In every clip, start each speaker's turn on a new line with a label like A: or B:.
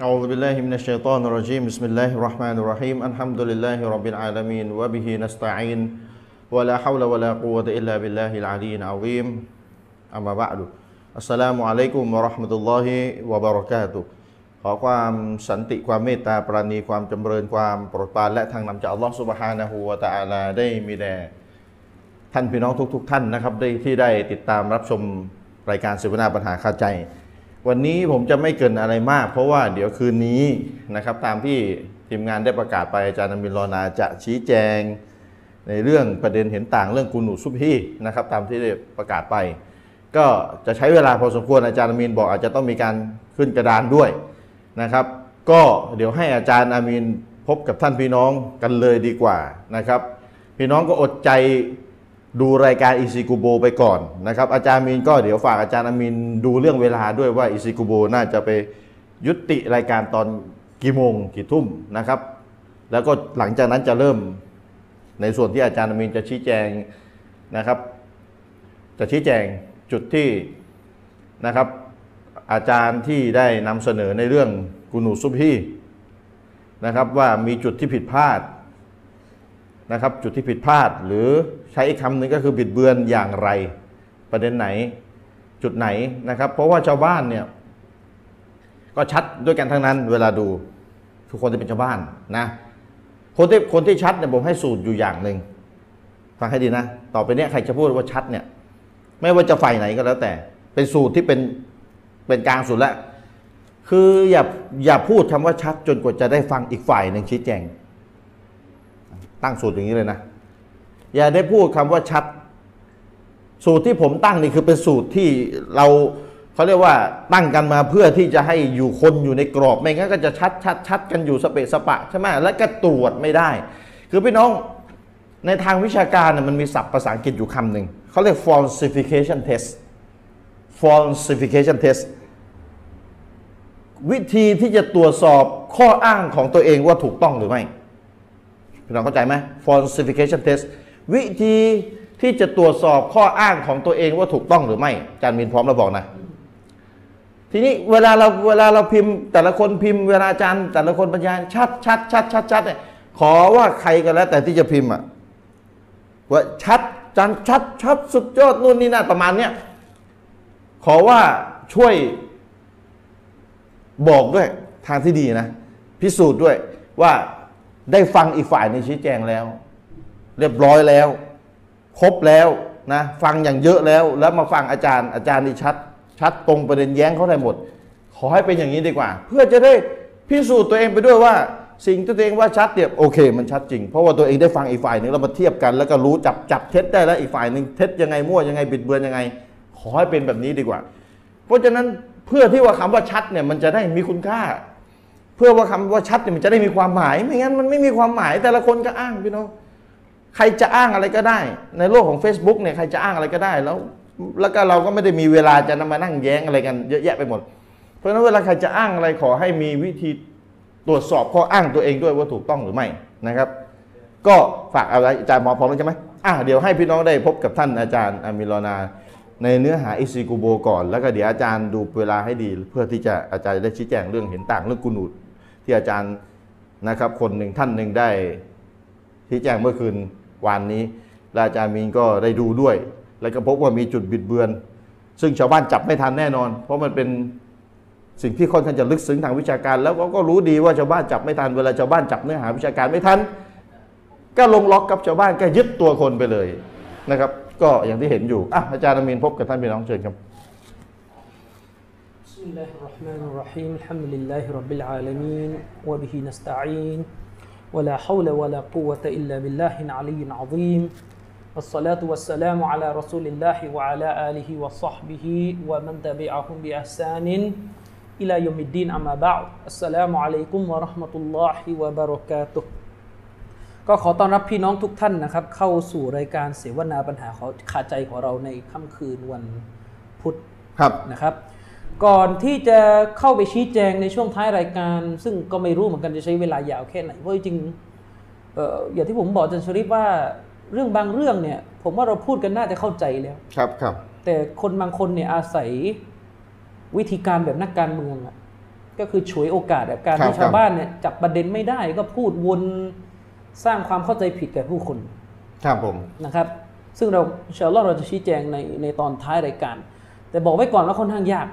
A: أعوذ بالله من الشيطان الرجيم بسم الله الرحمن الرحيم الحمد لله رب العالمين وبه نستعين ولا حول ولا قوة إلا بالله العلي العظيم أما بعد السلام عليكم ورحمة الله وبركاته ขอความสันติความเมตตาปราณีความจำเริญความโปรดปรานและทางนำจากอัลลอฮฺสุบฮานะฮูวะตะอาลาได้มีแด่ ท่านพี่น้องทุกๆทท่านนะครับได้ที่ได้ติดตามรับชมรายการเสวนาปัญหาคาใจ วันนี้ผมจะไม่เกรินอะไรมาก เพราะว่าเดี๋ยวคืนนี้นะครับ ตามที่ทีมงานได้ประกาศไปอาจารย์นมินรอนาจะชี้แจง ในเรื่องประเด็นเห็นต่างเรื่องกุนูซุบฮีนะครับ ตามที่ได้ประกาศไป ก็จะใช้เวลาพอสมควรอาจารย์อามีนบอกอาจจะต้องมีการขึ้นกระดานด้วยนะครับ ก็เดี๋ยวให้อาจารย์อามีนพบกับท่านพี่น้องกันเลยดีกว่านะครับ พี่น้องก็อดใจดูรายการอิซิกุโบไปก่อนนะครับ อาจารย์อามีนก็เดี๋ยวฝากอาจารย์อามีนดูเรื่องเวลาด้วยว่าอิซิกุโบน่าจะไปยุติรายการตอนกี่โมงกี่ทุ่มนะครับ แล้วก็หลังจากนั้นจะเริ่ม ในส่วนที่อาจารย์อามีนจะชี้แจงนะครับ จะชี้แจงจุดที่นะครับ อาจารย์ที่ได้นำเสนอในเรื่องกุนูซุบฮีนะครับ ว่ามีจุดที่ผิดพลาดนะครับ จุดที่ผิดพลาด หรือใช้อีกคำหนึ่งก็คือบิดเบือนอย่างไร ประเด็นไหน จุดไหนนะครับ เพราะว่าชาวบ้านเนี่ย ก็ชัดด้วยกันทั้งนั้น เวลาดูทุกคนจะเป็นชาวบ้านนะ คนที่คนที่ชัดเนี่ยผมให้สูตรอยู่อย่างหนึ่งฟังให้ดีนะ ต่อไปเนี้ยใครจะพูดว่าชัดเนี่ย ไม่ว่าจะฝ่ายไหนก็แล้วแต่ เป็นสูตรที่เป็นเป็นกลางสุดแล้วคืออย่าอย่าพูดคำว่าชัดจนกว่าจะได้ฟังอีกฝ่ายหนึ่งชี้แจง ตั้งสูตรอย่างนี้เลยนะ อย่าได้พูดคำว่าชัด สูตรที่ผมตั้งนี่คือเป็นสูตรที่เราเขาเรียกว่าตั้งกันมาเพื่อที่จะให้อยู่คนอยู่ในกรอบไม่งั้นก็จะชัดชัดชัดกันอยู่สเปะสปะใช่ไหมแล้วก็ตรวจไม่ได้ คือพี่น้องในทางวิชาการน่ะมันมีศัพท์ภาษาอังกฤษอยู่คำหนึ่งเขาเรียก falsification test falsification test วิธีที่จะตรวจสอบข้ออ้างของตัวเองว่าถูกต้องหรือไม่ พี่น้องเข้าใจไหม falsification test วิธีที่จะตรวจสอบข้ออ้างของตัวเองว่าถูกต้องหรือไม่อาจารย์มินพร้อมเราบอกนะ ทีนี้เวลาเราเวลาเราพิมพ์ แต่ละคนพิมพ์เวลาอาจารย์แต่ละคนบรรยายชัดชัดชัดชัดชัดเนี่ยขอว่าใครก็แล้วแต่ที่จะพิมพ์อะว่าชัดอาจารย์ชัดชัดสุดยอดนู่นนี่นั่นประมาณเนี้ยขอว่าช่วยบอกด้วยทางที่ดีนะ พิสูจน์ด้วยว่าได้ฟังอีกฝ่ายในงชี้แจงแล้ว เรียบร้อยแล้ว ครบแล้วนะฟังอย่างเยอะแล้วแล้วมาฟังอาจารย์อาจารย์นี่ชัด ชัดตรงประเด็นแย้งเขาได้หมด ขอให้เป็นอย่างนี้ดีกว่า เพื่อจะได้พิสูจน์ตัวเองไปด้วยว่า สิ่งที่ตัวเองว่าชัดเนี่ยโอเค มันชัดจริง เพราะว่าตัวเองได้ฟังอีกฝ่ายหนึ่งแล้วมาเทียบกันแล้วก็รู้จับจับเท็จได้แล้วอีกฝ่ายหนึ่งเท็จยังไงมั่วยังไงบิดเบือนยังไง ขอให้เป็นแบบนี้ดีกว่า เพราะฉะนั้นเพื่อที่ว่าคำว่าชัดเนี่ยมันจะได้มีคุณค่า เพื่อว่าคำว่าชัดเนี่ยมันจะได้มีความหมาย ไม่งั้นมันไม่มีความหมายแต่ละคนก็อ้างพี่น้อง ใครจะอ้างอะไรก็ได้ ในโลกของ Facebook เนี่ยใครจะอ้างอะไรก็ได้แล้ว แล้วก็เราก็ไม่ได้มีเวลาจะนำมานั่งแย้งอะไรกันเยอะแยะไปหมด เพราะฉะนั้นเวลาใครจะอ้างอะไรขอให้มีวิธีตรวจสอบข้ออ้างตัวเองด้วยว่าถูกต้องหรือไม่นะครับ ก็ฝากเอาไว้อาจารย์หมอพร้อมแล้วใช่ไหมอ่ะเดี๋ยวให้พี่น้องได้พบกับท่านอาจารย์อามิลนา ในเนื้อหาอิซิกุโบก่อน แล้วก็เดี๋ยวอาจารย์ดูเวลาให้ดี เพื่อที่จะอาจารย์จะได้ชี้แจงเรื่องเห็นต่างเรื่องกุนูดที่อาจารย์นะครับ คนหนึ่งท่านหนึ่งได้ ชี้แจงเมื่อคืนวานนี้และอาจารย์มีนก็ได้ดูด้วย แล้วก็พบว่ามีจุดบิดเบือน ซึ่งชาวบ้านจับไม่ทันแน่นอน เพราะมันเป็นสิ่งที่ค่อนข้างจะลึกซึ้งทางวิชาการ แล้วเขาก็รู้ดีว่าชาวบ้านจับไม่ทันเวลาชาวบ้านจับเนื้อหาวิชาการไม่ทัน ก็ลงล็อกกับชาวบ้านก็ยึดตัวคนไปเลยนะครับ ก็อย่างที่เห็นอยู่อ่ะอาจารย์อามีนพบกับท่านพี่น้องเชิญครับ
B: بسم الله الرحمن الرحيم الحمد لله رب العالمين وبه نستعين ولا حول ولا قوة إلا بالله العلي العظيم والصلاة والسلام على رسول الله وعلى آله وصحبه ومن تبعهم بإحسان إلى يوم الدين أما بعد السلام عليكم ورحمة الله وبركاته ก็ขอต้อนรับพี่น้องทุกท่านนะครับ เข้าสู่รายการเสวนาปัญหาขอขาใจของเราในค่ำคืนวันพุธ
A: ครับ
B: นะครับก่อนที่จะเข้าไปชี้แจงในช่วงท้ายรายการ ซึ่งก็ไม่รู้เหมือนกันจะใช้เวลายาวแค่ไหนเพราะจริงๆเอ่ออย่างที่ผมบอกอาจันชริปว่าเรื่องบางเรื่องเนี่ยผมว่าเราพูดกันน่าจะเข้าใจแล้ว
A: ครับครับ
B: แต่คนบางคนเนี่ยอาศัยวิธีการแบบนักการเมืองอะ ก็คือฉวยโอกาสแบบการ
A: ครั
B: ที่
A: บ
B: ชาวบ้านเนี่ยจับประเด็นไม่ได้ก็พูดวนสร้างความเข้าใจผิดแก่ผู้คน
A: ครับผม
B: นะครับ ซึ่งเราอินชาอัลลอฮ์เราจะชี้แจงในในตอนท้ายรายการ แต่บอกไว้ก่อนว่าค่อนข้างยาก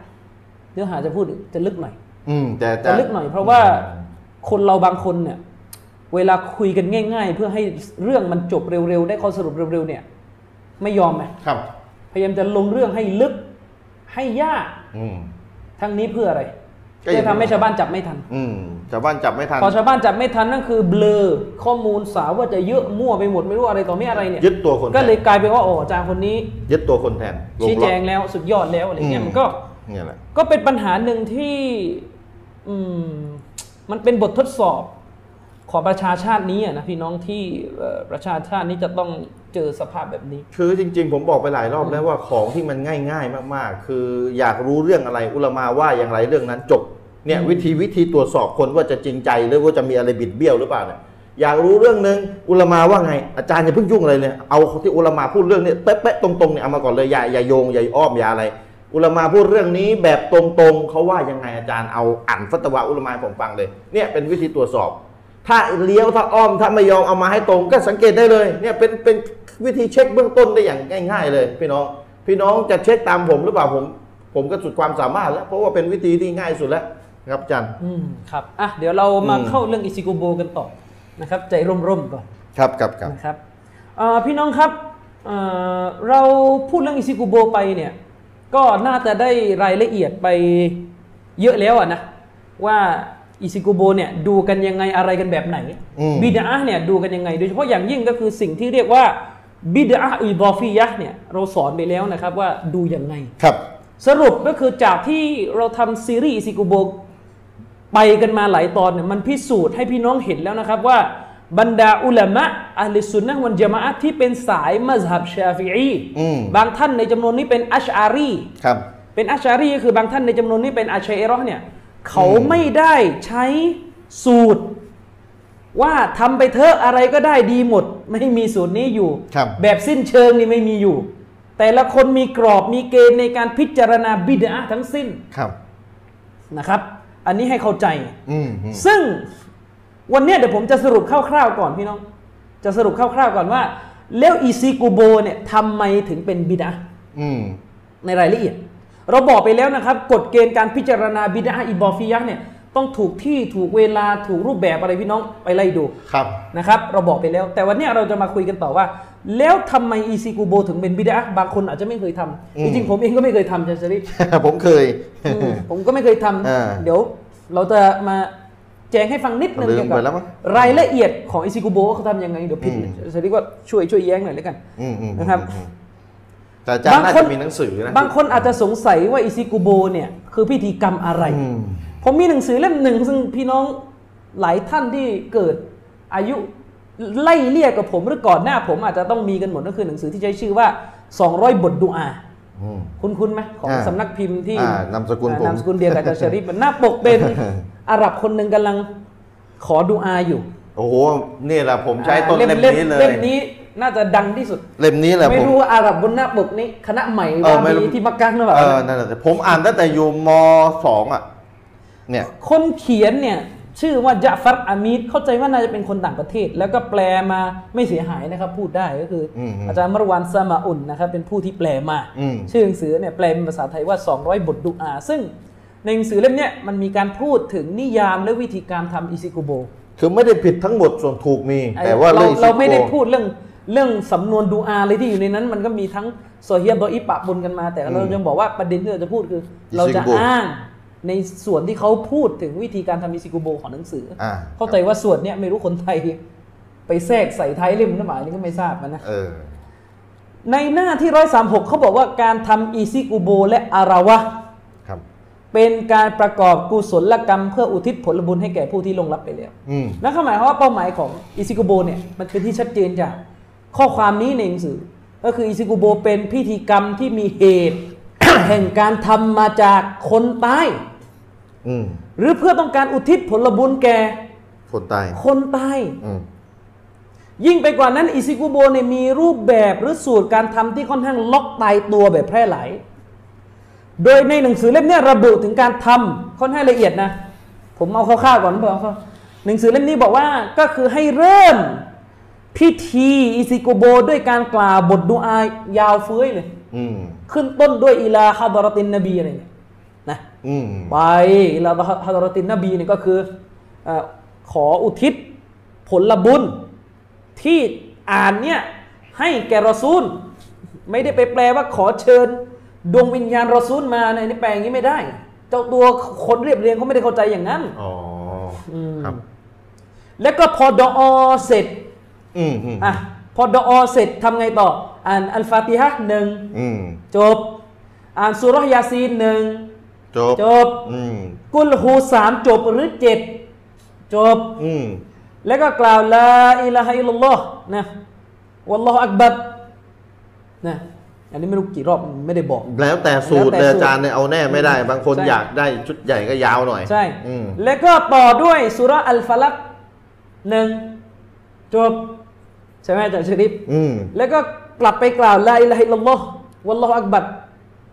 B: เนื้อหาจะพูดจะลึกหน่อย
A: อืม แต่
B: จะลึกหน่อยเพราะว่าคนเราบางคนเนี่ย เวลาคุยกันง่าย ๆ เพื่อให้เรื่องมันจบเร็วๆ ได้ข้อสรุปเร็วๆเนี่ย ไม่ยอมไง
A: ครับ
B: พยายามจะลงเรื่องให้ลึกให้ยาก
A: อืม
B: ทั้งนี้เพื่ออะไร
A: ก็อย่าง
B: เพื่อทำให้ชาวบ้านจับไม่ทัน
A: อืมชาวบ้านจับไม่ทัน
B: พอชาวบ้านจับไม่ทันนั่นคือเบลอข้อมูลสาวว่าจะเยอะมั่วไปหมดไม่รู้อะไรต่อไม่อะไรเนี่ย
A: ยึดตัวคนแทน
B: ก็เลยกลายเป็นว่าโอ้อาจารย์คนนี้
A: ยึดตัวคนแทนลง
B: ชี้
A: ล็
B: แจ
A: อก
B: งแล้วสุดยอดแล้วอะไรเงี้ยมัน
A: อื
B: ก็
A: เนี่ยแหละ
B: ก็เป็นปัญหาหนึ่งที่อืมมันเป็นบททดสอบของประชาชาตินี้อะนะพี่น้องที่เอ่อประชาชาตินี้จะต้องเจอสภาพแบบนี้
A: คือจริง ๆ ผมบอกไปหลายรอบแล้วว่าของที่มันง่าย ๆ มากๆ คืออยากรู้เรื่องอะไรอุลามาว่าอย่างไรเรื่องนั้นจบเนี่ยวิธีวิธีตรวจสอบคนว่าจะจริงใจหรือว่าจะมีอะไรบิดเบี้ยวหรือเปล่าเนี่ยอยากรู้เรื่องหนึ่งอุลามาว่าไง อาจารย์อย่าเพิ่งยุ่งอะไรเลยเอาที่อุลามาพูดเรื่องเนี้เป๊ะๆตรงๆเนี่ยเอามาก่อนเลยอย่าอย่าโยงอย่าอ้อมอย่าอะไร อุลามาพูดเรื่องนี้แบบตรงๆเขาว่ายังไงอาจารย์เอาอ่านฟัตวาอุลามาให้ผมฟังเลยเนี่ยเป็นวิธีตรวจสอบ ถ้าเลี้ยวถ้าอ้อมถ้าไม่ยอมเอามาให้ตรงก็สังเกตได้เลยเนี่ยเป็นเป็นวิธีเช็คเบื้องต้นได้อย่างง่าย ๆ เลย พี่น้อง พี่น้องจะเช็คตามผมหรือเปล่าผม ผมก็สุดความสามารถแล้ว เพราะว่าเป็นวิธีที่ง่ายสุดแล้วครับอาจารย์
B: อืมครับอ่ะเดี๋ยวเรามา
A: อืม
B: เข้าเรื่องอิซิโกโบกันต่อนะครับ ใจร่มๆก่อน
A: ครับครับครับ
B: นะครับเอ่อพี่น้องครับเอ่อเราพูดเรื่องอิซิโกโบไปเนี่ย ก็น่าจะได้รายละเอียดไปเยอะแล้วอะนะว่าอิซิโกโบเนี่ยดูกันยังไงอะไรกันแบบไหน
A: อืม
B: บิดาเนี่ยดูกันยังไง โดยเฉพาะอย่างยิ่งก็คือสิ่งที่เรียกว่าบิดาอิดอฟียะห์เนี่ยเราสอนไปแล้วนะครับว่าดูยังไง
A: ครับ
B: สรุปก็คือจากที่เราทำซีรีส์อิซิกุโบไปกันมาหลายตอนเนี่ยมันพิสูจน์ให้พี่น้องเห็นแล้วนะครับว่าบรรดาอุลามะอัลลิสุนนะฮ์วันจามะอะฮ์ที่เป็นสายมัซฮับชาฟิอี
A: อืม
B: บางท่านในจำนวนนี้เป็นอัชอารี
A: ครับ
B: เป็นอัชารีก็คือบางท่านในจำนวนนี้เป็นอาชัยเอรอเนี่ยเขาไม่ได้ใช้สูตร ว่าทำไปเถอะอะไรก็ได้ดีหมด ไม่มีสูตรนี้อยู่
A: ครับ
B: แบบสิ้นเชิงนี่ไม่มีอยู่ แต่ละคนมีกรอบมีเกณฑ์ในการพิจารณาบิดาทั้งสิ้น
A: ครับ
B: นะครับ อันนี้ให้เข้าใจ
A: อืมอืม
B: ซึ่งวันเนี้ยเดี๋ยวผมจะสรุปคร่าวๆก่อนพี่น้อง จะสรุปคร่าวๆก่อนว่า แล้วอีซิกูโบเนี่ยทำไมถึงเป็นบิดา
A: อืม
B: ในรายละเอียด เราบอกไปแล้วนะครับ กฎเกณฑ์การพิจารณาบิดาอิบอฟิยะห์เนี่ยต้องถูกที่ถูกเวลาถูกรูปแบบอะไรพี่น้องไปไล่ดู
A: ครับ
B: นะครับ เราบอกไปแล้ว แต่วันเนี้ยเราจะมาคุยกันต่อว่า แล้วทำไมอีซิกูโบถึงเป็นบิดาบางคนอาจจะไม่เคยทำ
A: อืม
B: จริงๆผมเองก็ไม่เคยทำจาชริฟ
A: ผมเคย
B: อืมผมก็ไม่เคยทำ
A: อ่า
B: เดี๋ยวเราจะมาแจ้งให้ฟังนิดนึง
A: ลืม
B: เกี่ยว
A: ไป
B: กั
A: แล้วมั้ง
B: รายละเอียดของอิซิกุโบว่าเขาทำยังไงเดี๋ยวผิด
A: อืม
B: จะเรียกว่าช่วยช่วยแย้งหน่อยแล้วกัน
A: อืมอืม
B: นะครับ
A: อืมแต่อาจารย์น่าจะมีหนังสือนะ
B: บางคนอาจจะสงสัยว่าอิซิกุโบเนี่ยคือพิธีกรรมอะไร
A: อืม
B: ผมมีหนังสือเล่มหนึ่งซึ่งพี่น้องหลายท่านที่เกิดอายุไล่เลี่ยกับผมหรือก่อนหน้าผมอาจจะต้องมีกันหมดก็คือหนังสือที่ใช้ชื่อว่า 200 บทดูอา
A: อืม
B: คุณคุณไหมของ
A: อ่า
B: สำนักพิมพ์ที่
A: อ่านามสกุลผม
B: อ่นามสกุลเดียวกับอาจารย์ชริฟหน้าปกเป็น อาหรับคนหนึ่งกำลังขอดูอาอยู่
A: โอ้โหนี่แหละผมใช้ต้น
B: อ่า
A: เล่มนี้เลย
B: เล่มนี้น่าจะดังที่สุด
A: เล่มนี้แหละ
B: ไม่
A: ผม
B: รู้ว่าอาหรับบนหน้าปกนี้คณะใหม่
A: เอ
B: ว่า
A: อไม่รู้
B: มีที่มักกะหรือเปล่า
A: เออนั่นแหละผมอ่านตั้งแต่อยู่มสองอ่ะ เนี่ย
B: คนเขียนเนี่ยชื่อว่าจาฟัรอามีดเข้าใจว่าน่าจะเป็นคนต่างประเทศ แล้วก็แปลมาไม่เสียหายนะครับ พูดได้ก็คืออ
A: มอืม
B: อาจารย์มรวานซามาอุนนะครับเป็นผู้ที่แปลมา
A: อืม
B: ชื่อหนังสือเนี่ยแปลเป็นภาษาไทยว่า 200 บทดุอา ซึ่งในหนังสือเล่มเนี้ยมันมีการพูดถึงนิยามและวิธีการทำอิซิกุโบ
A: คือไม่ได้ผิดทั้งหมดส่วนถูกมี
B: ไอ้
A: แต่ว่า
B: เรา
A: อง
B: เราไม่ได้
A: สิบโก
B: พูดเรื่องเรื่องสำนวนดูอาเลยที่อยู่ในนั้น มันก็มีทั้งโซเฮียบอิปะปนกันมา แต่เราจะบอกว่าประเด็นที่เราจะพูดคือ เราจะอ้างในส่วนที่เขาพูดถึงวิธีการทำอิซิกุโบของหนังสืออ
A: อ่า
B: เข้าใจว่าส่วนเนี้ยไม่รู้คนไทย ไปแทรกใส่ท้ายเล่มหรือเปล่าอันนี่ก็ไม่ทราบนะ
A: เออ
B: ในหน้าที่ร้อยสามหกเขาบอกว่าการทำอีซิกูโบและอาราวะ
A: ครับ
B: เป็นการประกอบกุศลกรรมเพื่ออุทิศผลบุญให้แก่ผู้ที่ลงรับไปแล้ว
A: อืม
B: นั่นก็หมายความว่าเป้าหมายของอิซิกุโบเนี่ยมันเป็นที่ชัดเจนจากข้อความนี้ในหนังสือ ก็คืออิซิกุโบเป็นพิธีกรรมที่มีเหตุ แห่งการทำมาจากคนตาย
A: อืม
B: หรือเพื่อต้องการอุทิศผลบุญแก่
A: คนตาย
B: คนตาย
A: อืม
B: ยิ่งไปกว่านั้นอิซิกุโบเนี่ยมีรูปแบบหรือสูตรการทำที่ค่อนข้างล็อกตายตัวแบบแพร่หลาย โดยในหนังสือเล่มเนี้ระบุถึงการทำค่อนข้างละเอียดนะ ผมเอาคร่าวๆก่อนบอกว่าหนังสือเล่มนี้บอกว่าก็คือให้เริ่มพิธีอิซิโกโบด้วยการกล่าวบทดูอายาวเฟ้ยเลย
A: อืม
B: ขึ้นต้นด้วยอิลาฮาดรตินนบีอะไรเนี่ยนะ
A: อืม
B: ไปอิลาฮาดรตินนบีเนี่ยก็คือเอ่อขออุทิศผลบุญที่อ่านเนี่ยให้แกรอซูล ไม่ได้ไปแปลว่าขอเชิญ ดวงวิญญาณรอซูลมาในนี้แปลอย่างนี้ไม่ได้ เจ้าตัวคนเรียบเรียงเขาไม่ได้เข้าใจอย่างนั้น
A: อ๋ออครับ
B: แล้วก็พอดอเสร็จ
A: อืมอืม
B: อ่ะพอดอเสร็จทำไงต่อ อ่านอัลฟาติฮะหนึ่ง
A: อืม
B: จบ อ่านสุรยาซีนหนึ่ง
A: จบ
B: จบ
A: อืม
B: กุลฮูสามจบหรือเจ็ดจบ
A: อืม
B: แล้วก็กล่าวลาอิลาฮะอิลลัลลอฮ์นะวัลลอฮุอักบัรนะอันนี้ไม่รู้กี่รอบไม่ได้บอก
A: แล้วแต่สูตร
B: แล้ว
A: เล
B: แต่
A: ยอา
B: สูตร
A: จารย์เนี่ยเอาแน่ไม่ได้ บางคน
B: ใช่
A: อยากได้ชุดใหญ่ก็ยาวหน่อย
B: ใช่
A: อืม
B: แล้วก็ต่อด้วยสุราะห์อัลฟาลักหนึ่งจบ ใช่ไหมอาจารย์ชริฟ
A: อืม
B: แล้วก็กลับไปกล่าวลาอิลาฮะอิลลัลลอฮ์วัลลอฮุอักบัร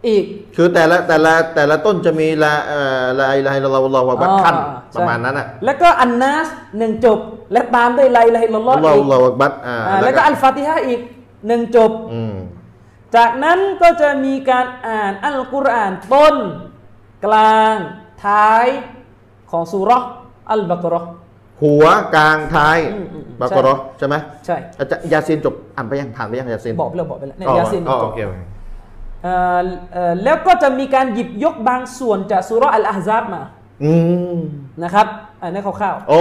B: อีก
A: คือแต่ละแต่ละแต่ละต้นจะมีละเอ่อละอิละฮิลลอฮ์วะลลอฮุอักบัร
B: อ่า
A: ขั้น
B: ใช่
A: ประมาณนั้นอ่ะ
B: แล้วก็อันนาสหนึ่งจบ และตามด้วยลาอิลาฮะอิลลัลลอฮ์
A: อัลลอฮ์
B: อีก
A: วะลลอฮุอักบัรอ่า
B: อ่าแล้วก็อัลฟาติฮะอีกหนึ่งจบ
A: อืม
B: จากนั้นก็จะมีการอ่านอัลกุรอานต้น กลางท้ายของสุเราะห์อัลบากาเราะห์
A: หัวกลางท้าย
B: อืมอืมอืม
A: บากรอ
B: ใช่
A: ใช่ไหม
B: ใช่
A: อาจารย์ยาซินจบอ่านไปยังผ่านไปยังยาซิน
B: บอกไปแล้วบอกไปแล้วเนี่
A: อ๋อย
B: ยาซิน
A: อ๋อ
B: จ
A: โอบ เคโอเค
B: เอ่อเอ่อแล้วก็จะมีการหยิบยกบางส่วนจากสุเราะห์อัลอาฮซาบมา
A: อืม
B: นะครับอันนี้คร่าวๆ
A: อ๋อ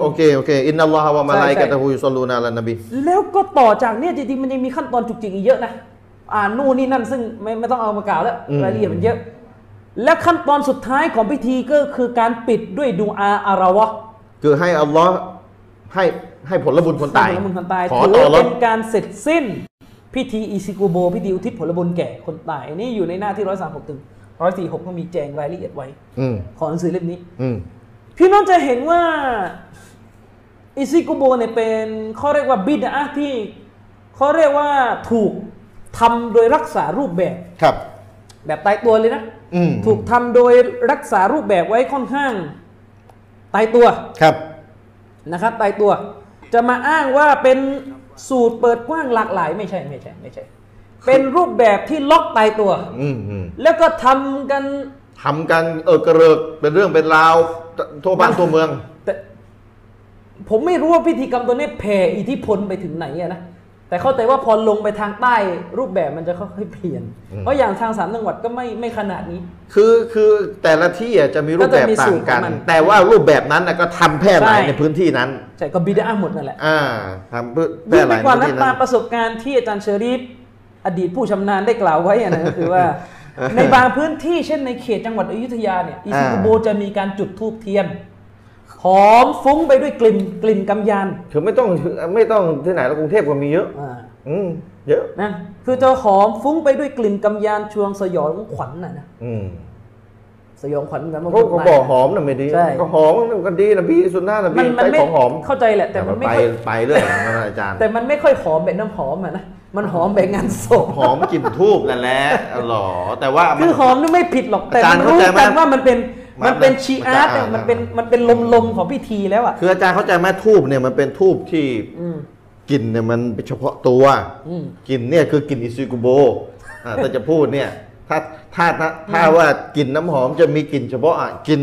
A: โอเคโอเคอินนัลลอฮะวะมาลาอิกะตะฮูยุศอลลูนาอะลันนบี
B: แล้วก็ต่อจากเนี่ยจริงๆมันยังมีขั้นตอนจุกจิกอีกเยอะนะ อ่านนู่นนี่นั่นซึ่งไม่ไม่ต้องเอามากล่าวแล้วรายละเอียดมันเยอะ และขั้นตอนสุดท้ายของพิธีก็คือการปิดด้วยดูอาอาราวะ
A: คือให้อัลลอฮ์ให้ให้ผลบุญคนตาย
B: ผลบุญคนตาย
A: ขอ
B: ถือ
A: ต่อร
B: เป็
A: ถ
B: นการเสร็จสิ้น พิธีอิซิกูโบ พิธีอุทิศผลบุญแก่คนตายอันนี้อยู่ในหน้าที่ร้อยสามหกถึงร้อยสี่หกก็มีแจงรายละเอียดไว้
A: อืม
B: ของหนังสือเล่มนี้
A: อืม
B: พี่น้องจะเห็นว่าอิซิกุโบเนี่ยเป็นเขาเรียกว่าบิดอะห์ที่เขาเรียกว่าถูกทำโดยรักษารูปแบบ
A: ครับ
B: แบบตายตัวเลยนะ
A: อืม
B: ถูกทำโดยรักษารูปแบบไว้ค่อนข้างตายตัว
A: ครับ
B: นะครับตายตัว จะมาอ้างว่าเป็นสูตรเปิดกว้างหลากหลาย ไม่ใช่ไม่ใช่ไม่ใช่ เป็นรูปแบบที่ล็อกตายตัว
A: อืมอืม
B: แล้วก็ทำกัน
A: ทำกันเออกระเริกเป็นเรื่องเป็นราวทั่วบ้านทั่วเมือง
B: แต่ผมไม่รู้ว่าพิธีกรรมตัวนี้แผ่อิทธิพลไปถึงไหนอะนะ แต่เข้าใจว่าพอลงไปทางใต้รูปแบบมันจะค่อยๆเปลี่ยน
A: อืม
B: เพราะอย่างทางสามจังหวัดก็ไม่ไม่ขนาดนี้
A: คือคือแต่ละที่อ่ะจะมีรูปแบบ
B: ก็จะมีสู
A: ต่าง
B: ตรของ
A: กัน
B: มัน
A: แต่ว่ารูปแบบนั้นน่ะก็ทำแพร่หลาย
B: ใช่
A: ในพื้นที่นั้น
B: ใช่ก็บิดาหมดนั่นแหละ
A: อ่าทำเพื่อแพร่ห
B: ยิ่ง
A: ลายใน
B: ไปกว่า
A: พื้น
B: นั้น
A: ที่
B: ตา
A: นั้
B: ม
A: น
B: ประสบการณ์ที่อาจารย์เชอรีฟอดีตผู้ชำนาญได้กล่าวไว้อะ นะก็คือว่า ในบางพื้นที่เช่นในเขตจังหวัดอยุธยาเนี่ยอิซิกุโบจะมีการจุดธูปเทียนหอมฟุ้งไปด้วยกลิ่นกลิ่นกำยาน
A: คือไม่ต้องไม่ต้องที่ไหนแล้วกรุงเทพก็มีเยอะ
B: อ่า
A: อืมเยอะ
B: นะคือจะหอมฟุ้งไปด้วยกลิ่นกำยานชวงสยองขวัญน่ะนะ
A: อืม
B: สยองขวัญแบบ
A: เขาก็บอกห
B: อ
A: อมนะไม่ดี
B: ใช่
A: ก็หอมมันก็ดีนะพี่สุนทรนะ
B: มั
A: พี่
B: นมัน
A: ใช้
B: ไม่
A: ของหอม
B: เข้าใจแหละแต่มันไม่
A: ไป
B: ค่อย
A: ไปเรื่อยนะอาจารย์
B: แต่มันไม่ค่อยหอมแบบน้ำหอมอ่ะนะมันหอมแบบงานศพ
A: หอมกลิ่นทูบนั่นแหละอ๋อหรอแต่ว่ามัน
B: คือหอมนี่ไม่ผิดหรอกแต่
A: อาจารย์
B: มันรู้
A: เข้าใจไหม
B: กันว่ามันเป็น
A: มั
B: มัน นเป็น
A: มัน
B: ชีอาร์ต
A: มันจะ
B: เนี่ยมันเป็น
A: อ่า
B: มันเป็นลมลมๆของพิธีแล้วอ่ะ
A: คืออาจารย์เข้าใจไหมทูบเนี่ยมันเป็นทูบที่
B: อืม
A: กลิ่นเนี่ยมันเฉพาะตัว
B: อืม
A: กลิ่นเนี่ยคือกลิ่นอิซิกุโบอ่าแต่จะพูดเนี่ยถ้าถ้าถ้าถ้าว่ากลิ่นน้ำหอมจะมีกลิ่นเฉพาะอ่ะกลิ่น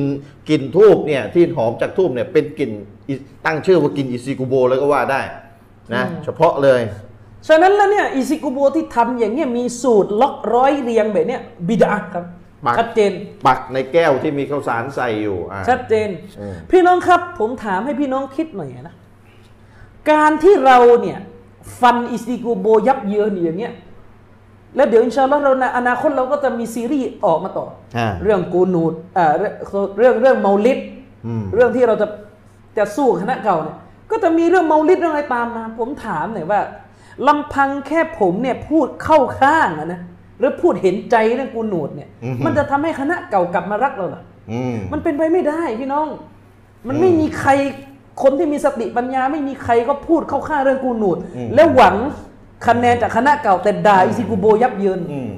A: กลิ่นทูบเนี่ยที่หอมจากทูบเนี่ยเป็นกลิ่นอิตั้งชื่อว่ากลิ่นอิซิกุโบเลยก็ว่าได้นะเฉพาะเลย
B: ฉะนั้นแล้วเนี่ยอิซิกุโบที่ทำอย่างเงี้ยมีสูตรล็อกร้อยเรียงแบบเนี้ยบิดาครับ
A: บัก
B: ชัดเจน
A: ปักในแก้วที่มีข้าวสารใส่อยู่อ่ะ
B: ชัดเจน
A: เออ
B: พี่น้องครับผมถามให้พี่น้องคิดหน่อยนะ การที่เราเนี่ย ฟันอิซิกูโบยับเยินอย่างเงี้ยแล้วเดี๋ยวอินชาอัลลอฮ์เราในอนาคตเราก็จะมีซีรีส์ออกมาต่อ
A: อ่า
B: เรื่องกูนูดเอ่อเรื่องเรื่องเรื่องเมาลิด
A: อืม
B: เรื่องที่เราจะจะสู้คณะเก่าเนี่ย ก็จะมีเรื่องเมาลิดเรื่องอะไรตามมา ผมถามหน่อยว่าลำพังแค่ผมเนี่ยพูดเข้าข้างอะนะหรือพูดเห็นใจเรื่องกูนูดเนี่ย มันจะทำให้คณะเก่ากลับมารักเราเหรอ
A: อืม
B: มันเป็นไปไม่ได้พี่น้อง มันไม่มีใครคนที่มีสติปัญญา ไม่มีใครก็พูดเข้าข้างเรื่องกูนูด
A: อืม
B: แล้วหวังคะแนนจากคณะเก่าแต่ด่าอิซิกุโบยับเยิน
A: อืม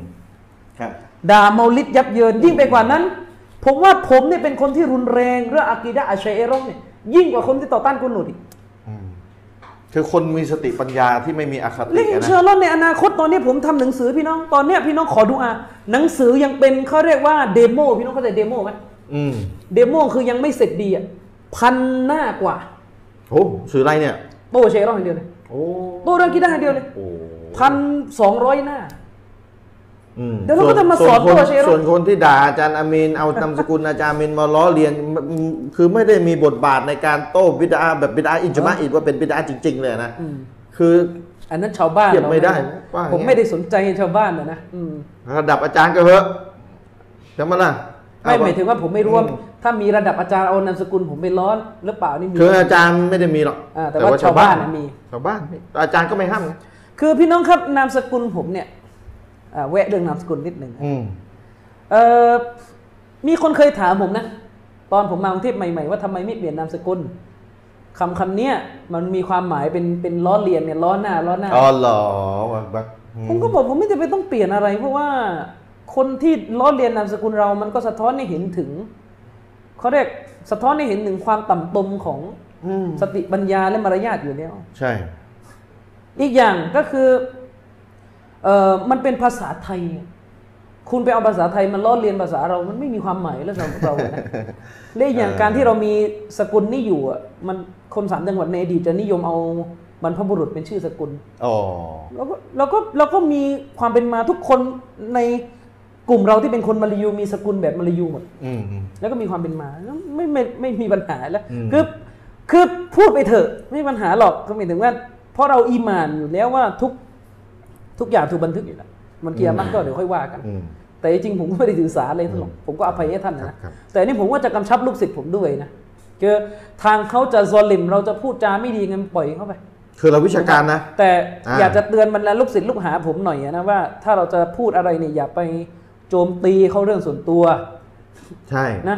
A: ครับ
B: ด่าเมาลิดยับเยินยิ่งไปกว่านั้น ผมว่าผมเนี่ยเป็นคนที่รุนแรงเรื่องอากีดะอัชัยเอรอเนี่ยยิ่งกว่าคนที่ต่อต้านกุนูดอีก
A: คือคนมีสติปัญญาที่ไม่มีอคติ
B: และอิน
A: อะนะ
B: ชาอัลลอฮ์ในอนาคตตอนนี้ผมทำหนังสือพี่น้องตอนเนี้ยพี่น้องขอดูอาหนังสือยังเป็นเขาเรียกว่าเดโมพี่น้องเข้าใจเดโมไหม
A: อืม
B: เดโมคือยังไม่เสร็จดีอ่ะพันหน้ากว่า
A: โอ้สื่ออะไรเนี่ย
B: โต้เชยเอรอนอย่างเดียวเลย
A: โอ้
B: โต้เรื่องอากีดะอย่างเดียวเลย
A: โอ้
B: พันสองร้อยหน้า
A: อืม
B: เดี๋ยวเราก็จะมา
A: ส่ว
B: สอน น
A: ค
B: ตั
A: น
B: วเชโร่
A: ส่วนคนที่ด่าอาจารย์อามีนเอานามสกุลอาจารย์อามีนมาล้อเลียนอืมคือไม่ได้มีบทบาทในการโต้บิดาแบบบิดาอิจมาอีกว่าเป็นบิดาจริง ๆ เลยนะคือ
B: อันนั้นชาวบ้าน
A: เทียบไม่ได้
B: รา
A: ว่าอย่างเงี้ย
B: ผมไม่ได้สนใจชาวบ้านนะนะอืม
A: ระดับอาจารย์ก็เหอะจำมาล่ะ
B: ไม่
A: เอ
B: หมายถึงว่าผมไม่รู้ว่าถ้ามีระดับอาจารย์เอานามสกุลผมไปล้อนหรือเปล่านี่มี
A: คืออาจารย์ไม่ได้มีหรอก
B: อ่าแต่ว่าชาวบ้านน่ะมี
A: ชาวบ้านมีอาจารย์ก็ไม่ห้ามนะ
B: คือพี่น้องครับนามสกุลผมเนี่ยอ่าแวะเรื่องนามสกุลนิดหนึ่ง
A: อืม
B: เออมีคนเคยถามผมนะ ตอนผมมากรุงเทพใหม่ๆว่าทำไมไม่เปลี่ยนนามสกุลคำคำเนี้ยมันมีความหมายเป็นเป็นล้อเลียนเนี่ยล้อหน้าล้อหน้า
A: อ๋อเหรอวะบักอืม
B: ผมก็บอกผมไม่จำเป็นต้องเปลี่ยนอะไร เพราะว่าคนที่ล้อเลียนนามสกุลเรา มันก็สะท้อนให้เห็นถึงเขาเรียกสะท้อนให้เห็นถึงความต่ำตมของ
A: อืม
B: สติปัญญาและมารยาทอยู่แล้ว
A: ใช่
B: อีกอย่างก็คือเอ่อมันเป็นภาษาไทย คุณไปเอาภาษาไทยมันล้อเลียนภาษาเรา มันไม่มีความหมายแล้วสำหรับ เรานะ และอีกอย่างการที่เรามีสกุลนี่อยู่อะมันคนสามจังหวัดในอดีตจะนิยมเอาบรรพบุรุษเป็นชื่อสกุล
A: อ๋อ
B: เราก็เราก็เราก็มีความเป็นมาทุกคนในกลุ่มเราที่เป็นคนมาลายูมีสกุลแบบมาลายูหมด
A: อืมอืม
B: แล้วก็มีความเป็นมาแล้วไม่ไม่ไม่มีปัญหาแล้ว
A: อืม
B: คือคือพูดไปเถอะไม่มีปัญหาหรอกก็หมายถึงว่า เพราะเราอีหมานอยู่แล้วว่าทุกทุกอย่างถูกบันทึกอยู่แล้วมันเกียร์มันก็เดี๋ยวค่อยว่ากัน
A: อืม
B: แต่จริงๆผมก็ไม่ได้ถือสาอะไรท่านหรอกผมก็อภัยให้ท่าน
A: ครั
B: นะ
A: บครับ
B: แต่นี่ผมว่าจะกำชับลูกศิษย์ผมด้วยนะคือทางเขาจะซอลิมเราจะพูดจาไม่ดีงั้นปล่อยเขาไป
A: คือเราวิชาการนะ
B: แต่
A: อ่า
B: อยากจะเตือนบรรดาลูกศิษย์ลูกหาผมหน่อยนะว่าถ้าเราจะพูดอะไรเนี่ยอย่าไปโจมตีเขาเรื่องส่วนตัว
A: ใช่
B: นะ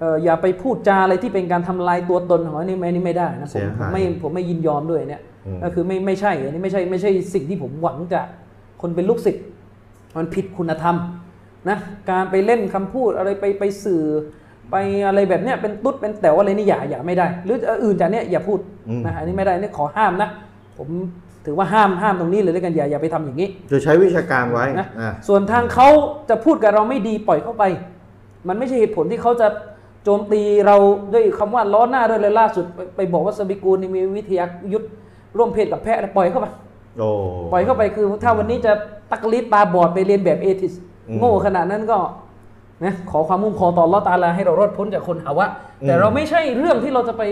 B: เอ่ออย่าไปพูดจาอะไรที่เป็นการทำลายตัวตนของอันนี้ไม่อันนี่ไม่ได้นะผ
A: เสี
B: ม
A: ยหาย
B: ไม่ผมไม่ยินยอมด้วยเนี่ย
A: อืม
B: ก็คือไม่ไม่ใช่อันนี้ไม่ใช่ไม่ใช่สิ่งที่ผมหวังจากคนเป็นลูกศิษย์มันผิดคุณธรรมนะการไปเล่นคำพูดอะไรไปไปสื่อ ไปอะไรแบบเนี้ยเป็นตุ๊ดเป็นแต๋วอะไรนี่อย่าอย่าไม่ได้ หรืออื่นจากเนี้ยอย่าพูด
A: อืม
B: นะฮะอันนี้ไม่ได้นี่ขอห้ามนะ ผมถือว่าห้ามห้ามตรงนี้เลยแล้วกันอย่าอย่าไปทำอย่างนี้
A: คือใช้วิชาการไว้
B: นะ
A: อ่ะ
B: ส่วนทางเขาจะพูดกับเราไม่ดีปล่อยเข้าไป มันไม่ใช่เหตุผลที่เขาจะโจมตีเราด้วยคำว่าล้อหน้าด้วยเลยล่าสุดไปไปบอกว่าสบิกูลนี่มีวิทยายุทธร่วมเพศกับแพะนะปล่อยเข้าไป
A: โอ้
B: ปล่อยเข้าไปคือ ถ้าวันนี้จะตักลิดตาบอดไปเรียนแบบเอทิส
A: อืม
B: โง่ขนาดนั้นก็นะขอความมุ่งพอต่ออัลลอฮ์ตะอาลาให้เรารอดพ้นจากคนอาวะ
A: อืม
B: แต่เราไม่ใช่เรื่องที่เราจะไป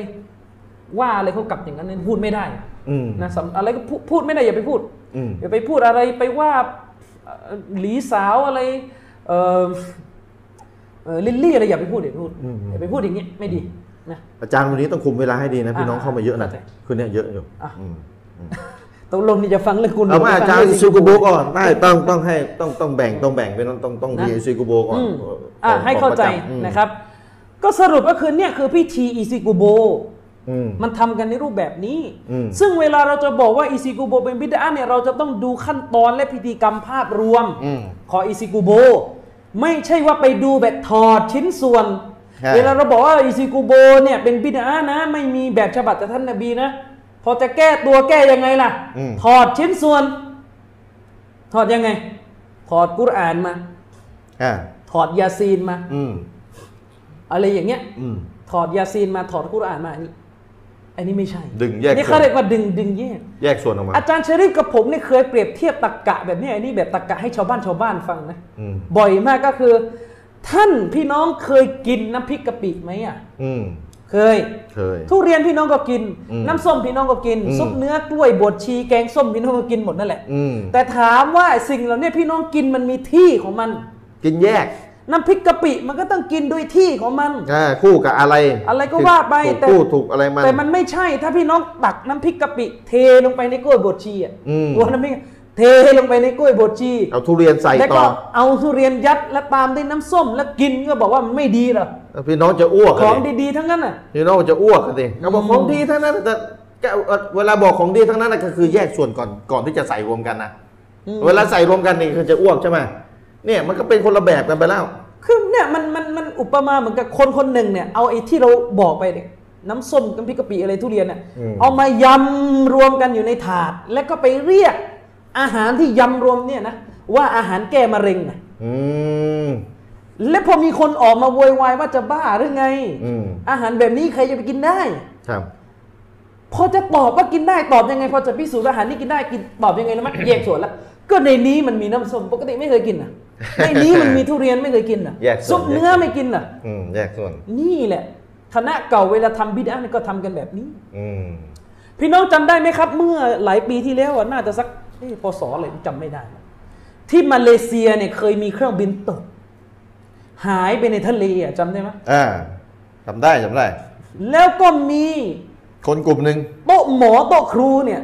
B: ว่าอะไรเขากลับอย่างนั้นพูดไม่ได้
A: อืม
B: นะสำอะไรก็พูพูดไม่ได้อย่าไปพูด
A: อืม
B: อย่าไปพูดอะไรไปว่าเอ่อหลีสาวอะไรเอ่อเอ่อลิลลี่อะไรอย่าไปพูดอย่าไปพูดอย่าไปพูดอย่างนี้ไม่ดีนะ
A: อาจารย์วันนี้ต้องคุมเวลาให้ดีนะพี่น้อง
B: อ่ะ
A: เข้ามาเยอะนะ
B: เข้าใจ
A: คือเนี่ยเยอะอยู่อืม
B: ตกลงนี่จะฟังเรื่องคุณ
A: เอามา
B: ห
A: อา
B: ฟัง
A: จารย์
B: เง
A: ซูกุโบก่อนไม่ต้องต้องให้ต้องต้องแบ่งต้องแบ่งเป็นต้องต้องต้องมีซูกุโบก่อน
B: อืมอ่ะ
A: ขง
B: ให้เข้าใจ
A: ของประำอืม
B: นะครับ ก็สรุปก็คือเนี่ยคือพิธีอิซิกุโบ
A: อืม
B: มันทำกันในรูปแบบนี้
A: อืม
B: ซึ่งเวลาเราจะบอกว่าอิซิกุโบเป็นบิดาเนี่ยเราจะต้องดูขั้นตอนและพิธีกรรมภาพรวม
A: อืม
B: ขออิซิกุโบ ไม่ใช่ว่าไปดูแบบถอดชิ้นส่วน
A: ใช่
B: เวลาเราบอกว่าอิซิกุโบเนี่ยเป็นบิดานะ ไม่มีแบบฉบับจากท่านนบีนะ พอจะแก้ตัวแก้ยังไงล่ะ ถอดชิ้นส่วน ถอดยังไง ถอดกุรอานมา
A: อ่า
B: ถอดยาซีนมา
A: อืม
B: อะไรอย่างเงี้ย
A: อืม
B: ถอดยาซีนมาถอดกุรอานมาอันนี้ อันนี้ไม่ใช่
A: ดึงแยก
B: นี่
A: ส่ว
B: เขา
A: น
B: เรียกว่าดึงดึงแยก
A: แยกส่วนออกมา
B: อาจารย์เชริฟกับผมเนี่ยเคยเปรียบเทียบตรกกะแบบเนี้ยอันนี้แบบตรกกะให้ชาวบ้านชาวบ้านฟังนะ
A: อืม
B: บ่อยมากก็คือ ท่านพี่น้องเคยกินน้ำพริกกะปิไหมอ่ะ
A: อืม
B: เคย
A: เคย
B: ทุเรียนพี่น้องก็กิน
A: อืม
B: น้ำส้มพี่น้องก็กิน
A: อืม
B: ซุปเนื้อกล้วยบดชีแกงส้มพี่น้องก็กินหมดนั่นแหละ
A: อืม
B: แต่ถามว่าสิ่งเหล่านี้พี่น้องกินมันมีที่ของมัน
A: กินแยก
B: น้ำพริกกะปิมันก็ต้องกินด้วยที่ของมัน
A: อ่าคู่กับอะไร
B: อะไรก็ว่าไป
A: ถูก
B: แต่
A: คู่ถูกอะไรมัน
B: แต่มันไม่ใช่ถ้าพี่น้องตักน้ำพริกกะปิเทลงไปในกล้วยบดชีอ่ะ
A: อืม
B: ตัวน้ำพริกเทลงไปในกล้วยบดชี
A: เอาทุเรียนใส่
B: แล้ว
A: ต่
B: ก็
A: อ
B: เอาทุเรียนยัดและตามด้วยน้ำส้มแล้วกินก็บอกว่ามันไม่ดีหรอก
A: พี่น้องจะอ้วก
B: ของ
A: เลย
B: ดีๆทั้งนั้นน่ะ
A: พี่น้องจะอ้วกกันดิเขาบอกของดีทั้งนั้นแต่แต่เวลาบอกของดีทั้งนั้นน่ะก็คือแยกส่วนก่อนก่อนที่จะใส่รวมกันนะ
B: อืม
A: เวลาใส่รวมกันนี่คือจะอ้วกใช่ไหมเนี่ยมันก็เป็นคนละแบบกันไปแล้ว
B: คือเนี่ยมันมันมันอุปมาเหมือนกับคนคนหนึ่งเนี่ยเอาไอ้ที่เราบอกไปเนี่ยน้ำส้มน้ำพริกกะปิอะไรทุเรียนเนี่ย
A: อืม
B: เอามายำรวมกันอยู่ในถาด แล้วก็ไปเรียกอาหารที่ยำรวมเนี่ยนะว่าอาหารแก้มะเร็งนะ
A: อืม
B: และพอมีคนออกมาโวยวายว่าจะบ้าหรือไง
A: อืม
B: อาหารแบบนี้ใครจะไปกินได้
A: ครับ
B: พอจะตอบว่ากินได้ตอบยังไง พอจะพิสูจน์ว่าอาหารนี่กินได้กินตอบยังไง แล้วมัน แยกส่วนละก็ในนี้มันมีน้ำส้มปกติไม่เคยกิน นะในนี้มันมีทุเรียนไม่เคยกินนะ
A: แยกส่วน
B: ซุปเนื้อไม่กินนะ
A: อืมแยกส่วน
B: นี่แหละคณะเก่าเวลาทำบิดาเนี่ยก็ทำกันแบบนี้
A: อืม
B: พี่น้องจำได้ไหมครับ เมื่อหลายปีที่แล้วอะน่าจะสักเอ๊ะพศอะไรจำไม่ได้นะที่มาเลเซียเนี่ยเคยมีเครื่องบินตก หายไปในทะเลอะจำได้ไหม
A: อ่าจำได้จำได้
B: แล้วก็มี
A: คนกลุ่มหนึ่ง
B: โต๊ะหมอโต๊ะครูเนี่ย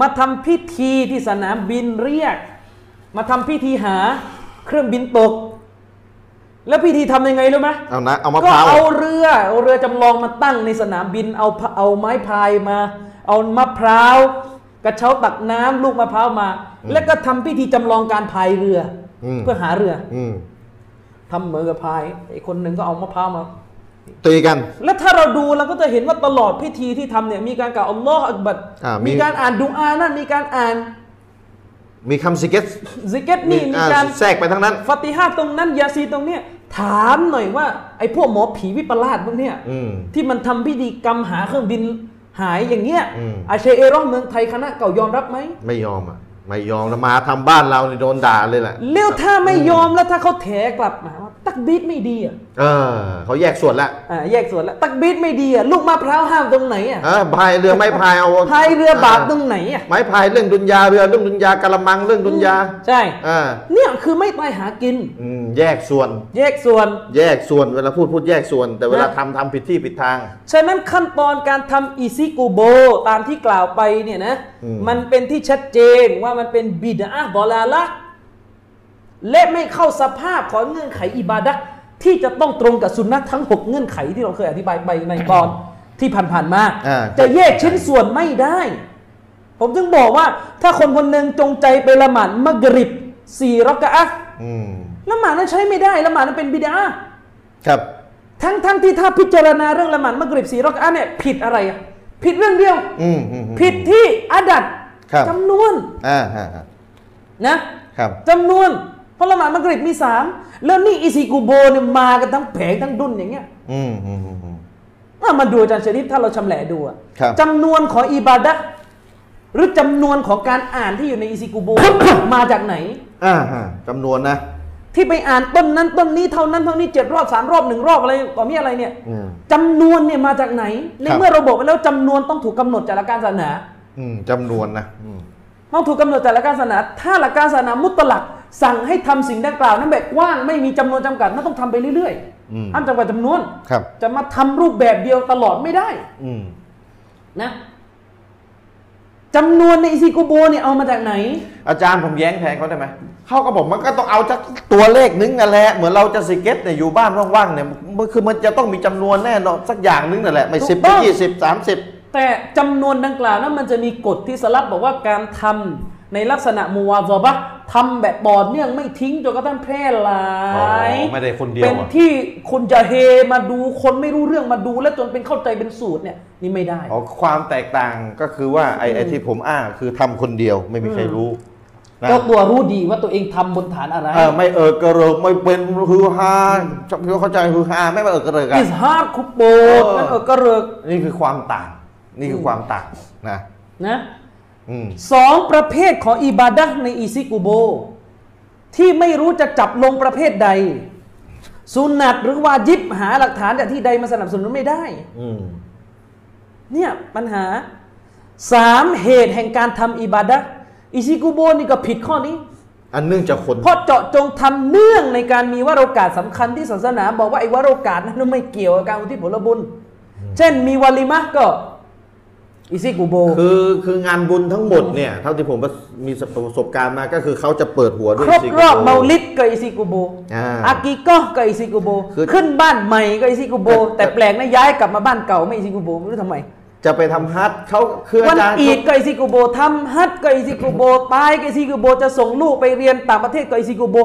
B: มาทำพิธีที่สนามบินเรียก มาทำพิธีหาเครื่องบินตก แล้วพิธีทำยังไงรู้ไหม
A: เอานะ เอามะ
B: ก็
A: พร้าว
B: เอาเรือเอาเรือจำลองมาตั้งในสนามบินเอาพะเอาไม้พายมา เอามะพร้าวกระเช้าตักน้ำลูกมะพร้าวมา แล้วก็ทำพิธีจำลองการพายเรืออ
A: ม
B: เพื่อหาเรือ
A: อืม
B: ทำเหมือนกับพายไอ้คนหนึ่งก็เอามะพร้าวมา
A: ตีกัน
B: แล้วถ้าเราดูเราก็จะเห็นว่าตลอดพิธีที่ทำเนี่ยมีการกล่าวอัลลอฮฺอักบัด
A: อ่ามี
B: มีการอ่านดุอานั่นมีการอ่าน
A: มีคำสิเก็ต
B: ซิกเก็ตนี่มี
A: อ่
B: การ
A: แทรกไปทั้งนั้น
B: ฟาติฮาตรงนั้นยาซีตรงเนี้ยถามหน่อยว่าไอ้พวกหมอผีวิปลาสพวกเนี้ย
A: อืม
B: ที่มันทำพิธีกรรมหาเครื่องบินหายอย่างเงี้ย
A: อืม
B: อาเชเอรอเมืองไทยคณะเก่ายอมรับไหม
A: ไม่ยอมอ่ะ ไม่ยอมนะมาทำบ้านเรานี่โดนด่าเลยแหละ
B: เลี้ยวถ้าไม่ยอมแล้วถ้าเขาแถกลับมาว่าตักบีดไม่ดีอ่ะ
A: เออ เขาแยกส่วนละ
B: อ่าแยกส่วนแล้วตักบีดไม่ดีอ่ะลูกมะพร้าวห้ามตรงไหนอ่ะ
A: เออพายเรือไม่พายเอา
B: พายเรือบาปตรงไหนอ่ะ
A: ไม้พายเรื่องดุนยาเรือเรื่องดุนยากะละมังเรื่องดุนยา
B: ใช่
A: อ่า
B: เนี่ยคือไม่ไปหากิน
A: อืมแยกส่วน
B: แยกส่วน
A: แยกส่วนเวลาพูดพูดแยกส่วน แต่เวลา
B: นะ
A: ทำทำผิดที่ผิดทาง
B: ฉะนั้นขั้นตอนการทำอิซิกุโบ ตามที่กล่าวไปเนี่ยนะ
A: อืม
B: มันเป็นที่ชัดเจนว่ามันเป็นบิดาบอลาละและไม่เข้าสภาพของเงื่อนไขอิบาดะห์ที่จะต้องตรงกับสุนนะทั้ง 6 เงื่อนไขที่เราเคยอธิบายไปในตอนที่ผ่านๆมา
A: อ่า
B: จะแยกชิ้นส่วนไม่ได้ ผมจึงบอกว่าถ้าคนคนหนึ่งจงใจไปละหมาดมักริบสี่รักอะฮ์
A: อืม
B: ละหมาดนั้นใช้ไม่ได้ละหมาดนั้นเป็นบิดา
A: ครับ
B: ทั้งทั้งที่ถ้าพิจารณาเรื่องละหมาดมักริบสีรอกอะห์เนี่ยผิดอะไรอะผิดเรื่องเดียว
A: อืมอืมอืม
B: ผิดที่อาดัด
A: ครับ
B: จำนวน
A: อ่าฮะฮะ
B: นะครับ จำนวนเพราะละหมาดมักริบมีสามแล้วนี่อิซิกุโบเนี่ยมากันทั้งแผงทั้งดุนอย่างเงี้ย
A: อืมอืมอืมอืม
B: เอามาดูอาจารย์ชริฟถ้าเราชำแหละดูอะ
A: ครับ
B: จำนวนของอิบาดะห์หรือจำนวนของการอ่านที่อยู่ในอิซิกุโบ มาจากไหน
A: อ่าฮะจำนวนนะ
B: ที่ไปอ่านต้นนั้นต้นนี้เท่านั้นเท่านี้เจ็ดรอบสามรอบหนึ่งรอบอะไรต่อมีอะไรเนี่ย
A: อืม
B: จำนวนเนี่ยมาจากไหน ใน
A: ครับ
B: เมื่อเราบอกไปแล้วจำนวนต้องถูกกำหนดจากหลักการศาสนา
A: อืมจำนวนนะอืม
B: ต้องถูกกำหนดจากหลักการศาสนา ถ้าหลักการศาสนามุตลัก สั่งให้ทำสิ่งดังกล่าวนั้นแบบกว้างไม่มีจำนวนจำกัดนั่นต้องทำไปเรื่อยๆห้ามจำกัดจำนวน
A: ครับ
B: จะมาทำรูปแบบเดียวตลอดไม่ได้
A: อืม
B: นะจำนวนในอิซิกุโบเนี่ยเอามาจากไหน
A: อาจารย์ผมแย้งแทนเขาได้ไหม เขาก็บอกมันก็ต้องเอาจากตัวเลขนึงนั่นแหละ เหมือนเราจะสเก็ตเนี่ยอยู่บ้านว่างๆเนี่ยมันคือมันจะต้องมีจำนวนแน่นอนสักอย่างนึงนั่นแหละ ไม่
B: ถู
A: สิบ
B: กต้อง
A: ยี่สิบสามสิบ
B: แต่จำนวนดังกล่าวนั้นมันจะมีกฎที่สลับบอกว่าการทำในลักษณะมูวาซอบะห์ทำแบบต่อเนื่องไม่ทิ้งจนกระทั่งแพร่หลาย
A: อ๋อไม่ได้คนเดียวอะ
B: เป็นที่คนจะเฮมาดูคนไม่รู้เรื่องมาดู แล้วจนเป็นเข้าใจเป็นสูตรเนี่ยนี่ไม่ได้
A: อ๋อความแตกต่างก็คือว่าไอ้ไอ้ที่ผมอ้างคือทำคนเดียวไม่มีใครรู้นะ
B: เจ้าตัวรู้ดีว่าตัวเองทำบนฐานอะไร
A: เออไม่เออกระเริกไม่เป็นฮือฮาเข้าใจฮือฮาไม่ว่าเออกระเริกอะ
B: อิสฮาร์คุปโบด
A: เออ
B: นั่นเออก็เริก
A: นี่คือความต่าง นี่คือความต่างนะ
B: นะ
A: อืม
B: สองประเภทของอิบาดะห์ในอิซิกุโบ ที่ไม่รู้จะจับลงประเภทใดสุนัตหรือวาจิบหาหลักฐานจากที่ใดมาสนับสนุนไม่ได้
A: อืม
B: เนี่ยปัญหาสามเหตุแห่งการทำอิบาดะห์อิชิกุโบนี่ก็ผิดข้อนี้
A: อันเนื่องจากคน
B: เพราะเจาะจงทำเนื่องในการมีวาโรกาสสำคัญที่ศาสนา บอกว่าไอ้วาโรกาสนั้นไม่เกี่ยวกับการอุทิศผลบุญ เช่นมีวาลิมะห์ก็อิซิกุโบ
A: คือคืองานบุญทั้งหมดเนี่ยเท่าที่ผมมีประสบการณ์มาก็คือเขาจะเปิดหัวด้วย
B: ครบ
A: ซิก
B: รอบ
A: โ
B: เมาลิดก็อิซิกุโบ
A: อ่า
B: อากิโก็ก็อิซิกุโบ
A: คือ
B: ขึ้นบ้านใหม่ก็อิซิกุโบ
A: แต่
B: แต่แปลกนะย้ายกลับมาบ้านเก่าไม่อิซิกุโบไม่รู้ทำไม
A: จะไปทำฮัทเขาคืออา
B: วัน
A: จารย์
B: อีกก็ไอซิกุโบทำฮัทก็ไอซิกุโบตายก็ไอซิกุโบจะส่งลูกไปเรียนต่างประเทศก็ไอซิกุโบ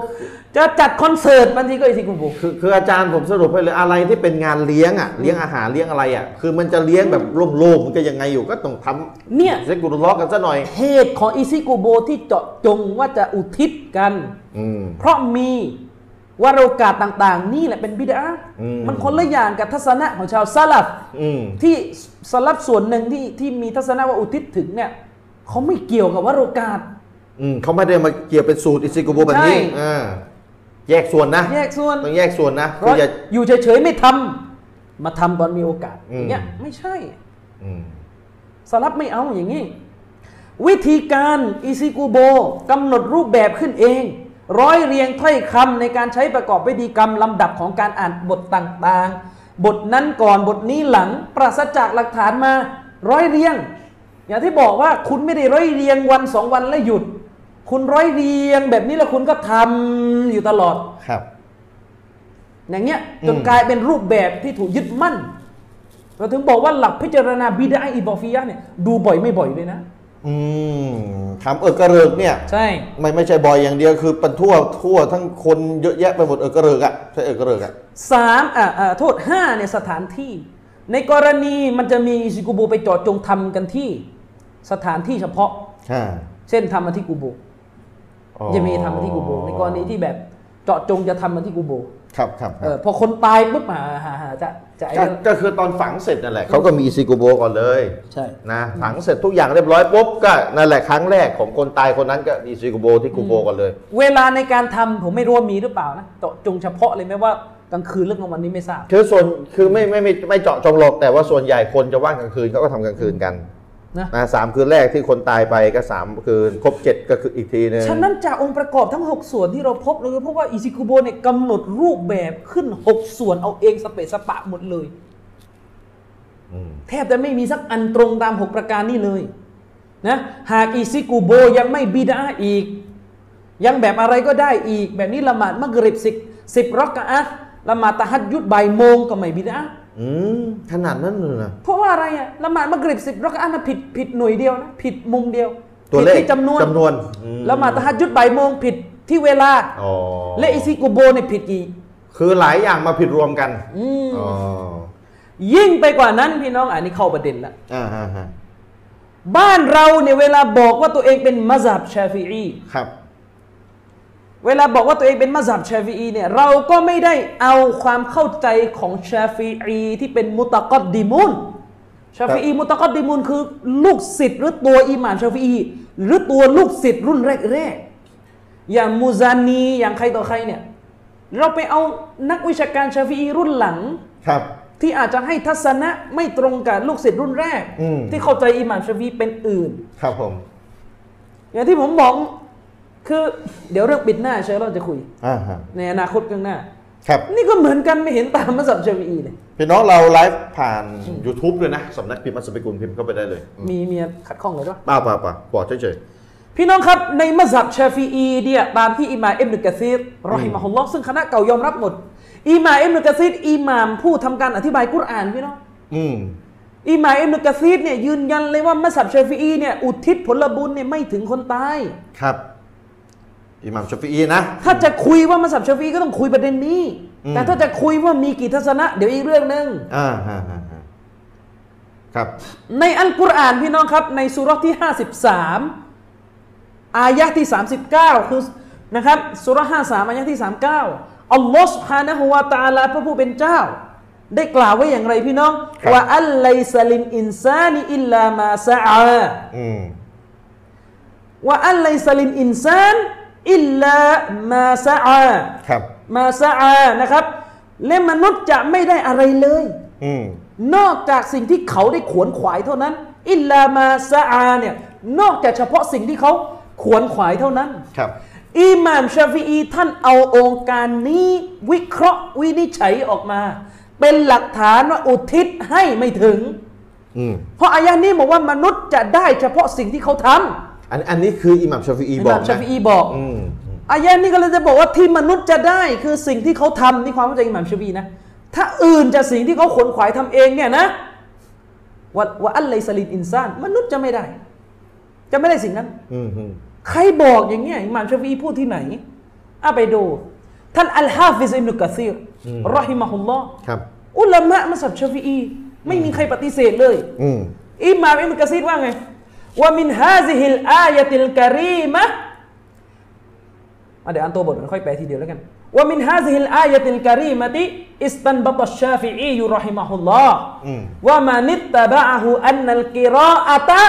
B: จะจัดคอนเสิร์ตบางทีก็ไอซิกุโบ
A: คือคืออาจารย์ผมสรุปให้เลยอะไรที่เป็นงานเลี้ยงอ่ะเลี้ยงอาหารเลี้ยงอะไรอ่ะคือมันจะเลี้ยงแบบโล่งๆมันก็ยังไงอยู่ก็ต้องทำ
B: เนี่ย
A: เซกุลล็อกกันซะหน่อย
B: เหตุของอิซิกุโบที่เจาะจงว่าจะอุทิศกัน
A: อืม
B: เพราะมีวารโอกาสต่างๆ นี่แหละเป็นบิดา
A: อืม
B: มันคนละอย่างกับทัศนะของชาวซาลับ
A: อืม
B: ที่สลับส่วนหนึ่งที่ที่มีทัศนะว่าอุทิศถึงเนี่ยเขาไม่เกี่ยวกับวารโอกาส
A: อืมเขาไม่ได้มาเกี่ยวเป็นสูตรอิซิโกโบแบบนี้
B: ใช่
A: อ่าแยกส่วนนะ
B: แยกส่วน
A: ต้องแยกส่วนนะ
B: เพ
A: คือ
B: ราะ
A: อย่า
B: อยู่เฉยๆไม่ทำมาทำตอนมีโอกาส
A: อืม
B: อย่างเงี้ยไม่ใช่
A: อืม
B: สลับไม่เอาอย่างนี้วิธีการอิซิกุโบกำหนดรูปแบบขึ้นเอง ร้อยเรียงถ้อยคำในการใช้ประกอบพิธีกรรมลำดับของการอ่านบทต่างๆ บทนั้นก่อนบทนี้หลังปราศจากหลักฐานมา ร้อยเรียง อย่างที่บอกว่าคุณไม่ได้ร้อยเรียงวันสองวันแล้วหยุด คุณร้อยเรียงแบบนี้แล้วคุณก็ทำอยู่ตลอด
A: ครับ
B: อย่างเงี้ย
A: อืม
B: จนกลายเป็นรูปแบบที่ถูกยึดมั่น เราถึงบอกว่าหลักพิจารณาบิดาอิดอฟิยะห์เนี่ยดูบ่อยไม่บ่อยเลยนะ
A: อืมทำเออกระเริกเนี่ย
B: ใช่
A: ไม่ไม่ใช่บอยอย่างเดียวคือเป็นทั่วทั่วทั้งคนเยอะแยะไปหมดเออกระเริกอ่ะใช่เออกระเริกอ่ะ
B: สามอ่าอ่าโทษห้าเนี่ยสถานที่ ในกรณีมันจะมีอิชิกุโบไปเจอดจงทำกันที่ สถานที่เฉพาะ
A: อ่า
B: เช่นทำมาที่กูโบ
A: อ๋อ
B: จะมีทำมาที่กูโบในกรณีที่แบบเจาะจงจะทำมาที่กูโบ
A: ครับครับค
B: เอ
A: รับ
B: อพอคนตายปุ๊บอ่าหาหาจะจะไอ้
A: ก็
B: นั่น
A: ก็คือตอนฝังเสร็จนั่นแหละเขาก็มีอิซิโกโบก่อนเลย
B: ใช่
A: นะฝังเสร็จทุกอย่างเรียบร้อยปุ๊บก็นั่นแหละครั้งแรกของคนตายคนนั้นก็อิซิโกโบที่กูโบก่อนเลย
B: เวลาในการทำผมไม่รู้ว่ามีหรือเปล่านะเจาะจงเฉพาะเลยไหมว่ากลางคืนหรือกลางวันนี้ไม่ทราบ
A: คือส่วนคือไม่ไม่ไม่ไม่เจาะจงหรอกแต่ว่าส่วนใหญ่คนจะว่างกลางคืนเขาก็ทำกลางคืนกัน
B: นะ
A: สามคืนแรกที่คนตายไปก็สามคืนครบเจ็ดก็คืออีกทีหนึง
B: ฉะนั้นจากองค์ประกอบทั้ง 6 ส่วนที่เราพบเราจะพบว่าอิซิคุโบเนี่ยกำหนดรูปแบบขึ้น 6 ส่วนเอาเองสเปะสปะหมดเลย
A: อืม
B: แทบจะไม่มีสักอันตรงตาม 6 ประการนี้เลยนะหากอิซิกุโบยังไม่บิดาอีก ยังแบบอะไรก็ได้อีก แบบนี้ละหมาดมักริบสิบสิบรักกะอะห์ละหมาดตะฮัดยุดบ่ายโมงก็ไม่บิดา
A: อืมขนาดนั้นเลยนะ
B: เพราะว่าอะไรอะละหมาดมักริบสิบรักกะอะห์นะผิดผิดหน่วยเดียวนะผิดมุมเดียว
A: ตัวเลข
B: ผิดที่จำนวน
A: จำนวนอืม
B: ละหมาดตะฮัดยุดบ่ายโมงผิดที่เวลา
A: อ๋อ
B: และอิซิกุโบเนี่ยผิดกี่
A: คือหลายอย่างมาผิดรวมกัน
B: อืม
A: อ๋อ
B: ยิ่งไปกว่านั้นพี่น้องอันนี้เข้าประเด็นละ
A: อ่าฮะฮะ
B: บ้านเราเนี่ยเวลาบอกว่าตัวเองเป็นมัซฮับชาฟีอี
A: ครับ
B: เวลาบอกว่าตัวเองเป็นมัซฮับชาฟีอีเนี่ยเราก็ไม่ได้เอาความเข้าใจของชาฟีอีที่เป็นมุตะกัดดิมุนชาฟีอีมุตะกัดดิมุนคือลูกศิษย์หรือตัวอิหม่ามชาฟีอีหรือตัวลูกศิษย์รุ่นแรกๆอย่างมูซานีอย่างใครต่อใครเนี่ยเราไปเอานักวิชาการชาฟีอีรุ่นหลัง
A: ครับ
B: ที่อาจจะให้ทัศนะไม่ตรงกับลูกศิษย์รุ่นแรก
A: อืม
B: ที่เข้าใจอิหม่ามชาฟีเป็นอื่น
A: ครับผม
B: อย่างที่ผมบอกคือเดี๋ยวเรื่องปิดหน้าเชฟเราจะคุย
A: อ่าฮะ
B: ในอนาคตข้างหน้า
A: ครับ
B: นี่ก็เหมือนกันไม่เห็นตามมัสับชาฟีเลย
A: พี่น้องเราไลฟ์ผ่าน YouTube ด้วยนะสำนักพิมพ์มัสเปกุลพิมพ์เข้าไปได้เลย
B: มีเมียขัดข้องเลยปะ
A: เปล่าเปล่าเปล่าบอกเฉย
B: พี่น้องครับในมัสับชาฟีเนี่ยตามที่อิหม่ามอิบนุกะซีรรอฮิมะฮุลลอฮ์ซึ่งคณะเก่ายอมรับหมดอิหม่ามอิบนุกะซีรอิหม่ามผู้ทำการอธิบายกุรอานพี่น้อง
A: ๆอืม
B: อิหม่ามอิบนุกะซีรเนี่ยยืนยันเลยว่ามัสับชาฟีเนี่ยอุทิศผลบุญเนี่ยไม่ถึงคนตาย
A: ครับอิหมัมชาฟอีนะ
B: ถ้าจะคุยว่ามัสับชาฟีก็ต้องคุยประเด็นนี้
A: อืม
B: แต่ถ้าจะคุยว่ามีกี่ทัศนะ เดี๋ยวอีกเรื่องหนึ่ง
A: อ่าฮะฮะฮะครับ
B: ในอัลกุรอานพี่น้องครับ ในสุราะห์ที่ 53 อายะห์ที่ 39 คือนะครับสุราะห์53 อายะห์ที่ 39 อัลลอฮ์ سبحانه และ تعالى พระผู้เป็นเจ้า ได้กล่าวไว้อย่างไรพี่น้อง
A: ครับ
B: ว่าอัลไลซาลินอินซานีอิลลามาซาอา
A: อืม
B: ว่าอัลไลซาลินอินซานอิลลามาซาอา
A: ครับ
B: มาซาอานะครับและมนุษย์จะไม่ได้อะไรเลย
A: อืม
B: นอกจากสิ่งที่เขาได้ขวนขวายเท่านั้น อิลลามาซาอาเนี่ยนอกจากเฉพาะสิ่งที่เขาขวนขวายเท่านั้น
A: ครับ
B: อิหม่ามชาฟีอีท่านเอาองค์การนี้วิเคราะห์วินิจฉัยออกมา เป็นหลักฐานว่าอุทิศให้ไม่ถึง
A: อืม
B: เพราะอายะนี้บอกว่ามนุษย์จะได้เฉพาะสิ่งที่เขาท
A: อันอันนี้คืออิหมัมชาฟอี
B: ำอิ
A: บ
B: ห
A: อ
B: ม่าก ม
A: นะ
B: ชาฟีอีบอก
A: อืม
B: อายะนี้ก็เลยจะบอกว่าที่มนุษย์จะได้คือสิ่งที่เขาทำนี่ความเข้าใจอิหม่ามชาฟีนะ ถ้าอื่นจากสิ่งที่เขาขนขวายทำเองเนี่ยนะ ว่าว่าอัลเลยสลิดอินซานมนุษย์จะไม่ได้ จะไม่ได้สิ่งนั้น
A: อืมอืม
B: ใครบอกอย่างเงี้ยอิหม่ามชาฟีอีพูดที่ไหนอ่ะไปดู ท่านอัลฮาฟิซอิบนุกะซีรรอฮิมะฮุลลอฮ์
A: ครับ
B: อุลามะมัสับชาฟีอีไม่มีใครปฏิเสธเลย
A: อืม
B: อิหม่ามอิบนุกะซีรว่าไงว่ามินฮาซิฮิลอายะติลกะรีมะอ่ะเดี๋ยวอ่านตัวบทมันค่อยแปลทีเดียวแล้วกันว่ามินฮาซิฮิลอายะติลกะรีมะติอิสตันบัตชชาฟิอียุรอฮิมะฮุลลอฮ์
A: อืม
B: ว่ามานิตตะบะอะฮูอันนัลกิรออะตะ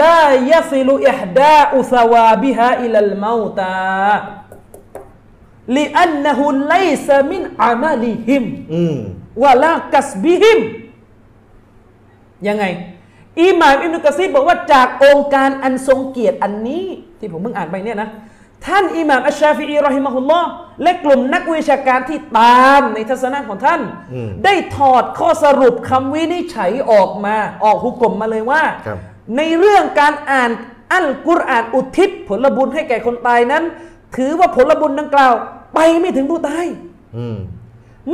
B: ลายะซิลุอิห์ดาอุซาวาบิฮาอิลัลเมาตา لأنه ليس من عملهم
A: อืม
B: วะลากัสบิฮิมยังไง อิหม่ามอิบนุกะซีรบอกว่าจากองค์การอันทรงเกียรติอันนี้ ที่ผมเพิ่งอ่านไปเนี่ยนะ ท่านอิหม่ามอัชชาฟิอีรอฮิมะฮุลลอฮ์และกลุ่มนักวิชาการที่ตามในทัศนะของท่าน ได้ถอดข้อสรุปคำวินิจฉัยออกมา ออกหุกกลมมาเลยว่า
A: ครับ
B: ในเรื่องการอ่านอัลกุรอานอุทิศผลบุญให้แก่คนตายนั้น ถือว่าผลบุญดังกล่าว ไปไม่ถึงผู้ตาย
A: อืม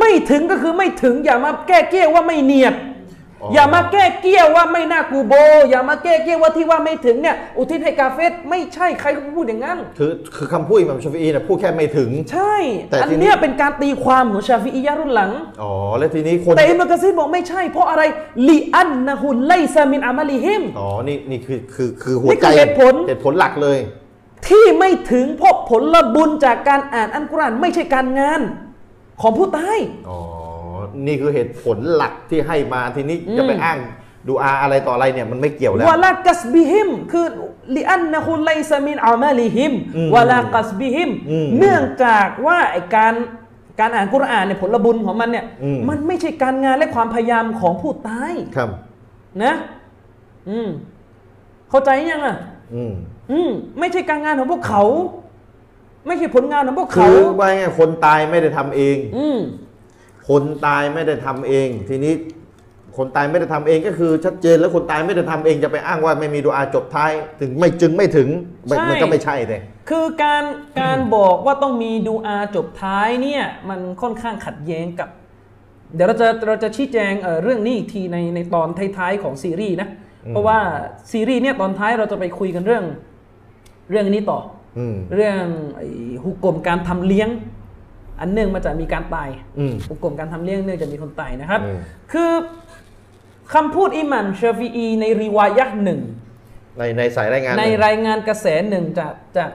B: ไม่ถึงก็คือไม่ถึงอย่ามาแก้เกี้ยวว่าไม่เนียบ
A: อ๋อ
B: อ
A: อ
B: ย่ามาแก้เกี้ยวว่าไม่น่ากูโบ อย่ามาแก้เกี้ยวว่าที่ว่าไม่ถึงเนี่ย อุทิศให้กาเฟสไม่ใช่ใครก็พูดอย่างนั้น
A: คือคือคำพูดอิหม่ามชาฟีอีเนี่ยพูดแค่ไม่ถึง
B: ใช่
A: แต่
B: อัน
A: ทีนี้
B: เนี้ยเป็นการตีความของชาฟิอียะห์รุ่นหลัง
A: อ๋อ แล้วทีนี้คน
B: แต่อิมามกะซีรบอกไม่ใช่ เพราะอะไรลีอันนะฮุลไลซามินอามาลิฮิม
A: อ๋อ นี่นี่คือคือคือหัว
B: นี่
A: ใจ
B: คือเหตุผล
A: เหตุผลหลักเลย
B: ที่ไม่ถึงเพราะผลบุญจากการอ่านอัลกุรอานไม่ใช่การงาน ของผู้ตาย
A: อ๋อ นี่คือเหตุผลหลักที่ให้มาทีนี้จะไปอ้างดูอาอะไรต่ออะไรเนี่ยมันไม่เกี่ยวแล้ว
B: วะลากัสบิฮิมคือลิอันนะฮุไลซามินอามาลิฮิม
A: อืม
B: วะลากัสบิฮิม
A: อืม
B: เนื่องจากว่าไอการการอ่านกุรอานเนี่ยผลบุญของมันเนี่ย
A: อืม
B: มันไม่ใช่การงานและความพยายามของผู้ตาย
A: ครับ
B: นะอืมเข้าใจยังอ่ะ
A: อืม
B: อืมไม่ใช่การงานของพวกเขา ไม่ใช่ผลงานของพวก
A: คื
B: เขา
A: อว่าไงคนตายไม่ได้ทำเอง
B: อืม
A: คนตายไม่ได้ทำเอง ทีนี้ คนตายไม่ได้ทำเองก็คือชัดเจนแล้วคนตายไม่ได้ทำเองจะไปอ้างว่าไม่มีดูอาจบท้าย ถึงไม่จึงไม่ถึงไม่
B: ใช่
A: มันก็ไม่ใช่เลย
B: คือการการบอกว่าต้องมีดูอาจบท้ายเนี่ยมันค่อนข้างขัดแย้งกับ เดี๋ยวเราจะเราจะชี้แจงเอ่อเรื่องนี้อีกทีในในตอนท้ายๆของซีรีส์นะ เพราะว่าซีรีส์เนี่ยตอนท้ายเราจะไปคุยกันเรื่องเรื่องนี้ต่อ
A: อืม
B: เรื่องไอ้หุกกลมการทำเลี้ยง อันเนื่องมาจากมีการตาย
A: อืม
B: หุกกลมการทำเลี้ยงเนื่องจากมีคนตายนะครับ
A: อืม
B: คือคำพูดอิหมันชาฟีอีในรีวายะห์หนึ่ง
A: ในในสายรายงาน
B: ใน
A: เลย
B: รายงานกระแสหนึ่งจากจาก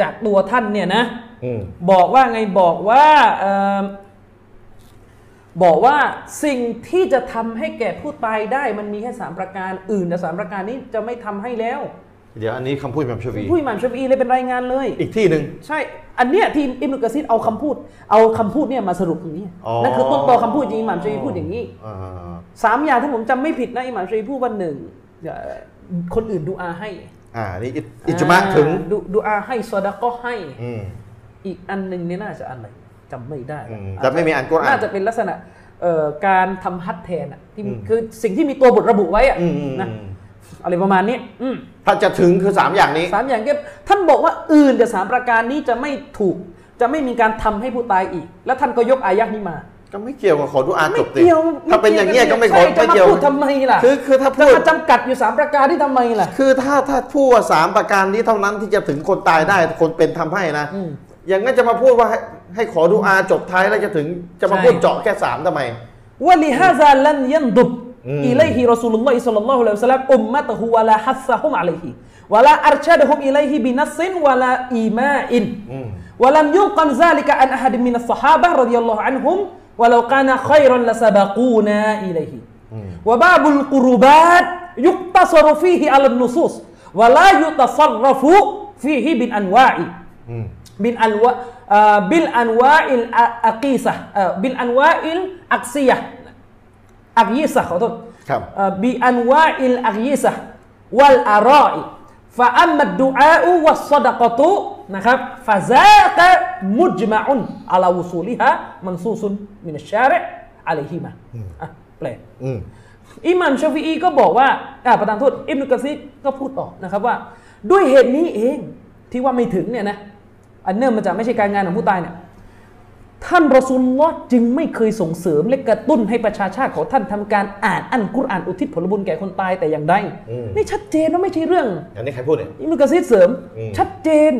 B: จากตัวท่านเนี่ยนะ
A: อืม
B: บอกว่าไงบอกว่าเอ่อบอกว่าสิ่งที่จะทำให้แก่ผู้ตายได้มันมีแค่สามประการอื่นแต่สามประการนี้จะไม่ทำให้แล้ว
A: เดี๋ยวอันนี้คำพูดแบบชวี
B: ผู้อิหม่ามชาฟอีเลยเป็นรายงานเลย
A: อีกที่หนึ่ง
B: ใช่ อันเนี้ยทีมอิมรุกะซิดเอาคำพูด เอาคำพูดเนี่ยมาสรุปตรงนี้
A: อ๋อ
B: นั่นคือต้นตอคำพูดจริงอิหม่ามชาฟอีพูดอย่างนี้
A: อ่า
B: สามอย่างที่ผมจำไม่ผิดนะอิหม่ามชาฟอีพูดว่าหนึ่งเอ่อคนอื่นดูอาให้
A: อ่านี่อิอิจมะถึง
B: ดูดูอาให้ซอดาก็ให้
A: อืม
B: อีกอันหนึ่งเนี่ยน่าจะอะไรจำไม่ได้
A: อืม
B: ล้ว
A: แต่ไม่มีอันกุรอาน
B: น่าจะเป็นลักษณะเอ่อการทำฮัตแทนอะที่คือสิ่งที่มีตัวบทระบุไว้อะ
A: อืมอืม
B: นะ
A: อืม
B: อะไรประมาณนี้อืม
A: ถ้าจะถึงคือสามอย่างนี้
B: สามอย่างเก็บท่านบอกว่าอื่นแต่สามประการนี้จะไม่ถูก จะไม่มีการทำให้ผู้ตายอีก แล้วท่านก็ยกอายะห์นี้มา
A: ก็ไม่เกี่ยวกับขอดูอาจบติ
B: เกี่ยว
A: ถ้าเป็นอย่างเงี้ยก็ไม่ขอ
B: ใช่จะ
A: ไม่
B: มา
A: เกี่ยว
B: พูดทำไมล่ะ
A: คือคือถ้า
B: จะ
A: พูด
B: มาจำกัดอยู่สามประการที่ทำไมล่ะ
A: คือถ้าถ้าพูดว่าสามประการนี้เท่านั้นที่จะถึงคนตายได้คนเป็นทำให้นะ
B: อืม
A: อย่างนั้นจะมาพูดว่าให้ให้ขอดูอาจบท้ายแล้วจะถึงจะมา
B: ใช่
A: พูดเจาะแค่สามทำไม
B: ว่าลิฮาซาลันยันดุบ
A: อืม
B: อิเลฮิรอซูลุลลอฮิศ็อลลัลลอฮุอะลัยฮิวะซัลลัมอุมมะตะฮูวะลาฮัสซะฮุมอะลัยฮิวะลาอัรชาดะฮุมอิลัยฮิบินัสซินวะลาอีมาอิน
A: อืม
B: วะลัมยุนกันซาลิกะอันอะฮัดมินัสซะฮาบะฮ์รอฎิยัลลอฮุอันฮุมวะลาวกานะค็อยรันละซะบะกูนาอิลัยฮิวะบาบุลกุรุบาตยุกตัศรฟีฮิอัลนุซูสวะลายุตัศรฟุฟีฮิบินอันวาอิ
A: อืม
B: بالأنواع آه، بالأنواع الأقيسة آه، بالأنواع الأقسية أقيسة ขอโทษ
A: ครับ
B: بأنواع الأقيسة والأرائي فأما الدعاء والصدقة นะครับ فذاك مجمع على وصولها منصوص من الشارع عليهما آه، อ่ะแปล
A: อืม
B: อิหมัมชาฟีอีก็บอกว่าอ่าประธานโทษอิบนุกะซีรก็พูดต่อนะครับว่า ด้วยเหตุนี้เองที่ว่าไม่ถึงเนี่ยนะอันเนื่องมาจากไม่ใช่การงานของผู้ตายเนี่ย ท่านรอซูลลอฮ์จึงไม่เคยส่งเสริมและกระตุ้นให้ประชาชาติของท่านทำการอ่านอันกุรอานอุทิศผลบุญแก่คนตายแต่อย่างใด
A: อืม
B: นี่ชัดเจนว่าไม่ใช่เรื่อง
A: อันนี้ใครพูดเนี่ย
B: อิมรุกะซีดเสริม
A: อืม
B: ชัดเจน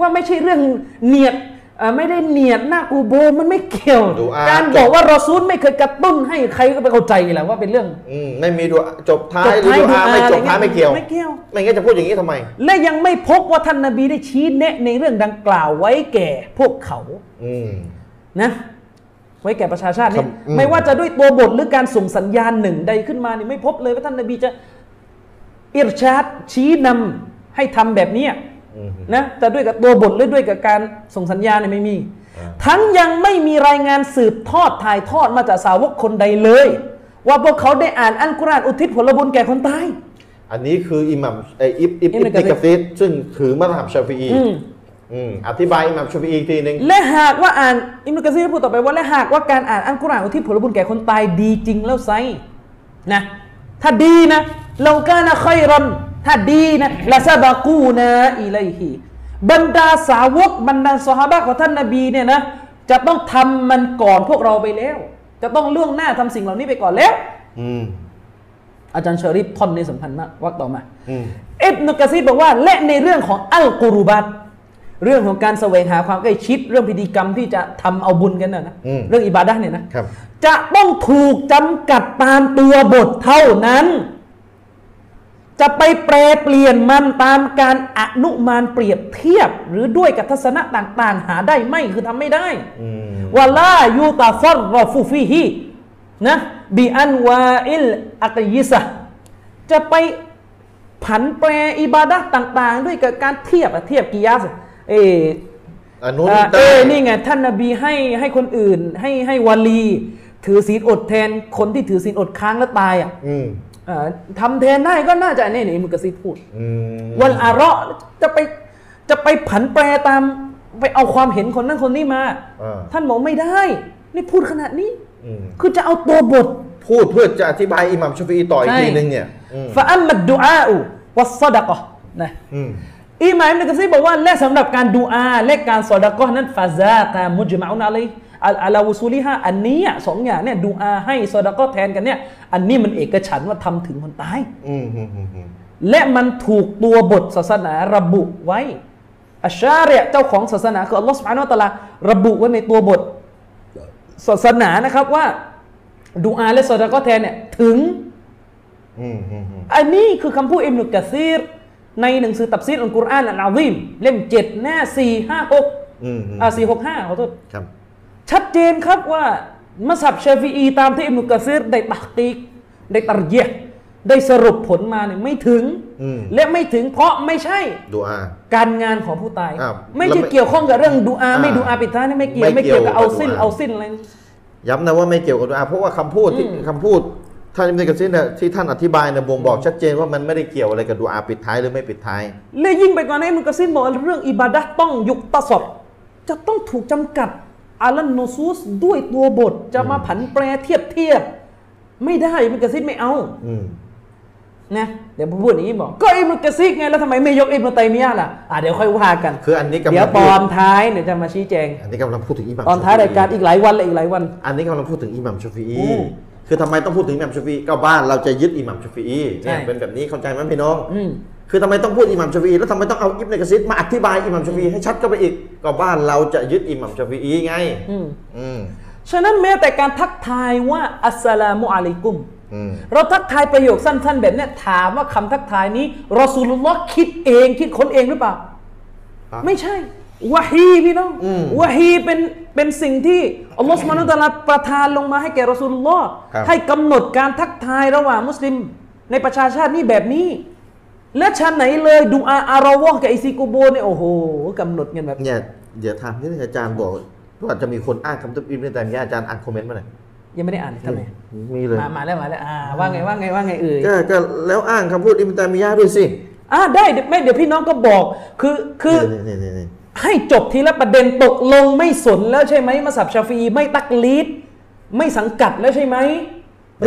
B: ว่าไม่ใช่เรื่องเนียดเอ่อไม่ได้เนียดหน้ากูโบมันไม่เกี่ยว
A: ดูอา
B: การบอกว่ารอซูลไม่เคยกระตุ้นให้ใครก็ไปเข้าใจแหละว่าเป็นเรื่อง
A: อืมไม่มีดูอาจบท้ายหรือดูอาไม่จบท้ายไม่เกี่ยว
B: ไม่เกี่ยว
A: ไม่งั้นจะพูดอย่างนี้ทำไม
B: และยังไม่พบว่าท่านนาบีได้ชี้แนะในเรื่องดังกล่าวไว้แก่พวกเขา
A: อืม
B: นะไว้แก่ประชาชาติ
A: ครั
B: นี่
A: บอืม
B: ไม่ว่าจะด้วยตัวบทหรือการส่งสัญญาณหนึ่งใดขึ้นมานี่ไม่พบเลยว่าท่านนบีจะอิรชาดชี้นำให้ทำแบบเนี้ยนะแต่ด้วยกับตัวบทหรือด้วยกับการส่งสัญญาณเนี่ยไม่มี ทั้งยังไม่มีรายงานสืบทอดถ่ายทอดมาจากสาวกคนใดเลย ว่าพวกเขาได้อ่านอัลกุรอานอุทิศผลบุญแก่คนตาย
A: อันนี้คืออิหมัมเอ่ออิบอิบ
B: อิ
A: อิ
B: บบ นุ
A: อิบกะ
B: กะซีร
A: ซีรซึ่งถือมัธยับชาฟีอี
B: อืม
A: อืมอธิบายอิหมัมชาฟีอีอีกทีหนึ่ง
B: และหากว่าอ่านอิมรุกะซีรพูดต่อไปว่าและหากว่าการอ่านอัลกุรอานอุทิศผลบุญแก่คนตายดีจริงแล้วไซนะ ถ้าดีนะเรากานะคอยรอนถ้าดีนะละซาบากูนะอิไลฮีบรรดาสาวกบรรดาสหาบะของท่านนาบีเนี่ยนะ จะต้องทำมันก่อนพวกเราไปแล้ว จะต้องล่วงหน้าทำสิ่งเหล่านี้ไปก่อนแล้ว
A: อืม
B: อาจารย์เชอริฟท่อนนี้สำคัญมากวักต่อมา
A: อืม
B: อิบนุกะซีรบอกว่าและในเรื่องของอัลกุรูบัตเรื่องของการแสวงหาความใกล้ชิด เรื่องพิธีกรรมที่จะทำเอาบุญกันนะนะ
A: อืม
B: เรื่องอิบาดะห์เนี่ยนะครับ จะต้องถูกจำกัดตามตัวบทเท่านั้น จะไปแปรเปลี่ยนมันตามการอนุมานเปรียบเทียบ หรือด้วยกับทัศนะต่างๆ หาได้ไม่คือทำไม่ได้
A: อืม
B: วะลายูตาฟรรอฟูฟีฮีนะบีอันวาอิลอักยิสะจะไปผันแปรอิบาดะห์ต่าง ๆ ด้วยกับการเทียบอะเทียบกิยาสอะเออ
A: อันนู้น
B: อ่าเอ
A: ได้
B: อนี่ไงท่านนบีให้ให้คนอื่น ให้ให้วาลี ถือศีลอดแทนคนที่ถือศีลอดค้างแล้วตายอ่ะ
A: อืม
B: เอ่อทำแทนได้ก็น่าจะนี่นี่มึงกะซีพูด
A: อืม
B: วันอาเราะห์จะไปจะไปผันแปรตามไปเอาความเห็นคนนั้นคนนี้มา
A: อ่า
B: ท่านบอกไม่ได้ นี่พูดขนาดนี้
A: อืม
B: คือจะเอาตัวบท
A: พูดเพื่อจะอธิบายอิหมัมชาฟีอีต่ออีกทีหนึ่งเนี่ยอืม
B: ฟาอัมมัดดูอาอูวัสซอดะกอฮ์นะ
A: อืม
B: อิหมามอิบนุกะซีรบอกว่าและสำหรับการดูอาและการซอดะกอฮ์นั้นฟาซาตามุจมาอุนอะลัยอัลอาลาวุซูลิฮะอันเนี้ยสองอย่างเนี่ยดูอาให้ซอดะกอฮ์แทนกันเนี่ยอันนี้มันเอกฉันท์ว่าทำถึงคนตาย
A: อืมอืมอืมอืม
B: และมันถูกตัวบทศาสนาระบุไว้อัชชาเรียเจ้าของศาสนาคืออัลลอฮ์สุบฮานะฮูวะตะอาลาระบุไว้ในตัวบทศาสนานะครับว่าดูอาและซอดะก็แทนเนี่ยถึง
A: อืมอืมอืม
B: อันนี้คือคำพูดอิมนุกะซีรในหนังสือตับซีรอัลกุรอานอัลอาวิมเล่มเจ็ดหน้าสี่ห้าหก
A: อืมอืม
B: อ่าสี่หกห้าขอโทษ
A: ครับ
B: ชัดเจนครับว่ามัสับชาฟีอีตามที่อิมนุกะซีรได้ตักตีกได้ตัรเยะห์ได้สรุปผลมาเนี่ยไม่ถึง
A: อืม
B: และไม่ถึงเพราะไม่ใช่
A: ดูอา
B: การงานของผู้ตาย
A: อ้าว
B: ไม่
A: แล้ว
B: ได้
A: ไม่
B: เกี่ยวข้องกับเรื่องดูอาไม่
A: อ่า
B: ดูอาปิดท้ายนี่ไม่เกี่ยว
A: ไม่
B: ไม่
A: เกี่
B: เกี่ย
A: ยว ว
B: กับเอาสิ้น
A: กับดูอา
B: เอาสิ้นอะไร
A: ย้ำนะว่าไม่เกี่ยวกับดูอาเพราะว่าคำพูดที่คำพูดท่านอิมามกะซีรเนี่ยที่ท่านอธิบายเนี่ยบ่งบอกชัดเจนว่ามันไม่ได้เกี่ยวอะไรกับดูอาปิดท้ายหรือไม่ปิดท้าย
B: และยิ่งไปกว่านั้นอิมันกะซินบอกว่าเรื่องอิบาดะห์ต้องยุคตะสอบจะต้องถูกจำกัดอาลันโนซูสด้วยตัวบทจะมาผันแปรเทียบเทียบ ไม่ได้อิมันกะซินไม่เอา
A: อืม
B: นะเดี๋ยวผมพูดอย่างนี้บอกก็อิมันกะซินไงแล้วทำไมไม่ยกอิมนไตยมียะห์ล่ะอ่ะเดี๋ยวค่อยว่ากัน
A: คืออันนี้กำ
B: เดี๋ย
A: ลั
B: ว
A: ง
B: ต
A: พู
B: อ
A: ด
B: นท้ายเดี๋ยวจะมาชี้แจง
A: อันนี้กำลังพูดถึงอิหมัม
B: ตอนท้าย
A: ชฟี
B: รายการอีกหลายวันเลยอีกหลายวัน
A: อันนี้กำลังพูดถึงอิหมัมชาฟี
B: อื
A: อี
B: ม
A: คือทำไมต้องพูดถึงอิหมัมชาฟีอีก็บ้านเราจะยึดอิหมัมชาฟีอี
B: ใช่
A: เนี่ยเป็นแบบนี้เข้าใจไหมพี่น้อง
B: อืม
A: คือทำไมต้องพูดอิหมัมชาฟีอีแล้วทำไมต้องเอาอิบเนกะซิดมาอธิบายอิหมัมชาฟีอีให้ชัดก็ไปอีก ก็บ้านเราจะยึดอิหมัมชาฟีอีไง
B: อืม
A: อืม
B: ฉะนั้นแม้แต่การทักทายว่าอัสสลามุอะลัยกุม
A: อืม
B: เราทักทายประโยคสั้นๆ แบบเนี้ยถามว่าคำทักทายนี้รอสูลุลลอฮ์คิดเองคิดค้นเองหรือเปล่า
A: ครับ
B: ไม่ใช่วะฮีพี่น้อง
A: อืม
B: วะฮีเป็นเป็นสิ่งที่อัลลอฮ์สุบฮานะฮูวะตะอาลาประทานลงมาให้แก่รอสูลุลลอฮ์
A: ครับ
B: ให้กำหนดการทักทายระหว่างมุสลิม ในประชาชาตินี่แบบนี้ และชั้นไหนเลยดูอาอารอวะห์กับอิซิกูโบเนี่ยโอ้โหกำหนดกันแบบ
A: เนี่ยเดี๋ยวถามที่อาจารย์บอกว่าจะมีคนอ้างคำตุบอิบเนกะซิดอาจารย์อ่านคอมเมนต์มาหน่อย
B: ยังไม่ได้อ่านทำไม
A: มีเลย
B: มามาแล้วมาแล้วอ่าว่าไงว่าไงว่าไงเอ่ย
A: ก็ก็แล้วอ้างคำพูดอิบเนกะซิดด้วยสิ
B: อ่าได้เดี๋ยวไม่เดี๋ยวพี่น้องก็บอกคือคือ
A: นี่นี่นี่นี่
B: ให้จบทีละประเด็นตกลงไม่สนแล้วใช่ไหมมาสับชาฟีไม่ตักลีดไม่สังกัดแล้วใช่ไหม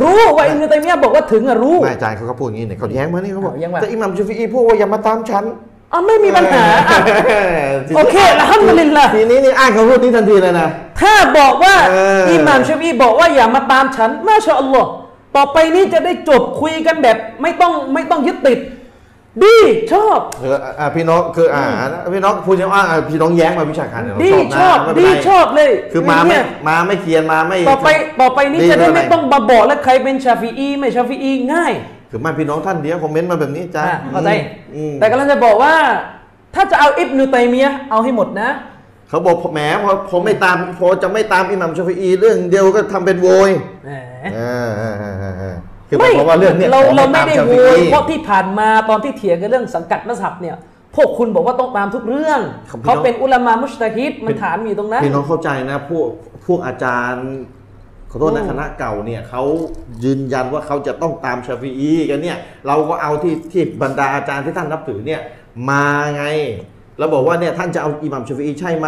B: รู้ว่าอิมนุตัยมียะห์บอกว่าถึงอะรู้
A: ไม่อาจารย์เขาก็พูดอย่างนี้เนี่ยเขาแย้งมานี่เขาบอก
B: เอาแย้งว่า
A: แต่อิหมัมชูฟีอีพูดว่าอย่ามาตามฉัน
B: อ่ะไม่มีปัญหาอ่ะ
A: เออ
B: โอเคอัลฮัมดุลิลลาห์
A: ทีนี้นี่อ้างคำพูดนี้ทันทีเลยนะ
B: ถ้าบอกว่า
A: เอออิ
B: อิหม่ามชาฟีบอกว่าอย่ามาตามฉันมาชาอัลลอฮ์ต่อไปนี้จะได้จบคุยกันแบบไม่ต้องไม่ต้องยึดติด ดีชอบ
A: คืออ่ะพี่น้องคืออ่าพี่น้องพูดยังว่าอ่ะพี่น้องแย้งมาวิชาการเนี่ยเรา
B: ดีชอบ
A: นะไม่
B: ดี
A: เป็นไร
B: ชอบเลย
A: คือมาไม่
B: เนี่ย
A: มาไม่เคียนมาไม่
B: ต่อไปต่อไปนี้
A: ดี
B: จะได้
A: ไม่
B: ไม่
A: เป็นไร
B: ต้องมาบอกแล้วใครเป็นชาฟีอีไม่ชาฟีอีง่าย
A: คือมาพี่น้องท่านเดียวคอมเมนต์มาแบบนี้จ้า
B: อ่ะเข้าใจ
A: อืม
B: แต่กำลังจะบอกว่า ถ้าจะเอาอิบนุตัยมียะห์เอาให้หมดนะ
A: เขาบอกแหมพอผมไม่ตามพอจะไม่ตามอิหมัมชาฟีอีเรื่องเดียวก็ทำเป็นโวย
B: แหม
A: อ่าอ่าอ่าอ่าอ่าคือหมายความว่าเรื่องเนี้ย
B: เรา
A: ขอ
B: เรา
A: ต
B: ไม่ได้
A: ชา
B: โว
A: ฟี
B: ย
A: อี
B: เพราะที่ผ่านมาตอนที่เถียงกันเรื่องสังกัดมัสฮับเนี่ย พวกคุณบอกว่าต้องตามทุกเรื่อง
A: ครับพี่น้
B: เขา
A: อง
B: เป็นอุลามามุชตะฮิดมันถามอยู่ตรงนั้น
A: พี่น้องเข้าใจนะพวกพวกอาจารย์ขอโทษนะ
B: อืม
A: คณะเก่าเนี่ยเขายืนยันว่าเขาจะต้องตามชาฟีอีกันเนี่ย เราก็เอาที่ที่บรรดาอาจารย์ที่ท่านนับถือเนี่ย มาไง แล้วบอกว่าเนี่ยท่านจะเอาอิหมัมชาฟีอีใช่ไหม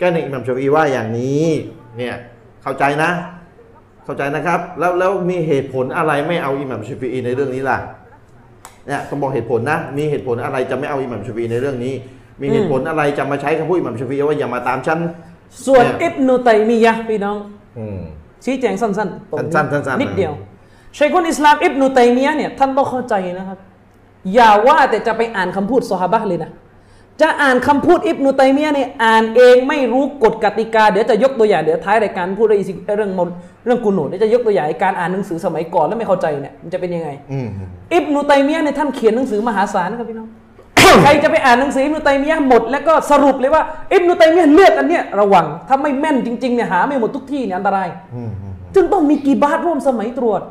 A: ก็เนี่ยอิหมัมชาฟีอีว่าอย่างนี้เนี่ยเข้าใจนะ เข้าใจนะครับ แล้วแล้วมีเหตุผลอะไรไม่เอาอิหมัมชาฟีอีในเรื่องนี้ล่ะ เนี่ยต้องบอกเหตุผลนะ มีเหตุผลอะไรจะไม่เอาอิหมัมชาฟีอีในเรื่องนี้ มีเหตุผลอะไรจะมาใช้คำพูดอิหมัมชาฟีอีว่าอย่ามาตามฉัน
B: ส่วน
A: เนี่ย
B: อิบนุตัยมียะห์พี่น้อง
A: อืม
B: ชี้แจงสั้นๆตรง
A: สั้นๆสั้นๆ
B: นิดเดียว
A: นะ
B: ชัยคุนอิสลามอิบนุตัยมียะห์เนี่ยท่านต้องเข้าใจนะครับ อย่าว่าแต่จะไปอ่านคำพูดซอฮาบะห์เลยนะ จะอ่านคำพูดอิบนุตัยมียะห์เนี่ยอ่านเองไม่รู้กฎกติกา เดี๋ยวจะยกตัวอย่างเดี๋ยวท้ายรายการพูดเรื่องอีซิเรื่องมนเรื่องกูนูดเดี๋ยวจะยกตัวอย่างไอ้การอ่านหนังสือสมัยก่อนแล้วไม่เข้าใจเนี่ยมันจะเป็นยังไง
A: อืม
B: อิบนุตัยมียะห์เนี่ยท่านเขียนหนังสือมหาศาลนะครับพี่น้อง ใครจะไปอ่านหนังสืออิบนุตัยมียะห์หมดแล้วก็สรุปเลยว่าอิบนุตัยมียะห์เลือกอันเนี้ยระวังถ้าไม่แม่นจริงๆเนี่ยหาไม่หมดทุกที่เนี่ยอันตราย จึงต้องมีกีบาตร่วมสมัยตรวจ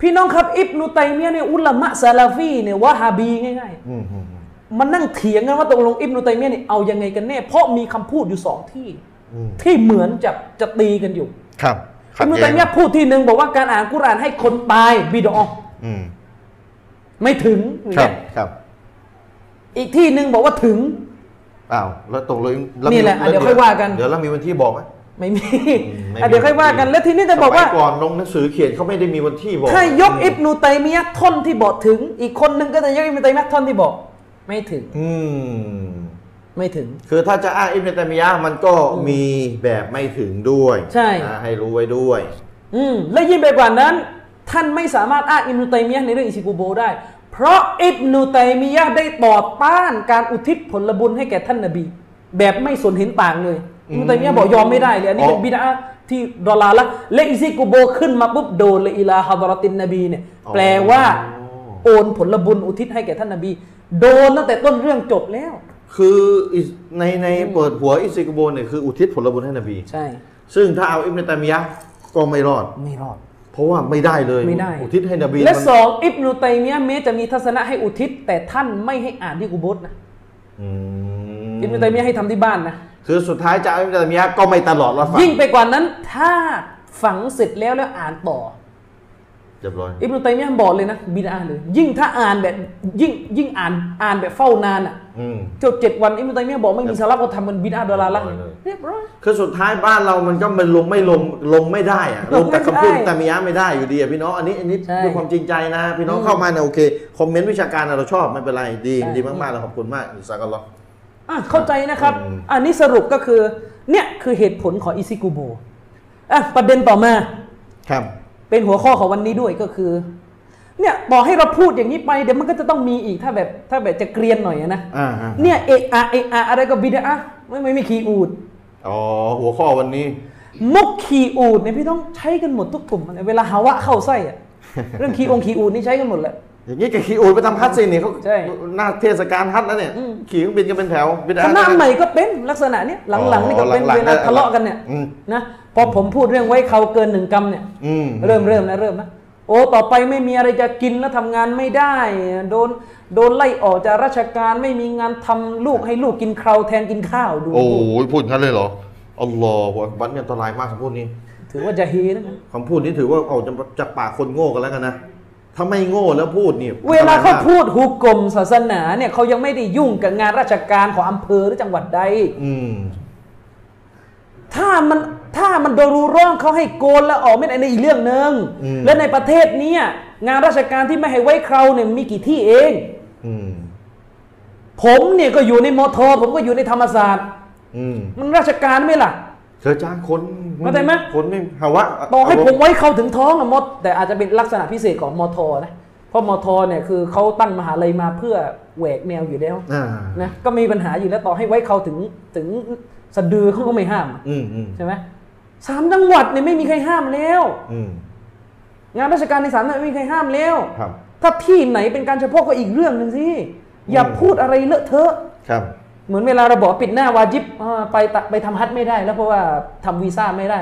B: พี่น้องครับ อิบนุตัยมียะห์เนี่ยอุลามะซาลาฟีเนี่ยวะฮาบีง่ายๆมันนั่งเถียงกันว่าตกลงอิบนุตัยมียะห์เนี่ยเอายังไงกันแน่เพราะมีคำพูดอยู่สองที่
A: อืม
B: ที่เหมือนจะจะตีกันอยู่
A: ครับ
B: อิบนุตัยมียะห์พูดที่หนึ่งบอกว่าการอ่านกุรอานให้คนตายบิดออ
A: อืม
B: ไม่ถึงอย่าง
A: ครั
B: เงี้
A: บ
B: ย
A: ครับ
B: อีกที่หนึ่งบอกว่าถึง
A: อ้าวแล้วตกลงแว
B: นี่แหละอ่ะ
A: มี
B: เดี๋ยวค่อยว่ากัน
A: เดี๋ยวแล้วมีวันที่บอกไหม
B: ไม่มี
A: ไม่
B: อ่ะเดี๋ยวค่อยว่ากันแล้วทีนี้จะบอกว่า
A: สมัยก่อนลงหนังสือเขียนเขาไม่ได้มีวันที่บอก
B: ถ้ายกอิบนูตัยมียะห์ท่อนที่บอกถึง อีกคนหนึ่งก็จะยกอิบนูตัยมียะห์ท่อนที่บอก ไม่ถึง
A: อืม
B: ไม่ถึง
A: คือถ้าจะอ้างอิบนตัยมียะห์มันก็มีแบบไม่ถึงด้วย
B: ใช่
A: อ่าให้รู้ไว้ด้วย
B: อืมและยิ่งไปกว่านั้น ท่านไม่สามารถอ้างอิบนูตัยมียะห์ในเรื่องอิชิกุโบได้ เพราะอิบนูตัยมียะห์ได้ต่อต้านการอุทิศผลบุญให้แก่ท่านนบี แบบไม่สนเห็นต่างเลยอิบนูตัยมียะห์บอกยอมไม่ได้เลยอันนี้
A: อ๋อ
B: เป็นบิดาที่ดอลลาร์ละและอิซิกุโบขึ้นมาปุ๊บโดนเลยอิลาฮะดรตินนบีเนี่ยแปลว่า โอนผลบุญอุทิศให้แก่ท่านนบี โดนตั้งแต่ต้นเรื่องจบแล้ว
A: คืออิสในในเปิดหัวอิสติกโบนเนี่ยคืออุทิศผลบุญให้นบี
B: ใช่
A: ซึ่งถ้าเอาอิบนตัยมียะห์ก็ไม่รอด
B: ไม่รอด
A: เพราะว่าไม่ได้เลย
B: ไม่ได้
A: อุทิศให้นบี
B: และ
A: มัน
B: สองอิบนุตัยมียะห์แม้จะมีทัศนะให้อุทิศ แต่ท่านไม่ให้อ่านที่กูโบสนะ
A: อืม
B: อิบนุตัยมียะห์ให้ทำที่บ้านนะ
A: คือสุดท้ายจะเอาอิบนุตัยมียะห์ก็ไม่ตลอดละฝัง
B: ยิ่งไปกว่านั้นถ้าฝังเสร็จแล้วแล้วอ่านต่อ
A: เรียบร้อย
B: อิบนุตัยมียะห์บอกเลยนะบิดาเลย ยิ่งถ้าอ่านแบบยิ่งยิ่งอ่านอ่านแบบเฝ้านานอ่ะ
A: อืม
B: เจ้าเจ็ดวันอิบนุตัยมียะห์บอกไม่มีสาระก็ทำมันบิดาดอลลาร์ละ
A: เรียบร้อยเลย
B: เรียบร้อย
A: คือสุดท้ายบ้านเรามันก็มันลงไม่ลงลงไม่ได้อะล
B: ล
A: ง
B: งไม่ได้
A: แต่คำพูดอิบนุตัยมียะห์ไม่ได้อยู่ดีอะพี่น้องอันนี้อันนี้
B: ใช่
A: ด้วยความจริงใจนะ พี่น้อง
B: อืม
A: เข้ามาเนี่ยโอเคคอมเมนต์วิชาการอะเราชอบไม่เป็นไรดี
B: ใช่
A: ดีมากๆเราขอบคุณมากอิสซากัลลอฮ์
B: อ่ะเข้าใจนะครับ
A: อืม
B: อันนี้สรุปก็คือ เนี่ยคือเหตุผลของอิซิกุโบอ่ะประเด็นต่อมา
A: ครับ
B: เป็นหัวข้อของวันนี้ด้วยก็คือ เนี่ยบอกให้เราพูดอย่างนี้ไปเดี๋ยวมันก็จะต้องมีอีกถ้าแบบถ้าแบบจะเกรียนหน่อยอะนะ
A: อ่าฮะ
B: เนี่ยเอะอะเอะอะอะไรก็บิดอะไม่ไม่มีคีย์อูด
A: อ๋อหัวข้อวันนี้
B: มุกคีย์อูดเนี่ยพี่ต้องใช้กันหมดทุกกลุ่มเวลาหาวะเข้าไส้ อะเรื่องคีย์องคีย์อูดนี่ใช้กันหมดแหละ
A: อย่างนี้กับขี่อูดไปทำฮัทสิเนี่ยเขา
B: ใช่
A: หน้าเทศกาลฮัทแล้วเนี่ย
B: อืม
A: ขี่เครื่องบินกันเป็นแถวบิดา
B: คณะใหม่ก็เป็นลักษณะเนี้ยหลังๆนี่ก็เป็น
A: อ๋อหลังๆ
B: เวลาทะเลาะกันเนี่ย
A: อืม
B: นะพอผมพูดเรื่องไว้เขาเกินหนึ่งกรรมเนี่ย
A: อืม
B: เริ่มเริ่มนะเริ่มนะโอ้ต่อไปไม่มีอะไรจะกินแล้วทำงานไม่ได้โดนโดนไล่ออกจากราชการไม่มีงานทำลูกให้ลูกกินคราวแทนกินข้าวดู
A: โอ้ยพูดงั้นเลยเหรอ อัลลอฮฺบัตเนี่ยอันตรายมากคำพูดนี้
B: ถือว่าจะเฮนะครับ
A: คำพูดนี้ถือว่าเอาจากจากปากคนโง่กันแล้วกันนะ ถ้าไม่โง่แล้วพูดนี่
B: เวลาเขา
A: อันตรยมก
B: พูดฮุกกลมศาสนาเนี่ยเขายังไม่ได้ยุ่งกับงานราชการของอำเภอหรือจังหวัดใด
A: อืม
B: ถ้ามันถ้ามันโดนรูร่องเขาให้โกนแล้วออกไม่ได้ในอีกเรื่องหนึ่ง
A: อืม
B: และในประเทศเนี้งานราชการที่ไม่ให้ไว้เคราวเนี่ยมีกี่ที่เอง
A: อืม
B: ผมเนี่ยก็อยู่ในมอทอผมก็อยู่ในธรรมศาสตร์
A: อืม
B: มันราชการไหมล่ะ
A: เธอจ้างคน
B: เข้าใจไหม
A: คนไม่ฮาวะ
B: ต่อให้
A: เา
B: ผมไว้เข้าถึงท้องอะมด แต่อาจจะเป็นลักษณะพิเศษของมทนะ เพราะมทเนี่ยคือเขาตั้งมหาลัยมาเพื่อแหวกแนวอยู่แล้ว
A: อ่า
B: นะก็มีปัญหาอยู่แล้วต่อให้ไว้เข้าถึงถึงสะดือเขาก็ไม่ห้ามอะ
A: อืมอืม
B: ใช่ไหมสามจังหวัดเนี่ยไม่มีใครห้ามแล้ว
A: อืม
B: งานราชการในสามจังหวัดไม่มีใครห้ามแล้ว
A: ครับ
B: ถ้าที่ไหนเป็นการเฉพาะก็อีกเรื่องหนึ่งสิอย่า
A: อืม
B: พูดอะไรเลอะเทอะ
A: ครับ
B: เหมือนเวลาเราบอกปิดหน้าวาจิบอ่าไปตะไปทำฮัทไม่ได้แล้วเพราะว่าทำวีซ่าไม่ได้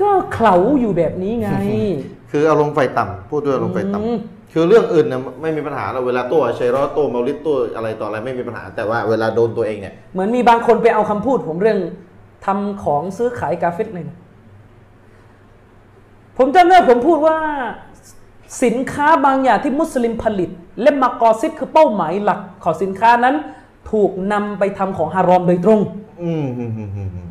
B: ก็เข่าอยู่แบบนี้ไง
A: คืออารมณ์ไฟต่ำพูดด้วยอารมณ์ไฟต่ำ
B: อืม
A: คือเรื่องอื่นนะไม่มีปัญหาเราเวลาตัวชัยรอดตัวเมาลิดตัวอะไรต่ออะไรไม่มีปัญหา แต่ว่าเวลาโดนตัวเองเนี่ย
B: เหมือนมีบางคนไปเอาคำพูดผมเรื่องทำของซื้อขายกาเฟตเลยนะผมจำได้ผมพูดว่าสินค้าบางอย่างที่มุสลิมผลิต และมากอซิบคือเป้าหมายหลักของสินค้านั้น ถูกนำไปทำของฮารอมโดยตรง
A: อืมอืมอืมอืมอืม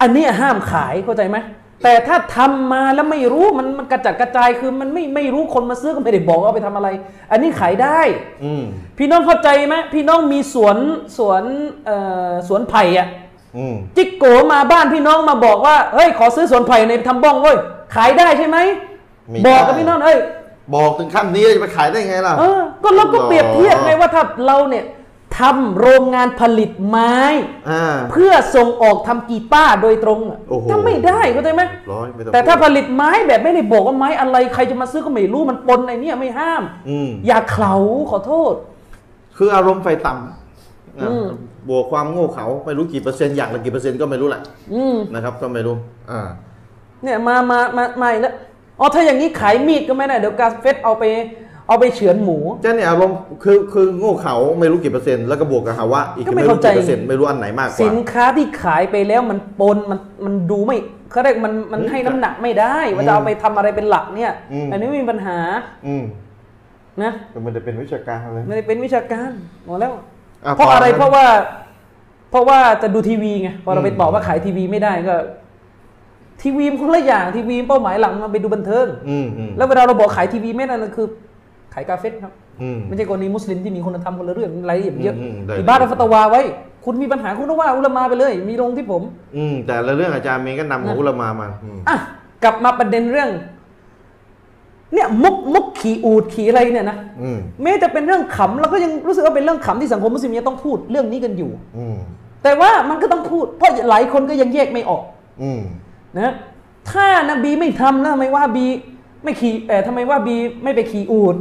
B: อันเนี้ยห้ามขายเข้าใจไหมแต่ถ้าทำมาแล้วไม่รู้มันมันกระจัดกระจายคือมันไม่ไม่รู้คนมาซื้อก็ไม่ได้บอกว่าเอาไปทำอะไร อันนี้ขายได้
A: อืม
B: พี่น้องเข้าใจไหมพี่น้องมีสวนสวนเอ่อสวนไผ่อะ
A: อืม
B: จิกโกมาบ้านพี่น้องมาบอกว่าเฮ้ยขอซื้อสวนไผ่ในทำบ้องเว้ยขายได้ใช่ไหม
A: มี
B: บอกกับพี่น้องเอ้ย
A: บอกถึงขั้นนี้จะไปขายได้ไงล่ะ
B: เออก็เราก็เปรียบเทียบไงว่าถ้าเราเนี่ยทำโรงงานผลิตไม้
A: อ่า
B: เพื่อส่งออกทำกีตาร์โดยตรงอะ
A: โอ้โห
B: ถ้าไม่ได้เข้าใจไหม
A: ร้อยไม่อง
B: แต่ถ้า
A: พูด
B: ผลิตไม้แบบไม่ได้บอกว่าไม้อะไรใครจะมาซื้อก็ไม่รู้มันปนในเนี้ไม่ห้าม
A: อืม
B: อย่าเขลาขอโทษ
A: คืออารมณ์ไฟต่ำนะ
B: อืม
A: บวกความโง่เขลาไม่รู้กี่เปอร์เซ็นต์อย่างละกี่เปอร์เซ็นต์ก็ไม่รู้แหละ
B: อืม
A: นะครับ ก็ไม่รู้อ่า
B: เนี่ยมา มา มามาอีกแล้ว อ๋อ ถ้าอย่างนี้ขายมีดก็ไม่ได้ เดี๋ยวกาเฟสเอาไป เอาไปเฉือนหมู
A: เจ้าเนี่ยอารมณ์คือคือโง่เขาไม่รู้กี่เปอร์เซ็นต์แล้วก็บวกกับฮาวะอีก
B: ก็ไม่
A: ไม่รู้
B: เข้าใจ
A: กี่เปอร์เซ็นต์ไม่รู้อันไหนมากก
B: สิ
A: ว่า
B: นค้าที่ขายไปแล้วมันปน มัน มันดูไม่เขาเรียกมัน มันให้น้ำหนักไม่ได้ ว่าจะเอาไปทำอะไรเป็นหลักเนี่ย
A: อืม
B: อันนี้ไม่มีปัญหา
A: อืม
B: นะ
A: แต่มันจะเป็นวิชาการเลย
B: ไม่ได้เป็นวิชาการหมดแล้ว
A: อ่ะ
B: เพราะอะไร
A: ต่อนะ
B: เพราะว่า เพราะว่าจะดูทีวีไง พอเราไป
A: อืม
B: บอกว่าขายทีวีไม่ได้ก็ ทีวีมันคนละอย่าง ทีวีเป้าหมายหลังมันไปดูบันเทิง
A: อืมอืม
B: แล้วเวลาเราบอกขายทีวีไม่ได้นั่นคือ ขายกาเฟสครับ
A: อืม
B: ไม่ใช่กรณีมุสลิมที่มีคุณธรรมคนละเรื่องรายละเอียดเยอะ
A: อืมอืมได้
B: อิบ้าตฟัตวาไว้ คุณมีปัญหาคุณต้องว่าอุลามาไปเลย มีลงที่ผม
A: อืมแต่ละเรื่องอาจารย์เมงก็นำของอุลามามาอืม
B: อ่ะกลับมาประเด็นเรื่อง เนี่ยมุกมุกขี่อูดขี่อะไรเนี่ยนะ
A: อืม
B: แม้จะเป็นเรื่องขำเราก็ยังรู้สึกว่าเป็นเรื่องขำที่สังคมมุสลิมยังต้องพูดเรื่องนี้กันอยู่
A: อืม
B: แต่ว่ามันก็ต้องพูด เพราะหลายคนก็ยังแยกไม่ออก
A: อืม
B: นะถ้านบีไม่ทำนะทำไมว่าบีไม่ขี่เอ่อทำไมว่าบีไม่ไปขี่อูด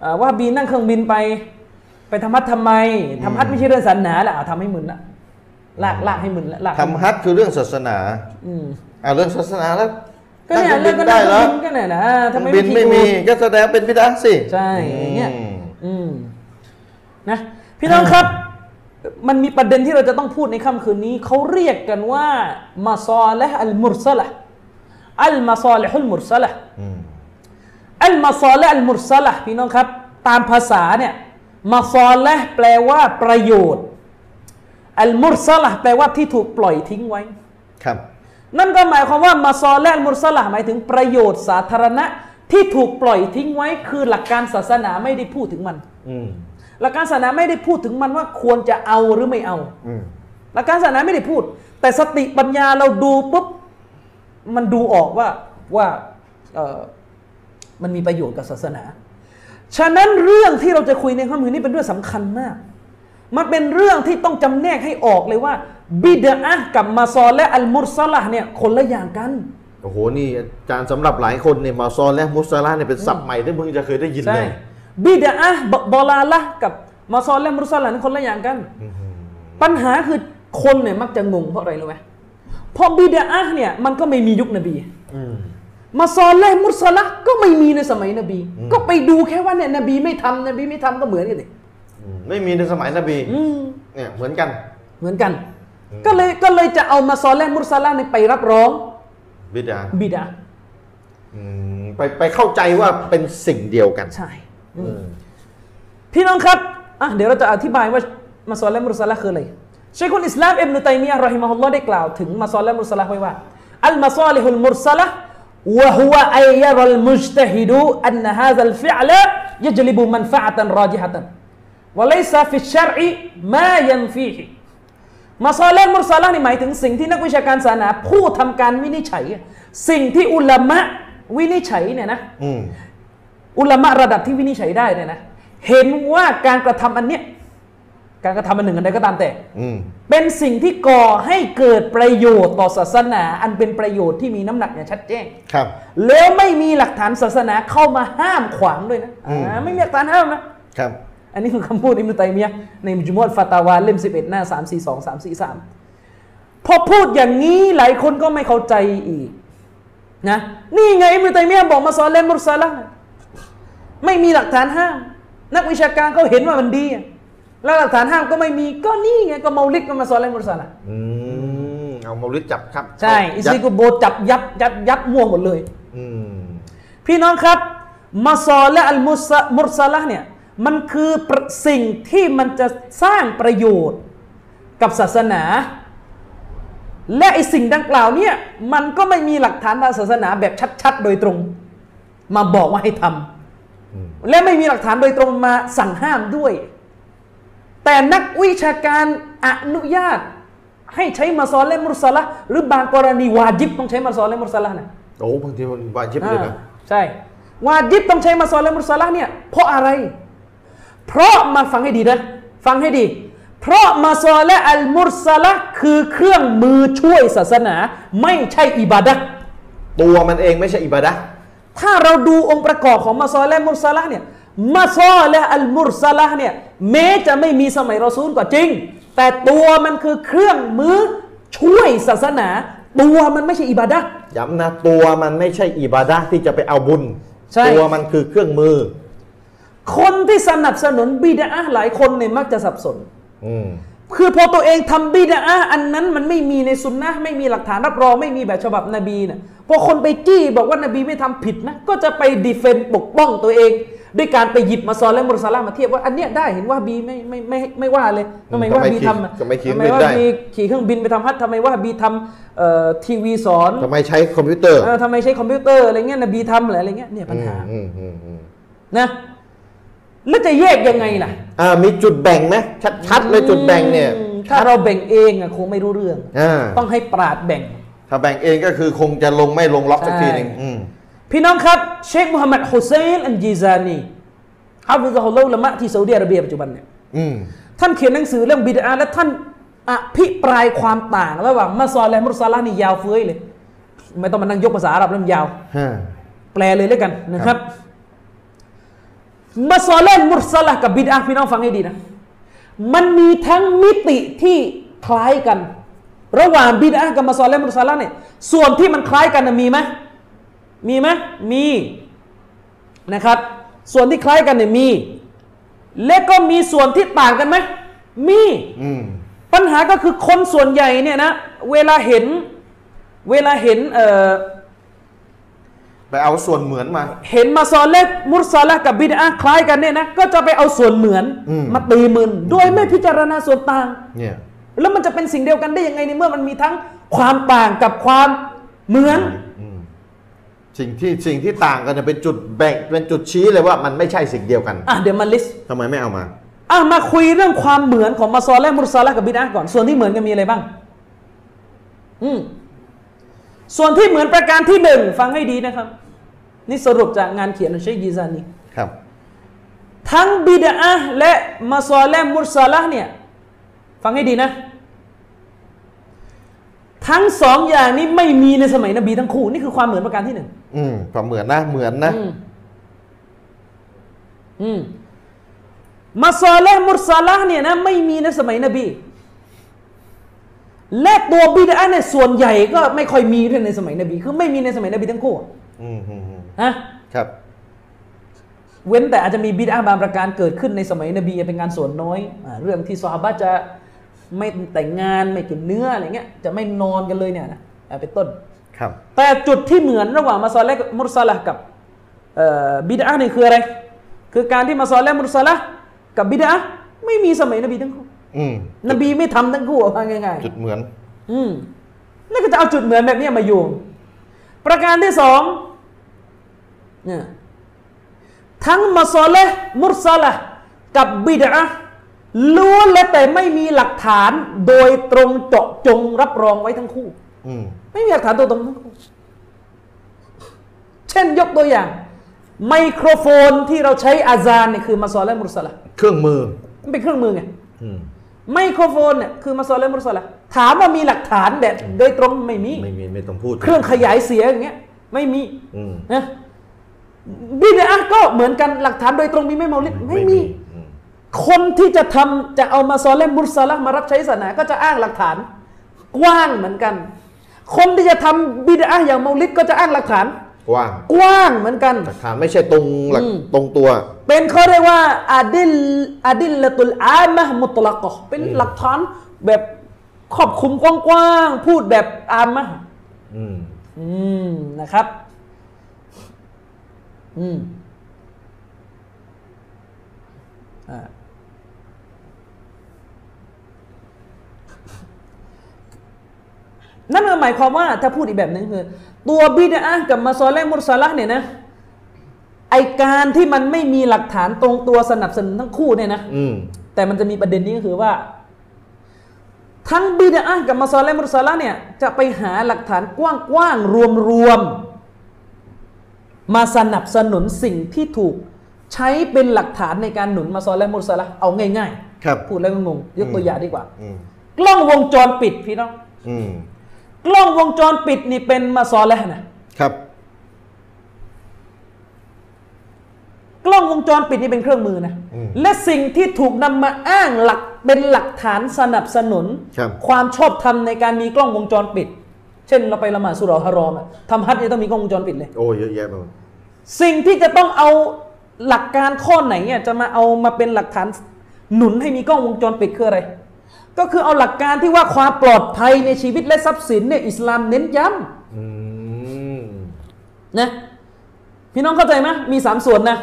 B: เอ่อว่าบีนั่งเครื่องบินไป ไปทำฮัททำไมทำฮัทไม่ใช่เรื่องศาสนาแหละอ่ะทำให้มึนละลากลากให้มึนละลากให้มึน
A: ทำฮัทคือเรื่องศาสนา
B: อืม
A: อ่าเรื่องศาสนาแล้ว
B: ก็เนี่ย
A: นั่
B: เรื่
A: ง
B: อง
A: เค
B: ก็
A: รื่บินได้แล้ว
B: นั่งเครื่องบินก็เนี่ยนะทำไม
A: บิน
B: ไม่ขี่
A: ไม่
B: อู
A: มี
B: ด
A: ก็แสดงเป็นพิดาสิ
B: ใช่อย่างเงี้ย
A: อืม
B: อืมนะพี่น้องครับ มันมีประเด็นที่เราจะต้องพูดในค่ำคืนนี้เขาเรียกกันว่ามาซอและอัลมุรสละอัลมาซอและอัลมุรสละ
A: อืม
B: อัลมาซอและอัลมุรสละห์พี่น้องครับ ตามภาษาเนี่ยมาซอและห์แปลว่าประโยชน์ อัลมุรสละห์แปลว่าที่ถูกปล่อยทิ้งไว้
A: ครับ
B: นั่นก็หมายความว่ามาซอและอัลมุรสละห์หมายถึงประโยชน์สาธารณะที่ถูกปล่อยทิ้งไว้ คือหลักการศาสนาไม่ได้พูดถึงมัน
A: อืม
B: หลักการศาสนาไม่ได้พูดถึงมันว่าควรจะเอาหรือไม่เอา
A: อืม
B: หลักการศาสนาไม่ได้พูด แต่สติปัญญาเราดูปุ๊บมันดูออกว่าว่าเอ่อมันมีประโยชน์กับศาสนา ฉะนั้นเรื่องที่เราจะคุยในข้อมือนี้เป็นเรื่องสำคัญมาก มันเป็นเรื่องที่ต้องจำแนกให้ออกเลยว่า บิดอะห์กับมาซอลและอัลมุรสละห์เนี่ยคนละอย่างกัน
A: โอ้โหนี่อาจารย์สำหรับหลายคนเนี่ยมาซอนและมุสซาลาเนี่ยเป็นศัพท์ใหม่ที่เพิ่งจะเคยได้ยิน
B: ใช่
A: เลย
B: บิดอะห์บบอลาละห์กับมาซอลและมุรสละห์นี่คนละอย่างกัน ปัญหาคือคนเนี่ยมักจะงงเพราะอะไรรู้ไหมเพราะบิดาอะห์เนี่ยมันก็ไม่มียุคนบี
A: อืม
B: มาซอลและมุสละห์ก็ไม่มีในสมัยนบี ก็ไปดูแค่ว่าเนี่ยนบีไม่ทำนบีไม่ทำก็เหมือนกันเลย
A: อืมไม่มีในสมัยนบีเนี่ยเหมือนกัน
B: เหมือนกัน ก็เลยก็เลยจะเอามาซอลและมุสละห์เนี่ยไปรับรอง
A: บิดา
B: บิดา
A: อืมไปไปเข้าใจว่าเป็นสิ่งเดียวกัน
B: ใช่
A: อืม
B: พี่น้องครับอ่ะเดี๋ยวเราจะอธิบายว่ามาซอลและมุสละห์คืออะไรเชคุลอิสลามอิบนุตัยมียะห์รอฮิมะฮุลลอฮ์ได้กล่าวถึงมาซอลและมุสละห์ไว้ว่าอัลมาซอลิฮุลมุรสละห์วะฮุวะอัยยะรัลมุจตะฮิดูอันฮาซัลฟิอละยะจลิบุมันฟะอะตันราจิฮะตันวะลัยซะฟิชชะรอิมายันฟีฮิ มาซอเลห์มุรซาละห์นี่หมายถึงสิ่งที่นักวิชาการศาสนาผู้ทำการวินิจฉัย สิ่งที่อุลามะวินิจฉัยเนี่ยนะ
A: อืม
B: อุลามะระดับที่วินิจฉัยได้เนี่ยนะ เห็นว่าการกระทำอันเนี้ยการกระทำอันหนึ่งอันใดก็ตามแต่
A: อืม
B: เป็นสิ่งที่ก่อให้เกิดประโยชน์ต่อศาสนา อันเป็นประโยชน์ที่มีน้ำหนักอย่างชัดแจ้ง
A: ครับ
B: แล้วไม่มีหลักฐานศาสนาเข้ามาห้ามขวางด้วยนะอ่าไม่มีหลักฐานห้ามนะ
A: ครับ
B: อันนี้คือคำพูดอิมนุตัยมียะห์ในมุจมวดฟาตาวาเล่ม 11 หน้า 3 4 2 3 4 3 พอพูดอย่างนี้หลายคนก็ไม่เข้าใจอีกนะนี่ไงอิมนุตัยมียะห์บอกมาสอนเลนมุรซาละห์ไม่มีหลักฐานห้าม นักวิชาการก็เห็นว่ามันดีอะแล้วหลักฐานห้ามก็ไม่มีก็นี่ไงก็เมาลิกก็มาสอนเลนมุรซาละห์
A: อืมเอามาลิดจับครับ
B: ใช่อิซิ
A: กุ
B: กุโบจับยับยับยับม่วงหมดเลย
A: อืม
B: พี่น้องครับมาซอและอัลมุสะมุรซาละห์เนี่ยมันคือประสิ่งที่มันจะสร้างประโยชน์กับศาสนา และไอสิ่งดังกล่าวเนี่ยมันก็ไม่มีหลักฐานทางศาสนาแบบชัด ๆ โดยตรง มาบอกว่าให้ทำและไม่มีหลักฐานโดยตรงมาสั่งห้ามด้วย แต่นักวิชาการอนุญาต ให้ใช้มาซอและมุรซาละห์หรือบางกรณีวาจิบต้องใช้มาซอและมุรซาละห์นะ
A: โอ้บางทีมันวาจิบเลยนะ
B: อ่าใช่ วาจิบต้องใช้มาซอลและมุรซาละห์เนี่ยเพราะอะไร เพราะมาฟังให้ดีนะ ฟังให้ดี เพราะมาซอลและอัลมุรซาละห์คือเครื่องมือช่วยศาสนา ไม่ใช่อิบาดะห์
A: ตัวมันเองไม่ใช่อิบาดะห์
B: ถ้าเราดูองค์ประกอบของมาซอลและมุรซาละห์เนี่ยมาซอลและอัลมุรซาละห์เนี่ยแม้จะไม่มีสมัยรอซูลก็จริง แต่ตัวมันคือเครื่องมือช่วยศาสนา ตัวมันไม่ใช่อิบาดะห์
A: ย้ำนะ ตัวมันไม่ใช่อิบาดะห์ที่จะไปเอาบุญ
B: ใช่
A: ตัวมันคือเครื่องมือ
B: คนที่สนับสนุนบิดาหลายคนเนี่ยมักจะสับสน
A: อืม
B: คือพอตัวเองทำบิดาอันนั้นมันไม่มีในสุนนะห์ไม่มีหลักฐานรับรองไม่มีแบบฉบับนบีนะพอคนไปจี้บอกว่านบีไม่ทำผิดนะ ก็จะไปดีเฟนต์ปกป้องตัวเอง ด้วยการไปหยิบมาซอลและมุรสลามาเทียบว่าอันเนี้ยได้เห็นว่าบีไม่ไม่ไม่ไม่ไม่ว่าเลยทำไมว่าบีทำอะ
A: ทำไมขี่
B: ทำไม
A: ไม่
B: ว่า
A: ได้
B: บีขี่เครื่องบินไปทำฮัททำไมว่าบีทำเอ่อทีวีสอน
A: ทำไมใช้คอมพิวเตอร์
B: เออทำไมใช้คอมพิวเตอร์อะไรเงี้ยนบีทำเหรออะไรเงี้ยเนี่ยปัญหา
A: อืมอืมอืม
B: นะแล้วจะแยกยังไงล่ะ
A: อ่ามีจุดแบ่งไหมชัดๆเลยจุดแบ่งเนี่ย
B: อืมถ้าเราแบ่งเองอะคงไม่รู้เรื่อง
A: อ่า
B: ต้องให้ปราดแบ่ง
A: ถ้าแบ่งเองก็คือคงจะลงไม่ลงล็อกสักทีหนึ่ง
B: ใช่
A: อืม
B: พี่น้องครับ เชคมูฮัมหมัดฮุเซนอันจีซานีฮัฟิซะฮุลลอฮ์ละมะที่ซาอุดีอาระเบียปัจจุบันเนี่ย
A: อืม
B: ท่านเขียนหนังสือเรื่องบิดาและท่านอภิปรายความต่างระหว่างมัซอลและมุรซาลาห์นี่ยาวเฟ้ยเลย ไม่ต้องมานั่งยกภาษาอาหรับเล่มนยาว
A: ฮะ
B: แปลเลยแล้วกันนะครับมัซอลและมุรซาลาห์กับบิดาพี่น้องฟังให้ดีนะ มันมีทั้งมิติที่คล้ายกัน ระหว่างบิดากับมัซอลและมุรซาลาห์เนี่ยส่วนที่มันคล้ายกันนะมีไหมมีไหมมีนะครับ ส่วนที่คล้ายกันเนี่ยมี และก็มีส่วนที่ต่างกันไหมมี
A: อืม
B: ปัญหาก็คือคนส่วนใหญ่เนี่ยนะเวลาเห็นเวลาเห็นเอ่อ
A: ไปเอาส่วนเหมือนมา
B: เห็นมาซอลเลห์มุรซาละห์กับบิดาคล้ายกันเนี่ยนะก็จะไปเอาส่วนเหมือน
A: อืม
B: มาตีมึนโดยไม่พิจารณาส่วนต่าง
A: เนี่ย
B: แล้วมันจะเป็นสิ่งเดียวกันได้ยังไงในเมื่อมันมีทั้งความต่างกับความเหมือน
A: สิ่งที่สิ่งที่ต่างกันเนี่ยเป็นจุดแบ่งเป็นจุดชี้เลยว่ามันไม่ใช่สิ่งเดียวกัน
B: อ่ะเดี๋ยวมาลิสต์
A: ทำไมไม่เอามา
B: อ่ะมาคุยเรื่องความเหมือนของมาซอลเลห์มุรซาละห์กับบิดาก่อนส่วนที่เหมือนกันมีอะไรบ้าง อืมส่วนที่เหมือนประการที่หนึ่งฟังให้ดีนะครับ นี่สรุปจากงานเขียนของเชคยีซานี
A: ครับ
B: ทั้งบิดาและมาซอลและมุรซาละห์เนี่ยฟังให้ดีนะ ทั้งสองอย่างนี้ไม่มีในสมัยนบีทั้งคู่ นี่คือความเหมือนประการที่หนึ่ง
A: อืมความเหมือนนะเหมือนนะ
B: อืมอืมมาซอลและมุรซาละห์เนี่ยนะไม่มีในสมัยนบี และตัวบิดาเนี่ยส่วนใหญ่ก็ไม่ค่อยมีด้วยในสมัยนบี คือไม่มีในสมัยนบีทั้งคู่
A: อืมอืมอืม
B: นะครับ เว้นแต่อาจจะมีบิดาบางประการเกิดขึ้นในสมัยนบีเป็นการส่วนน้อยอาเรื่องที่ซอฮาบะห์จะ ไม่แต่งงานไม่กินเนื้ออะไรเงี้ยจะไม่นอนกันเลยเนี่ยนะอ่ะเป็นต้น
A: ครับ
B: แต่จุดที่เหมือนระหว่างมาซอลและมุรซาละห์กับเอ่อบิดาเนี่ยคืออะไร คือการที่มาซอลและมุรซาละห์กับบิดาไม่มีสมัยนบีทั้งคู่
A: อืม
B: นบีไม่ทำทั้งคู่เอาง่าย
A: จุดเหมือน
B: ๆอืมแล้วก็จะเอาจุดเหมือนแบบเนี้ยมาโยงประการที่สองเนี่ยทั้งมาซอลและมุรซาละห์กับบิดา ล้วนและแต่ไม่มีหลักฐานโดยตรงเจาะจงรับรองไว้ทั้งคู่
A: อืม
B: ไม่มีหลักฐานตัวตรงทั้งคู่เช่นยกตัวอย่าง ไมโครโฟนที่เราใช้อาซานเนี่ยคือมาซอและมุรสละ
A: เครื่องมือ
B: มันเป็นเครื่องมือไง
A: อืม
B: ไมโครโฟนเนี่ยคือมาซอและมุรสละถามว่ามีหลักฐานแบบโดยตรงไม่มี
A: ไม่มีไม่ต้องพูด
B: เครื่องขยายเสียงอย่างเงี้ยไม่มี
A: อืม
B: นะบิดอะห์ก็เหมือนกันหลักฐานโดยตรงมีไหม่เมาลิดไม่มี
A: อืม
B: คนที่จะทำจะเอามาซอลและมุสลัมมารับใช้ศาสนาก็จะอ้างหลักฐาน กว้างเหมือนกัน คนที่จะทำบิดาอย่างเมาลิดก็จะอ้างหลักฐาน
A: กว้าง
B: กว้างเหมือนกัน
A: หลักฐานไม่ใช่ตรงหลัก
B: อืม
A: ตรงตัว
B: เป็นเขาเรียกว่าอาดิลอาดิลละตุลอามะห์มุตลักะห์เป็นหลักฐานแบบครอบคลุมกว้างๆพูดแบบอามะห์
A: อืม
B: อืมนะครับอืมอ่า นั่นก็หมายความว่าถ้าพูดอีกแบบหนึงคือ ตัวบิดากับมาซอลและมุสลัเนี่ยนะไอการที่มันไม่มีหลักฐานตรงตัวสนับสนุนทั้งคู่เนี่ยนะ
A: อืม
B: แต่มันจะมีประเด็นนี้ก็คือว่า ทั้งบิดากับมาซอลและมุสลัเนี่ยจะไปหาหลักฐานกว้างๆรวมๆมาสนับสนุนสิ่งที่ถูกใช้เป็นหลักฐานในการหนุนมาซอลและมุสลัเอาง่าย
A: ครับ
B: ๆพูดแล้วก็งงยกตัวอย่างดีกว่า
A: อืม
B: กล้องวงจรปิดพี่น้อง
A: อืม
B: กล้องวงจรปิดนี่เป็นมาซอแล้วนะครับ กล้องวงจรปิดนี่เป็นเครื่องมือนะและสิ่งที่ถูกนำมาอ้างหลักเป็นหลักฐานสนับสนุน
A: ครับ
B: ความชอบธรรมในการมีกล้องวงจรปิด เช่นเราไปละหมาดสุเราะฮารอมอะทำฮัทนี่ต้องมีกล้องวงจรปิดเลย
A: โอ้เยอะแยะไปหมด
B: สิ่งที่จะต้องเอาหลักการข้อไหนเนี่ยจะมาเอามาเป็นหลักฐานหนุนให้มีกล้องวงจรปิดคืออะไร ก็คือเอาหลักการที่ว่าความปลอดภัยในชีวิตและทรัพย์สินเนี่ยอิสลามเน้นย้ำ
A: อืม
B: นะพี่น้องเข้าใจไหมมีสามส่วนนะ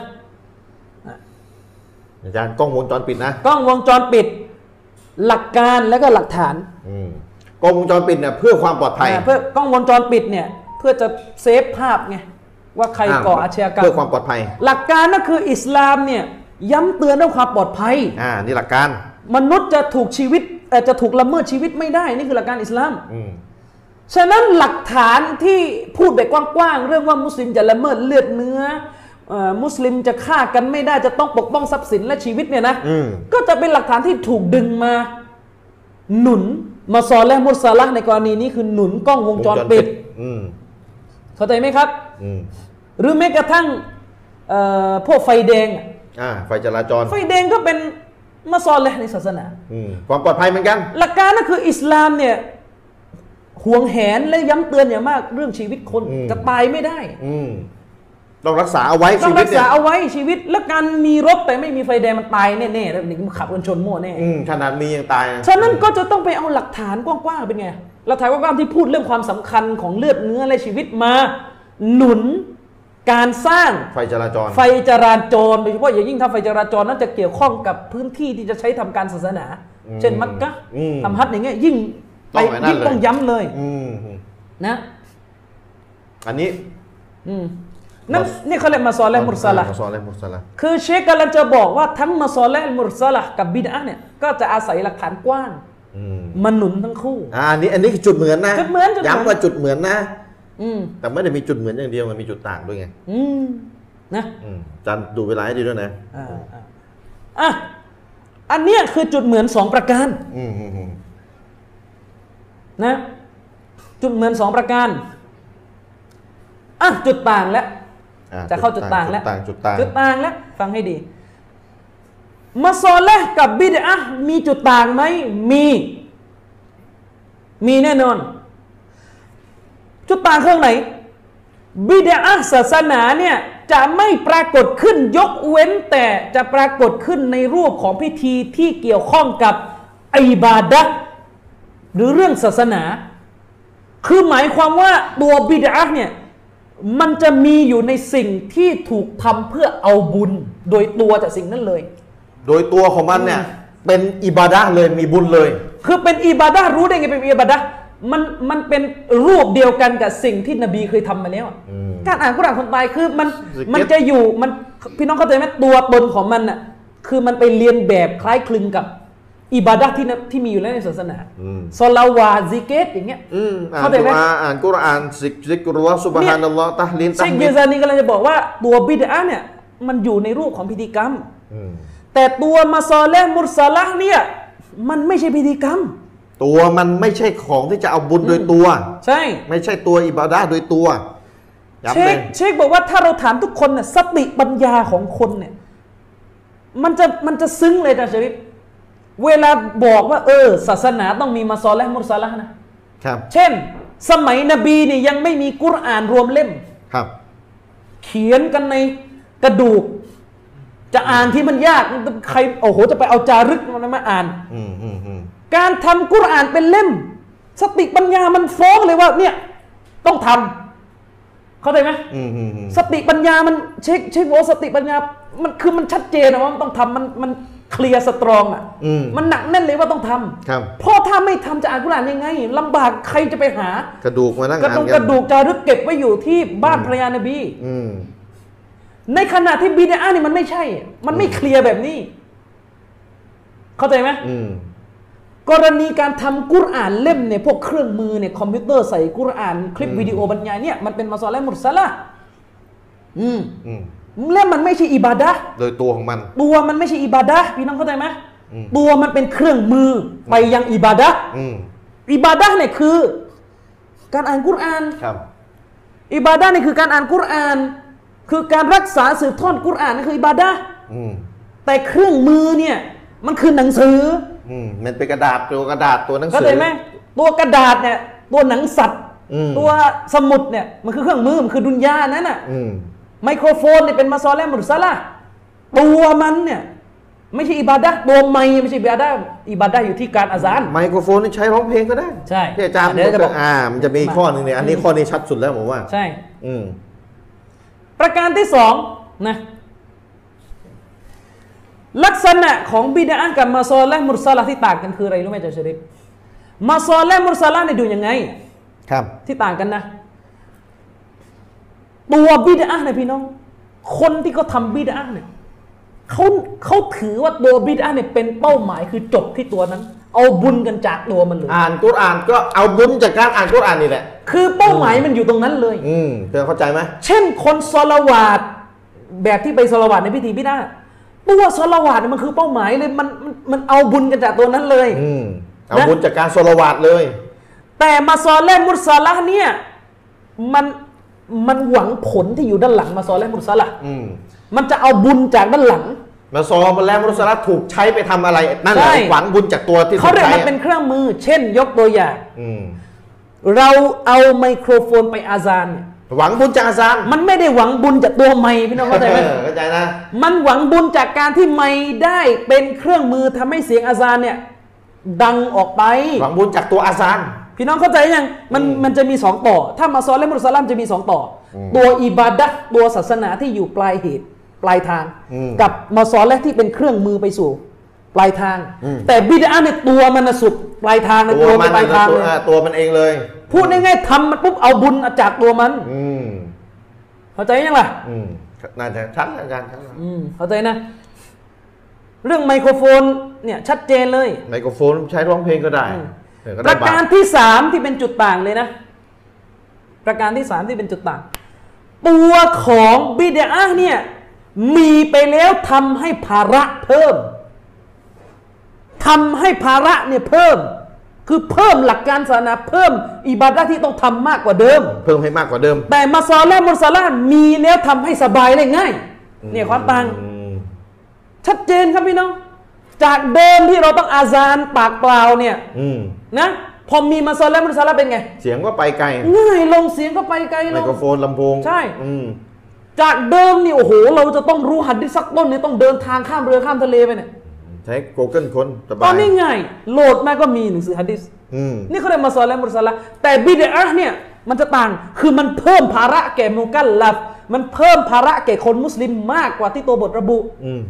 A: อาจารย์กล้องวงจรปิดนะ
B: กล้องวงจรปิด หลักการและก็หลักฐาน
A: อืมกล้องวงจรปิดเนี่ยเพื่อความปลอดภัย
B: อ่าเพื่อกล้องวงจรปิดเนี่ยเพื่อจะเซฟภาพไงว่าใครก่ออาชญากรรม
A: เพื่อความปลอดภัย
B: หลักการก็คืออิสลามเนี่ยย้ำเตือนเรื่องความปลอดภัย
A: อ่า นี่หลักการ
B: มนุษย์จะถูกชีวิตเอ่อจะถูกละเมิดชีวิตไม่ได้นี่คือหลักการอิสลาม
A: อืม
B: ฉะนั้นหลักฐานที่พูดแบบกว้างๆเรื่องว่ามุสลิมจะละเมิดเลือดเนื้อเอ่อมุสลิมจะฆ่ากันไม่ได้จะต้องปกป้องทรัพย์สินและชีวิตเนี่ยนะ
A: อืม
B: ก็จะเป็นหลักฐานที่ถูกดึงมา หนุนมาซอลและมุสลัในกรณีนี้คือหนุนกล้องวงจรปิด
A: อืม
B: เข้าใจไหมครับ
A: อืม
B: หรือแม้กระทั่งเอ่อพวกไฟแดงอะ
A: อ่า ไฟจราจร
B: ไฟแดงก็เป็นมาซอลและในศาสนา
A: อืม ความปลอดภัยเหมือนกัน
B: หลักการก็คืออิสลามเนี่ยห่วงแหนและย้ำเตือนอย่างมากเรื่องชีวิตคน
A: อืม
B: จะตายไม่ได้
A: อืม ต้องรักษาเอาไว้
B: ต้อ
A: ชี
B: ง
A: วิ
B: รั
A: ต
B: ก
A: เนี่
B: ษาย เอาไว้ชีวิตและการมีรถแต่ไม่มีไฟแดงมันตายแน่ๆแล้วนี่มันขับกันชนมั่วแน่
A: อืม ขนาดมียังตาย
B: ฉะนั้นก็จะต้องไปเอาหลักฐานกว้างๆเป็นไงหลักฐานกว้างๆที่พูดเรื่องความสำคัญของเลือดเนื้อและชีวิตมา หนุนการสร้าง
A: ไฟจราจร
B: ไฟจราจรโดยเฉพาะอย่างยิ่งถ้าไฟจราจรนั้นจะเกี่ยวข้องกับพื้นที่ที่จะใช้ทำการศาสนา
A: อืม
B: เช่นมักกะ
A: อืม
B: ทำฮัทอย่างเงี้ยยิ่งไป
A: ต้องไอ้นั่น
B: ยิ่ง
A: เลย
B: ต้องย้ำเลย
A: อืม
B: นะ
A: อันนี้
B: อืมนั่นนี่เขาเรียกมาซอลและมุรสละ
A: มุสลิมมุสลิม
B: คือเชคกำลังจะบอกว่าทั้งมาซอลและอัลมุรสละห์กับบิดอะห์เนี่ยก็จะอาศัยหลักฐานกว้าง
A: อืม
B: มาหนุนทั้งคู่
A: อ่า อันนี้ อันนี้คือจุดเหมือนนะ
B: จุดเหมือนจุดเหมือน
A: ย้ำว่าจุดเหมือนนะ
B: อืม
A: แต่ไม่ได้มีจุดเหมือนอย่างเดียว มันมีจุดต่างด้วยไง
B: อืมนะ
A: อืมอาจารย์ดูเวลาให้ดีด้วยนะ
B: อ่าอ่าอ่ะอันเนี้ยคือจุดเหมือนสองประการ
A: อืมอืมอืม
B: นะจุดเหมือนสองประการอ่ะจุดต่างแล้ว
A: อ่
B: จะเข้าจุดต่างแล้ว
A: จุดต่าง จุดต่าง
B: จุดต่างแล้วฟังให้ดีมาซอลและกับบิดอะห์มีจุดต่างไหมมี มีแน่นอน จุดต่างเครื่องไหน บิดอะห์ศาสนาเนี่ยจะไม่ปรากฏขึ้นยกเว้นแต่จะปรากฏขึ้นในรูปของพิธีที่เกี่ยวข้องกับอิบาดะห์หรือเรื่องศาสนา คือหมายความว่าตัวบิดาเนี่ยมันจะมีอยู่ในสิ่งที่ถูกทำเพื่อเอาบุญ โดยตัวจากสิ่งนั้นเลย
A: โดยตัวของมันเนี่ย เป็นอิบาดะห์เลย มีบุญเลย
B: คือเป็นอิบาดะห์รู้ได้ไงเป็นอิบาดะห์มันมันเป็นรูปเดียวกันกับสิ่งที่นบีเคยทำมาแล้วอะ
A: อืม
B: การอ่านกุรอานคนตายคือมัน
A: สึกเก็ต
B: มันจะอยู่มันพี่น้องเข้าใจไหมตัวตนของมันน่ะ คือมันไปเรียนแบบคล้ายคลึงกับอิบาดะห์ที่นบที่มีอยู่แล้วในศาสนา
A: อืม
B: สลาวาซิกเกตอย่างเงี้ย
A: อืมอ่าน
B: เข้าใจไหม
A: กุรอานอ่านกุรอานซิกซิกรัวสุบฮานัลลอฮ์ตะฮ์ลิน
B: เช
A: ตะ
B: ค
A: ฮ์มิ
B: เย
A: ด
B: ซานีกำลังจะบอกว่าตัวบิดอะห์เนี่ยมันอยู่ในรูปของพิธีกรรม
A: อืม
B: แต่ตัวมาซอและมุสละห์เนี่ยมันไม่ใช่พิธีกรรม
A: ตัวมันไม่ใช่ของที่จะเอาบุญโดยตัว
B: ใช่
A: ไม่ใช่ตัวอิบาดาโดยตัวย้ำ
B: เช็
A: เล
B: ค
A: ย
B: เช็คบอกว่าถ้าเราถามทุกคนน่ะสติปัญญาของคนเนี่ยมันจะมันจะซึ้งเลยนะชริฟเวลาบอกว่า เออ ศาสนาต้องมีมาซอและมุสละห์นะ
A: ครับ
B: เช่น สมัยนบีเนี่ยยังไม่มีกุรอานรวมเล่ม
A: ครับ
B: เขียนกันในกระดูก จะอ่านที่มันยากใครโอ้โหจะไปเอาจารึกมันมาอ่าน
A: อืมอืมอืม
B: การทำกุรอานเป็นเล่ม สติปัญญามันฟ้องเลยว่า เนี่ย ต้องทำเข้าใจไหม
A: อืมอืมอืม
B: สติปัญญามันเช็คเช็คว่าสติปัญญา มันคือมันชัดเจนนะว่ามันต้องทำมันมันเคลียร์สตรองอ่ะ
A: อืม
B: มันหนักแน่นเลยว่าต้องทำ
A: ครับ
B: เพราะถ้าไม่ทำจะอ่านกุรอานยังไงลำบากใครจะไปหา
A: กระดูกมานั่ง
B: กระ
A: อ่าน
B: ดูก
A: กั
B: กระดูกจารึกเก็บไว้อยู่ที่บ้านภรรยานบี
A: อืม
B: ในขณะที่บิดาเนี่ยมันไม่ใช่ มันไม่เคลียร์แบบนี้ เข้าใจไหม
A: อืม
B: กรณีการทำกุรอานเล่มเนี่ยพวกเครื่องมือเนี่ยคอมพิวเตอร์ใส่กุรอาน คลิปวิดีโอบรรยายเนี่ยมันเป็นมาซอลและมุสละอืม
A: อืม
B: แล้วมันไม่ใช่อิบาดะห์
A: โดยตัวของมัน
B: ตัวมันไม่ใช่อิบาดะห์พี่น้องเข้าใจไหม
A: อืม
B: ตัวมันเป็นเครื่องมือไปยังอิบาดะห์
A: อืม
B: อิบาดะห์เนี่ยคือ การอ่านกุรอาน
A: ครับ
B: อิบาดะห์นี่คือการอ่านกุรอาน คือการรักษาสืบทอดกุรอานนั่นคืออิบาดะห์
A: อืม
B: แต่เครื่องมือเนี่ยมันคือหนังสือ
A: อืมมันเป็นกระดาษตัวกระดาษตัวหนังสื
B: เข้าใจไหมตัวกระดาษเนี่ยตัวหนังสัตว์
A: อืม
B: ตัวสมุดเนี่ยมันคือเครื่องมือมันคือดุนยานั่นน่ะ
A: อืม
B: ไมโครโฟนเนี่ยเป็นมาซอลและมุสละตัวมันเนี่ยไม่ใช่อิบาดะห์ตัวไม่ไม่ใช่อิบาดะห์อิบาดะห์อยู่ที่การอาซาน
A: ไมโครโฟนนี่ใช้ร้องเพลงก็ได้
B: ใช่
A: ที่อาจารย์
B: เดี๋ยวจะบอก
A: อ่ามันจะมีข้อหนึงเนี่ยอันนี้ข้อนี้ชัดสุดแล้วผมว่า
B: ใช่
A: อืม
B: ประการที่สองนะลักษณะของบิดากับมาซอลและมุสลาที่ต่างกันคืออะไรรู้ไหมอาจารย์ชริฟมาซอลและมุสลาเนี่ยดูยังไง
A: ครับ
B: ที่ต่างกันนะตัวบิดาเนี่ยพี่น้อง คนที่เขาทำบิดาเนี่ยเขาเขาถือว่าตัวบิดาเนี่ยเป็นเป้าหมายคือจบที่ตัวนั้น เอาบุญกันจากตัวมันเลย
A: อ่านกุรอานก็เอาบุญจากการอ่านกุรอานนี่แหละ
B: คือเป้าหมายมันอยู่ตรงนั้นเลย
A: อืมเธอเข้าใจไหม
B: เช่นคนสลาวาดแบบที่ไปสลาวาดในพิธีพิธาตัวสลาวาดเนี่ยมันคือเป้าหมายเลยมันมันมันเอาบุญกันจากตัวนั้นเลย
A: อืมเอาบุญจากการสละวาดเลย
B: แต่มาซอลและมุสละเนี่ยมันมันหวังผลที่อยู่ด้านหลังมาซอลและมุสละ
A: อืม
B: มันจะเอาบุญจากด้านหลัง
A: มาซอมแล้วมนุษย์สารถูกใช้ไปทำอะไร นั่นแหละ
B: ใช่
A: หวังบุญจากตัวที่
B: เขาเรียก
A: ถู
B: มัน
A: ใช้
B: เป็นเครื่องมือ เช่น ยกตัวอย่าง
A: อืม
B: เราเอาไมโครโฟนไปอาซานเนี่ย
A: หวังบุญจากอาซาน
B: มันไม่ได้หวังบุญจากตัวไมค์พี่น้องเข้าใจ ไหม
A: ออเข้าใจนะ
B: มันหวังบุญจากการที่ไม่ได้เป็นเครื่องมือทำให้เสียงอาซานเนี่ย ดังออกไป
A: หวังบุญจากตัวอาซาน
B: พี่น้องเข้าใจยังมันมันจะมีสองต่อ ถ้ามาซอลและมุสลัมจะมีสองต่ออตัวอิบาดะห์ตัวศาสนาที่อยู่ปลายเหตุ ปลายทาง
A: อืม
B: กับมาซอลและที่เป็นเครื่องมือไปสู่ ปลายทาง แต่บิดาเนี่ยตัวมันน่ะสุดปลายทางนะ
A: ตัว
B: ไป
A: มัน
B: ปลาย
A: นะ
B: ทาง
A: ตัว
B: เลย
A: เออตัวมันเองเลย
B: พูดง่ายๆทำมันปุ๊บเอาบุญจากตัวมัน
A: อืม
B: เข้าใจยังล่ะ
A: อืมน่าจะชัดแล้วอาจารย์ชัดแล้ว
B: อืมเข้าใจนะ เรื่องไมโครโฟนเนี่ยชัดเจนเลย
A: ไมโครโฟนใช้ร้องเพลงก็ได้เดี๋ยวก็
B: ป
A: ได้
B: ระ
A: บ
B: การที่สามที่เป็นจุดต่างเลยนะ ประการที่สามที่เป็นจุดต่าง ตัวของบิดาเนี่ยมีไปแล้วทำให้ภาระเพิ่มทำให้ภาระเนี่ยเพิ่ม คือเพิ่มหลักการศาสนาเพิ่ม อิบาดะห์ที่ต้องทำมากกว่าเดิม
A: เพิ่มให้มากกว่าเดิม
B: แต่มาซอลและมุสลามีแล้วทำให้สบายได้ง่าย เนี่ยความต่าง
A: อืม
B: ชัดเจนครับพี่น้อง จากเดิมที่เราต้องอาซานปากเปล่าเนี่ย
A: อืม
B: นะพอมีมาซอลและมุสลาเป็นไง
A: เสียงก็ไปไกล
B: ง่ายลงเสียงก็ไปไกลล
A: ไม
B: ง
A: โครโฟนลำโพง
B: ใช่
A: อืม
B: จากเดิมนี่โอ้โห เราจะต้องรู้หัดดิษสักต้นเนี่ยต้องเดินทางข้ามเรือข้ามทะเลไปเนี่ย
A: ใช้ Google ค้นส
B: ต
A: บา
B: อย นนี้ง่ายโหลดมาก็มีหนังสือหัดดิษ
A: อืม
B: นี่เขาเรียกมาซอลและมุสลาแต่บิดาเนี่ยมันจะต่างคือมันเพิ่มภาระแก่มุกัลลัฟมันเพิ่มภาระแก่คนมุสลิมมากกว่าที่ตัวบทระบุ
A: อืม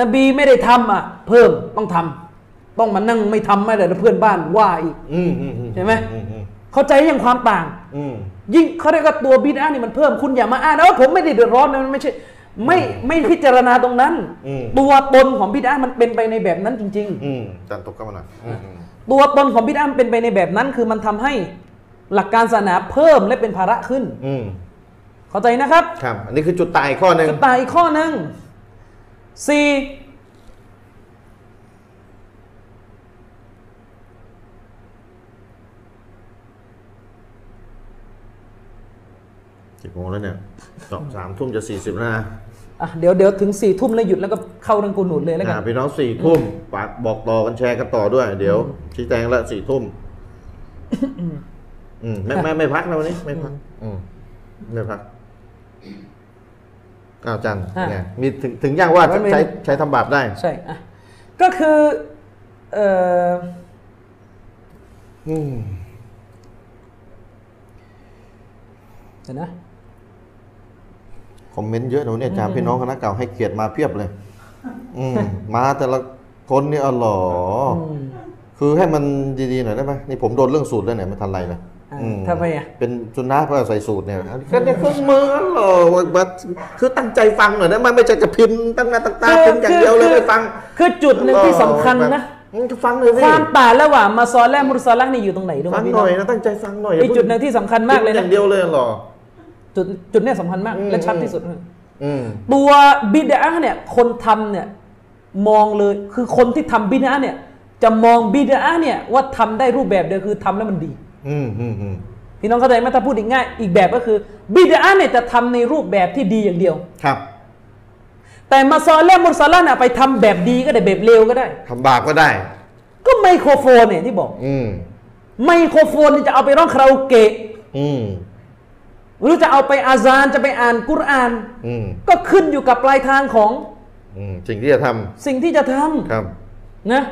B: นบีไม่ได้ทำอ่ะ เพิ่มต้องทำต้องมานั่งไม่ทำไม่ได้แล้วเพื่อนบ้านว่าอีก
A: อืมอืมอื
B: ใช่ไหม
A: อือืม
B: เข้าใจยังความต่าง
A: อืม
B: ยิ่งเขาเรียกว่าตัวบิดาเนี่ยมันเพิ่มคุณอย่ามาอ้างนะว่าผมไม่ได้เดือดร้อนนะมันไม่ใช่ ไม่ไม่พิจารณาตรงนั้น
A: อืม
B: ตัวตนของบิดามันเป็นไปในแบบนั้นจริง
A: อืม
C: อาจารย์ตกเข้ามาหน่อยอืมอืม
B: ๆ ตัวตนของบิดามันเป็นไปในแบบนั้น คือมันทำให้หลักการศาสนาเพิ่มและเป็นภาระขึ้น
A: อืม
B: เข้าใจนะครับ
A: ครับ อันนี้คือจุดตายข้อหนึ่ง
B: จุดตายอีกข้อหนึ่งสี่
A: สิบโมงแล้วเนี่ยสองสามทุ่มจะสี่สิบแล้วนะ
B: อ่ะเดี๋ยวเดี๋ยวถึงสี่ทุ่มแล้วหยุดแล้วก็เข้าเรื่องกูหนุดเลยแล้วกัน
A: อ่าพี่น้องสี่ทุ่มฝากบอกต่อกันแชร์กันต่อด้วย เดี๋ยว ชี้แจงละสี่ทุ่มอืมไม่ไม่ไม่พักนะวันนี้ ไม่พัก อืมไม่พักอ้าวอาจัน
B: อ่ะ
A: ไงมีถึงถึงยังว่า
B: ไม่มี
A: ใช้ใช้ทำบาปได้
B: ใช่อ่ะก็คือเอ่อ
A: อืม
B: เดี๋ยวนะ
A: คอมเมนต์เยอะหนูเนี่ยอาจารย์พี่น้องคณะเก่าให้เกียรติมาเพียบเลย อืมมาแต่ละคนนี่อ๋อเหรออคือให้มันดีๆหน่อยได้ไหมนี่ผมโดนเรื่องสูตรแล้วเนี่ยไม่ทันไรเลย
B: อ่า
A: อื
B: ทำไมอ่ะ
A: เป็นจุนนะเพราะใส่สูตรเนี่ยก็เนี่ยเครื่องมืออ๋อเหรอว่าว่าคือตั้งใจฟังหน่อยได้ไหมไม่ใช่จะพิมพ์ตั้งหน้าตั้งตาพิมพ์อย่างเดียวเลยไม่ฟัง
B: คือจุดหนึ่งที่สำคัญนะ
A: อืมฟังหน่อยสิ
B: ความต่างระหว่างมาซอลและมุรซอลลักนี่อยู่ตรงไหนรู้ไหม
A: ฟัง
B: พี่
A: หน่
B: น้อ
A: อง ยนะตั้งใจฟังหน่อย
B: ไอจุดหนึ่งที่สำคัญมากเลย
A: พิพ์อ
B: นะ
A: ย่างเดียวเลยเหรอ
B: จุดจุดเนี้ยสำคัญมาก
A: อืม
B: และชัดที่สุด
A: อืม
B: ตัวบิดาเนี่ยคนทำเนี่ยมองเลยคือคนที่ทำบิดาเนี่ยจะมองบิดาเนี่ยว่าทำได้รูปแบบเดียวคือทำแล้วมันดี
A: อืมอืมอืม
B: พี่น้องเข้าใจไหมถ้าพูดอีกง่ายอีกแบบก็คือบิดาเนี่ยจะทำในรูปแบบที่ดีอย่างเดียว
A: ครับ
B: แต่มาซอลและมุรซอลลักน่ะไปทำแบบดีก็ได้แบบเลวก็ได้
A: ทำบาปก็ได้
B: ก็ไมโครโฟนเนี่ยที่บอก
A: อืม
B: ไมโครโฟนนี่จะเอาไปร้องคาราโอเกะ
A: อืม
B: หรือจะเอาไปอาซานจะไปอ่านกุรอาน
A: อืม
B: ก็ขึ้นอยู่กับปลายทางของ
A: อืม สิ่งที่จะท
B: สิ่งที่จะท
A: ำครับ
B: ำนะ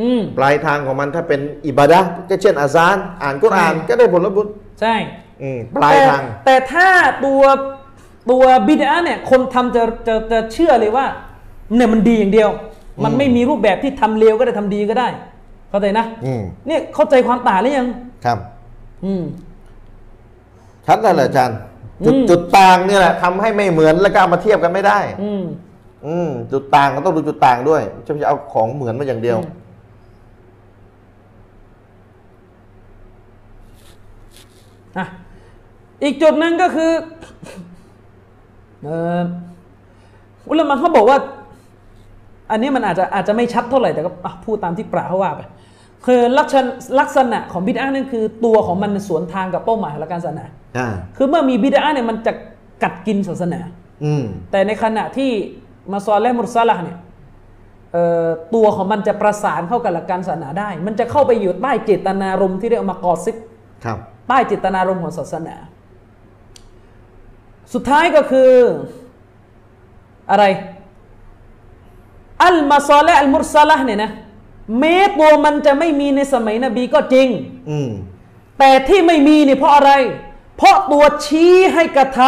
B: อืม
A: ปลายทางของมันถ้าเป็นอิบาดะห์ก็เช่นอาซาน อ่านกุรอาน
B: ใช่
A: ก็ได้ผลบุญ
B: ใช่
A: อืมปลายทาง
B: แต่แต่ถ้าตัวตัวบิดาเนี่ย คนทำจะจะจะเชื่อเลยว่าเนี่ยมันดีอย่างเดียว มันไม่มีรูปแบบที่ทำเลวก็ได้ทำดีก็ได้ เข้าใจนะ
A: อืม
B: เนี่ยเข้าใจความต่างหรือยัง
A: ครับ
B: อืม
A: ชัดแล้วเหรออาจารย์จุด
B: อืม
A: จุดต่างเนี่ยแหละทำให้ไม่เหมือนแล้วก็เอามาเทียบกันไม่ได้
B: อืม
A: อืม จุดต่างก็ต้องดูจุดต่างด้วยจะไม่ใช่เอาของเหมือนมาอย่างเดียว
B: อืม อ่ะอีกจุดหนึ่งก็คือ เอออุลามะเขาบอกว่า อันนี้มันอาจจะอาจจะไม่ชัดเท่าไหร่แต่ก็อ่ะพูดตามที่ปราเขาว่าไปคือลักษณะลักษณะของบิดานั่นคือตัวของมันสวนทางกับเป้าหมายของหลักการศาสนา
A: อ่า
B: คือเมื่อมีบิดาเนี่ยมันจะกัดกินศาสนา
A: อืม
B: แต่ในขณะที่มาซอลและมุรซาลาเนี่ยเอ่อตัวของมันจะประสานเข้ากับหลักการศาสนาได้ มันจะเข้าไปอยู่ใต้เจตนารมณ์ที่เรียกว่ามากอซิบ
A: ครับ
B: ใต้เจตนารมณ์ของศาสนา สุดท้ายก็คืออะไร อัลมาซอและอัลมุรซาละห์เนี่ยนะแม้ตัวมันจะไม่มีในสมัยนบีก็จริง
A: อืม
B: แต่ที่ไม่มีเนี่ยเพราะอะไร เพราะตัวชี้ให้กระท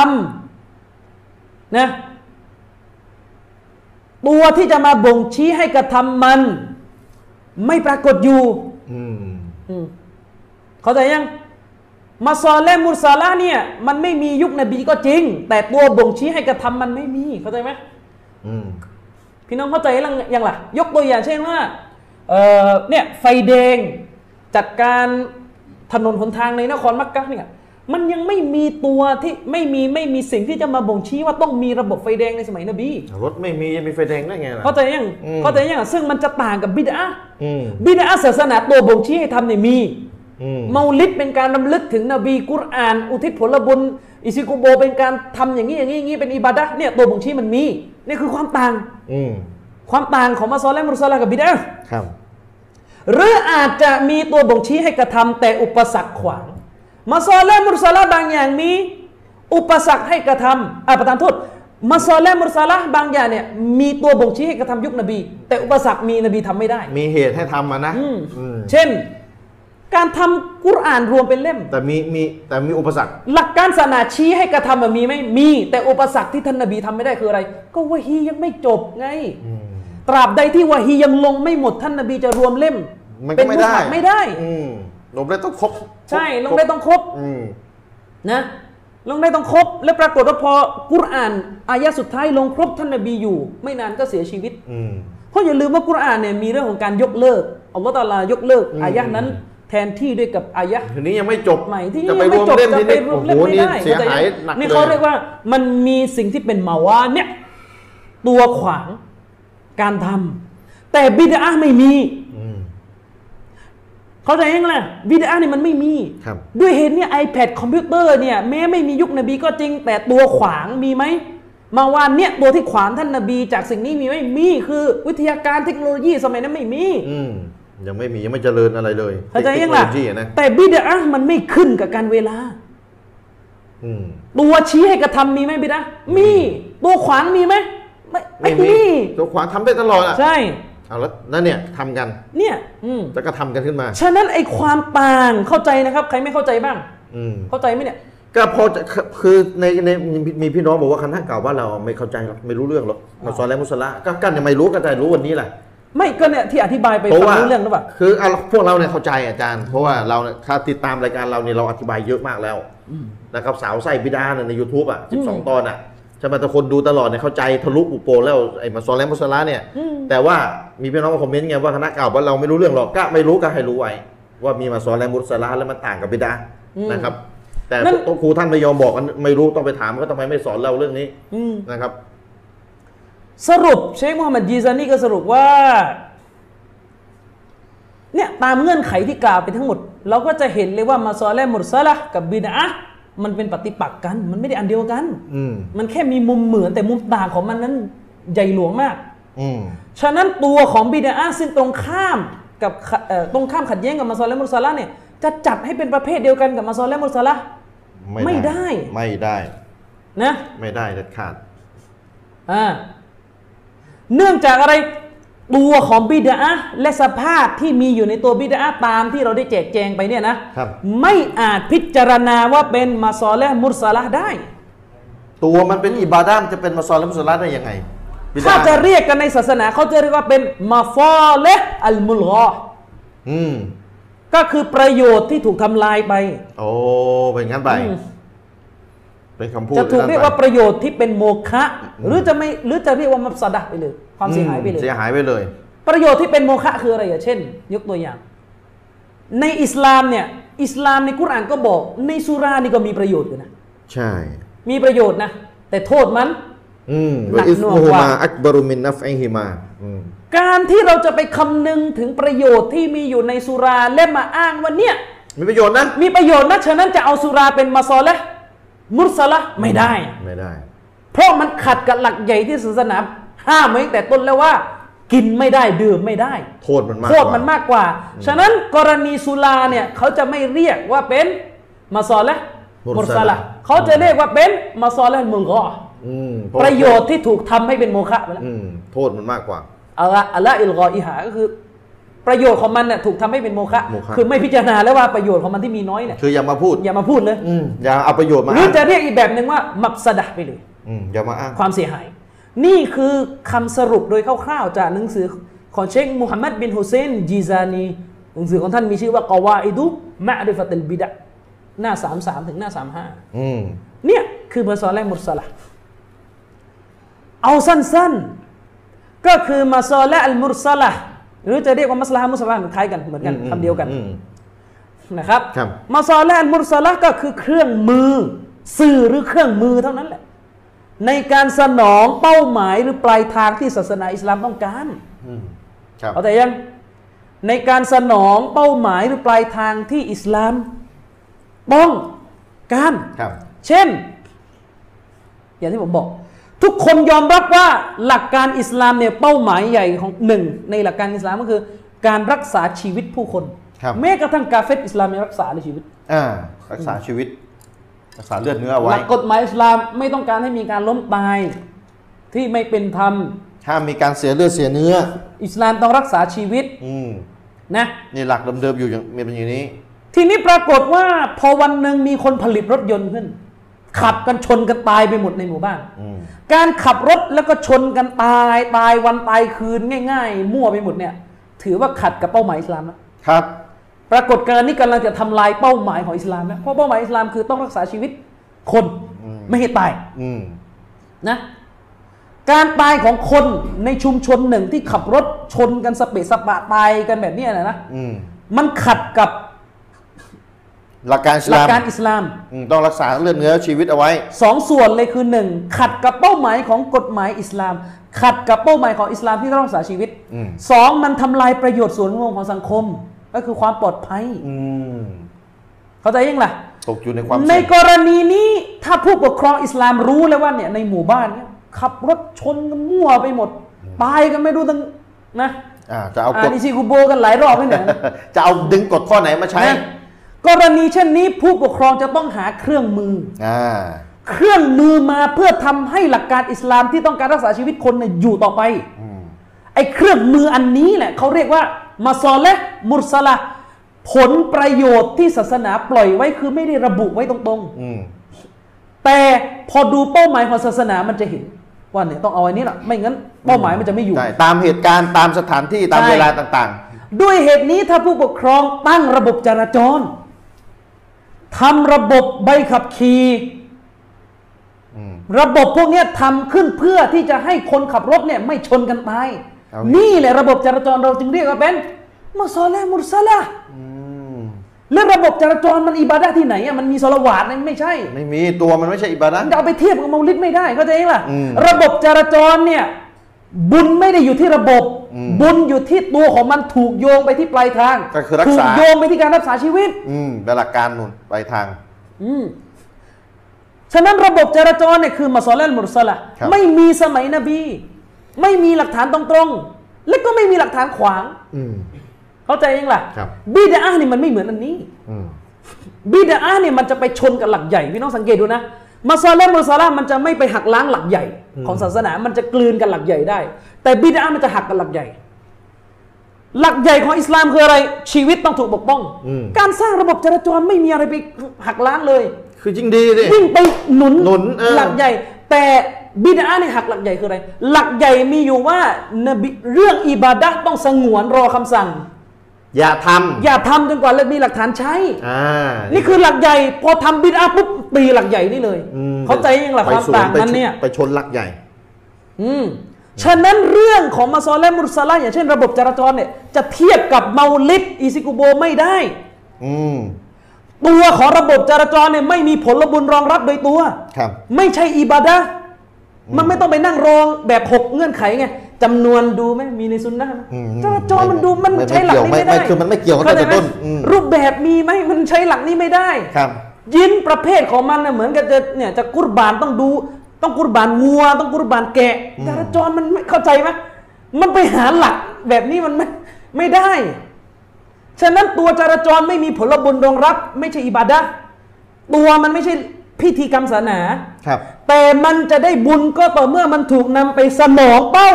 B: ำนะ ตัวที่จะมาบ่งชี้ให้กระทำมัน ไม่ปรากฏอยู่
A: อืม
B: อืมเข้าใจยังมาซอลและมุสาลาเนี่ย มันไม่มียุคนบีก็จริง แต่ตัวบ่งชี้ให้กระทำมันไม่มีเข้าใจไหม
A: อืม
B: พี่น้องเข้าใจยังยังล่ะ ยกตัวอย่างเช่นว่าเอ่อเนี่ยไฟแดงจัดการถนนหนทางในนครมักกะเนี่ยมันยังไม่มีตัวที่ไม่มีไม่มีสิ่งที่จะมาบ่งชี้ว่าต้องมีระบบไฟแดงในสมัยนบี
A: รถไม่มีจะมีไฟแดงได้ไงล่ะ
B: เข้าใจยัง
A: อืม
B: เข้าใจยังซึ่งมันจะต่างกับบิดา
A: อืม
B: บิดาศาสนาตัวบ่งชี้ให้ทำเนี่ยมี
A: อืม
B: เมาลิดเป็นการรำลึกถึงนบีกุรอาน อุทิศผลบุญ อิซิกุโบเป็นการทำอย่างนี้อย่างนี้อย่างนี้เป็นอิบาดะห์เนี่ยตัวบ่งชี้มันมีนี่คือความต่าง
A: อืม
B: ความต่างของมาซอลและมุรซาลากับบิดา
A: ครับ
B: หรืออาจจะมีตัวบ่งชี้ให้กระทำแต่อุปสรรคขวางมาซอลและมุรซาลาบางอย่างมีอุปสรรคให้กระทำอ่าประธานโทษมาซอลและมุรซาลาบางอย่างเนี่ยมีตัวบ่งชี้ให้กระทำยุคนบี แต่อุปสรรคมีนบีทำไม่ได้
A: มีเหตุให้ทำมานะ
B: อืม
A: อืม
B: เช่น การทำกุรอานรวมเป็นเล่ม
A: แต่มีมีแต่มีอุปสรรค
B: หลักการศาสนาชี้ให้กระทำแบบมีไหมมี แต่อุปสรรคที่ท่านนบีทำไม่ได้คืออะไร ก็วะฮียังไม่จบไง
A: อืม
B: ตราบใดที่วะฮียังลงไม่หมดท่านนบีจะรวมเล่ม
A: มัน
B: เป็
A: ก็
B: น
A: ไม่
B: มุส
A: ได้
B: ลิมไม่ได้
A: อืมลงได้ต้องครบ
B: ใช่
A: ครบ
B: ลงได้ต้องครบ
A: อืม
B: นะ ลงได้ต้องครบ และปรากฏว่าพอกุรอานอายะสุดท้ายลงครบท่านนบีอยู่ ไม่นานก็เสียชีวิต
A: อืม
B: เพราะอย่าลืมว่ากุรอานเนี่ยมีเรื่องของการยกเลิกอัลลอฮฺตะอาลายกเลิกอายะนั้นแทนที่ด้วยกับอายะ
A: ทีนี้ยังไม่จบ
B: ใหม่ที่
A: จะไป
B: ยั
A: ร
B: งไม่
A: วม
B: จบ
A: เล่ม
B: จะ
A: ที่
B: ไป
A: นี่
B: ร
A: โอ้
B: วม
A: โห
B: เล่มไม่
A: นี่
B: ได้
A: เสียหายหนัก
B: นี่
A: เล
B: เขาเรีย
A: ย
B: กว่ามันมีสิ่งที่เป็นมาวาเนี่ยตัวขวางการทำแต่บิดาไม่มี
A: อืม
B: เขาใจยังไงล่ะบิดาเนี่ยมันไม่มี
A: ครับ
B: ด้วยเหตุเนี่ย iPad คอมพิวเตอร์เนี่ยแม้ไม่มียุคนบีก็จริง แต่ตัวขวางมีไหมมาวานเนี่ยตัวที่ขวางท่านนบี จากสิ่งนี้มีไหมมีคือวิทยาการเทคโนโลยีสมัยนั้นไม่มี
A: อืมยังไม่มียังไม่เจริญอะไรเลย
B: เข้าใจยังล่ะ
A: เทคโนโลยีอนะ
B: แต่บิดามันไม่ขึ้นกับการเวลา
A: อืม
B: ตัวชี้ให้กระทำมีไหมบิดามี ตัวขวางมีไหมไม่ไม่มี
A: ตัวขวาทำได้ตลอดอ่ะ
B: ใช่
A: เอาแล้วนั่นเนี่ยทำกัน
B: เนี่ย อืม
A: แล้วก็ทำกันขึ้นมา
B: ฉะนั้นไอ้ความต่างเข้าใจนะครับ ใครไม่เข้าใจบ้าง
A: อืม
B: เข้าใจไหมเนี่ย
A: ก็พอจะคือในในมีพี่น้องบอกว่าคณะเก่าว่านเราไม่เข้าใจหรอกไม่รู้เรื่องหรอกเราสอนแล้วมุสละก็กันยังไม่รู้ก็แต่รู้วันนี้แหละ
B: ไม่ก็เนี่ยที่อธิบายไป
A: เพราะ
B: ฟัง
A: ว่า
B: รู้เรื่องหรือเปล่า
A: คือเอาพวกเราเนี่ยเข้าใจอาจารย์ เพราะว่าเราเนี่ยถ้าติดตามรายการเราเนี่ยเราอธิบายเยอะมากแล้วนะครับสาวไส้บิดาเนี่ยใน YouTube อ่ะ
B: อืม
A: 12 ตอนอ่ะใช่ไหมแต่คนดูตลอดเนี่ยเข้าใจทะลุอุโปงแล้วไอ้มาสอนแล้วมุสละเนี่ย
B: อืม
A: แต่ว่ามีพี่น้องมาคอมเมนต์ไงว่าคณะเก่าว่าเราไม่รู้เรื่องหรอกก็ไม่รู้ก็ให้รู้ไว้ว่ามีมาสอนแรงมุสลาแล้วมันต่างกับบิดา
B: อืม
A: นะครับ แต่
B: นั่น
A: ตัวครูท่านไม่ยอมบอกกันไม่รู้ต้องไปถามก็ทำไมไม่สอนเราเรื่องนี้
B: อืม
A: นะครับ
B: สรุปเชคมูฮัมหมัดยีซานี่ก็สรุปว่า เนี่ยตามเงื่อนไขที่กล่าวไปทั้งหมด เราก็จะเห็นเลยว่ามาซอและมุรซะละห์กับบิดาอะห์มันเป็นปฏิปักษ์กัน มันไม่ได้อันเดียวกัน
A: อืม
B: มันแค่มีมุมเหมือนแต่มุมต่างของมันนั้นใหญ่หลวงมาก
A: อืม
B: ฉะนั้นตัวของบิดาอะห์ซึ่งตรงข้ามกับขะเอ่อตรงข้ามขัดแย้งกับมาซอและมุรซะละห์เนี่ยจะจัดให้เป็นประเภทเดียวกันกับมาซอและมุรซะละห์ ไม่ได้
A: ไม่ได้
B: นะ
A: ไม่ได้เด็ดขาด
B: อ่าเนื่องจากอะไรตัวของบิดาอะห์และสภาพที่มีอยู่ในตัวบิดาอะห์ตามที่เราได้แจกแจงไปเนี่ยนะครับ ไม่อาจพิจารณาว่าเป็นมาซอและมุรซะละห์ได้
A: ตัวมันเป็นอิบาดามนจะเป็นมาสอนและมุสลาได้ยังไงบิด
B: ถ้าจะเรียกกันในศาสนาเขาจะเรียกว่าเป็นมาฟอและอัลมุลกอ
A: อืม
B: ก็คือประโยชน์ที่ถูกทำลายไป
A: โอ้เป็นงั้นไป
B: อืม
A: เป็นคำพูด
B: จะถูกเรียกว่า
A: ไป
B: ประโยชน์ที่เป็นโมฆะหรือจะไม่หรือจะเรียกว่ามัสดะไปเลย ความเสียหายไปเลย
A: เสียหายไปเลย
B: ประโยชน์ที่เป็นโมฆะคืออะไรอ่ะเช่น ยกตัวอย่าง ในอิสลามเนี่ยอิสลามในกุรอานก็บอก ในสุรานี่ก็มีประโยชน์อยู่นะ
A: ใช่
B: มีประโยชน์นะ แต่โทษมัน
A: อืม
B: หนักหน่วง
A: อิ
B: กว่า
A: สมุฮุมอักบารุมินนัฟไอฮิมาอืม
B: การที่เราจะไปคำนึงถึงประโยชน์ที่มีอยู่ในสุราและมาอ้างว่าเนี่ย
A: มีประโยชน์นะ
B: มีประโยชน์นะฉะนั้นจะเอาสุราเป็นมาซอและห์มุสละห์ไม่ได้
A: ไม่ได้
B: เพราะมันขัดกับหลักใหญ่ที่ศาสนาห้ามไว้ตั้งแต่ต้นแล้วว่า กินไม่ได้ดื่มไม่ได้
A: โทษมันมาก
B: โทษมันมากกว่า ฉะนั้นกรณีสุราเนี่ยเขาจะไม่เรียกว่าเป็นมาซอและห์มุสละห์เขาจะเรียกว่าเป็นมาซอและห์มุลกอ
A: อืมเพ
B: ประโยชน์ที่ถูกทำให้เป็นโมฆะไปแล้ว
A: อืมโทษมันมากกว่า
B: เอาละอัลละอิลกออิหาก็คือ ประโยชน์ของมันเนี่ยถูกทำให้เป็นโมฆะ
A: โมฆะ
B: คือไม่พิจารณาแล้วว่าประโยชน์ของมันที่มีน้อยเนี่ย
A: คืออย่ามาพูด
B: อย่ามาพูดเลย
A: อืมอย่าเอาประโยชน์มา
B: หรือ
A: อ้าง
B: จะเรียกอีกแบบหนึ่งว่ามับสดะห์ไปเลย
A: อืมอย่ามาอ้าง
B: ความเสียหาย นี่คือคำสรุปโดยคร่าวๆ จากหนังสือของเชคมูฮัมหมัดบินฮุเซนจีซานีหนังสือของท่านมีชื่อว่ากาวาอิดุมะริฟะติลบิดะห์หน้า 33 ถึงหน้า
A: อืม
B: 35 เนี่ย คือมาซอลและมุรสละห์เอาสั้นๆ ก็คือมาซอลและอัลมุรสละห์หรือจะเรียกว่ามัสลาฮะมุสลาห์มันคล้ายกันเหมือนกัน
A: อืม
B: คำเดียวกัน
A: อืม
B: นะครับ
A: ครับ
B: มาซอและอัลมุรสละก็คือเครื่องมือ สื่อหรือเครื่องมือเท่านั้นแหละ ในการสนองเป้าหมายหรือปลายทางที่ศาสนาอิสลามต้องการ
A: อืมครับ
B: เอาแต่ยังในการสนองเป้าหมายหรือปลายทางที่อิสลามต้องการ
A: ครับ
B: เช่น อย่างที่ผมบอก ทุกคนยอมรับว่าหลักการอิสลามเนี่ยเป้าหมายใหญ่ของหนึ่งในหลักการอิสลามก็คือการรักษาชีวิตผู้คน
A: ครับ
B: แม้กระทั่งกาเฟตอิสลามยังรักษาในชีวิต
A: อ่า รักษาชีวิต รักษาเลือดเนื้อเอา
B: ห
A: ไว้
B: ลักกฎหมายอิสลามไม่ต้องการให้มีการล้มตายที่ไม่เป็นธรรม
A: ถ้ามมีการเสียเลือดเสียเนื้อ
B: อิสลามต้องรักษาชีวิต
A: อืม
B: นะ
A: นี่หลักเดิมๆอยู่อย่างมีเป็นอย่างนี้
B: ทีนี้ปรากฏว่าพอวันหนึ่งมีคนผลิตรถยนต์ขึ้น ขับกันชนกันตายไปหมดในหมู่บ้าน
A: อืม
B: การขับรถแล้วก็ชนกันตายตายวันตายคืนง่าย ๆ มั่วไปหมดเนี่ย ถือว่าขัดกับเป้าหมายอิสลามนะครับ ปรากฏการณ์นี้กำลังจะทำลายเป้าหมายของอิสลามนะเพราะเป้าหมายอิสลามคือต้องรักษาชีวิต คนไม่ให้ตาย
A: อืม
B: นะ การตายของคนในชุมชนหนึ่งที่ขับรถชนกันสเปะสปะตายกันแบบเนี้ยนะนะ
A: อืม
B: มันขัดกับ
C: หลักการอิส
B: หลัก
C: ลาม
B: การอิสลาม
C: อืมต้องรักษาเลือดเนื้อชีวิตเอาไว้
B: สองส่วนเลยคือหนึ่งขัดกับเป้าหมายของกฎหมายอิสลาม ขัดกับเป้าหมายของอิสลามที่ต้องรักษาชีวิต
A: อืม
B: สองมันทำลายประโยชน์ส่วนรวมของสังคม ก็คือความปลอดภัย
A: อืม
B: เข้าใจยังล่ะ
A: ตกอยู่ในความ
B: ใน
A: เสี่ยง
B: กรณีนี้ถ้าผู้ปกครองอิสลามรู้แล้วว่าเนี่ยในหมู่บ้านเนี่ยขับรถชนกันมั่วไปหมด ตายกันไม่รู้ตั้งนะ
C: อ่าจะเอากฎ
B: อ่านอิชิคุโบกันหลายรอบไม่เนี่ยนะ
C: จะเอาดึงกฎข้อไหนมาใช้
B: นะกรณีเช่นนี้ผู้ปกครองจะต้องหาเครื่องมือ
C: อ่า
B: เครื่องมือมาเพื่อทำให้หลักการอิสลามที่ต้องการรักษาชีวิตคนเนี่ยอยู่ต่อไป ไอ้เครื่องมืออันนี้แหละเขาเรียกว่ามาซอลและมุรสละผลประโยชน์ที่ศาสนาปล่อยไว้คือไม่ได้ระบุไว้ตรง
A: อืม
B: ๆ แต่พอดูเป้าหมายของศาสนามันจะเห็นว่าเนี่ยต้องเอาอันนี้แหละไม่งั้นเป้าหมายมันจะไม่อยู่
C: ใช่ตามเหตุการณ์ตามสถานที่ตาม
B: ใช่
C: เวลาต่าง
B: ด้วยเหตุนี้ถ้าผู้ปกครองตั้งระบบจราจรทำระบบใบขับขี่ระบบพวกเนี้ยทำขึ้นเพื่อที่จะให้คนขับรถเนี่ยไม่ชนกันตาย นี่แหละระบบจราจรเราจึงเรียกว่าเป็นมาซอลามุรสลา
C: ๆอืม
B: แล้วระบบจราจรมันอิบาดะห์ที่ไหนอะมันมีสลาวาดนะไม่ใช่
C: ไม่มีตัวมันไม่ใช่อิบาดะห์
B: จะเอาไปเทียบกับเมาลิดไม่ได้เข้าใจไหมล่ะ
C: อืม
B: ระบบจราจรเนี่ย บุญไม่ได้อยู่ที่ระบบ
C: อืม
B: บุญอยู่ที่ตัวของมันถูกโยงไปที่ปลายทาง
C: ก็คือรักษา
B: ถูกโยงไปที่การรักษาชีวิต
C: อืมเป็นหลักการนู่นไปทาง
B: อืมฉะนั้นระบบจราจรเนี่ยคือมาซอลแลนมุรสละ
C: ครับ
B: ไม่มีสมัยนบี ไม่มีหลักฐานตรงๆและก็ไม่มีหลักฐานขวาง
C: อืม
B: เข้าใจยังล่ะ
C: ครับ
B: บิดาเนี่ยมันไม่เหมือนอันนี้
C: อืม
B: บิดาเนี่ยมันจะไปชนกับหลักใหญ่พี่น้องสังเกตดูนะมาซาลามุสลามันจะไม่ไปหักล้างหลักใหญ่ ของศาสนา มันจะกลืนกับหลักใหญ่ได้ แต่บิดามันจะหักกับหลักใหญ่ หลักใหญ่ของอิสลามคืออะไร ชีวิตต้องถูกปกป้อง
A: อืม
B: การสร้างระบบจราจรไม่มีอะไรไปหักล้างเลย
A: คือยิ่งดีดิ
B: ยิ่งไปหนุน
A: หนุนเออ
B: หลักใหญ่ แต่บิดาเนี่ยหักหลักใหญ่คืออะไร หลักใหญ่มีอยู่ว่านบีเรื่องอิบาดะห์ต้องสงวนรอคำสั่ง
A: อย่าทำ
B: อย่าทำจนกว่ามีหลักฐานใช้
A: อ่า
B: นี่คือหลักใหญ่พอทำบิดอาปุ๊บตีหลักใหญ่นี่เลย
A: อืม
B: เข้าใจยังหลัก
A: ไป
B: ความ
A: สว
B: ต่าง
A: ไป
B: นั้นเนี่ย
A: ชไปชนหลักใหญ่
B: อืมฉะนั้นเรื่องของมาซอลและมุรสลาอย่างเช่นระบบจราจรเนี่ยจะเทียบกับเมาลิดอิซิกุโบไม่ได้
C: อืม
B: ตัวของระบบจราจรเนี่ยไม่มีผลบุญรองรับโดยตัว
C: ครับ
B: ไม่ใช่อิบาดะห์มันไม่ต้องไปนั่งรองแบบหกเงื่อนไขไงจำนวนดูไหมมีในซุนนะห์ไหม
C: อืม
B: จราจรมันดูมัน
C: ไม่
B: ใช้หลักนี้
C: ไม่เกี่ยวไม่
B: ไม่ได้
C: ไม่คือมันไม่เกี่ยวกัน
B: ข้าใจ
C: ตั้งแต่ต้น
B: ไหม
C: อืม
B: รูปแบบมีไหมมันใช้หลักนี้ไม่ได้
C: ครับ
B: ยินประเภทของมันนะเหมือนกับจะเนี่ยจะกุรบานต้องดู ต้องกุรบานวัว ต้องกุรบานแกะจราจรมันไม่เข้าใจไหมมันไปหาหลักแบบนี้มันไม่ไม่ได้ ฉะนั้นตัวจราจรไม่มีผลบุญรองรับ ไม่ใช่อิบาดะห์ตัวมันไม่ใช่พิธีกรรมศาสนา
C: ครับ
B: แต่มันจะได้บุญก็ต่อเมื่อมันถูกนำไปสนองเป้า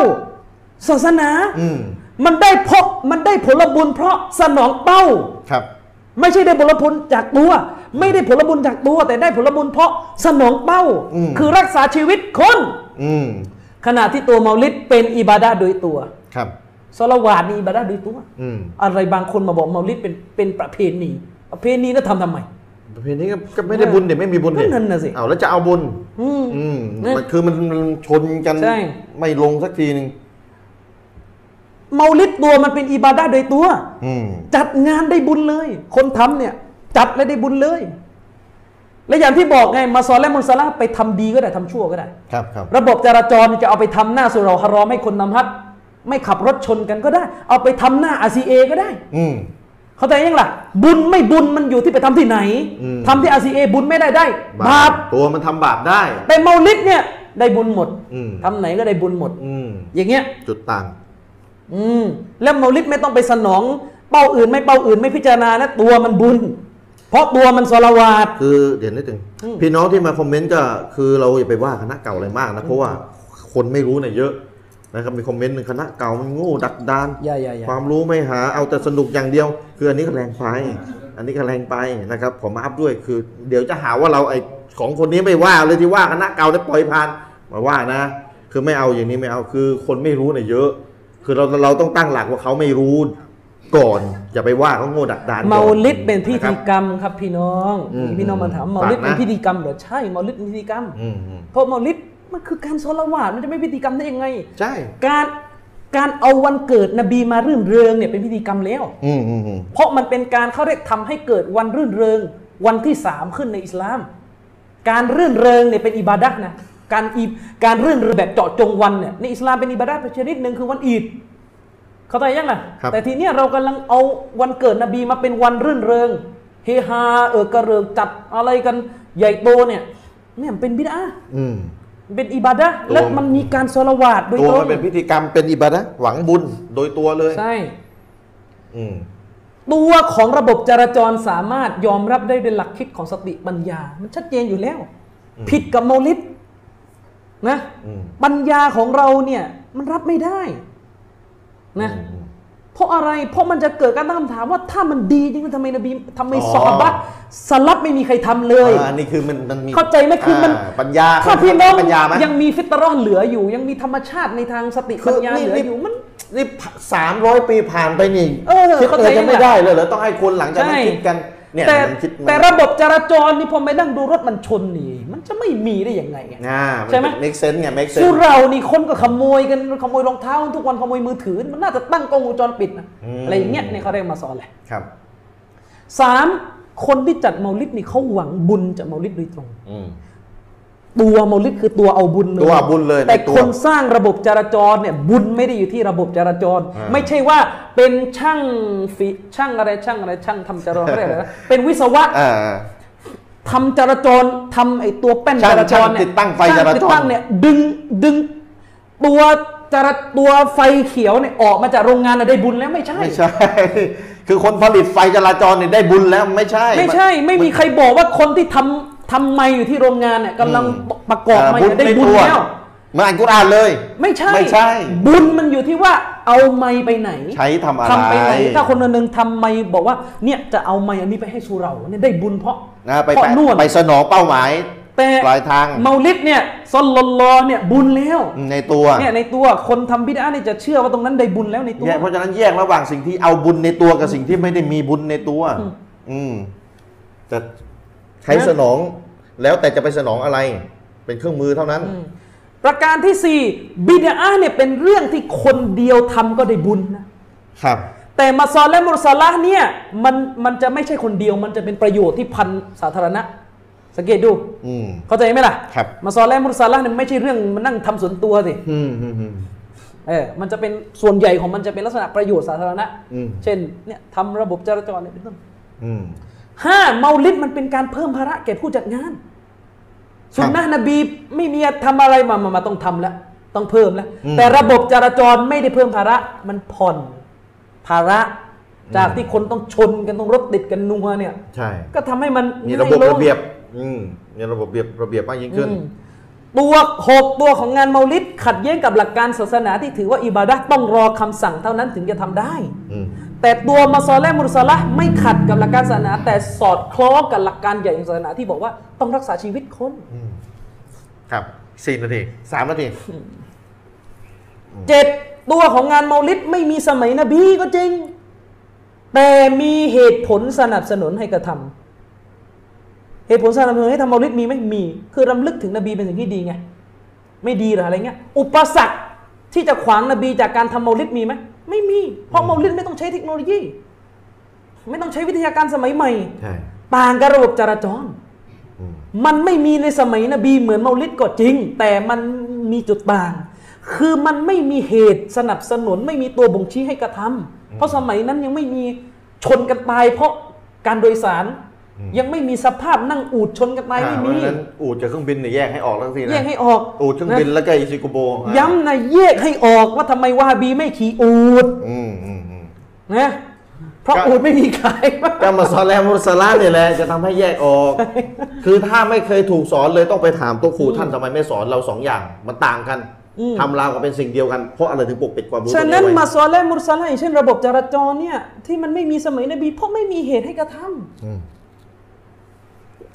B: ศาสนา
C: อืม
B: มันได้เพราะมันได้ผลบุญเพราะสนองเป้า
C: ครับ
B: ไม่ใช่ได้ผลบุญจากตัว ไม่ได้ผลบุญจากตัว แต่ได้ผลบุญเพราะสนองเป้า
C: อืม
B: คือรักษาชีวิตคน
C: อืม
B: ขณะที่ตัวเมาลิดเป็นอิบาดาโดยตัว
C: ครับ
B: สละวาดนี่อิบาดาโดยตัว
C: อืม
B: อะไรบางคนมาบอกเมาลิดเป็นเป็นประเพณี ประเพณีแล้วทำทำไม
A: ประเพณีก็ก็ไม่ได้บุญเดี๋ยไม่มีบุญเดี๋ย
B: นั่นน่ะสิ
A: เอาแล้วจะเอาบุญ
B: อืม
C: อืม
B: นะ
C: มันคือมันมันชนกัน
B: ใช่
C: ไม่ลงสักทีหนึ่ง
B: เมาลิดตัวมันเป็นอิบาดาโดยตัว
C: อืม
B: จัดงานได้บุญเลย คนทำเนี่ย จัดแล้วได้บุญเลย และอย่างที่บอกไงมาซอลและมุสลาไปทำดีก็ได้ทำชั่วก็ได้
C: ครับครับ
B: ระบบจราจรจะเอาไปทำหน้าสุเหราฮารอมให้คนนำฮัทไม่ขับรถชนกันก็ได้ เอาไปทำหน้าอาซีเอก็ได้
C: อืม
B: เข้าใจยังล่ะ บุญไม่บุญมันอยู่ที่ไปทำที่ไหน
C: อืม
B: ทำที่อาซีเอบุญไม่ได้ได้บาป
A: ตัวมันทำบาปได้
B: แต่เมาลิดเนี่ยได้บุญหมด
A: อืม
B: ทำไหนก็ได้บุญหมด
A: อืม
B: อย่างเงี้ย
A: จุดต่าง
B: อืมแล้วเมาลิดไม่ต้องไปสนอง เป้าอื่นไม่เป้าอื่นไม่พิจารณานะตัวมันบุญ เพราะตัวมันสละวาด
A: คือเดี๋ยวนิดหนึง
B: อืม
A: พี่น้องที่มาคอมเมนต์ก็คือเราอย่าไปว่าคณะเก่าอะไรมากนะ เพราะว่าคนไม่รู้เนี่ยเยอะนะครับมีคอมเมนต์หนึ่งคณะเก่ามันโง่ดักดาน
B: อย่าอย่าอย่า
A: ความรู้ไม่หาเอาแต่สนุกอย่างเดียว คืออันนี้ก็แรงไป อันนี้ก็แรงไปนะครับผมมาอัพด้วยคือ เดี๋ยวจะหาว่าเราไอของคนนี้ไม่ว่าเลยที่ว่าคณะเก่าได้ปล่อยผ่านมาว่านะ คือไม่เอาอย่างนี้ไม่เอาคือคนไม่รู้เนี่ยเยอะ คือเราเราต้องตั้งหลักว่าเขาไม่รู้ ก่อนอย่าไปว่าเขาโง่ดักดานก่อน
B: เมาลิดเป็นพิ
A: ะครั
B: ธี
A: บ
B: กรรมครับพี่น้อง
A: อืม
B: มีพี่น้องมาถาม
A: ฝากนะ
B: เมาลิดเป็นพิธีกรรมเหรอใช่เมาลิดเป็นพิธีกรรม
A: อืมอืม
B: เพราะเมาลิดมันคือการสละหวาดมันจะไม่พิธีกรรมได้ยังไง
A: ใช่
B: การการเอาวันเกิดนบีมารื่นเริงเนี่ยเป็นพิธีกรรมแล้ว
A: อืมอืมอืม
B: เพราะมันเป็นการเขาเรียกทำให้เกิดวันรื่นเริง วันที่สามขึ้นในอิสลาม การรื่นเริงเนี่ยเป็นอิบาดะห์นะการอีการรื่นเริงแบบเจาะจงวันเนี่ยในอิสลามเป็นอิบาดะห์ชนิดหนึ่งคือวันอีดเข้าใจยังล่ะแต่ทีเนี้ยเรากำลังเอาวันเกิดนบีมาเป็นวันรื่นเริงเฮฮาเออกระเริงจัดอะไรกันใหญ่โตเนี่ยเนี่ยมันเป็นบิดา
A: อืม
B: เป็นอิบาดะห์
A: ตัว
B: และมันมีการสลาวาดโดย
A: ตัว
B: ตรง
A: มันเป็นพิธีกรรมเป็นอิบาดะห์หวังบุญโดยตัวเลย
B: ใช่
A: อืม
B: ตัวของระบบจราจรสามารถยอมรับได้ด้วยหลักคิดของสติปัญญา มันชัดเจนอยู่แล้ว ผิดกับเมาลิดนะ
A: อืม
B: ปัญญาของเราเนี่ย มันรับไม่ได้นะเพราะอะไรเพราะมันจะเกิดการตั้งคำถามว่าถ้ามันดีจริงๆทำไมนบีทำไมสอบัตสลับไม่มีใครทำเลย
A: อ่านี่คือมันมันมี
B: เข้าใจไหมคือมัน
A: าปัญญา
B: ถ้าพี่น้อง
A: ปัญญาไหม
B: ยังมีฟิตรอนเหลืออยู่ ยังมีธรรมชาติในทางสติปัญญา
A: คือนี่
B: เหลือ
A: นี่
B: อยู่มัน
A: นี่สามร้อยปีผ่านไปนี่
B: เออ
A: คิด
B: เข้า
A: เล
B: ใจ
A: ยจะไม่
B: ยังไง
A: ได้เลยเหรอต้องให้คนหลังจากนั้น
B: ใช่
A: คิดกันเนี่ย
B: แต่
A: มันคิดมัน
B: แต่ระบบจราจรนี่พอไปนั่งดูรถมันชนนี่ มันจะไม่มีได้ยังไงอะ
A: อ่า
B: ใช่ไหม
A: เมคเซนไงเมคเซน
B: คือเรานี่คนก็ขโมยกันขโมยรองเท้าทุกวันขโมยมือถือ มันน่าจะตั้งกล้องวงจรปิดนะ
A: อืม
B: อะไรอย่างเงี้ยเนี่ยเขาเรียกมาสอนแหละ
A: ครับ
B: สามคนที่จัดเมาลิดนี่เขาหวังบุญจากเมาลิดโดยตรง
A: อืม
B: ตัวเมาลิดคือตัวเอาบุญเลย
A: ตัวเอาบุญเลย
B: แต่
A: ในตัว
B: คนสร้างระบบจราจรเนี่ยบุญไม่ได้อยู่ที่ระบบจราจร
A: อ่า
B: ไม่ใช่ว่าเป็นช่างฝีช่างอะไรช่างอะไรช่างทำจราจรเขาเรียกอะไรนะเป็นวิศวะ
A: อ่า
B: ทำจราจรทำไอ้ตัวแป้นจ
A: ช่าง
B: ราจร
A: ช่า
B: เนี่ย
A: งติดตั้งไฟ
B: ช่
A: จราจร
B: ติดตั้งเนี่ยดึงดึงตัวจราตัวไฟเขียวเนี่ยออกมาจากโรงงานน่ะได้บุญแล้วไม่ใช่
A: ไม่ใช่ คือคนผลิตไฟจราจรเนี่ยได้บุญแล้วไม่ใช่
B: ไม่ใช่ ไม่มีใครบอกว่าคนที่ทำทำไมอยู่ที่โรงงานเนี่ยกำลัง
A: อืม
B: ประกอบไม
A: บุญ
B: เนี่ยได้
A: ใน
B: บุญ
A: ตัว
B: แล้ว
A: เหมันอ่านกุรอานเลย
B: ไม่ใช่
A: ไม่ใช่
B: บุญมันอยู่ที่ว่าเอาไม้ไปไหน
A: ใช้ทำอะไร
B: ทำไปไหนถ้าคนคนหนึงทำไมบอกว่าเนี่ยจะเอาไม้อันนี้ไปให้สุเราเนี่ยได้บุญเพราะ
A: นะไป
B: เพราะ
A: แปะ
B: นวด
A: ไปสนองเป้าหมาย
B: แต่
A: ปลายทาง
B: เมาลิดเนี่ยซอนลลลอเนี่ยบุญแล้ว
A: ในตัว
B: เนี่ยในตัวคนทำบิดาเนี่ยจะเชื่อว่าตรงนั้นได้บุญแล้วในตัว
A: แยกเพราะฉะนั้นแยกระหว่างสิ่งที่เอาบุญในตัวกับสิ่งที่ไม่ได้มีบุญในตัว อืมจะใช้
B: นะ
A: สนองแล้วแต่จะไปสนองอะไร เป็นเครื่องมือเท่านั้น
B: ประการที่สี่บิดาเนี่ยเป็นเรื่องที่คนเดียวทำก็ได้บุญนะครับ แต่มาซอลและมุรสลาเนี่ยมันมันจะไม่ใช่คนเดียวมันจะเป็นประโยชน์ที่พันสาธารณะ สังเกตดู
A: อืม
B: เข้าใจไหมล่ะ
A: ครับ
B: มาซอลและมุรสลาเนี่ยไม่ใช่เรื่องมันนั่งทำส่วนตัวสิ
A: อืมอืมอืม
B: เออ มันจะเป็นส่วนใหญ่ของมันจะเป็นลักษณะประโยชน์สาธารณะ
A: อืม
B: เช่น เนี่ยทำระบบจราจรเนี่ยเป็นต้น
A: อืม
B: ห้าเมาลิดมันเป็นการเพิ่มภาระแก่ผู้จัดงานสุนนะนบีไม่มีทำอะไรมามามาต้องทำแล้ว ต้องเพิ่มแล้ว
A: อืม
B: แต่ระบบจราจรไม่ได้เพิ่มภาระมันผ่อนภาระ จากที่คนต้องชนกันต้องรถติดกันนัวเนี่ย
A: ใช่
B: ก็ทำให้มัน
A: มีระบบ
B: ง่ายลง
A: ระเบียบ อืม มีระบบระเบียบระเบียบมากยิ่งขึ้น
B: อืมตัวหกตัวของงานเมาลิดขัดแย้งกับหลักการศาสนาที่ถือว่าอิบาดะห์ต้องรอคำสั่งเท่านั้นถึงจะทำได้
A: อืม
B: แต่ตัวมาซอลและมุรสละห์ไม่ขัดกับหลักการศาสนา แต่สอดคล้องกับหลักการใหญ่ของศาสนาที่บอกว่าต้องรักษาชีวิตคน
A: ครับสี่นาทีสามนาที
B: เจ็ดตัวของงานเมาลิดไม่มีสมัยนบีก็จริง แต่มีเหตุผลสนับสนุนให้กระทำเหตุผลสนับสนุนให้ทำเมาลิดมีไหมมี คือรำลึกถึงนบีเป็นสิ่งที่ดีไง ไม่ดีหรืออะไรเงี้ย อุปสรรคที่จะขวางนบีจากการทำเมาลิดมีไหมไม่มี เพราะเมาลิดไม่ต้องใช้เทคโนโลยี ไม่ต้องใช้วิทยาการสมัยใหม่
A: ใช่
B: ต่างกับระบบจราจร
A: อืม
B: มันไม่มีในสมัยนบีเหมือนเมาลิดก็จริง แต่มันมีจุดต่าง คือมันไม่มีเหตุสนับสนุนไม่มีตัวบ่งชี้ให้กระทำเพราะสมัยนั้นยังไม่มีชนกันตาย เพราะการโดยสาร ยังไม่มีสภาพนั่งอูดชนกันตาย
A: อ่า
B: ไม่
A: เพราะ
B: มี
A: ฉะนั้นอูดกับเครื่องบินเนี่ยแยกให้ออกแล้วสินะ
B: แยกให้ออก
A: อูดเครื่องบินแล้วก็อิซิโกโบอ่ะ
B: ย้ำนะแยกให้ออกว่าทำไมวาฮาบีไม่ขี่อูด
A: อืมอืมอืม
B: นะเพราะ
A: ก็
B: อูดไม่มีขายมาก
A: กรรมสอนแลมุรสลาเนี่ยแหละจะทำให้แยกออก คือถ้าไม่เคยถูกสอนเลยต้องไปถามตัวครูท่านทำไมไม่สอนเราสองอย่าง มันต่างกัน
B: อืม
A: ทำราวกับเป็นสิ่งเดียวกันเพราะอะไรถึงปกปิดความรู้
B: ฉะ
A: ตรง
B: นั้น
A: ไว้
B: มาซอลและมุรสลาอย่างเช่นระบบจราจรเนี่ยที่มันไม่มีสมัยนบีเพราะไม่มีเหตุให้กระทำ
A: อืม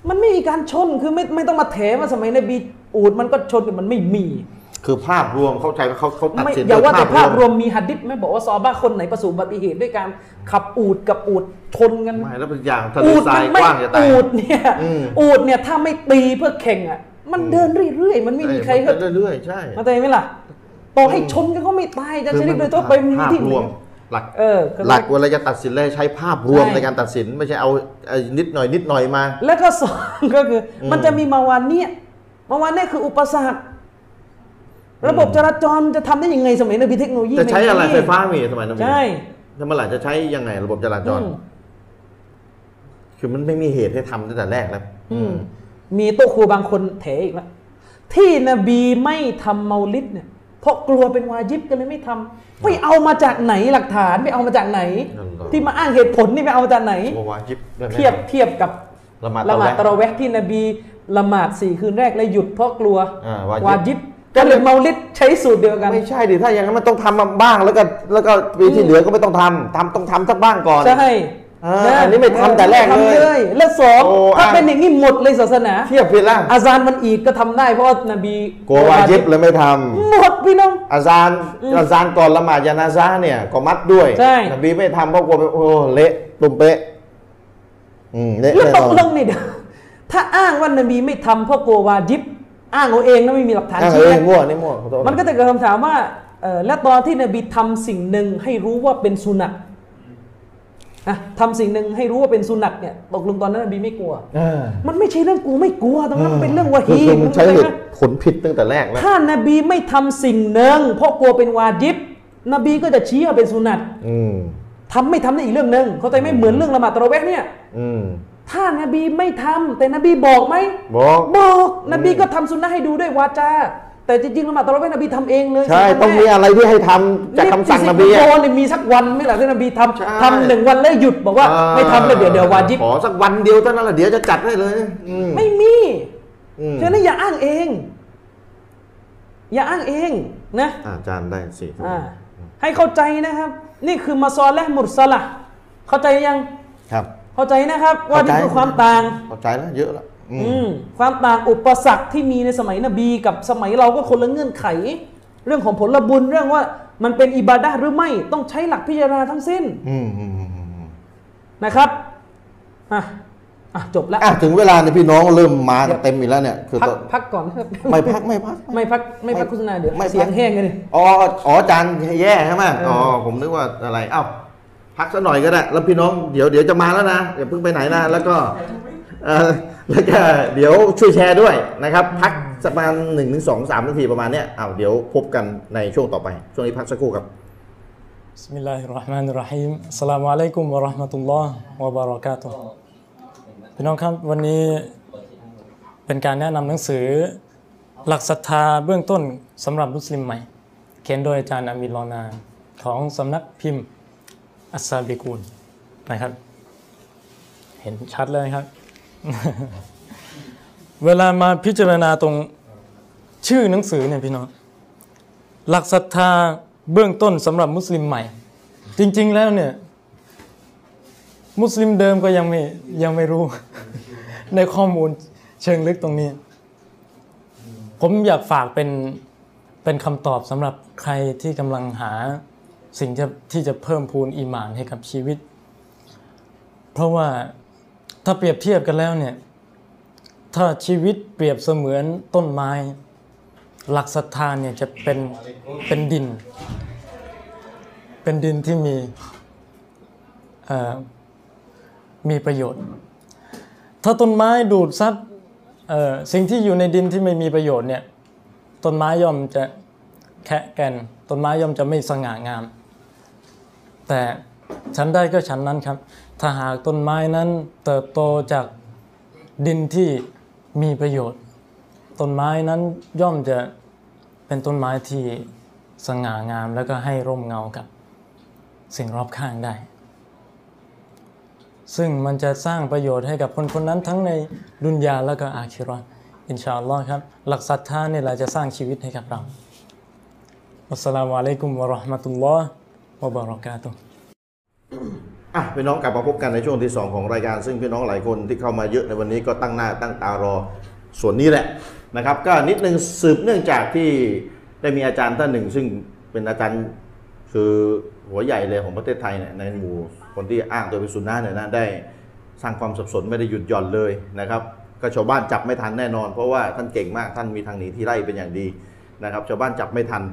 B: มันไม่มีการชน คือไม่ไม่ต้องมาแถว่าสมัยนบีอูดมันก็ชน มันไม่มี
A: คือภาพรวมเข้าใจว่าเขาเขาตัด
B: ไม่
A: สิน
B: อย่าว่าแต่
A: โด
B: ภาพรวมมีหัดดิษไม่บอกว่าซอบ้าคนไหนประสบอุบัติเหตุด้วยการขับอูดกับอูดชนกัน
A: ไม่แล้วเป็นอย่างทะเล
B: อูด
A: ทรา
B: มั
A: ย
B: นไม่
A: กว้างจะตาย
B: อูดเนี่ย
A: อืม
B: อูดเนี่ยถ้าไม่ตีเพื่อแข่งอ่ะ มันเดินเรื่อยๆ มันไม่มีใครเขา
A: เออเรื่อยๆใช่
B: เข้าใจไหมล่ะต่อให้ชนกันก็ไม่ตายจะชนิดโดยตัวไปมี
A: ภาพ
B: ที่ไห
A: ร
B: น
A: วมหลัก
B: เออก็
A: ห
B: เล
A: ลั
B: ย
A: กเวลาจะตัดสินเลยใช้ภาพรวม
B: ใช่
A: ในการตัดสินไม่ใช่เอาไอ้นิดหน่อยนิดหน่อยมา
B: แล้วก็สอง ก็คืออมันจะมีมาวันเนี่ยมาวันเนี่ยคืออุปสรรค ระบบจราจรจะทำได้ยังไงสมัยนบีเทคโนโลยี
A: จะใช้อะไร
B: นนี้
A: ไฟฟ้ามีสมัยนั้นมี
B: ใช่
A: ถ้าเมื่อไหร่จะใช้ยังไงระบบจราจร
B: อืม
A: คือมันไม่มีเหตุให้ทำตั้งแต่แรกแล้ว
B: อืมมีโต๊ะครูบางคนเถอีกแล้วที่นบีไม่ทำเมาลิดเนี่ยเพราะกลัวเป็นวาญิบก็เลยไม่ทำไปเอามาจากไหนหลักฐานไปเอามาจากไหน ที่มาอ้างเหตุผลนี่ไปเอามาจากไหน
A: บอกว่ายิบได้ไหม
B: เทียบเทียบกับ
A: ละหมาด
B: ละหมาดตะ
A: เตา
B: เราะ
A: แวะ
B: เวะห์ที่นบีละหมาดสี่คืนแรกแล้วหยุดเพราะกลัว
A: อ่าวาญิบ
B: บก็เลยเมาลิดใช้สูตรเดียวกัน
A: ไม่ใช่ดิถ้าอย่างนั้นมันต้องทำมาบ้างแล้วก็แล้วก็ปีที่เหลือก็ไม่ต้องทำทำต้องทำสักบ้างก่อน
B: ใช่
A: อ่าอันนี้ไม่ทำแต่แรกเลย
B: ไม่ทำและสอง
A: โอ้
B: ถ้า
A: อ่ะ
B: เป็นอย่างนี้หมดเลยศาสนา
A: เทียบเวลา
B: อาซานมันอีกก็ทำได้เพราะว่านบี
A: กลัววายิบเลยไม่ทำ
B: หมดพี่น้อง
A: อาซานอาซานก่อนละหมาดยานาซาเนี่ยก็มัดด้วย
B: ใช่
A: นบีไม่ทำเพราะกลัวไปโอ้เละตุ่มเป๊ะอืมเละ
B: แล้ว
A: แน่
B: ต
A: น
B: ก
A: อน
B: ลงนี่เดี๋ยวถ้าอ้างว่านบีไม่ทำเพราะกลัววาญิบ อ้างเอาเองนะไม่มีหลักฐาน
A: อ่ะ
B: ชี้
A: เอ้ย
B: แนะ
A: มั่วนี่มั่วขอโทษ
B: มันก็จะเกิดคำถามว่าเอ่อและตอนที่นบีทำสิ่งหนึ่งให้รู้ว่าเป็นสุนัขอะทำสิ่งหนึ่งให้รู้ว่าเป็นสุนัขเนี่ยตกลงตอนนั้นนบีไม่กลัว
A: อ่า
B: มันไม่ใช่เรื่องกูไม่กลัวตรงนั้นมันเป็นเรื่องวา
A: คือ
B: ฮี
A: คือมันใช้
B: เข้า
A: เห
B: ใจ
A: ตุ
B: ไหม
A: ผลผิดตั้งแต่แรกแล้ว
B: ถ้านบีไม่ทำสิ่งหนึ่งเพราะกลัวเป็นวาญิบ นบีก็จะชี้ว่าเป็นสุนัข
A: อืม
B: ทำไม่ทำในนอีกเรื่องหนึ่งเข้าใจไหมเหมือนเรื่องละหมาดตะเราะเวกเนี่ย
A: อืม
B: ถ้านบีไม่ทำแต่นบีบอกไหม
A: บอก
B: บอกนบีก็ทำสุนนะให้ดูด้วยวาจาแต่จริงๆละหมาดตะเราะเวกนบีทำเองเลย
A: ใช่
B: ไห
A: ต้องมีอะไรที่ให้ทำจากคำสั่งนบี
B: นี่
A: อะ
B: สิบโมเนี่ยมีสักวันไหม่หล่ะที่นบีท
A: ใช่
B: ำทำหนึ่งวันแล้วหยุดบอกว่า
A: อ่
B: ไม่ทำแล้วเดี๋ยวเดี๋ยววาจิบ
A: ขอสักวันเดียวเท่านั้นแหละเดี๋ยวจะจัดให้เลยอืม
B: ไม่มี
A: อืม
B: ฉะนั้นอย่าอ้างเอง อย่าอ้างเองนะ
A: อาจารย์ได้สิ
B: อ่า ให้เข้าใจนะครับ นี่คือมาซอลและมุสละเข้าใจยัง
A: ครับ
B: เข้าใจนะครับ ว่านี่คือความต่าง
A: เข้าใจแล้วเยอะแล้วอืม
B: อืมความต่างอุปสรรคที่มีในสมัยนบีกับสมัยเราก็คนละเงื่อนไข เรื่องของผลบุญเรื่องว่ามันเป็นอิบาดะห์หรือไม่ต้องใช้หลักพิจารณาทั้งสิ้น
A: อืมอืมอืมอืมอืม
B: นะครับอ่ะอ่ะจบแล้ว
A: อ่ะถึงเวลาเนี่ยพี่น้องเริ่มมากันเต็มอีกแล้วเนี่ย คือ
B: พัก
A: ตอน
B: พักก่อนนะครับ
A: ไม่พักไม่พัก
B: ไม่พักไม่พักโฆษณาเดี๋ยว
A: ไม่พัก
B: เสียงแห้งกันดิ
A: อ๋ออ๋ออาจานแย่ใช่ไหม
B: เอออ๋
A: อ๋อผมนึกว่าอะไร เอ้าพักสักหน่อยก็ได้ แล้วพี่น้องเดี๋ยวเดี๋ยวจะมาแล้วนะอย่าเพิ่งไปไหนนะแล้วก็เอ่อแล้วก็เดี๋ยวช่วยแชร์ด้วยนะครับ พักสักประมาณหนึ่งถึงสองสามนาทีประมาณเนี้ยอ้าวเดี๋ยวพบกันในช่วงต่อไป ช่วงนี้พักสักครู่ครับ
D: بسم الله الرحمن الرحيم السلام عليكم ورحمة الله وبركاته พี่น้องครับวันนี้เป็นการแนะนำหนังสือ หลักศรัทธาเบื้องต้นสำหรับมุสลิมใหม่ เขียนโดยอาจารย์อามิรลอนาของสำนักพิมพ์ อัสซาบิกูลนะครับ เห็นชัดเลยครับ เวลามาพิจารณาตรงชื่อหนังสือเนี่ยพี่น้อง หลักศรัทธาเบื้องต้นสำหรับมุสลิมใหม่ จริง ๆ แล้วเนี่ย มุสลิมเดิมก็ยังไม่ยังไม่รู้ ในข้อมูลเชิงลึกตรงนี้ ผมอยากฝากเป็นเป็นคำตอบสำหรับใครที่กำลังหาสิ่งที่ที่จะเพิ่มพูนอีหมานให้กับชีวิต เพราะว่าถ้าเปรียบเทียบกันแล้วเนี่ย ถ้าชีวิตเปรียบเสมือนต้นไม้ หลักศรัทธาเนี่ยจะเป็นเป็นดิน เป็นดินที่มีเอ่อมีประโยชน์ ถ้าต้นไม้ดูดซับเอ่อสิ่งที่อยู่ในดินที่ไม่มีประโยชน์เนี่ยต้นไม้ย่อมจะแคะแกนต้นไม้ย่อมจะไม่สง่างาม แต่ฉันได้ก็ฉันนั้นครับ ถ้าหากต้นไม้นั้นเติบโตจากดินที่มีประโยชน์ ต้นไม้นั้นย่อมจะเป็นต้นไม้ที่สง่างามแล้วก็ให้ร่มเงากับสิ่งรอบข้างได้ ซึ่งมันจะสร้างประโยชน์ให้กับคนคนนั้นทั้งในดุนยาแล้วก็อาคิเราะห์อินชาอัลลอฮ์ครับ หลักศรัทธาเนี่ยแหละจะสร้างชีวิตให้กับเราอัสสลามุอะลัยกุมวะเราะห์มะตุลลอฮ์วะบะเราะกาตุฮ์
A: อ่ะพี่น้องกลับมาพบกันในช่วงที่ 2 ของรายการ ซึ่งพี่น้องหลายคนที่เข้ามาเยอะในวันนี้ก็ตั้งหน้าตั้งตารอส่วนนี้แหละนะครับ ก็นิดนึงสืบเนื่องจากที่ ได้มีอาจารย์ท่านหนึ่ง ซึ่งเป็นอาจารย์คือหัวใหญ่เลยของประเทศไทยเนี่ยในหมู่คนที่อ้างตัวเป็นซุนนะห์เนี่ยนะได้สร้างความสับสนไม่ได้หยุดหย่อนเลยนะครับ ก็ชาวบ้านจับไม่ทันแน่นอน เพราะว่าท่านเก่งมากท่านมีทางหนีที่ไล่เป็นอย่างดีนะครับ ชาวบ้านจับไม่ทัน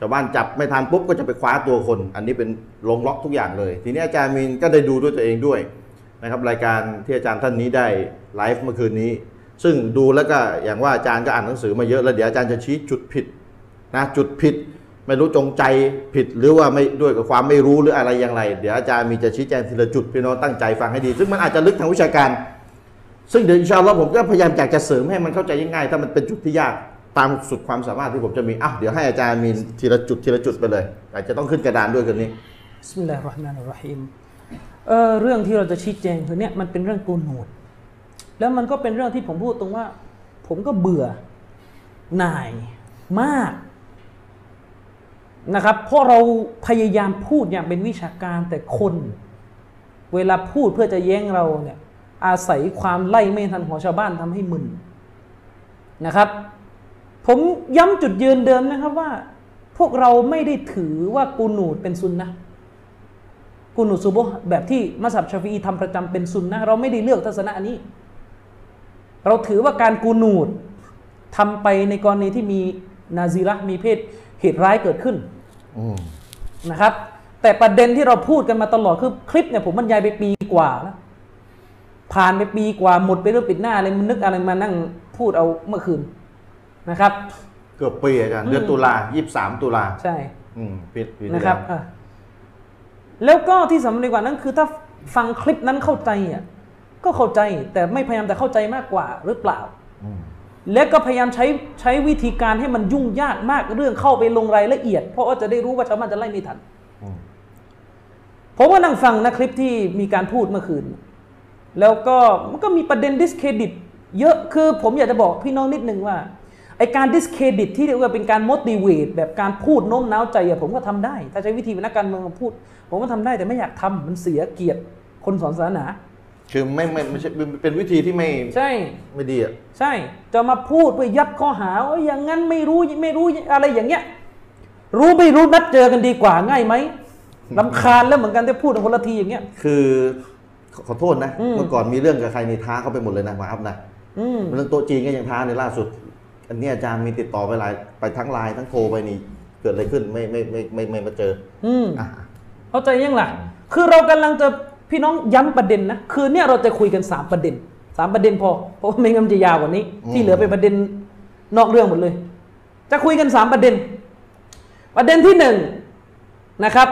A: ชาวบ้านจับไม่ทันปุ๊บก็จะไปคว้าตัวคน อันนี้เป็นลงล็อกทุกอย่างเลย ทีนี้อาจารย์มีนก็ได้ดูด้วยตัวเองด้วย นะครับรายการที่อาจารย์ท่านนี้ได้ไลฟ์เมื่อคืนนี้ ซึ่งดูแล้วก็อย่างว่าอาจารย์ก็อ่านหนังสือมาเยอะแล้วเดี๋ยวอาจารย์จะชี้จุดผิดนะจุดผิด ไม่รู้จงใจผิดหรือว่าไม่ด้วยกับความไม่รู้หรืออะไรอย่างไร เดี๋ยวอาจารย์มีจะชี้แจงทีละจุดพี่น้องตั้งใจฟังให้ดี ซึ่งมันอาจจะลึกทางวิชาการ ซึ่งเดี๋ยวอินชาอัลลอฮ์ผมก็พยายามอยากจะเสริมให้มันเข้าใจง่ายๆถ้ามันเป็นจุดที่ยากตามสุดความสามารถที่ผมจะมีอ่ะเดี๋ยวให้อาจารย์มีทีละจุดทีละจุดไปเลยอาจจะต้องขึ้นกระดานด้วยกันนี้
B: บิสมิลลาฮิรเราะห์มานิรเราะฮีมเอ่อเรื่องที่เราจะชี้แจงคือเนี่ยมันเป็นเรื่องกูนูดแล้วมันก็เป็นเรื่องที่ผมพูดตรงว่า ผมก็เบื่อหน่ายมากนะครับเพราะเราพยายามพูดอย่างเป็นวิชาการแต่คน เวลาพูดเพื่อจะแย้งเราเนี่ยอาศัยความไล่ไม่ทันของชาวบ้านทำให้มึนนะครับ ผมย้ำจุดยืนเดิมนะครับว่า พวกเราไม่ได้ถือว่ากูนูดเป็นซุนนะห์กูนูดซูโบฮ์แบบที่มัสับชาฟอีทำประจำเป็นซุนนะห์เราไม่ได้เลือกทัศนะนี้ เราถือว่าการกูนูดทำไปในกรณีที่มีนาซีระห์มีเพศเหตุร้ายเกิดขึ้นนะครับ แต่ประเด็นที่เราพูดกันมาตลอดคือคลิปเนี่ยผมบรรยายไปปีกว่าแล้ว ผ่านไปปีกว่าหมดไปเรื่องปิดหน้าเลยมันนึกอะไรมานั่งพูดเอาเมื่อคืนนะครับ
A: เกือบปีอาจารย์เดือนตุลา23 ตุลา
B: ใช่
A: อืมปีปีที่แล้ว
B: นะครับอ่ะแล้วก็ที่สำคัญกว่านั้นคือถ้าฟังคลิปนั้นเข้าใจอ่ะก็เข้าใจแต่ไม่พยายามจะเข้าใจมากกว่าหรือเปล่า และก็พยายามใช้ใช้วิธีการให้มันยุ่งยากมากเรื่องเข้าไปลงรายละเอียด เพราะว่าจะได้รู้ว่าชาวบ้านจะไล่ไม่ทันผมก็นั่งฟังนะคลิปที่มีการพูดเมื่อคืน แล้วก็มันก็มีประเด็นดิสเครดิตเยอะคือผมอยากจะบอกพี่น้องนิดนึงว่าไอการดิสเครดิตที่เรียกว่าเป็นการ motivate แบบการพูดโน้มน้าวใจอะผมก็ทำได้ ถ้าใช้วิธีเป็นนักการเมืองพูด ผมก็ทำได้แต่ไม่อยากทำมันเสียเกียรติคนสอนศาสนา
A: คือไม่ไม่ไม่ใช่เป็นเป็นวิธีที่ไม่
B: ใช่
A: ไม่ดีอ่ะ
B: ใช่ จะมาพูดเพื่อยัดข้อหาว่าอย่างนั้นไม่รู้ไม่รู้อะไรอย่างเงี้ย รู้ไม่รู้นัดเจอกันดีกว่าง่ายไหมลำคาญแล้วเหมือนกันที่พูดคนละทีอย่างเงี้ย
A: คือขอขอโทษนะ
B: อืม
A: เมื่อก่อนมีเรื่องกับใครนี่ท้าเข้าไปหมดเลยนะมาอัพนะ
B: อืม
A: เรื่องโต๊ะจีนก็ยังท้าในล่าสุด อันนี้อาจารย์มีติดต่อไปหลายไปทั้งไลน์ทั้งโทรไปนี่ เกิดอะไรขึ้นไม่ไม่ไม่ไม่ไม่มาเจอ
B: อืม
A: อ่ะ
B: เข้าใจยังล่ะ คือเรากำลังจะพี่น้องย้ำประเด็นนะ คือเนี่ยเราจะคุยกัน 3 ประเด็น 3 ประเด็นพอ เพราะว่าไม่งั้นมันจะยาวกว่านี้ ที่เหลือเป็นประเด็นนอกเรื่องหมดเลย จะคุยกัน 3 ประเด็น ประเด็นที่ 1 นะครับ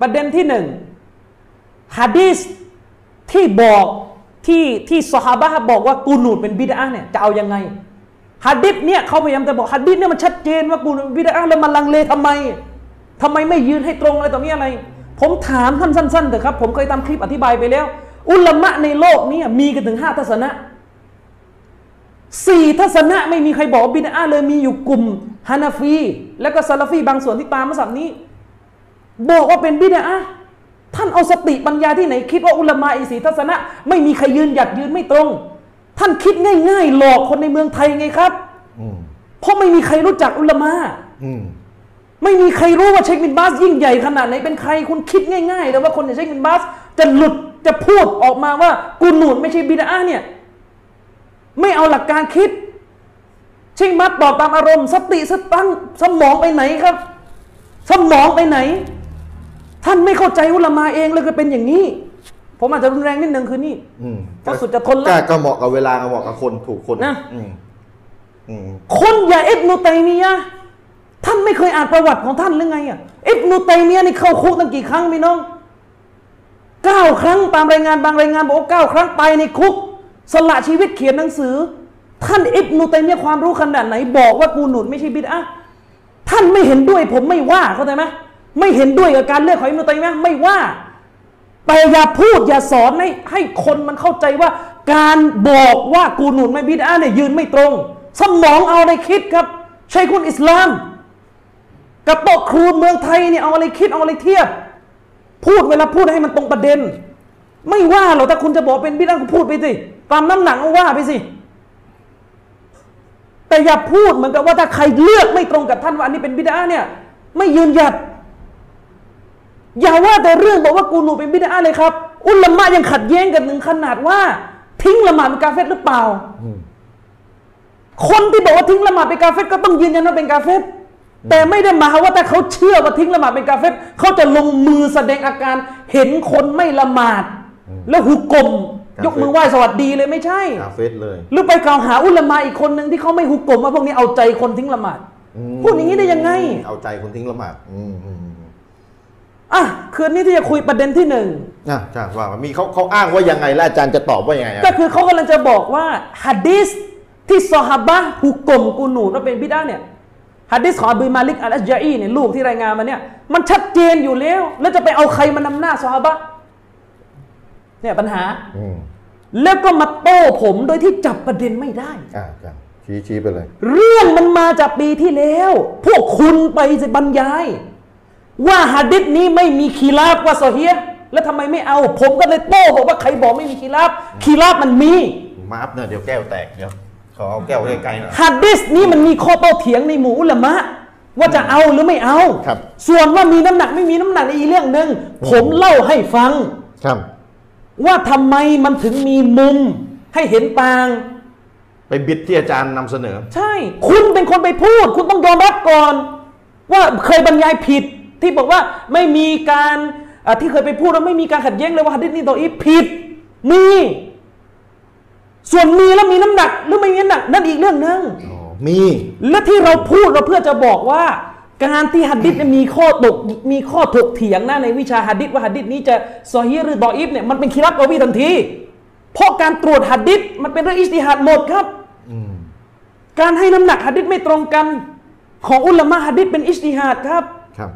B: ประเด็นที่ 1ฮะดีษที่บอกที่ที่ซอฮาบะห์บอกว่ากูนูดเป็นบิดาเนี่ยจะเอายังไงฮะดิษเนี่ยเขาพยายามจะบอกฮะดิษเนี่ยมันชัดเจนว่ากูนูดเป็นบิดาแล้วมันลังเลทำไม ทำไมไม่ยืนให้ตรงอะไรต่อมีอะไร ผมถามท่านสั้นๆเถอะครับ ผมเคยทำคลิปอธิบายไปแล้ว อุลามะในโลกเนี่ยมีกันถึงห้าทัศนะสี่ทัศนะไม่มีใครบอกว่าบินอาเลยมีอยู่กลุ่มฮานาฟี และก็ซาลาฟีบางส่วนที่ตามมาสับนี้ บอกว่าเป็นบิดาท่านเอาสติปัญญาที่ไหน คิดว่าอุลามะอีสีทัศนะ ไม่มีใครยืนหยัดยืนไม่ตรง ท่านคิดง่ายๆ หลอกคนในเมืองไทยไงครับ
A: อืม
B: เพราะไม่มีใครรู้จักอุลามะ
A: อืม
B: ไม่มีใครรู้ว่าเชคบินบาสยิ่งใหญ่ขนาดไหนเป็นใครคุณคิดง่ายๆเลยว่าคนอย่างเชคบินบาสจะหลุดจะพูดออกมาว่ากูหนุนไม่ใช่บิดาเนี่ย ไม่เอาหลักการคิด เชคบินบาสตอบตามอารมณ์ สติสตังค์สมองไปไหนครับ สมองไปไหน ท่านไม่เข้าใจอุลามาเองเลยก็เป็นอย่างนี้ ผมอาจจะรุนแรงนิดนึงคือนี่
A: อืม
B: เพราะสุดจะทน
A: ก็
B: แล้ว
A: ก็เหมาะกับเวลาก็เหมาะกับคนถูกคน
B: นะ
A: อืมอืม
B: คนอย่าอิบนุตัยมียะห์ท่านไม่เคยอ่านประวัติของท่านหรือไงอ่ะอิบนุตัยมียะห์นี่เข้าคุกตั้งกี่ครั้งพี่น้องเก้าครั้งตามรายงานบางรายงานบอกว่าเก้าครั้งไปในคุก สละชีวิตเขียนหนังสือ ท่านอิบนุตัยมียะห์ความรู้ขนาดไหน บอกว่ากูหนุนไม่ใช่บิดอะห์ท่านไม่เห็นด้วยผมไม่ว่าเข้าใจไหมไม่เห็นด้วยกับการเลือกของอิบนุตัยมียะห์ไม่ว่า แต่อย่าพูดอย่าสอนให้ให้คนมันเข้าใจว่า การบอกว่ากูหนุนไม่บิดอาเนี่ยยืนไม่ตรง สมองเอาอะไรคิดครับ ใช่คุณอิสลาม กับโต๊ะครูเมืองไทยเนี่ยเอาอะไรคิดเอาอะไรเทียบ พูดเวลาพูดให้มันตรงประเด็น ไม่ว่าหรอกถ้าคุณจะบอกเป็นบิดาคุณพูดไปสิตามน้ำหนักเอาว่าไปสิ แต่อย่าพูดเหมือนกับว่าถ้าใครเลือกไม่ตรงกับท่านว่าอันนี้เป็นบิดาเนี่ย ไม่ยืนหยัด อย่าว่าแต่เรื่องบอกว่ากูนูเป็นบิดาเลยครับ อุลามะยังขัดแย้งกันถึงขนาดว่า ทิ้งละหมาดเป็นกาเฟตหรือเปล่า คนที่บอกว่าทิ้งละหมาดเป็นกาเฟตก็ต้องยืนยันว่าเป็นกาเฟตแต่ไม่ได้หมายความว่าถ้าเขาเชื่อว่าทิ้งละหมาดเป็นกาเฟตเขาจะลงมือแสดงอาการเห็นคนไม่ละหมาด แล้วหุกกลม
A: กาเฟต
B: ยกมือไหว้สวัสดีเลยไม่ใช่
A: กาเฟสเลย
B: หรือไปกล่าวหาอุลามะอีกคนหนึ่งที่เขาไม่หุกกลมว่าพวกนี้เอาใจคนทิ้งละหมาดพูดอย่างนี้ได้ยังไง
A: เอาใจคนทิ้งละหมาดอืมอืมอืม
B: อ่ะคืนนี้ที่จะคุยประเด็นที่หนึ่ง
A: อ่ะอาจารย์ว่ามีเขาเขาอ้างว่ายังไงและอาจารย์จะตอบว่ายังไงอ่ะ
B: ก็คือเขากำลังจะบอกว่าฮัดดิสที่ซอฮาบะห์หุกกลมกูนูนว่าเป็นบิดาเนี่ยฮัดดิสของอบูมาลิกอัลอัจญาอีเนี่ยลูกที่รายงานมาเนี่ยมันชัดเจนอยู่แล้ว แล้วจะไปเอาใครมานำหน้าซอฮาบะห์เนี่ยปัญหา
A: อืม
B: แล้วก็มาโต้ผมโดยที่จับประเด็นไม่ได้
A: อ่ะอาจารย์ชี้ชี้ไปเลย
B: เรื่องมันมาจากปีที่แล้ว พวกคุณไปสิบรรยาย ว่าฮัดดิษนี้ไม่มีคีราบว่าโซเฮียแล้วทำไมไม่เอา ผมก็เลยโต้บอกว่าใครบอกไม่มีคีราบคีราบมันมี
A: มาร์ฟเนี่ยเดี๋ยวแก้วแตกเดี๋ยวขอเอาแก้วไกลๆหน่อย
B: ฮัดดิสนี้มันมีข้อโต้เถียงในหมู่อุละมะ ว่าจะเอาหรือไม่เอา
A: ครับ
B: ส่วนว่ามีน้ำหนักไม่มีน้ำหนักในอีกเรื่องหนึ่งผมเล่าให้ฟัง
A: ครับ
B: ว่าทำไมมันถึงมีมุมให้เห็นต่าง
A: ไปบิดที่อาจารย์นำเสนอ
B: ใช่ คุณเป็นคนไปพูด คุณต้องยอมรับก่อน ว่าเคยบรรยายผิด ที่บอกว่าไม่มีการอ่ะที่เคยไปพูดว่าไม่มีการขัดแย้งเลยว่าฮัดดิสนี่ต่ออีฟผิด มี ส่วนมีแล้วมีน้ำหนัก หรือไม่มีน้ำหนักนั่นอีกเรื่องหนึ่ง
A: มี
B: และที่เราพูดเราเพื่อจะบอกว่า การที่หัดดิษเนี่ยมีข้อตกมีข้อถกเถียงนะในวิชาหัดดิษว่าหัดดิษนี้จะซอฮีหรือดออีฟเนี่ยมันเป็นคีรับกวีทันที เพราะการตรวจหัดดิษมันเป็นเรื่องอิสติฮัดหมดครับการให้น้ำหนักหัดดิษไม่ตรงกัน ของอุลามะหัดดิษเป็นอิสติฮัดครับ
A: ครับ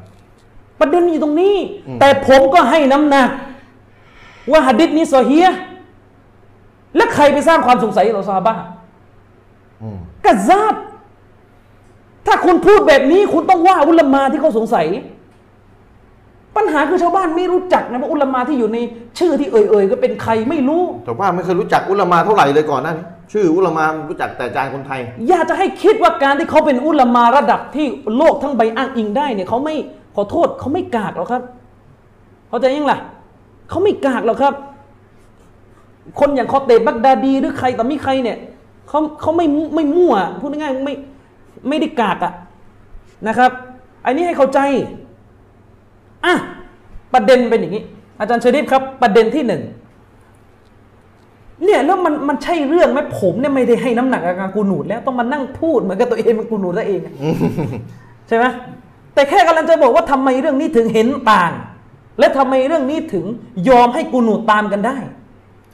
B: ประเด็นอยู่ตรงนี้ แต่ผมก็ให้น้ำหนัก ว่าหัดดิษนี้ซอฮีฮ์และใครไปสร้างความสงสัยต่อซอฮาบะห์
A: อืม
B: กะซาบถ้าคุณพูดแบบนี้คุณต้องว่าอุลามาที่เขาสงสัย ปัญหาคือชาวบ้านไม่รู้จักนะว่าอุลามาที่อยู่ใน ชื่อที่เอ่ยๆก็เป็นใครไม่รู้
A: แต่ว่าไม่เคยรู้จักอุลามาเท่าไหร่เลยก่อนหนั้านชื่ออุลามารู้จักแต่อาจารย์คนไทย
B: อยากจะให้คิดว่าการที่เขาเป็นอุลามาระดับที่โลกทั้งใบอ้างอิงได้เนี่ยเขาไม่ขอโทษเขาไม่กากหรอกครับเข้าใจยังล่ะเขาไม่กากหรอกครับ คนอย่างคอเตบักดาดีหรือใครต่อมีใครเนี่ยเขาเขาไม่ไม่มั่วพูดง่ายๆไม่ไม่ได้กากอะนะครับ อันนี้ให้เข้าใจอ่ะประเด็นเป็นอย่างนี้ อาจารย์ชริฟครับ ประเด็นที่หนึ่ง เนี่ยแล้วมันมันใช่เรื่องไหมผมเนี่ยไม่ได้ให้น้ำหนักกับการกูหนูดแล้วต้องมานั่งพูดเหมือนกับตัวเองเป็นกูหนูดตัวเองอะใช่ไหมแต่แค่กำลังจะบอกว่าทำไมเรื่องนี้ถึงเห็นต่าง และทำไมเรื่องนี้ถึงยอมให้กูหนูดตามกันได้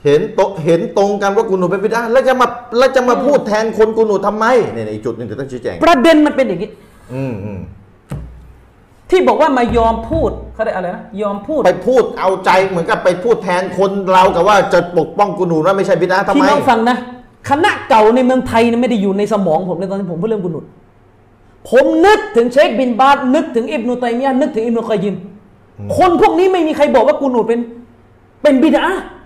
A: เห็นโตเห็นตรงกันว่ากูหนูเป็นบิดาแล้วจะมาแล้วจะมาพูดแทนคนกูหนูทำไมเนี่ยในจุดหนึงเดี๋ยวต้องชี้แจง
B: ประเด็นมันเป็นอย่างนี้
A: อืมอืม
B: ที่บอกว่ามายอมพูดเขาได้อะไรนะยอมพูด
A: ไปพูดเอาใจเหมือนกับไปพูดแทนคนเรากับว่าจะปกป้องกูหนูว่าไม่ใช่บิดาทำ
B: ที่
A: ไม
B: น้องฟังนะคณะเก่าในเมืองไทยเนี่ยไม่ได้อยู่ในสมองผมในตอนที่ผมพูดเรื่องกูหนูดผมนึกถึงเชคบินบาสนึกถึงอิบนุตัยมียะห์นึกถึงอิบนุกอยยิม คนพวกนี้ไม่มีใครบอกว่ากูหนูดเป็น เป็นบิดา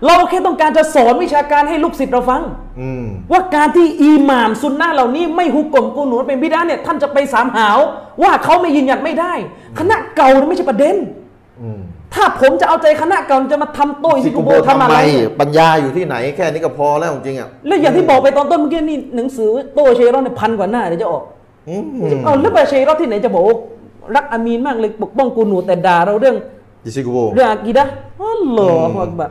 B: เราแค่ต้องการจะสอนวิชาการให้ลูกศิษย์เราฟัง
A: อืม
B: ว่าการที่อิหม่ามซุนนะห์เหล่านี้ไม่ฮุกกลมกูหนูดเป็นบิดาเนี่ยท่านจะไปสามหาว ว่าเขาไม่ยืนหยัดไม่ได้ คณะเก่าเนี่ยไม่ใช่ประเด็น
A: อืม
B: ถ้าผมจะเอาใจคณะเก่าจะมาทำโต้ย
A: สิ
B: สิ
A: กู
B: กู
A: โบ
B: โบ
A: ทำ
B: ทำอะ
A: ไม
B: ไร
A: ปัญญาอยู่ที่ไหนแค่นี้ก็พอแล้วจริงๆอ่ะ
B: แล้วอย่างที่บอกไปตอนต้นเมื่อกี้นี่หนังสือโต้เชยรอนเนี่ยพันกว่าหน้าเดี๋ยวจะออก
A: อืม
B: เอาแล้วไปเชยรอนที่ไหนจะบอกว่ารักอามีนมากเลยปกป้องกูหนูดแต่ด่าเราเรื่อง
A: ดิซิกูโบ
B: เรื่องอากีดะฮัลโหลอักบัร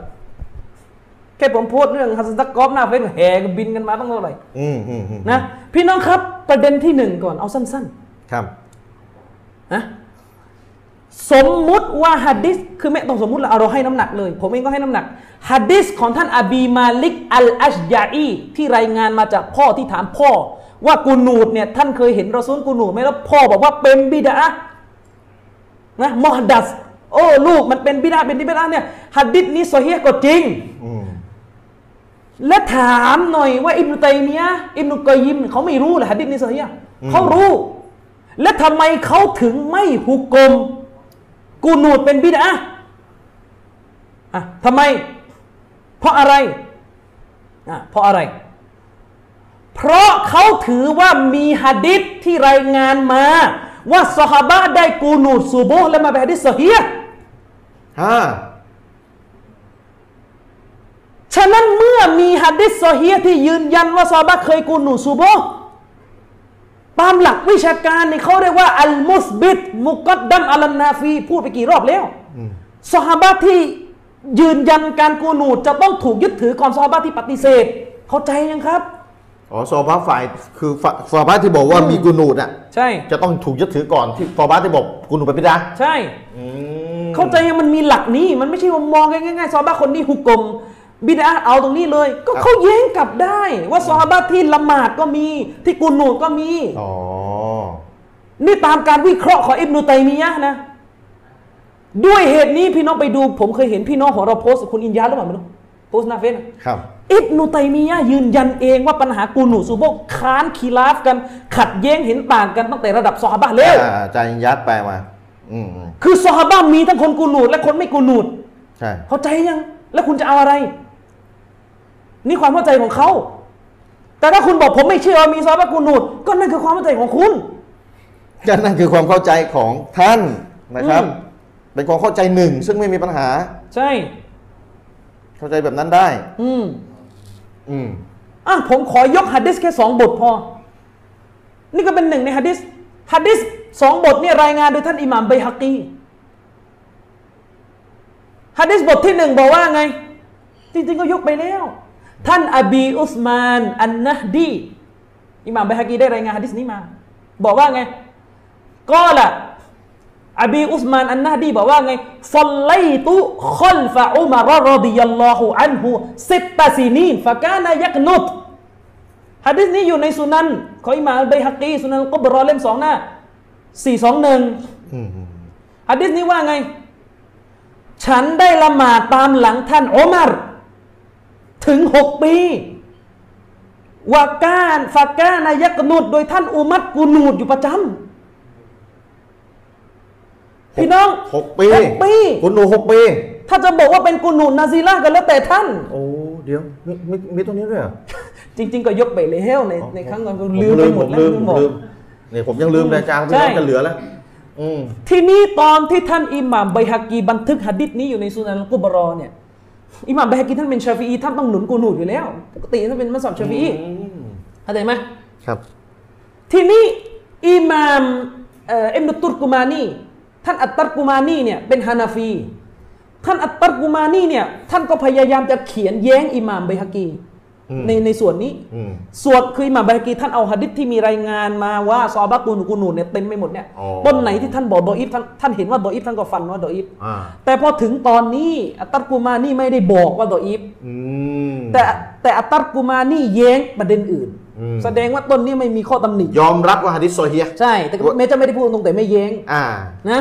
B: แค่ผมโพูดเรื่องฮัสซัตกอฟหน้าเฟซแห่กันบินกันมาตั้งเท่าไหร่
A: อืมอืมอืม
B: นะ พี่น้องครับประเด็นที่หนึ่งก่อนเอาสั้น
A: ครับ
B: ๆนะสมมุติว่าฮัดดิสคือไม่ต้องสมมุติละเอาเราให้น้ำหนักเลย ผมเองก็ให้น้ำหนักฮัดดิสของท่านอบีมาลิกอัลอัชยาอีที่รายงานมาจากพ่อที่ถามพ่อ ว่ากูนูดเนี่ยท่านเคยเห็นรอซูลกูนูดไหมแล้วพ่อบอกว่าเป็นบิดา นะมอฮดัส โอ้ ลูกมันเป็นบิดาเป็นที่บิดาเนี่ยหัดดิษนี้โซเฮียก็จริง
A: อืม
B: และถามหน่อยว่าอิบนุตัยมียะห์อิบนุกอยยิมเขาไม่รู้เหรอหัดดิษนี้โซเฮียเขารู้ และทำไมเขาถึงไม่หุกกลม กูนูดเป็นบิดาอ่ะทำไม เพราะอะไรอ่ะเพราะอะไร เพราะเขาถือว่ามีฮะดิษที่รายงานมา ว่าสหบะได้กูนูดซูโบฮ์และมาเป็นฮะดิษเสเฮีย
A: ฮะ
B: ฉะนั้นเมื่อมีฮะดิษเสเฮียที่ยืนยันว่าสหบะเคยกูนูดซูโบฮ์ตามหลักวิชาการเนี่ยเขาเรียกว่าอัลมุสบิดมุกัดดัมอัลนาฟี พูดไปกี่รอบแล้วสหบะที่ยืนยันการกูนูดจะต้องถูกยึดถือก่อนสหบะที่ปฏิเสธ เข้าใจยังครับ
A: อ๋อซอบ้าฝ่ายคือฝ่าฝ่าบ้าที่บอกว่ามีกุนูดอ่ะ
B: ใช่
A: จะต้องถูกยึดถือก่อนที่ฝ่าบ้าที่บอกกุนูดเป็นพิดา
B: ใช่
A: อืม
B: เข้าใจยังมันมีหลักนี้ มันไม่ใช่ว่ามองกันง่ายๆซอฮาบะคนนี้หุกกลมบิดาเอาตรงนี้เลย ก็เขาแย้งกลับได้ ว่าซอฮาบะที่ละหมาดก็มี ที่กุนูดก็มี
A: อ๋อ
B: นี่ตามการวิเคราะห์ของอิบนุตัยมียะห์นะ ด้วยเหตุนี้พี่น้องไปดู ผมเคยเห็นพี่น้องของเราโพสต์คุณอินยาหรือเปล่าไม่รู้โพสต์หนาเฟซนะครับ อิบนุตัยมียะห์ยืนยันเองว่าปัญหากูนูดซูโบกค้านคีลาฟกัน ขัดแย้งเห็นต่างกันตั้งแต่ระดับซอฮาบะแล้ว
A: อ่าอาจารย์ยัดแปลมา อืมอืม
B: คือซอฮาบะมีทั้งคนกูนูดและคนไม่กูนูด
A: ใช่
B: เข้าใจยัง แล้วคุณจะเอาอะไร นี่ความเข้าใจของเขา แต่ถ้าคุณบอกผมไม่เชื่อว่ามีซอฟต์แวร์กูนูด ก็นั่นคือความเข้าใจของคุณ
A: ก็นั่นคือความเข้าใจของท่านนะครับ
B: อืม
A: เป็นความเข้าใจหนึ่ง ซึ่งไม่มีปัญหา
B: ใช่
A: เข้าใจแบบนั้นได้
B: อืม
A: อืม
B: อ่ะผมขอยกฮัดดิสแค่สองบทพอ นี่ก็เป็นหนึ่งในฮัดดิสฮัดดิสสองบทเนี่ยรายงานโดยท่านอิหม่ามไบฮักกีฮัดดิสบทที่หนึ่งบอกว่าไง จริงๆก็ยกไปแล้ว ท่านอบีอุสมาน อันนะฮดี อิหม่ามไบฮากีได้รายงานฮะดิษนี้มา บอกว่าไงก็ล่ะอบีอุสมานอันนะฮดีบอกว่าไงซัลไลตุคอลฟะอุมารรดิยัลลอฮุอันฮุสิตะซีนีนฟะกานายักนุตฮะดิษนี้อยู่ในสุนันของอิหม่ามไบฮากีสุนันอัลกุบรอเล่มสองหน้าสี่สองหนึ่ง
A: อืมอืม
B: ฮะดิษนี้ว่าไง ฉันได้ละหมาดตามหลังท่านอุมารถึงหกปี วาก้านฟาก้านายักนูดโดยท่านอุมัตกูนูดอยู่ประจำพี่น้อง
A: หกปี
B: หกปี
A: คุณหนูหกปี
B: ถ้าจะบอกว่าเป็นกูนูดนาซีล่าก็แล้วแต่ท่าน
A: โอ้ เดี๋ยวมีมีมีตัวนี้ด้วยเหรอ
B: จริง ๆ ก็ยกไปเลยเฮลในในครั้งก่อนก็
A: ผม
B: ลืมไปหมด
A: ผ
B: แล้ว
A: ลืม
B: ลื
A: ผมม
B: บอก
A: ลืมเนี่ยผมยังลืมเลยอาจารย์ไม่
B: ใช่
A: รู้จะเหลือแล้ว อืม
B: ทีนี้ตอนที่ท่านอิหม่ามไบฮากีบันทึกหะดิษนี้อยู่ในซุนันอัลกุบรอเนี่ยอิหม่ามไบฮากีท่านเป็นชาฟีอีท่านต้องหนุนกูนูดอยู่แล้วปกติท่านเป็นมัสยิดชาฟีอีเข้าใจไหม
A: ครับ
B: ทีนี้อิหม่ามเอ่ออิบนุตุรกุมานีท่านอัตตัรกุมานีเนี่ยเป็นฮานาฟี ท่านอัตตัรกุมานีเนี่ยท่านก็พยายามจะเขียนแย้งอิหม่ามไบฮากี
A: อืม
B: ในในส่วนนี้
A: อืม
B: ส่วนคืออิหม่ามไบฮากีท่านเอาหะดิษที่มีรายงานมาว่าซอฮาบะกูนูกูนูเนี่ยเต็มไปหมดเนี่ย
A: อ๋อ
B: ต้นไหนที่ท่านบอกดออิฟท่านท่านเห็นว่าดออิฟท่านก็ฟันว่าดออิฟ
A: อ่า
B: แต่พอถึงตอนนี้อัตตัรกุมานีไม่ได้บอกว่าดออิฟ
A: อืม
B: แต่แต่อัตตัรกุมานีแย้งประเด็นอื่น
A: อืม
B: แสดงว่าต้นนี้ไม่มีข้อตำหนิ
A: ยอมรับว่าฮะดิษโซเฮีย
B: ใช่ แต่ก็
A: ว่า
B: แม้จะไม่ได้พูดตรงแต่ไม่แย้ง
A: อ่า
B: นะ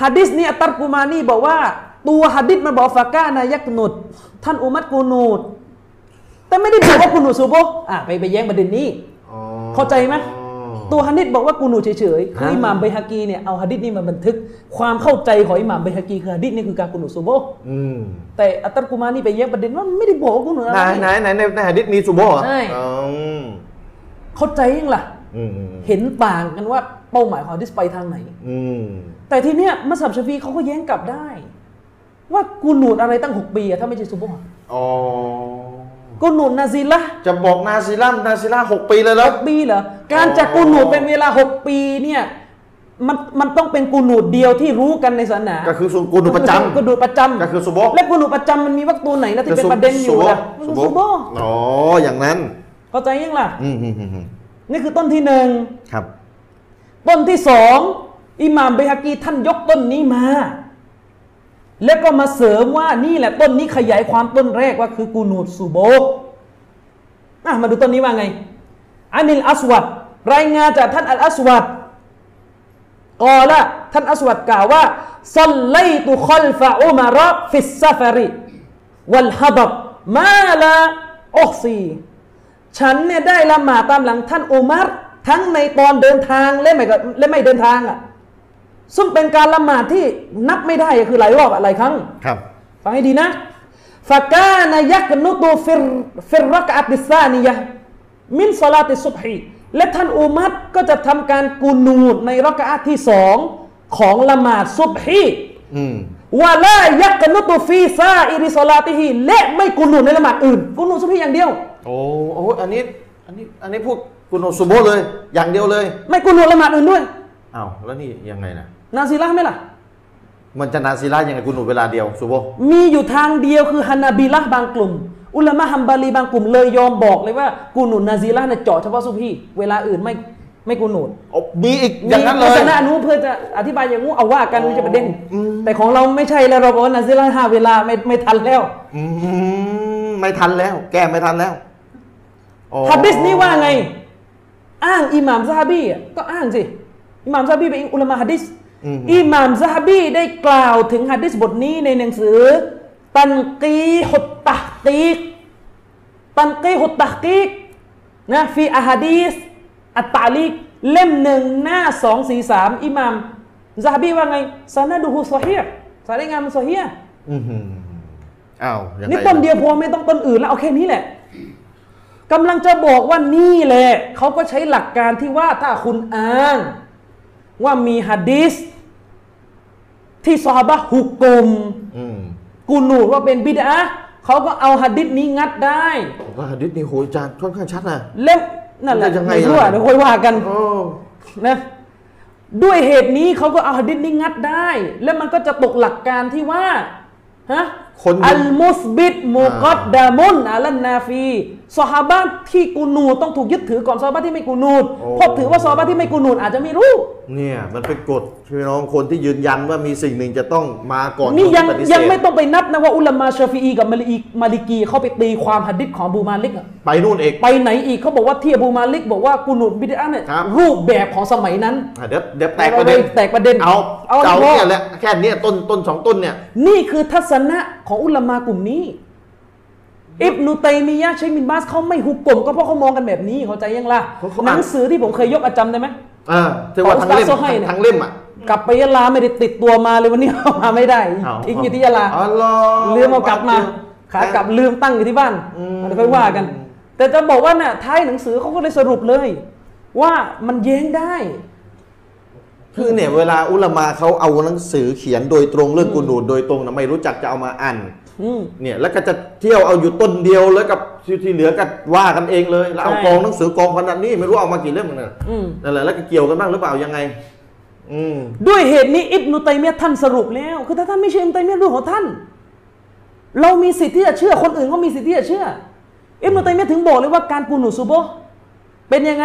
B: ฮะดิษนี่อัตตัรกุมานี่บอกว่า ตัวฮะดิษมันบอกฟาก้านายักนุดท่านอุมัตกูนูดแต่ไม่ได้บอกว่ากูนูดซูโบะอ่ะไปไปแย้งประเด็นนี้
A: อ๋อ
B: เข้าใจไหมตัวฮะดิษบอกว่ากูนูดเฉยๆคืออิหม่ามไบฮากีเนี่ยเอาฮะดิษนี่มาบันทึกความเข้าใจของอิหม่ามไบฮากีคือฮะดิษนี่คือการกูนูดซูโบะ
A: อืม
B: แต่อัตตัรกุมานี่ไปแย้งประเด็นว่าไม่ได้บอกว่ากูนูดอะ
A: ไหน
B: ไร
A: ไหนไหนในในหะดิษมีซูโบะเหรอ
B: ใช่
A: อ๋อ
B: เข้าใจยังล่ะ
A: อืมอืม
B: เห็นต่างกันว่าเป้าหมายของฮะดิษไปทางไหน
A: อืม
B: แต่ทีเนี้ยมัสยิดชาฟีเขาก็แย้งกลับได้ ว่ากูหนูดอะไรตั้ง 6 ปีอะถ้าไม่ใช่ซุบฮ์
A: อ๋อ
B: กูหนูดนาซีละ
A: จะบอกนาซิล่ามนาซิล่าหกปีเลยแล้ว
B: ปีเหรอการจะกูหนูดเป็นเวลา 6 ปีเนี่ยมันมันต้องเป็นกูหนูดเดียวที่รู้กันในศาสนา
A: ก็คือสุกูลประจำ
B: กูหนูดประจำ
A: ก็คือซุบฮ์
B: และกูหนูดประจำมันมีวักตัวไหนนะที่เป็นประเด็นอยู่ล่ะมัน
A: สุ
B: คือ
A: โบ
B: ซุบฮ์
A: อ๋อ อย่างนั้น
B: เข้าใจยังล่ะ
A: อืมอืมอืมอืม
B: นี่คือต้นที่หนึ่ง
A: ครับ
B: ต้นที่สองอิหม่ามเบฮากีท่านยกต้นนี้มา แล้วก็มาเสริมว่านี่แหละต้นนี้ขยายความต้นแรกว่าคือกูนูดซูโบกอ่ะมาดูต้นนี้ว่าไงอานิลอัสวัดรายงานจากท่านอัลอัสวัดกอละท่านอัสวัดกล่าวว่าซัลไลตุคอลฟะอุมาระฟิสซาฟาริวัลฮัดับมาลาออกซีฉันเนี่ยได้ละหมาดตามหลังท่านอุมัรทั้งในตอนเดินทางและไม่ก็และไม่เดินทางอ่ะซึ่งเป็นการละหมาดที่นับไม่ได้อะคือหลายรอบอะหลายครั้ง
A: ครับ
B: ฟังให้ดีนะ ฟะกานายักนุตูฟิรฟิรรักอัติสานียะห์มินสลาติสุบฮีและท่านอุมัตก็จะทำการกูนูดในรักอะที่สองของละหมาดสุบฮี
A: อืม
B: วะลายักนุตูฟีซาอิริสลาติฮีและไม่กูนูดในละหมาดอื่นกูนูดสุบฮีอย่างเดียว
A: โอ้โอ้อันนี้อันนี้อันนี้พูดกุโนซุโบะเลย อย่างเดียวเลย
B: ไม่กูนูดละหมาดอื่นด้วย
A: อ้าวแล้วนี่ยังไงนะ
B: นาซีละห์ไหมล่ะ
A: มันจะนาซีล่ายังไงกุโนเวลาเดียวซุโบะ
B: มีอยู่ทางเดียวคือฮานาบิละห์บางกลุ่ม อุลามะฮัมบารีบางกลุ่มเลยยอมบอกเลยว่ากูนูดนาซีละห์เนี่ยเจาะเฉพาะซุบฮีเวลาอื่นไม่ไม่กูนูด
A: อ๋อมีอีกอย่างนั้นเล
B: มี
A: ย
B: ทัศนะนู้นเพื่อจะอธิบายอย่างงู้เอาว่ากันมันจะประเด็น แต่ของเราไม่ใช่แล้วเราบอกว่านาซิล่าห้าเวลาไม่ไม่ทันแล้ว
A: อืมไม่ทันแล้ว แก้ไม่ทันแล้วอ๋อ
B: ฮะดิษนี่ว่าไง อ้างอิหม่ามซะฮาบีอ่ะก็อ้างสิอิหม่ามซะฮาบีเป็นอุลามะฮะดิษอิหม่ามซะฮาบีได้กล่าวถึงฮะดิษบทนี้ในหนังสือ ตันกีฮุตตะฮ์กีกตันกีฮุตตะฮ์กีกนะฟีอะฮะดีสอัตตาลิกเล่มหนึ่งหน้าสองสี่สามอิหม่ามซะฮาบีว่าไงซานะดูฮุซอฮีฮ์สายงานมันซอฮีฮ์
A: อื้อหืออ้าวยังไง
B: นี่ต้นเดียวพอไม่ต้องต้นอื่นแล้วเอาแค่นี้แหละ กำลังจะบอกว่านี่แหละเขาก็ใช้หลักการที่ว่าถ้าคุณอ้าง ว่ามีฮะดีสที่ซอฮาบะฮุกกลม
A: อืม
B: กูนูดว่าเป็นบิดอะห์เขาก็เอาฮะดิษนี้งัดได้
A: ผมว่าหะดิษนี่โหอาจารย์ค่อนข้างชัดนะ
B: เล่มนั่นแหละ
A: มันจะยังไง
B: ไม่รู้อะ
A: ล่ะ
B: เดี๋ยวค่อยว่ากัน
A: โอ้
B: นะด้วยเหตุนี้เขาก็เอาฮะดิษนี้งัดได้ แล้วมันก็จะตกหลักการที่ว่าฮะ
A: คน
B: อัลมุสบิดมูกัดดามุนอัลนาฟีซอฮาบะห์ที่กูนูดต้องถูกยึดถือก่อนซอฮาบะห์ที่ไม่กูนูดเพราะถือว่าซอฮาบะห์ที่ไม่กูนูดอาจจะไม่รู้
A: เนี่ย มันเป็นกฎพี่น้องคนที่ยืนยันว่ามีสิ่งหนึ่งจะต้องมาก่อน
B: นี่
A: คนที่
B: ยัง
A: ปฏิเสธ
B: ยังไม่ต้องไปนับนะว่าอุลามาชาฟีอีกับมาลิกีมาลิกีเขาไปตีความหัดดิษของอบูมาลิกอะ
A: ไปนู่นเอก
B: ไปไหนอีกเขาบอกว่าที่อบูมาลิกบอกว่ากูนุนบิดอะห์เนี่ย
A: ครับ
B: รูปแบบของสมัยนั้น
A: อ่ะเดี๋ยวเดี๋ยวแตกประเด็น
B: แตกประเด็น
A: เอา
B: เอา
A: เอา
B: เอา
A: เนี่ยแหละแค่เนี้ยต้นต้นสองต้นเนี่ย
B: นี่คือทัศนะของอุลามากลุ่มนี้ อิบนุตัยมียะห์เชคมินบาสเขาไม่หุกกลมก็เพราะเขามองกันแบบนี้เข้าใจยังล่ะ
A: เขาเขาอ่าน
B: หนังสือที่ผมเคยยกอะจำได้ไหม
A: อ่าที่ว่าทั้งเล่ม
B: ของอุตสาหะโซไฮเนี่ย
A: ทั้งเล่มอ่ะ
B: กลับไปยะลาไม่ได้ติดตัวมาเลยวันนี้เอามาไม่ได้
A: เา
B: ทิ้งอยู่ที่ยะลา
A: อ๋อเหรอ
B: ลืมเอากลับมาขากลับลืมตั้งอยู่ที่บ้าน
A: อืม
B: เดี๋ยวค่อยว่ากัน แต่จะบอกว่าน่ะท้ายหนังสือเขาก็เลยสรุปเลย ว่ามันแย้งได้
A: คือเนี่ยเวลาอุลามาเขาเอาหนังสือเขียนโดยตรงเรื่องกุนูนโดยตรงนะไม่รู้จักจะเอามาอ่าน
B: อืม
A: เนี่ยแล้วก็จะเที่ยวเอาอยู่ต้นเดียวแล้วกับที่ที่เหลือก็ว่ากันเองเลย แล้วเอา
B: ใช่
A: กองหนังสือกองขนาดนี้ไม่รู้เอามากี่เล่มกันนะ
B: อืม
A: นั่นแหละแล้วก็เกี่ยวกันบ้างหรือเปล่ายังไง อืม
B: ด้วยเหตุนี้อิบนุตัยมียะห์ท่านสรุปแล้ว คือถ้าท่านไม่เชื่ออิบนุตัยมียะห์เรื่องของท่าน เรามีสิทธิ์ที่จะเชื่อคนอื่นก็มีสิทธิ์ที่จะเชื่ออิบนุตัยมียะห์ถึงบอกเลยว่าการกูนูซุโบฮ์เป็นยังไง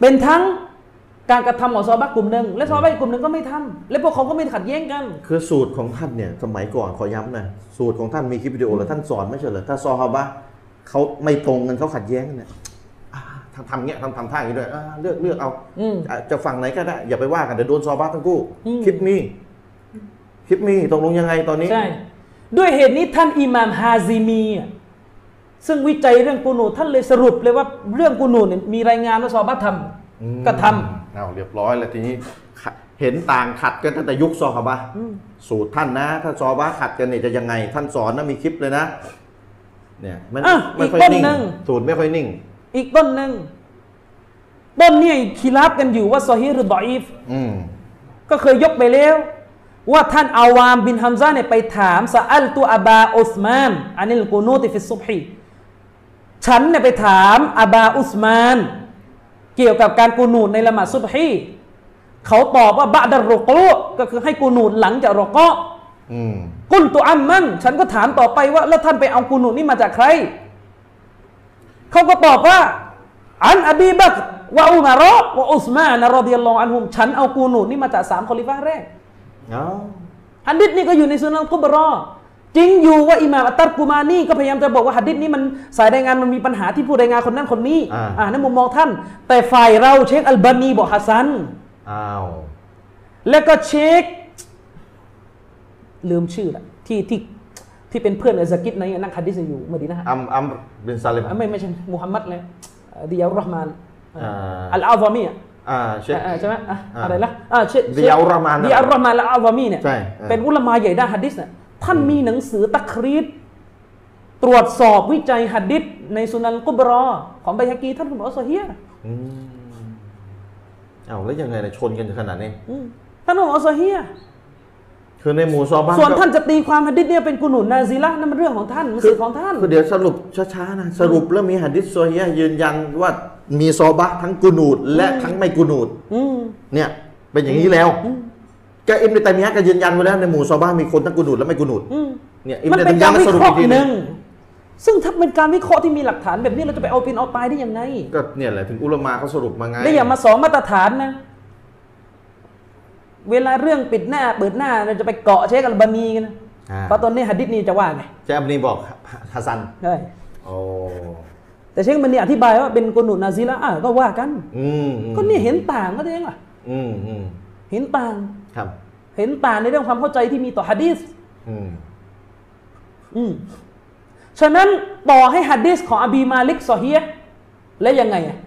B: เป็นทั้งการกระทำของซอฮาบะห์กลุ่มหนึ่งและซอฮาบะห์อีกกลุ่มหนึ่งก็ไม่ทำและพวกเขาก็ไม่ขัดแย้งกัน
A: คือสูตรของท่านเนี่ยสมัยก่อนขอย้ำนะสูตรของท่านมีคลิปวิดีโอแล้วท่านสอนไม่ใช่เหรอถ้าซอฮาบะห์เขาไม่ตรงกันเขาขัดแย้งกันเนี่ยอ่าทำทำเงี้ยทำทำท่าอย่างนี้ด้วยอ่าเลือกเลือกเอา
B: อืม
A: อ่ะจะฝั่งไหนก็ได้ อย่าไปว่ากันเดี๋ยวโดนซอบ้าทั้งคู่
B: อืม
A: คลิปมีคลิปมีตกลงยังไงตอนนี้
B: ใช่ ด้วยเหตุนี้ท่านอิหม่ามฮาซิมีอ่ะซึ่งวิจัยเรื่องกูนูนท่านเลยสรุปเลยว่าเรื่องกูนูนเนี่ยมีรายงานว่าซอฮาบะห์ท
A: อืม
B: ำก็ท
A: เอาเรียบร้อยแล้วทีนี้ขะเห็นต่างขัดกันตั้งแต่ยุคซอฮาบะห์สูตรท่านนะ ถ้าซอฮาบะห์ขัดกันเนี่ยจะยังไง ท่านสอนนะมีคลิปเลยนะเนี่ยมัน
B: ำอ่ะ
A: ไม่
B: อีก
A: ค่อย
B: ต้น
A: นิ่ง
B: หนึ่ง
A: สูตรไม่ค่อยนิ่ง
B: อีกต้นหนึ่ง ต้นเนี่ยคีราบกันอยู่ว่าซอฮีหรือดออีฟ
A: อืม
B: ก็เคยยกไปแล้ว ว่าท่านอาวามบินฮัมซาเนี่ยไปถามซาอัลตุอาบาอุสมานอันนี้กูนูติฟิสซุบฮีฉันเนี่ยไปถามอาบาอุสมาน เกี่ยวกับการกูนูดในละหมาดซุบฮีเขาตอบว่าบะดัรรุกรุก็คือให้กูนูดหลังจากรอกอ
A: อืม
B: กุลตัวอัมมันฉันก็ถามต่อไปว่า แล้วท่านไปเอากูนูดนี่มาจากใคร เขาก็ตอบว่า อันอบีบักรวะอุมาระวะอุสมานรอดิยัลลอฮุอันฮุมฉันเอากูนูดนี่มาจากสามคอลิฟ้าแรก
A: เอา
B: ฮัดดิษนี่ก็อยู่ในซุนนะกุบรอ จริงอยู่ว่าอิหม่ามอัตตัรกุมานี่ก็พยายามจะบอกว่าฮัดดิษนี้มันสายรายงานมันมีปัญหาที่ผู้รายงานคนนั้นคนนี้
A: า
B: อ่านั่นมุมมองท่าน แต่ฝ่ายเราเชคอัลบานีบอกฮัสซัน
A: อ้าว
B: และก็เชค ลืมชื่อละที่ที่ที่เป็นเพื่อนกับซากิดในนักฮัดดิษอยู่เมื่อดีนะฮะ
A: อัมอัมบินซาลิม
B: อ่ะไม่ไม่ใช่มุฮัมมัดเลยเอ่อดิยาอุรเราะห์มาน
A: อ่า
B: อัลอาซามีอ่ะ
A: อ่าเช่น
B: อ่าใช่ไหมอ่ะ
A: อ่า
B: อะไรละอ่าเช
A: เดียร์อัลรอห์มาน
B: เดียร์อัลรอห์มานและอัลวามีเนี่ย
A: ใช่อ่า
B: เป็นอุลามาใหญ่ด้านฮะดิษเนี่ย ท่านมีหนังสือตักรีดตรวจสอบวิจัยหัดดิษในสุนันกุบรอ ของไบฮากีท่านก็บอกว่าโซเฮีย
A: อืมเอาแล้วยังไงนะชนกันขนาดนี้
B: อืมท่านก็บอกว่าโซเฮีย
A: คือในหมู่ซอบ้าน
B: ส่วน
A: ก็
B: ท่านจะตีความหัดดิษเนี่ยเป็นกุนูนนาซีละนั่นมันเรื่องของท่านมันสิทธิ์ของท่าน
A: คือเดี๋ยวสรุปช้าๆนะ สรุปแล้วมีหะดิษโซเฮียยืนยันว่ามีซอบะทั้งกุนูดและทั้งไม่กุนูด
B: อืม
A: เนี่ย เป็นอย่างนี้แล้วก็อิมในไตรมียะห์ก็ยืนยันไว้แล้วในหมู่ซอบ้านมีคนทั้งกุนูดและไม่กุนูด
B: อืม
A: เนี่ยอิม
B: มัน
A: ในไตร
B: เป็น
A: มียะ
B: การ
A: ห์ก็
B: วิ
A: สรุ
B: เค
A: ป
B: ราะ
A: อีก
B: ห์
A: ที
B: ห
A: หนึ
B: นึ่
A: ง
B: ง ซึ่งถ้าเป็นการวิเคราะห์ที่มีหลักฐานแบบนี้เราจะไปเอาเป็นเอาตายได้ยังไง
A: ก็เนี่ยแหละถึงอุลามะเขาสรุปมาไง
B: และอย่ามาสองมาตรฐานนะ เวลาเรื่องปิดหน้า เปิดหน้าเราจะไปเกาะเชคอัลบานีกันนะ
A: อ่า
B: เพราะตอนนี้ฮัดดิษนี่จะว่าไง
A: เชคอัมนีบอกฮัสซัน
B: ใช่
A: โอ้
B: แต่เชคอัลบานีอธิบายว่าเป็นกนุนนาซีละอ่ะก็ว่ากัน
A: อืมอืม
B: ก็เนี่ยเห็นต่างก็เองล่ะ
A: อืมอืม
B: เห็นต่าง
A: ครับ
B: เห็นต่างในเรื่องความเข้าใจที่มีต่อฮัดดิษ
A: อืม
B: อืมฉะนั้นต่อให้ฮัดดิษของอบีมาลิกซอเฮียห์และยังไงอะ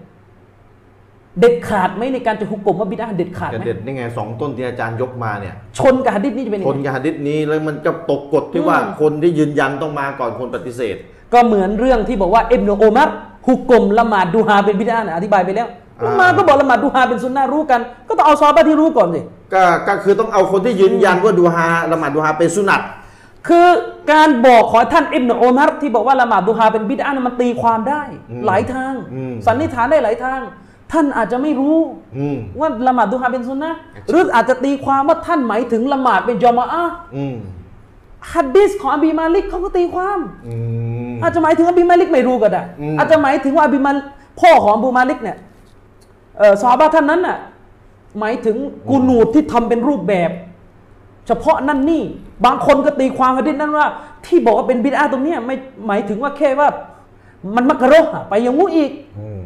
B: เด็ดขาดไหมในการจะฮุกกลมว่าบิดาเด็ดขาด
A: กระ
B: ไหม
A: เด็ดนี่ไงสองต้นที่อาจารย์ยกมาเนี่ย
B: ชนกับฮัดดิษนี่จะเป็นยัง
A: ค
B: ไง
A: นกับหะดิษนี้แล้วมันจะตกกฎที่ว่า
B: อืม
A: คนที่ยืนยันต้องมาก่อนคนปฏิเสธ
B: ก็เหมือนเรื่องที่บอกว่าเอ็มโนโอมัรฮุกกลมละหมาดดูฮาเป็นบิดานะอธิบายไปแล้ว
A: อ่า
B: ละหมาดก็บอกละหมาดดูฮาเป็นซุนนะห์รู้กัน ก็ต้องเอาซอฮาบะห์ที่รู้ก่อนสิ
A: ก็ก็คือต้องเอาคนที่ยืนยันว่าดูฮาละหมาดดูฮาเป็นสุนัต
B: คือการบอกของท่านเอ็มโนโอมัรที่บอกว่าละหมาดดูฮาเป็นบิดานะมันตีความได้ หลายทาง สันนิษฐานได้หลายทาง ท่านอาจจะไม่รู้
A: อืม
B: ว่าละหมาดดูฮาเป็นซุนนะห์หรืออาจจะตีความว่าท่านหมายถึงละหมาดเป็นจอมาอะห์
A: อืม
B: ฮัดดิสของอบีมาลิกเขาก็ตีความ
A: อืม
B: อาจจะหมายถึงอบีมาลิกไม่รู้ก็ได้
A: อืม
B: อาจจะหมายถึงว่าอบีมาลิกพ่อของอบูมาลิกเนี่ยเอ่อซอฮาบะห์ท่านนั้นน่ะหมายถึงกูนูดที่ทำเป็นรูปแบบ เฉพาะนั่นนี่ บางคนก็ตีความฮะดิษนั้นว่า ที่บอกว่าเป็นบิดาตรงเนี้ยไม่หมายถึงว่าแค่ว่า มันมักกะโรฮ์อะไปอยังงู้อีก
A: อืม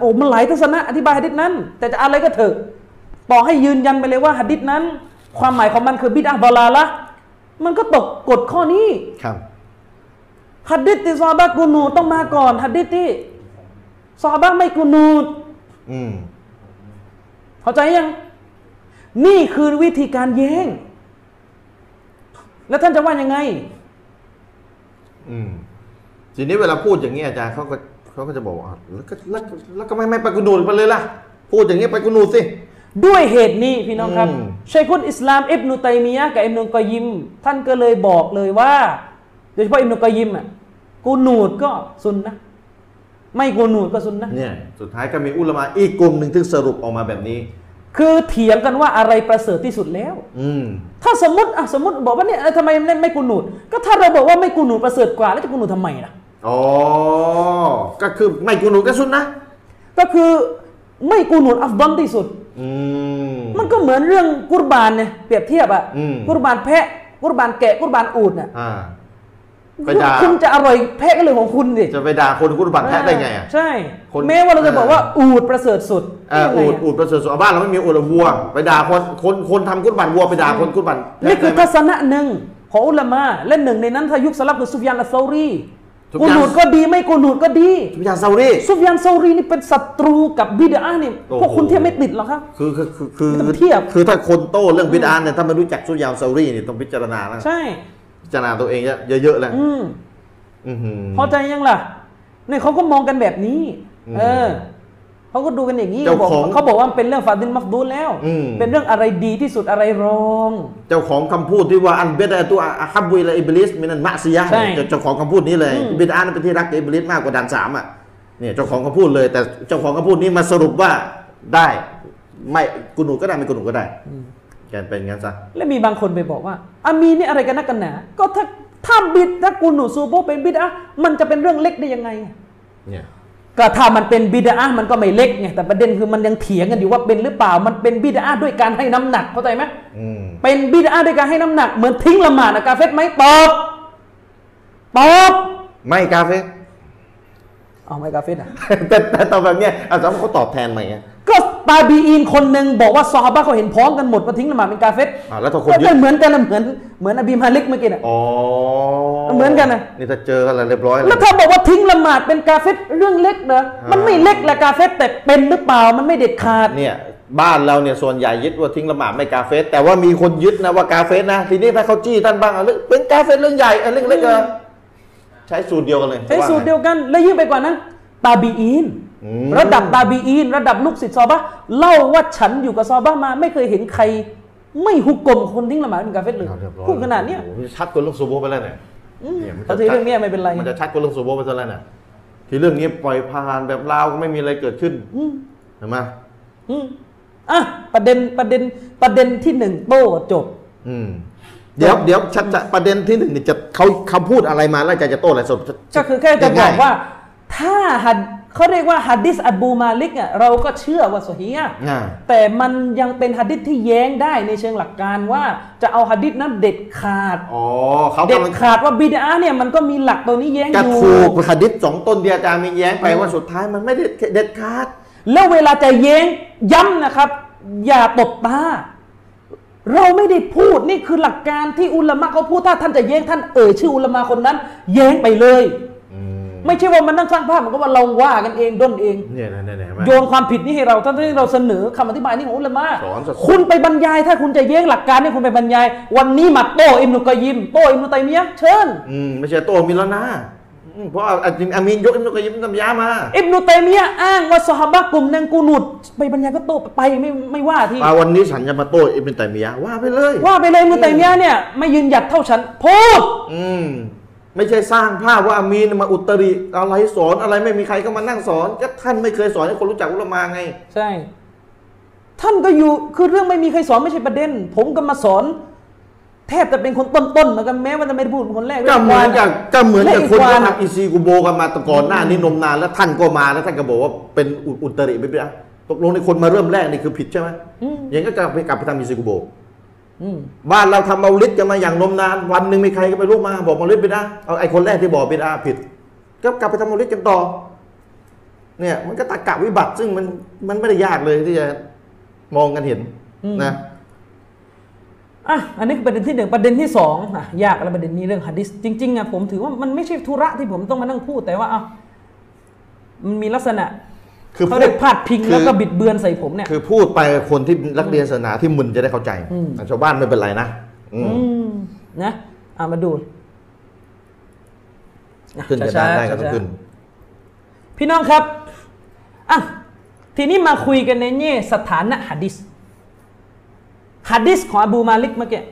B: โอ้มันหลายทัศนะอธิบายหะดิษนั้น แต่จะอะไรก็เถอะต่อให้ยืนยันไปเลยว่าหะดิษนั้น ความหมายของมันคือบิดาบลาละมันก็ตกกฎข้อนี้
A: ครับ
B: ฮัดดิษที่ซอฮาบะกูนูดต้องมาก่อนฮัดดิษที่ซอฮาบะไม่กูนูด
A: อืม
B: เข้าใจยัง นี่คือวิธีการแย้ง แล้วท่านจะว่ายังไง
A: อืมทีนี้เวลาพูดอย่างนี้อาจารย์เขาก็เขาก็จะบอกว่าอ่ะแล้วก็แล้วก็แล้วก็ไม่ไม่ไปกุนูดมันเลยล่ะ พูดอย่างนี้ไปกุนูดสิ
B: ด้วยเหตุนี้พี่น้องครับ
A: อืม
B: ชัยคุนอิสลามอิบนุตัยมียะห์กับอิบนุกอยยิม ท่านก็เลยบอกเลยว่า โดยเฉพาะอิบนุกอยยิมอ่ะกูนูดก็ซุนนะห์ไม่กูนูดก็ซุนนะห์
A: เนี่ย สุดท้ายก็มีอุลามะอีกกลุ่มหนึ่งที่สรุปออกมาแบบนี้
B: คือเถียงกันว่าอะไรประเสริฐที่สุดแล้ว
A: อืม
B: ถ้าสมมติอ่ะสมมติบอกว่าเนี่ยเอ้ยทำไมไม่ไม่กูหนูด ก็ถ้าเราบอกว่าไม่กูหนูดประเสริฐกว่าแล้วจะกูหนูดทำไมล่ะ
A: อ๋อ ก็คือไม่กุนูดก็สุนนะ
B: ก็คือไม่กูหนูดอัฟดอนที่สุด
A: อืม
B: มันก็เหมือนเรื่องกุรบานเนี่ยเปรียบเทียบอะ
A: อืม
B: กุรบานแพะกุรบานแกะกุรบานอูดเนี่ย
A: อ่า ไปด่า
B: คุณจะอร่อยแพะก็เรื่องของคุณดิ
A: จะไปด่าคนกุรบัตแท้ได้ไงอ่ะ
B: ใช่
A: คน
B: แม้ว่าเราจะบอกว่า
A: เออ
B: อูดประเสริฐสุด
A: เอ่อ
B: ได้
A: อู
B: ไงะ
A: ดอูดประเสริฐสุดเอาบ้านเราไม่มีอูดเอาวัว ไปด่าคนคนคนทำกุรบัตวัวไปด่าคนกุรบัตแท้
B: นี่คือ
A: ได้ไหม
B: ทัศนะหนึ่งของอุลามะและหนึ่งในนั้นถ้ายุคสลับคือซุฟยานอัสซอรี
A: ซุฟ
B: กู
A: ยาน
B: หนูดก็ดีไม่กูหนูดก็ดี
A: พิจารณ์ซาอุดี
B: ซุฟยานเซารีนี่เป็นศัตรูกับบิดาเนี่ย
A: โอ้โห
B: พวกคุณเทียบไม่ติดหรอกครับ
A: คือคือคือคือ
B: ไม่ต้องเทียบ
A: คือถ้าคนโต้เรื่องบิดาเนี่ยถ้าไม่รู้จักสุยาวซาอุดีเนี่ยต้องพิจารณาแล้ว
B: ใช่
A: พิจารณาตัวเองเยอะๆแล้ว
B: อืม
A: อื้อหือ
B: พอใจยังล่ะเนี่ยเขาก็มองกันแบบนี้
A: อืม
B: เออเขาก็ดูกันอย่างนี้
A: เจ้า
B: บอก
A: ของ
B: เขาบอกว่ามันเป็นเรื่องฟาดินมัฟดูลแล้ว
A: อืม
B: เป็นเรื่องอะไรดีที่สุดอะไรรอง
A: เจ้าของคำพูดที่ว่าอันเบดาตัวอะฮับบุยละอิบลิสมินันมะซียะห์
B: ใช่
A: เนี่ยเจ้าของคำพูดนี้เลยบิดาเนี่ยเป็นที่รักกับอิบลิสมากกว่าด่านสามอ่ะเนี่ยเจ้าของคำพูดเลย แต่เจ้าของคำพูดนี้มาสรุปว่าได้ไม่กุนูก็ได้ไม่กุนูก็ได้แกเป็นงั้นซะ
B: และมีบางคนไปบอกว่าอามีนี่อะไรกันนักกันหนา ก็ถ้าถ้าบิดถ้ากูหนูซูโบเป็นบิดอะมันจะเป็นเรื่องเล็กได้ยังไง
A: เนี่ย
B: ก็ถ้ามันเป็นบิดามันก็ไม่เล็กไงแต่ประเด็นคือมันยังเถียงกันอยู่ว่าเป็นหรือเปล่ามันเป็นบิดาด้วยการให้น้ำหนักเข้าใจไหม
A: อืม
B: เป็นบิดาด้วยการให้น้ำหนัก เหมือนทิ้งละหมาดนะกาเฟตไหมตอบตอบ
A: ไม่กาเฟ่
B: เอาไหมกาเฟตอ่ะ
A: แต่แต่ตอบแบบเนี้ยอาจารย์เขาตอบแทนไหมอ่ะ
B: ก็ตาบีอินคนหนึ่งบอกว่าซอฮาบะเขาเห็นพ้องกันหมดว่าทิ้งละหมาดเป็นกาเฟต
A: อ่าแล้วถ้าคนยึด
B: ก็เหมือนกันนะเหมือนเหมือนอบีมาลิกเมื่อกี้น่ะ
A: อ๋อ
B: เหมือนกันนะ
A: นี่ถ้าเจอกันแล้วเรียบร้อยเล
B: แล้ว
A: ย
B: ถ้าบอกว่าทิ้งละหมาดเป็นกาเฟตเรื่องเล็กนะ
A: อ่ามั
B: มันไม่เล็กแหละกาเฟตแต่เป็นหรือเปล่ามันไม่เด็ดขาด
A: เนี่ย บ้านเราเนี่ยส่วนใหญ่ยึดว่าทิ้งละหมาดไม่กาเฟสแต่ว่ามีคนยึดนะว่ากาเฟสนะทีนี้ถ้าเขาจี้ท่านบ้างเอาเรื่องเป็นกาเฟสเรื่องใหญ่เอาเรื่องเล็กอะใช้สูตรเดียวกันเลย
B: ใช้สูตรเดียวกัน และยิ่งไปกว่านั้น ตาบีอีน ระดับตาบีอีน ระดับลูกศิษย์ซอฮาบะห์เล่าว่าฉันอยู่กับซอฮาบะห์มา ไม่เคยเห็นใคร ไม่หุกกลมคนทิ้งละหมาดเป็นกาเฟตเลย
A: เอาเรียบร้อย
B: พูดขนาดเนี้ย
A: โอ้โหชัดกว่าเรื่องซูโบไปแล้วเนี่ยเนี่ยมันจะ
B: เอาทีเรื่องเนี้ยไม่เป็นไร
A: มันจะชัดกว่าเรื่องซูโบไปซะแล้วเนี่ยที่เรื่องนี้ปล่อยผ่านแบบราวก็ไม่มีอะไรเกิดขึ้น
B: อืม
A: เห็นไหม
B: อืมอ่ะประเด็นประเด็นประเด็นที่หนึ่งโต้จบ
A: อืมเดี๋ยวเดี๋ยวชัดๆประเด็นที่หนึ่งเนี่ยจะเขาเขาพูดอะไรมาแล้วอาจารย์จะโต้อะไรสด
B: ก็คือแค่จะบ
A: ง่า
B: อย ก
A: ๆ
B: ว่า ถ้าหัดเขาเรียกว่าฮัดดิสอับบูมาลิกอ่ะเราก็เชื่อว่าสฮีฮ์อะ
A: อ่า
B: แต่มันยังเป็นฮัดดิสที่แย้งได้ในเชิงหลักการว่า จะเอาฮัดดิสนั้นเด็ดขาด
A: อ๋อเขา
B: เด็ด
A: กำลัง
B: ขาดว่าบิดาเนี่ยมันก็มีหลักตัวนี้แย้ง
A: จะ
B: อยู่
A: ถูกหะดิษสองต้นที่อาจารย์มีแย้งไปว่าสุดท้ายมันไม่ได้เด็ดขาด
B: แล้วเวลาจะแย้งย้ำนะครับ อย่าตบตา เราไม่ได้พูดนี่คือหลักการที่อุลามะเขาพูดถ้าท่านจะแย้งท่านเอ่ยชื่ออุลามะคนนั้น แย้งไปเลย ไม่ใช่ว่ามันนั่งสร้างภาพเหมันก็ว่าเราว่ากันเองด้นเอง
A: เนี่ยนะเนี่ยนะเห็นไหม
B: โยนความผิดนี้ให้เราทั้งที่เราเสนอคำอธิบายนี่ของอุลามะ
A: สอนสอน
B: คุณไปบรรยาย ถ้าคุณจะแย้งหลักการเนี่ยคุณไปบรรยาย วันนี้มาโต้อิมนุกอยยิมโต้อิมนุตัยมียะห์เชิญ
A: อืมไม่ใช่โตมิลแล้วนะอืมเพราะอาจารย์อามีนยกอิมนุกอยยิมน้ำยามา
B: อิบนุตัยมียะห์อ้างว่าสหบะกลุ่มนางกูนุดไปบรรยายก็โต้ไปไม่ไม่ว่าที่
A: อ่าวันนี้ฉันจะมาโตอิมนุตัยมียะห์ว่าไปเลย
B: ว่าไปเลยอิบนุตัยมียะห์เนี่ยไม่ยืนหยัดเท่าฉันพูด
A: อืมไม่ใช่สร้างภาพว่าอามีนมาอุตริอะไรสอนอะไรไม่มีใครก็มานั่งสอนก็ท่านไม่เคยสอนให้คนรู้จักอุลามาไง
B: ใช่ ท่านก็อยู่คือเรื่องไม่มีใครสอนไม่ใช่ประเด็น ผมก็มาสอน แทบจะเป็นคนต้นๆเหมือนกันแม้ว่าจะไม่ได้พูดเป็นคนแรก
A: ก็เหมือนกับก็เหมือนกับคน
B: และ
A: ที่
B: กวั
A: ทำอีซีกูโบกันมาแต่ก่อนหน้านี้นมนานแล้วท่านก็มาแล้วท่านก็บอกว่าเป็นอุอุตริไม่เป็นไรตกลงในคนมาเริ่มแรกนี่คือผิดใช่ไหม
B: อืม
A: ยังก็กลับไปกลับไปทำอีซีกูโบ
B: อืม
A: บ้านเราทำเมาลิดกันมาอย่างนมนาน วันหนึ่งมีใครก็ไปรู้มาบอกเมาลิดไปนะเอาไอ้คนแรกที่บอกไปนะผิด ก็กลับไปทำเมาลิดกันต่อ เนี่ยมันก็ตะกะวิบัติซึ่งมันมันไม่ได้ยากเลยที่จะมองกันเห็น
B: อืม
A: นะ
B: อ่ะ อันนี้คือประเด็นที่หนึ่งประเด็นที่สองอ่ะยากแล้วประเด็นนี้เรื่องหะดิษจริงๆอ่ะผมถือว่ามันไม่ใช่ธุระที่ผมต้องมานั่งพูดแต่ว่าอ่ะมันมีลักษณะ
A: คือ
B: เขาเรียกพาดพิง
A: คือ
B: แล้วก็บิดเบือนใส่ผมเนี่ย
A: คือพูดไปคนที่รักเรียนศาสนาที่มึนจะได้เข้าใจ
B: อืม
A: แต่ชาวบ้านไม่เป็นไรนะอืม
B: อืมนะอ่ะมาดูอ่ะ
A: ขึ้นจะ
B: ช้า
A: ได้
B: ๆ
A: ได้ก็ต้อง
B: ช้าๆ
A: ขึ้น
B: พี่น้องครับ อ่ะ ทีนี้มาคุยกันในแง่สถานะหะดิษหะดิษของอบูมาลิกเมื่อกี้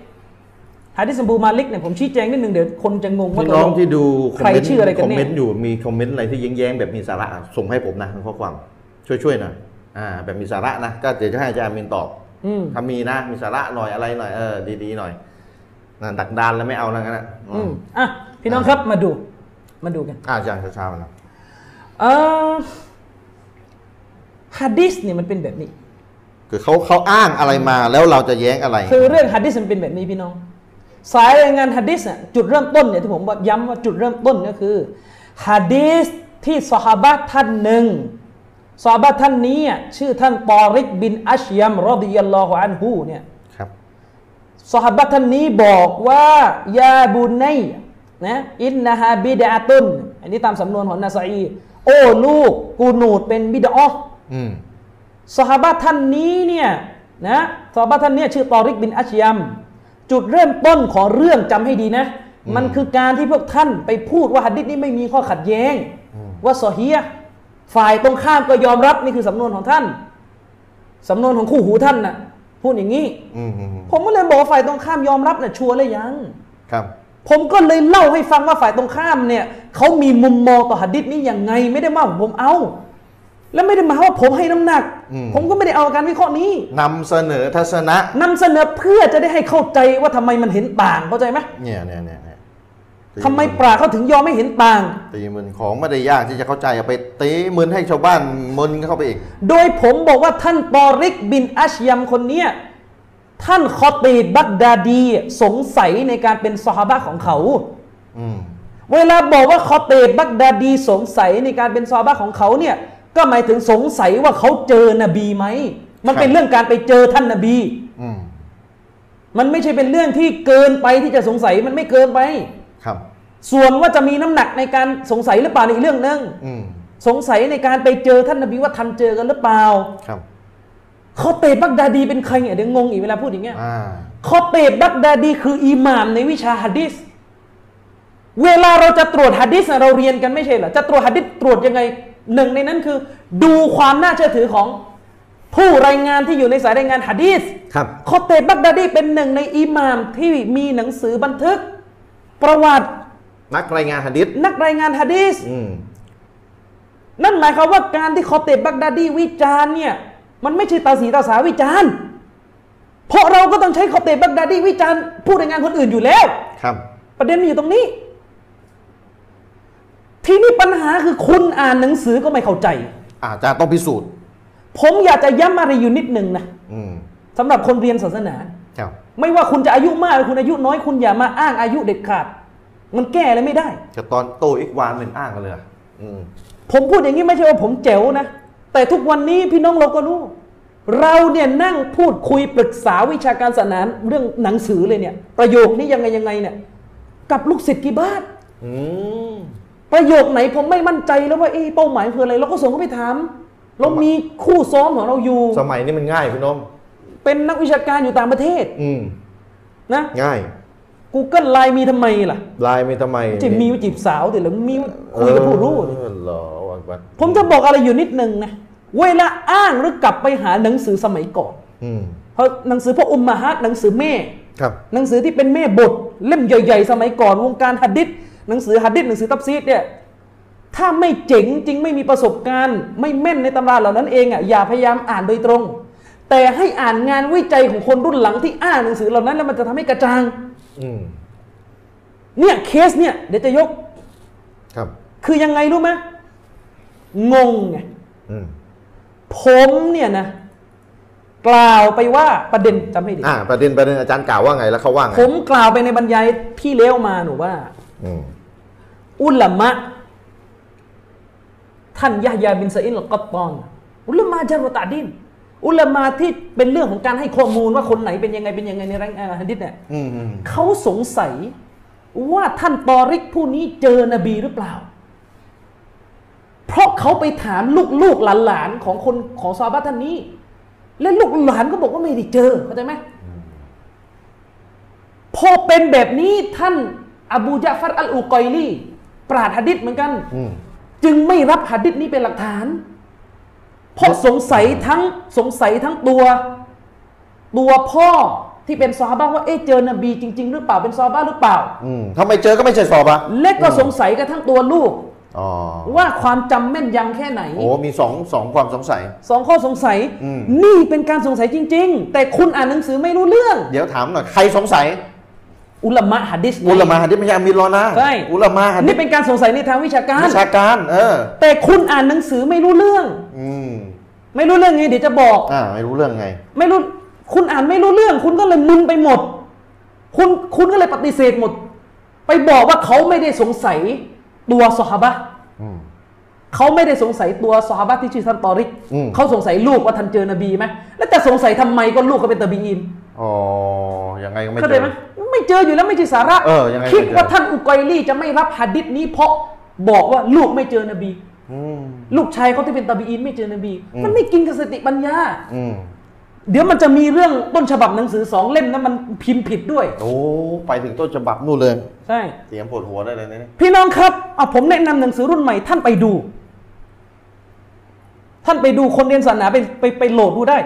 B: หะดิษของอบูมาลิกเนี่ยผมชี้แจงนิดนึงเดี๋ยวคนจะงงว่า
A: พี่
B: ตกล
A: น้องที่ดูคอม
B: ใคร
A: เมนต์
B: ชื่ออะไรกัน
A: คอม
B: แน่
A: เมนต์อยู่มีคอมเมนต์อะไรที่แย้งๆแบบมีสาระอ่ะส่งให้ผมนะข้อความช่วยๆหน่อยอ่า แบบมีสาระนะก็เดี๋ยวจะให้อาจารย์มินตอบ
B: อืม
A: ถ้ามีนะ มีสาระหน่อยอะไรหน่อยเออดีๆหน่อยนะดักดานแล้วไม่เอานะงั้นนะ
B: อืม อ่ะ พี่น้องครับมาดู มาดูกัน
A: อ่าอาจารย์ช้าๆนะ
B: เออหะดิษเนี่ยมันเป็นแบบนี้
A: คือเขาเขาอ้างอะไรมาแล้วเราจะแย้งอะไร
B: คือเรื่องหะดิษมันเป็นแบบนี้พี่น้อง สายรายงานหะดิษน่ะจุดเริ่มต้นเนี่ยที่ผมบอกย้ำว่าจุดเริ่มต้นก็คือหะดิษที่สหบะท่านหนึ่งสหบะท่านนี้อ่ะชื่อท่านตอริกบินอัชยัมรอดิยัลลอฮุอันฮูเนี่ย
A: ครับ
B: สหบะท่านนี้บอกว่ายาบุนไนนะอินนะฮะบิดาตุนอันนี้ตามสำนวนของนาซาอีโอ้ลูกกูนูดเป็นบิดาอ์
A: อืม
B: สหบะท่านนี้เนี่ยนะสหบะท่านเนี่ยชื่อตอริกบินอัชยัม จุดเริ่มต้นของเรื่องจำให้ดีนะ มันคือการที่พวกท่านไปพูดว่าหัดดิษนี้ไม่มีข้อขัดแย้ง ว่าซอเฮียะห์ฝ่ายตรงข้ามก็ยอมรับนี่คือสำนวนของท่านสำนวนของคู่หูท่านน่ะพูดอย่างนี้
A: อืมอืมอืม
B: ผมก็เลยบอกว่าฝ่ายตรงข้ามยอมรับน่ะชัวร์เลยยัง
A: ครับ
B: ผมก็เลยเล่าให้ฟังว่าฝ่ายตรงข้ามเนี่ยเขามีมุมมองต่อหัดดิษนี้ยังไงไม่ได้มาว่าผมเอา แล้วไม่ได้มาว่าผมให้น้ำหนัก ผมก็ไม่ได้เอาการวิเคราะห์นี้
A: นำเสนอทัศนะ
B: นำเสนอเพื่อจะได้ให้เข้าใจว่าทำไมมันเห็นต่างเข้าใจไหม
A: เนี่ยเนี่ยเนี่ยเนี่ย
B: ทำไมปราชญ์เขาถึงยอมไม่เห็นต่าง
A: ตีมึนของไม่ได้ยากที่จะเข้าใจเอาไปตีมึนให้ชาวบ้านมึนเข้าไปอีก
B: โดยผมบอกว่าท่านตอริกบินอัชยัมคนเนี้ยท่านคอตีบบักดาดีสงสัยในการเป็นซอฮาบะของเขา
A: อืม
B: เวลาบอกว่าคอเตบบักดาดีสงสัยในการเป็นซอฮาบะห์ของเขาเนี่ยก็หมายถึงสงสัยว่าเขาเจอนบีไหม มันเป็
A: ค
B: น
A: รับ
B: เรื่องการไปเจอท่านนบี
A: อืม
B: มันไม่ใช่เป็นเรื่องที่เกินไปที่จะสงสัยมันไม่เกินไป
A: ครับ
B: ส่วนว่าจะมีน้ำหนักในการสงสัยหรือเปล่าในอีกเรื่องหนึง
A: อืม
B: สงสัยในการไปเจอท่านนบีว่าท่านเจอกันหรือเปล่า
A: ครับ
B: คอเตบบักดาดีเป็นใครเนี่ยเดี๋ยวงงอีกเวลาพูดอย่างเงี้ย
A: อ่า
B: คอเตบบักดาดีคืออิหม่ามในวิชาหะดีษเวลาเราจะตรวจหะดีษน่ะเราเรียนกันไม่ใช่เหรอจะตรวจหะดีษตรวจยังไงหนึ่งในนั้นคือ ดูความน่าเชื่อถือของผู้รายงานที่อยู่ในสายรายงานหะดีษ
A: ครับ
B: คอเตบบักดาดีเป็นหนึ่งในอิหม่ามที่มีหนังสือบันทึก ประวัติ
A: นักรายงานหะดิษ
B: นักรายงานหะดีษ
A: อืม
B: นั่นหมายความว่าการที่คอเตบบักดาดีวิจารณ์เนี่ย มันไม่ใช่ตาสีตาสาวิจารณ์ เพราะเราก็ต้องใช้คอเตบบักดาดีวิจารณ์ผู้รายงานคนอื่นอยู่แล้ว
A: ครับ
B: ประเด็นมันอยู่ตรงนี้ ทีนี้ปัญหาคือคุณอ่านหนังสือก็ไม่เข้าใจ
A: อาจจะต้องพิสูจน์
B: ผมอยากจะย้ำอะไรอยู่นิดหนึ่งนะ
A: อืม
B: สำหรับคนเรียนศาสนา
A: ครับ
B: ไม่ว่าคุณจะอายุมากหรือคุณอายุน้อยคุณอย่ามาอ้างอายุเด็ดขาด มันแก้อะไรไม่ได้
A: จะตอนโตอีกวานเป็นอ้างกันเลยอะอืม
B: ผมพูดอย่างนี้ไม่ใช่ว่าผมเจ๋วนะ แต่ทุกวันนี้พี่น้องเราก็รู้ เราเนี่ยนั่งพูดคุยปรึกษาวิชาการศาสนาเรื่องหนังสือเลยเนี่ย ประโยคนี้ยังไงยังไงเนี่ย กับลูกศิษย์กี่บ้าน
A: อืม
B: ประโยคไหนผมไม่มั่นใจแล้วว่าเอ้เป้าหมายคืออะไรเราก็ส่งเขาไปถามเรามีคู่ซ้อมของเราอยู่
A: สมัยนี้มันง่ายพี่น้อง
B: เป็นนักวิชาการอยู่ต่างประเทศ
A: อืม
B: นะ
A: ง่าย
B: Google ไลน์มีทำไมล่ะ
A: ไลน์มีทำไม
B: จีบมีไว้จีบสาวแต่หรือมีไว้คุยกับผู้รู้
A: เอ
B: เนี่ย
A: อเหรอวันวัน
B: ผมจะบอกอะไรอยู่นิดนึงนะเวลาอ้างหรือกลับไปหาหนังสือสมัยก่อน
A: อืม
B: เพราะหนังสือพวกอุมมาฮัดหนังสือแม่
A: ครับ
B: หนังสือที่เป็นแม่บท เล่มใหญ่ ๆ สมัยก่อนวงการหัดดิษหนังสือหัดดิษหนังสือตับซีดเนี่ยถ้าไม่เจ๋งจริงไม่มีประสบการณ์ ไม่แม่นในตำราเหล่านั้นเองอ่ะอย่าพยายามอ่านโดยตรง แต่ให้อ่านงานวิจัยของคนรุ่นหลังที่อ่านหนังสือเหล่านั้นแล้วมันจะทำให้กระจ่าง
A: อืม
B: เนี่ยเคสเนี่ยเดี๋ยวจะยก
A: ครับ
B: คือยังไงรู้ไหมงงไง
A: อืม
B: ผมเนี่ยนะกล่าวไปว่าประเด็นจำให้ดี
A: อ่า ประเด็นประเด็นอาจารย์กล่าวว่าไงแล้วเขาว่าไง
B: ผมกล่าวไปในบรรยายพี่เลี้ยวมาหนูว่า
A: อืม
B: อุลามะ ท่านยะฮยาบินซะอินอัลกัตตอนอุลามะจารวะตะดีนอุลามะที่เป็นเรื่องของการให้ข้อมูลว่าคนไหนเป็นยังไงเป็นยังไงในรังฮะดิษเนี่ย
A: อืมอืม
B: เขาสงสัยว่าท่านตอริกผู้นี้เจอนบีหรือเปล่า เพราะเขาไปถามลูกลูกๆหลานๆของคนของซอฮาบะท่านนี้ และลูกหลานก็บอกว่าไม่ได้เจอเข้าใจไหมพอเป็นแบบนี้ท่านอบูจาฟัรอัลอุกอยลีปราดหะดิษเหมือนกัน
A: อืม
B: จึงไม่รับหะดิษนี้เป็นหลักฐาน เพราะสงสัยทั้งสงสัยทั้งตัว ตัวพ่อที่เป็นซอฮาบะว่าเอ๊ะเจอนบีจริง ๆ หรือเปล่าเป็นซอฮาบะหรือเปล่า
A: อืมถ้าไม่เจอก็ไม่ใช่สอบอะ
B: และก็สงสัยกระทั่งตัวลูก
A: อ๋อ
B: ว่าความจำแม่นยำแค่ไหน
A: โอ้มีสองสองความสงสัย
B: สองข้อสงสัย
A: อืม
B: นี่เป็นการสงสัยจริง ๆ แต่คุณอ่านหนังสือไม่รู้เรื่อง
A: เดี๋ยวถามหน่อย ใครสงสัย
B: อุลามะหะดิษไง
A: อุลามะฮะดิษไม่ใช่อามิรรอนะ
B: ใช่
A: อุลามะฮะดิษ
B: นี่เป็นการสงสัยในทางวิชาการ
A: วิชาการ เออ
B: แต่คุณอ่านหนังสือไม่รู้เรื่อง
A: อืม
B: ไม่รู้เรื่องไงเดี๋ยวจะบอก
A: อ่า ไม่รู้เรื่องไง
B: ไม่รู้ คุณอ่านไม่รู้เรื่อง คุณก็เลยมึนไปหมด คุณคุณก็เลยปฏิเสธหมด ไปบอกว่าเขาไม่ได้สงสัยตัวสหาบะห์
A: อืม
B: เขาไม่ได้สงสัยตัวสหาบะห์ที่ชื่อท่านตอริก
A: อืม
B: เขาสงสัยลูกว่าท่านเจอนบีไหมแล้วจะสงสัยทำไมก็ลูกเขาเป็นตะบีอิน
A: อ๋อ ยังไงก็ไม่
B: เข้า
A: เจ
B: ใจ
A: อ
B: ไหมไม่เจออยู่แล้วไม่ใช่สาระ
A: เออยังไงไม่เจอ
B: คิดว่าท่านอุกัยลี่จะไม่รับหะดิษนี้เพราะบอกว่าลูกไม่เจอนบี
A: อืม
B: ลูกชายเขาที่เป็นตาบีอินไม่เจอนบี มันไม่กินกับสติปัญญา
A: อืม
B: เดี๋ยวมันจะมีเรื่องต้นฉบับหนังสือสองเล่มนะมันพิมพ์ผิดด้วย
A: โอ้ ไปถึงต้นฉบับนู่นเลย
B: ใช่
A: เสียงปวดหัวได้เลยนะเนี่ย
B: พี่น้องครับอ่ะผมแนะนำหนังสือรุ่นใหม่ท่านไปดู ท่านไปดูคนเรียนศาสนาไปไปไปโหลดดูได้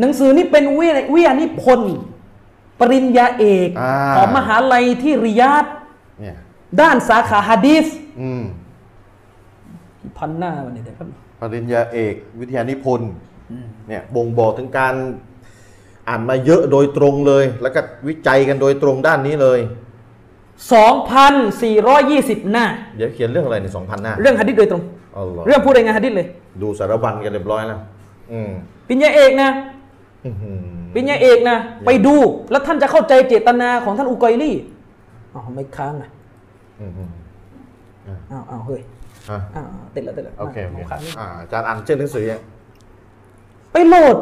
B: หนังสือนี่เป็นวิวิทยานิพนธ์ปริญญาเอก
A: อ่า
B: ของมหาลัยที่ริยาด
A: เนี่ย
B: ด้านสาขาฮะดีส
A: อืม
B: พันหน้าวันนี้เดี๋ยวแป๊บนึง
A: ปริญญาเอกวิทยานิพนธ์เนี่ยบ่งบอกถึงการอ่านมาเยอะโดยตรงเลย แล้วก็วิจัยกันโดยตรงด้านนี้เลย
B: 2,420 หน้า
A: เดี๋ยวเขียนเรื่องอะไรในสองพันหน้า
B: เรื่องฮะดิษโดยตรง
A: อ๋อเหรอ
B: เรื่องผู้รายงานฮะดิษเลย
A: ดูสารบัญกันเรียบร้อยแล้ว อืม
B: ปริญญาเอกนะ
A: อื้อหือ
B: ปริญญาเอกนะ ไปดู แล้วท่านจะเข้าใจเจตนาของท่านอุกอยลี่อ้าวไม่ค้างอ่ะ
A: อื้อหือ
B: อ้าวอ้าวเฮ้ย
A: ฮะ
B: อ้าวอ้าวติดแล้วติดแล้ว
A: โอเคโอเค
B: มาค้าง
A: อ่าอาจารย์อ่านเช่นหนังสือยัง
B: ไปโหลด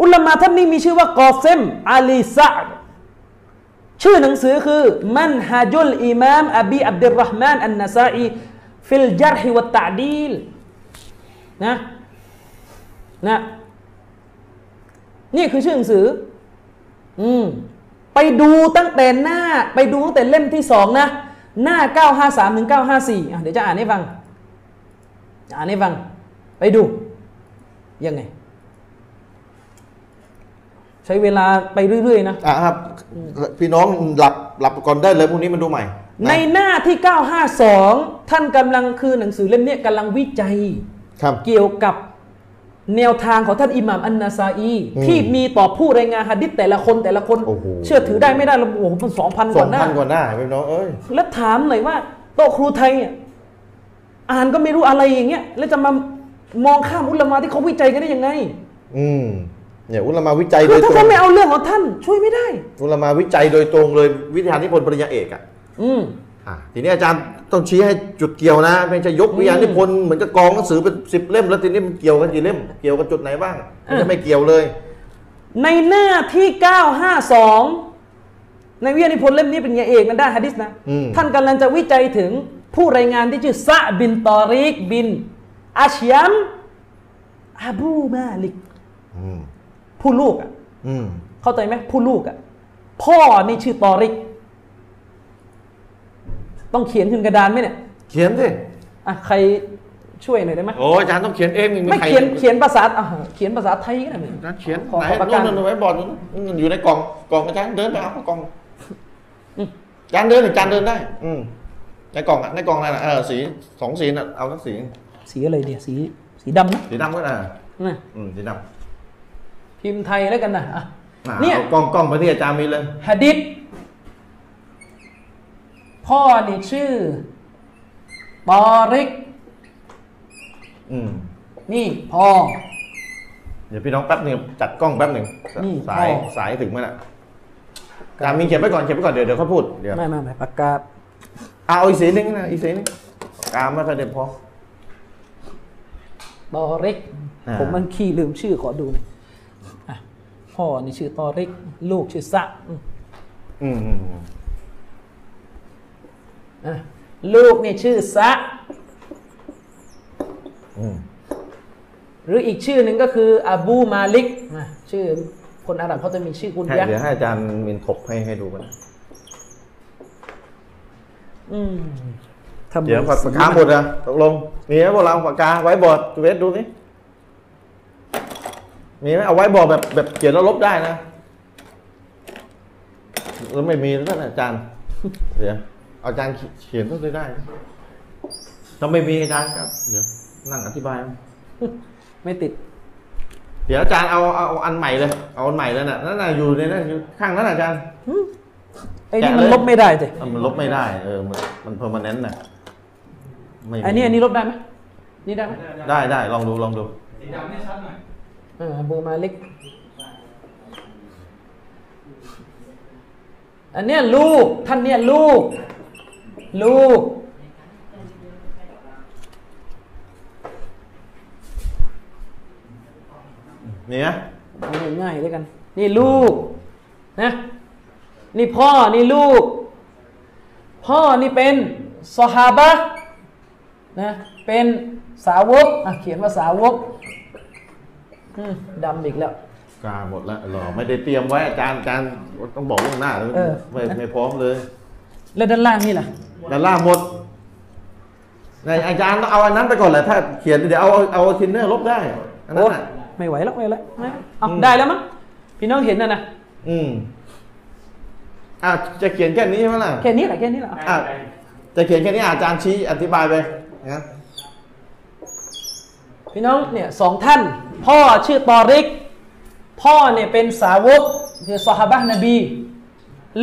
B: อุลามาท่านนี้มีชื่อว่ากอเซมอาลีซะอ์ชื่อหนังสือคือมันฮาจุลอิมามอบีอับดุลรห์มานอันนาซาอีฟิลจัรฮิวัตตะดีล นะ นะนี่คือชื่อหนังสือ อืม ไปดูตั้งแต่หน้า ไปดูตั้งแต่เล่มที่สองนะ หน้า 953ถึง954อ่ะเดี๋ยวจะอ่านให้ฟัง อ่านให้ฟัง ไปดู ยังไง ใช้เวลาไปเรื่อย ๆ นะ
A: อ่ะครับ พี่น้องหลับหลับก่อนได้เลยพรุ่งนี้มันดูใหม่นะ
B: ในหน้าที่ 952 ท่านกำลังคือหนังสือเล่มเนี้ยกำลังวิจัย
A: ครับ
B: เกี่ยวกับแนวทางของท่านอิหม่ามอันนาซาอี
A: อืม
B: ที่มีต่อผู้รายงานหะดิษแต่ละคนแต่ละคน
A: โอ้โห
B: เชื่อถือได้ไม่ได้เราโอ้โหมันสองพัน
A: ส
B: ก
A: อง
B: ว่าหน้า
A: พันกว่าหน้าพี่น้องเอ้ย
B: แล้วถามหน่อยว่า โต๊ะครูไทยอ่ะอ่านก็ไม่รู้อะไรอย่างเงี้ยแล้วจะมามองข้ามอุลามะที่เขาวิจัยกันได้ยังไง
A: อืมเนี่ยอุลามาวิจัยโด
B: คือย ถ้า
A: ตร
B: เขา
A: ง
B: ไม่เอาเรื่องของท่าน ช่วยไม่ได้
A: อุลามาวิจัยโดยตรงเลยวิทยานิพนธ์ปริญญาเอกอ่ะ
B: อืม
A: อ่ะทีนี้อาจารย์ต้องชี้ให้จุดเกี่ยวนะไม่ใช่ยกวิทยานิพนธ์เหมือนกับกองหนังสือเป็นสิบเล่มแล้วทีนี้มันเกี่ยวกันกี่เล่มเกี่ยวกันจุดไหนบ้างมันจะไม่เกี่ยวเลย
B: ในหน้าที่ 952 ในวิทยานิพนธ์เล่มนี้เป็นไงเอกนันได้านฮะดิษนะ
A: อืม
B: ท่านกำลังจะวิจัยถึงผู้รายงานที่ชื่อซะบินตอริกบิน อาชยัมอาบูมาลิก
A: อืม
B: ผู้ลูกอะ
A: อืม
B: เข้าใจไหมผู้ลูกอะพ่อนี่ชื่อตอริก ต้องเขียนขึ้นกระดานไหมเนี่ย
A: เขียนสิ
B: อ่ะใครช่วยหน่อยได้ไหม
A: โอ้อาจารย์ต้องเขียนเอง
B: ไม่เขียนเขียนภาษาอ่ะเขียนภาษาไทยก็ได้ไหม
A: อาจารย์เขียน
B: ขอ
A: ไหน
B: ขอปาก
A: นู่
B: กา
A: นนู่นไว้บอร์ดนู่นอยู่ในกล่องกล่องอาจารย์เดินไปเอากล่องอาจารย์เดินอาจารย์เดินได้ อืมในกล่องอะในกล่องอะไรนะเออสีสองสีน่ะเอาสักสี
B: สีอะไรเนี่ยสีสีดำนะ
A: สีดำก็ได้
B: นะ
A: อืมสีดำ
B: พิมพ์ไทยแล้วกันนะอ่ะ
A: อ่ะ
B: เนี่ย
A: อากล้องกล้องมาที่อาจารย์มีเลย
B: ฮะดิษพ่อนี่ชื่อตอริก
A: อืม
B: นี่พ่อ
A: เดี๋ยวพี่น้องแป๊บหนึ่งจัดกล้องแป๊บหนึ่ง
B: นี่
A: สาย
B: อ๋อ
A: สายถึงไหมล่ะอาจารย์มีเขียนไว้ก่อนเขียนไว้ก่อนเดี๋ยวเดี๋ยวเขาพูดเดี๋ยว
B: ไม่ไม่ไม่ปากกา
A: เอาอีกสีหนึงนะอีกสีหนึงกามมาแสดงพอ
B: ตอริก
A: อ่า
B: ผมมันขี้ลืมชื่อขอดูหน่อยอ่ะพ่อนี่ชื่อตอริก ลูกชื่อสะอืม
A: อืมอืมอืม
B: อ่ะลูกนี่ชื่อสะหรืออีกชื่อหนึ่งก็คืออบูมาลิกอ่ะชื่อคนอาหรับเขาจะมีชื่อคุณ
A: ให้
B: ยะ
A: เดี๋ยวให้อาจารย์มินถกให้ให้ดูกัน
B: อืมทำไม
A: เดี๋ยวปาก
B: สี
A: กาหมดนะตกลงมีไหมพวกเราปากกาไว้บอร์ดเวสดูสิมีไหมเอาไว้บอร์ดแบบแบบเขียนแล้วลบได้นะแล้วไม่มีแล้วท่านอาจ ารย์ เดี๋ยวอาจารย์เขียนต้องได้ได้ถ้าไม่มีอาจารย์ครับ เดี๋ยวนั่งอธิบาย
B: ไม่ติด
A: เดี๋ยวอาจารย์เอาเอาเอาอันใหม่เลย เอาอันใหม่แล้วน่ะนั่นน่ะอยู่ในนั้นอยู่ข้างนั้นน่ะอาจารย์
B: ไอ้นี่
A: แกะ
B: มัน
A: เลย
B: ลบไม่ได้จ้ะ
A: อ่ะมันลบไม่ได้ เออ มันมันเพอร์มานแนนต์น่ะไม่มี
B: ไอ้นี่อันนี้ลบได้ไหมนี่ได้ไหม
A: ได้ได้ลองดูลองดู
B: เออบูมาเล็ก อันเนี้ยลูก ท่านเนี่ยลูก ลูก
A: เนี่ย
B: เอาง่ายๆด้วยกัน นี่ลูกนะ นี่พ่อ นี่ลูก พ่อนี่เป็นสหาบะนะ เป็นสาวกอ่ะเขียนว่าสาวกอืมดำอีกแล้ว
A: กาหมดแล้วหรอไม่ได้เตรียมไว้อาจารย์อาจารย์ต้องบอกล่วงหน้าเลย
B: เออ
A: ไม่ไม่พร้อมเลย
B: แล้วด้านล่างนี่ล่ะ
A: ดอลล่าร์หมดนายอาจารย์ต้องเอาอันนั้นไปก่อนแหละถ้าเขียนเดี๋ยวเอาเอาเอาทินเนอร์ลบได้อันนั้นน่ะ
B: โอ้ไม่ไหวแล้วไม่ไหวแล้วไม่ไหวเอา
A: อืม
B: ได้แล้วมั้งพี่น้องเห็นนะนะ
A: อืมอ่ะจะเขียนแค่นี้ใช่ไหมล่ะ
B: แค่นี้แหละแค่นี้แหละ
A: อ่ะจะเขียนแค่นี้อาจารย์ชี้อธิบายไปนะ
B: พี่น้องเนี่ยสองท่าน พ่อชื่อตอริก พ่อเนี่ยเป็นสาวกคือซอฮาบะห์นบี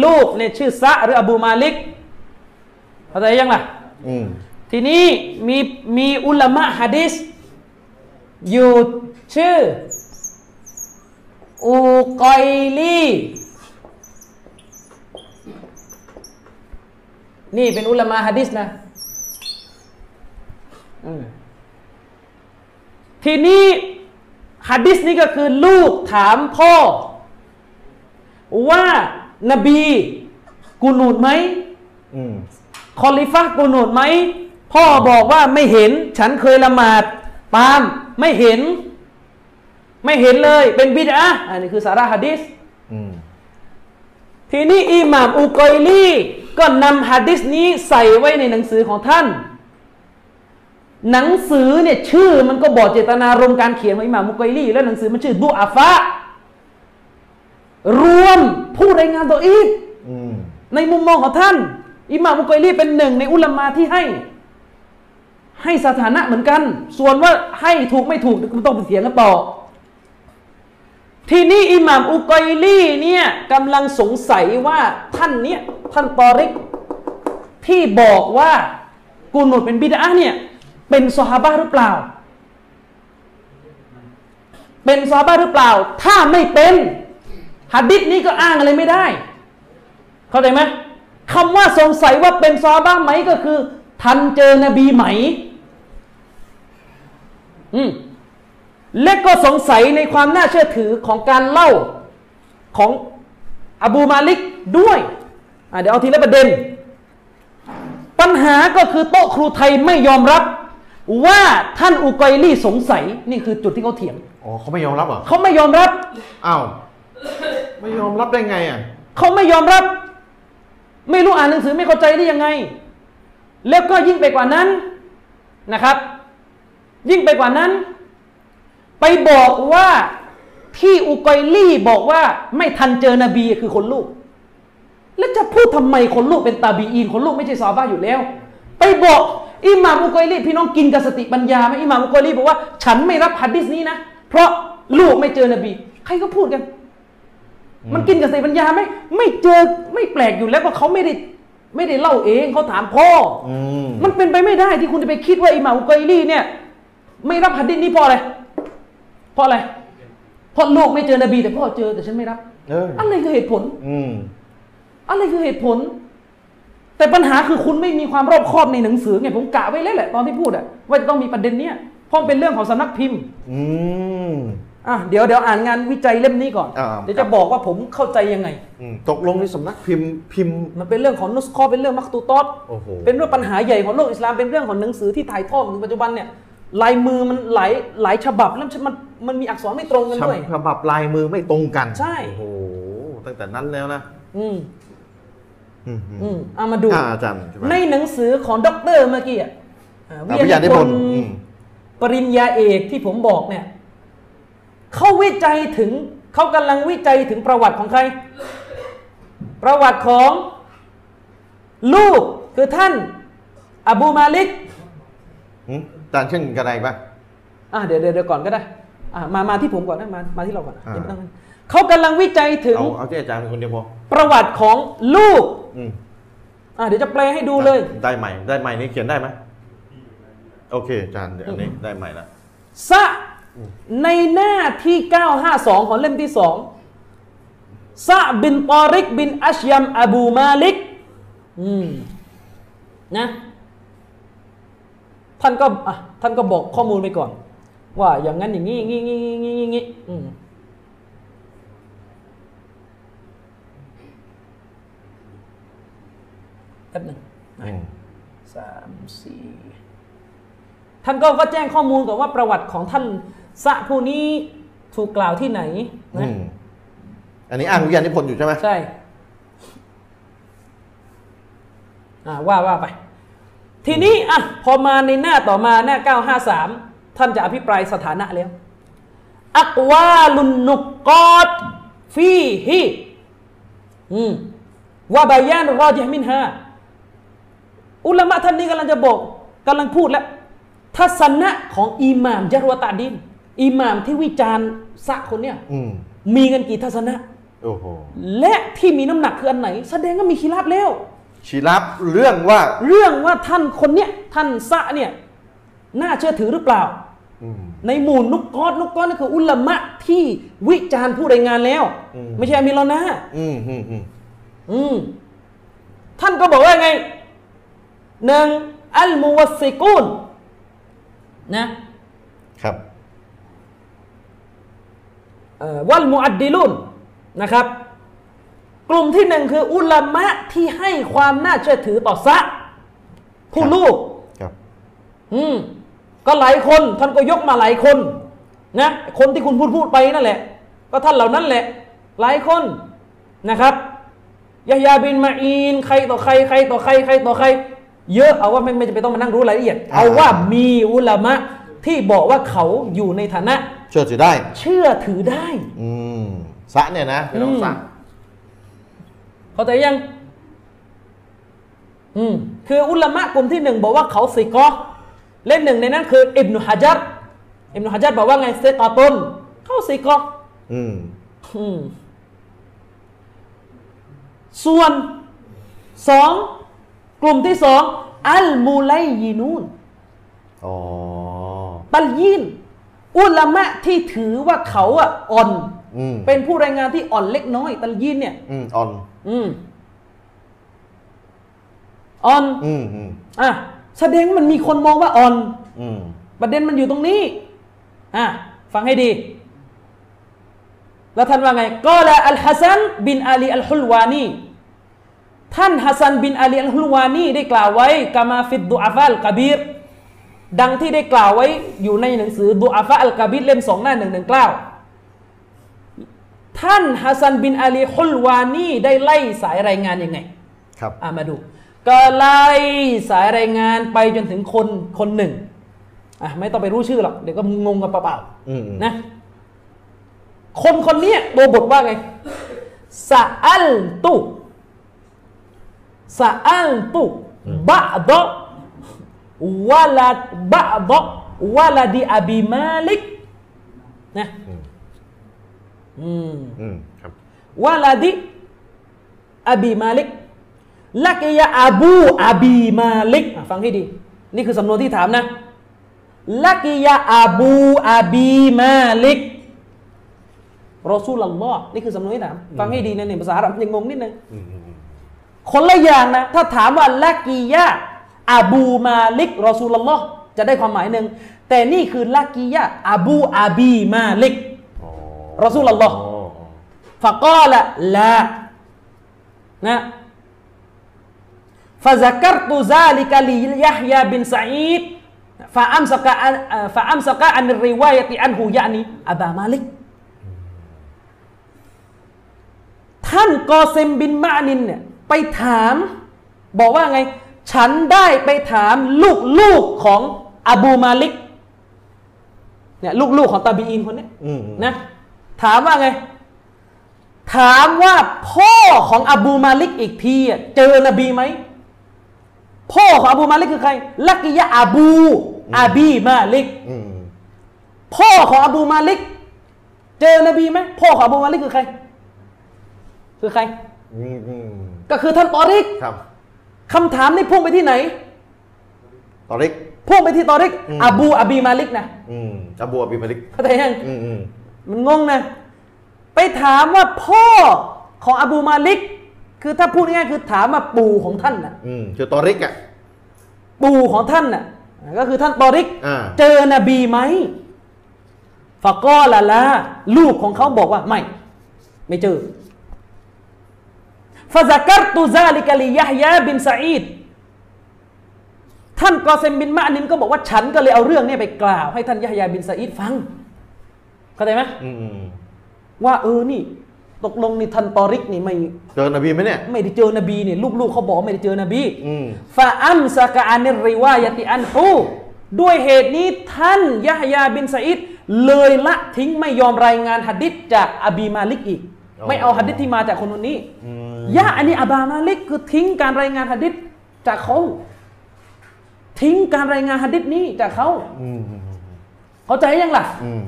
B: ลูกเนี่ยชื่อซะหรืออบูมาลิกเข้าใจยังล่ะ
A: อืม
B: ทีนี้มีมีอุลามะฮะดิษอยู่ชื่อ อูกอยลีนี่เป็นอุลามะฮะดิษนะอืมทีนี้ฮะดิษนี่ก็คือลูกถามพ่อ ว่านบีกูนูดไหม
A: อืม
B: คอลิฟะกูนูดไหม พ่อบอกว่าไม่เห็น ฉันเคยละหมาด ตามไม่เห็น ไม่เห็นเลยเป็นบิดอะห์อันนี้คือสาระหะดิษ
C: อืม
B: ทีนี้อิหม่ามอุกอยลีก็นำฮะดิษนี้ใส่ไว้ในหนังสือของท่าน หนังสือเนี่ยชื่อมันก็บอกเจตนารมณ์การเขียนของอิหม่ามอุกอยลีแล้วหนังสือมันชื่อดูอาฟะรวมผู้รายงานตัวอีก
C: อืม
B: ในมุมมองของท่าน อิหม่ามอุกอยลีเป็นหนึ่งในอุลามาที่ให้ ให้สถานะเหมือนกัน ส่วนว่าให้ถูกไม่ถูกก็ต้องไปเถียงกันต่อ ทีนี้อิหม่ามอุกัยลีเนี่ยกำลังสงสัยว่าท่านเนี่ยท่านตอริก ที่บอกว่ากูนุดเป็นบิดาเนี่ยเป็นซอฮาบะห์หรือเปล่า เป็นซอฮาบะห์หรือเปล่า ถ้าไม่เป็นหัดดิษนี้ก็อ้างอะไรไม่ได้ เข้าใจไหมคำว่าสงสัยว่าเป็นซอฮาบะห์ไหมก็คือ ทันเจอนบีไหม อืม และก็สงสัยในความน่าเชื่อถือของการเล่าของอบูมาลิกด้วยอ่ะเดี๋ยวเอาทีละประเด็น ปัญหาก็คือโต๊ะครูไทยไม่ยอมรับ ว่าท่านอุกัยลี่สงสัยนี่คือจุดที่เขาเถียง
C: อ๋อเขาไม่ยอมรับเหรอ
B: เขาไม่ยอมรับ
C: อ้าว ไม่ยอมรับได้ไงอ่ะ
B: เขาไม่ยอมรับ ไม่รู้อ่านหนังสือไม่เข้าใจได้ยังไง แล้วก็ยิ่งไปกว่านั้นนะครับ ยิ่งไปกว่านั้น ไปบอกว่าที่อุกอยลี่บอกว่าไม่ทันเจอนบีคือคนลูก แล้วจะพูดทำไมคนลูกเป็นตาบีอีนคนลูกไม่ใช่ซอฮาบ้าอยู่แล้ว ไปบอกอิหม่ามอุกอยลี่พี่น้องกินกับสติปัญญาไหมอิหม่ามอุกอยลี่บอกว่า ฉันไม่รับฮัดดิสนี้นะเพราะลูกไม่เจอนบี ใครก็พูดกัน มันกินกับสติปัญญาไหมไม่เจอไม่แปลกอยู่แล้วก็เขาไม่ได้ไม่ได้เล่าเองเขาถามพ่ออ
C: อืม
B: มันเป็นไปไม่ได้ที่คุณจะไปคิดว่าอิหม่ามอุกัยลี่เนี่ย ไม่รับหัดดิษนี้เพราะอะไรเพราะอะไรเพราะลูกไม่เจอนบีแต่พ่อเจอแต่ฉันไม่รับ
C: เออ
B: อะไรคือเหตุผล
C: อืม
B: อะไรคือเหตุผล แต่ปัญหาคือคุณไม่มีความรอบคอบในหนังสือไงผมกะไว้แล้วแหละตอนที่พูดอะว่าจะต้องมีประเด็นเนี้ยเพราะมันเป็นเรื่องของสำนักพิมพ์
C: อืม
B: อ่ะเดี๋ยวเดี๋ยวอ่านงานวิจัยเล่มนี้ก่อน
C: อ่า
B: เดี๋ยวจะบอกว่าผมเข้าใจยังไง
C: อืม ตกลงนี่สำนักพิมพ์พิมพ์
B: มันเป็นเรื่องของนุสคอเป็นเรื่องมักตูตอส
C: โอ้โห
B: เป็นเรื่องปัญหาใหญ่ของโลกอิสลามเป็นเรื่องของหนังสือที่ถ่ายทอดถึงปัจจุบันเนี่ยลายมือมันหลายหลายฉบับแล้วมันมันมีอักษรไม่ตรงกันด้วย
C: ฉบับลายมือไม่ตรงกัน
B: ใช่
C: โอ้โห ตั้งแต่นั้นแล้วนะ
B: อืม
C: อืม
B: อืมเอามาดู
C: อ่าอาจารย์
B: ในหนังสือของด็อกเตอร์เมื่อกี้อ่ะเอ่อ
C: อ่ะวิทยานิพนธ์
B: นิพ
C: อืม
B: ปริญญาเอกที่ผมบอกเนี่ยเขาวิจัยถึงเขากำลังวิจัยถึงประวัติของใคร ประวัติของลูกคือท่าน อบูมาลิก
C: อืมอาจารย์เช่นกระไรปะ
B: อ่ะเดี๋ยวเดี๋ยวเดี๋ยวก่อนก็ได้อ่ะมามาที่ผมก่อนนะมามาที่เราก่อน
C: อ่า
B: เดี๋ยวไม่ต้องเขากำลังวิจัยถึง
C: เอาเอาที่อาจารย์คนเดียวพอ
B: ประวัติของลูก
C: อืม
B: อ่ะเดี๋ยวจะแปลให้ดูเลย
C: ได้ใหม่ ได้ใหม่นี่เขียนได้ไหมโอเคอาจารย์เดี๋ยวอันนี้ได้ใหม่ละ
B: ซะในหน้าที่ 952 ของเล่มที่สองซะบินตอริกบินอัชยัมอบูมาลิกอืมนะท่านก็อ่ะท่านก็บอกข้อมูลไปก่อน ว่าอย่างนั้นอย่างนี้อย่างนี้อย่างนี้อย่างนี้อย่างนี้อืมแป๊บหนึง
C: อืม
B: สามสี่ท่านก็ก็แจ้งข้อมูลกับว่าประวัติของท่านสะผู้นี้ถูกกล่าวที่ไหน
C: อื
B: นะ
C: ม อันนี้อ้างวิทยานิพนธ์อยู่ใช่ไหม
B: ใช่อ่าว่าว่าไป ทีนี้อ่ะพอมาในหน้าต่อมาหน้า 953 ท่านจะอภิปรายสถานะแล้ว อักวาลุนนุกอดฟีฮิอืมวะบายานรอจิฮ์มินฮา อุลามะท่านนี้กำลังจะบอกกำลังพูดแล้วทัศนะของอิหม่ามจารวตาดินอิหม่ามที่วิจารณ์สะคนเนี่ย
C: อืม
B: มีกันกี่ทัศนะ
C: โอ้โห
B: และที่มีน้ำหนักคืออันไหน แสดงว่ามีคีราบแล้ว
C: ชีรับเรื่องว่า
B: เรื่องว่าท่านคนเนี้ยท่านสะเนี่ยน่าเชื่อถือหรือเปล่า
C: อืม
B: ในหมู่นุกกอดนุกกอดนั่นคืออุลามะที่วิจารณ์ผู้รายงานแล้ว
C: อืม
B: ไม่ใช่อามีรอนะ
C: อืมอืมอืม
B: อืมท่านก็บอกว่าไงหนึ่งอัลมุวัสซิกูนนะ
C: ครับ
B: เอ่อวัลมุอัดดิลุนนะครับ กลุ่มที่หนึ่งคืออุลามะที่ให้ความน่าเชื่อถือต่อซะผู้
C: ครับ
B: ลูก
C: ครับ
B: อืมก็หลายคนท่านก็ยกมาหลายคน นะคนที่คุณพูดพูดไปนั่นแหละ ก็ท่านเหล่านั้นแหละ หลายคนนะครับยะฮยาบินมาอีนใครต่อใครใครต่อใครใครต่อใคร เยอะเอาว่าไม่ไม่จะเป็นต้องมานั่งรู้รายละเอียด เอาว่ามีอุลามะที่บอกว่าเขาอยู่ในฐานะ
A: เชื่อถือได้
B: เชื่อถือได้
A: อืมสะเนี่ยนะไม่ต้องสะ
B: เข้าใจยัง อืมคืออุลามะกลุ่มที่หนึ่งบอกว่าเขาสิกอเล่นหนึ่งในนั้นคืออิบนุฮะจัดอิบนุฮะจัดบอกว่าไงสิกอตุนเขาสิกอ
A: อืม
B: อืมส่วนสองกลุ่มที่สองอัลมูไลยีนูน
A: อ๋อ
B: ตัลยีนอุลามะที่ถือว่าเขาอะอ่อน
A: อืม
B: เป็นผู้รายงานที่อ่อนเล็กน้อย ตัลยีนเนี่ย
A: อืมอ่อน
B: อืมอ่อน
A: อืมอืม
B: อ่ะแสดงมันมีคนมองว่าอ่อน
A: อืม
B: ประเด็นมันอยู่ตรงนี้ อ่ะ ฟังให้ดี แล้วท่านว่าไง ก็ละอัลฮัสซันบินอาลีอัลฮุลวานี ท่านฮัสซันบินอาลีอัลฮุลวานีได้กล่าวไว้กามาฟิดดูอาฟะอัลกะบีร ดังที่ได้กล่าวไว้อยู่ในหนังสือดูอาฟะอัลกะบีรเล่มสองหน้าหนึ่งหนึ่งเก้าท่านฮัสซันบินอาลีฮุลวานีได้ไล่สายรายงานยังไง
A: ครับ
B: อ่ะมาดู ก็ไล่สายรายงานไปจนถึงคนคนหนึ่งอ่ะไม่ต้องไปรู้ชื่อหรอก เดี๋ยวก็งงกันเปล่า
A: อืมอืม
B: ๆนะ คนคนเนี้ยตัวบทว่าไงสะอัลตุสะอัลตุบะดะวะลาบะดะวะลาดีอบีมาลิกนะอืม
A: อืมครับ
B: วาลาดิอบีมาลิกลักยะอาบูอบีมาลิกอ่ะฟังให้ดี นี่คือสำนวนที่ถามนะลักยะอาบูอบีมาลิกรอสูลลลอฮ์นี่คือสำนวนที่ถามฟังให้ดีนะเนี่ยภาษาอาหรับยังงงนิดนึงคนละอย่างนะ ถ้าถามว่าลักยะอาบูมาลิกรอสูลลลอฮ์จะได้ความหมายหนึ่งแต่นี่คือลักยะอาบูอบีมาลิกรอสูลลลอฮ์ ฟะกอละลานะฟะซักรตุซาลิกะลิยะฮยาบินซะอีดฟะอัมซะกะอันเอ่อฟะอัมซะกะอันริวายะติอันฮูยะนีอับามาลิกท่านกอเซมบินมานินเนี่ยไปถาม บอกว่าไง ฉันได้ไปถามลูกลูกๆของอบูมาลิกเนี่ยลูกลูกๆของตาบีอินคนเนี้ย
A: อืมอืม
B: นะ ถามว่าไง ถามว่าพ่อของอบูมาลิกอีกทีอะเจอนบีไหม พ่อของอบูมาลิกคือใคร ลักกิยะอบูอาบีมาลิก
A: อืม
B: พ่อของอบูมาลิก เจอนบีไหมพ่อของอบูมาลิกคือใคร คือใคร
A: อืมอืม
B: ก็คือท่านตอริก
A: ครับ
B: คำถามนี้พุ่งไปที่ไหน
A: ตอริก
B: พุ่งไปที่ตอริก
A: อืม
B: อบูอาบีมาลิกนะ
A: อืมอาบัวบิมาลิก
B: เข้าใจยัง
A: อืมอืม
B: มันงงนะ ไปถามว่าพ่อของอบูมาลิก คือถ้าพูดง่ายๆคือถามว่าปู่ของท่านนะ
A: อืมคือตอริกอ่ะ
B: ปู่ของท่านน่ะก็คือท่านตอริก
A: อ่า
B: เจอนบีไหมฟะกอละละลูกของเขาบอกว่าไม่ ไม่เจอฟะซักรตุซาลิกะลิยะฮยาบินซาอีดท่านกอเซมบินมะนินก็บอกว่าฉันก็เลยเอาเรื่องเนี้ไปกล่าวให้ท่านยะฮยาบินซาอีดฟังเข้าใจไหม
A: อืมอืม
B: ว่าเออนี่ ตกลงนี่ท่านตอริกนี่ไม่
A: เจอนบีไหมเนี่ย
B: ไม่ได้เจอนบีนี่ลูกๆเขาบอกไม่ได้เจอนบี
A: อืม
B: ฟาอัมซากะอานิริวายติอันฮูด้วยเหตุนี้ท่านยะฮยาบินสะอิดเลยละทิ้งไม่ยอมรายงานหัดดิษจากอบีมาลิกอีก ไม่เอาหัดดิษที่มาจากคนคนนี้
A: อืม
B: ยะอันนี้อบามาลิกคือทิ้งการรายงานหัดดิษจากเขา ทิ้งการรายงานหัดดิษนี้จากเขา
A: อืมอืม
B: เข้าใจยังล่ะ
A: อืม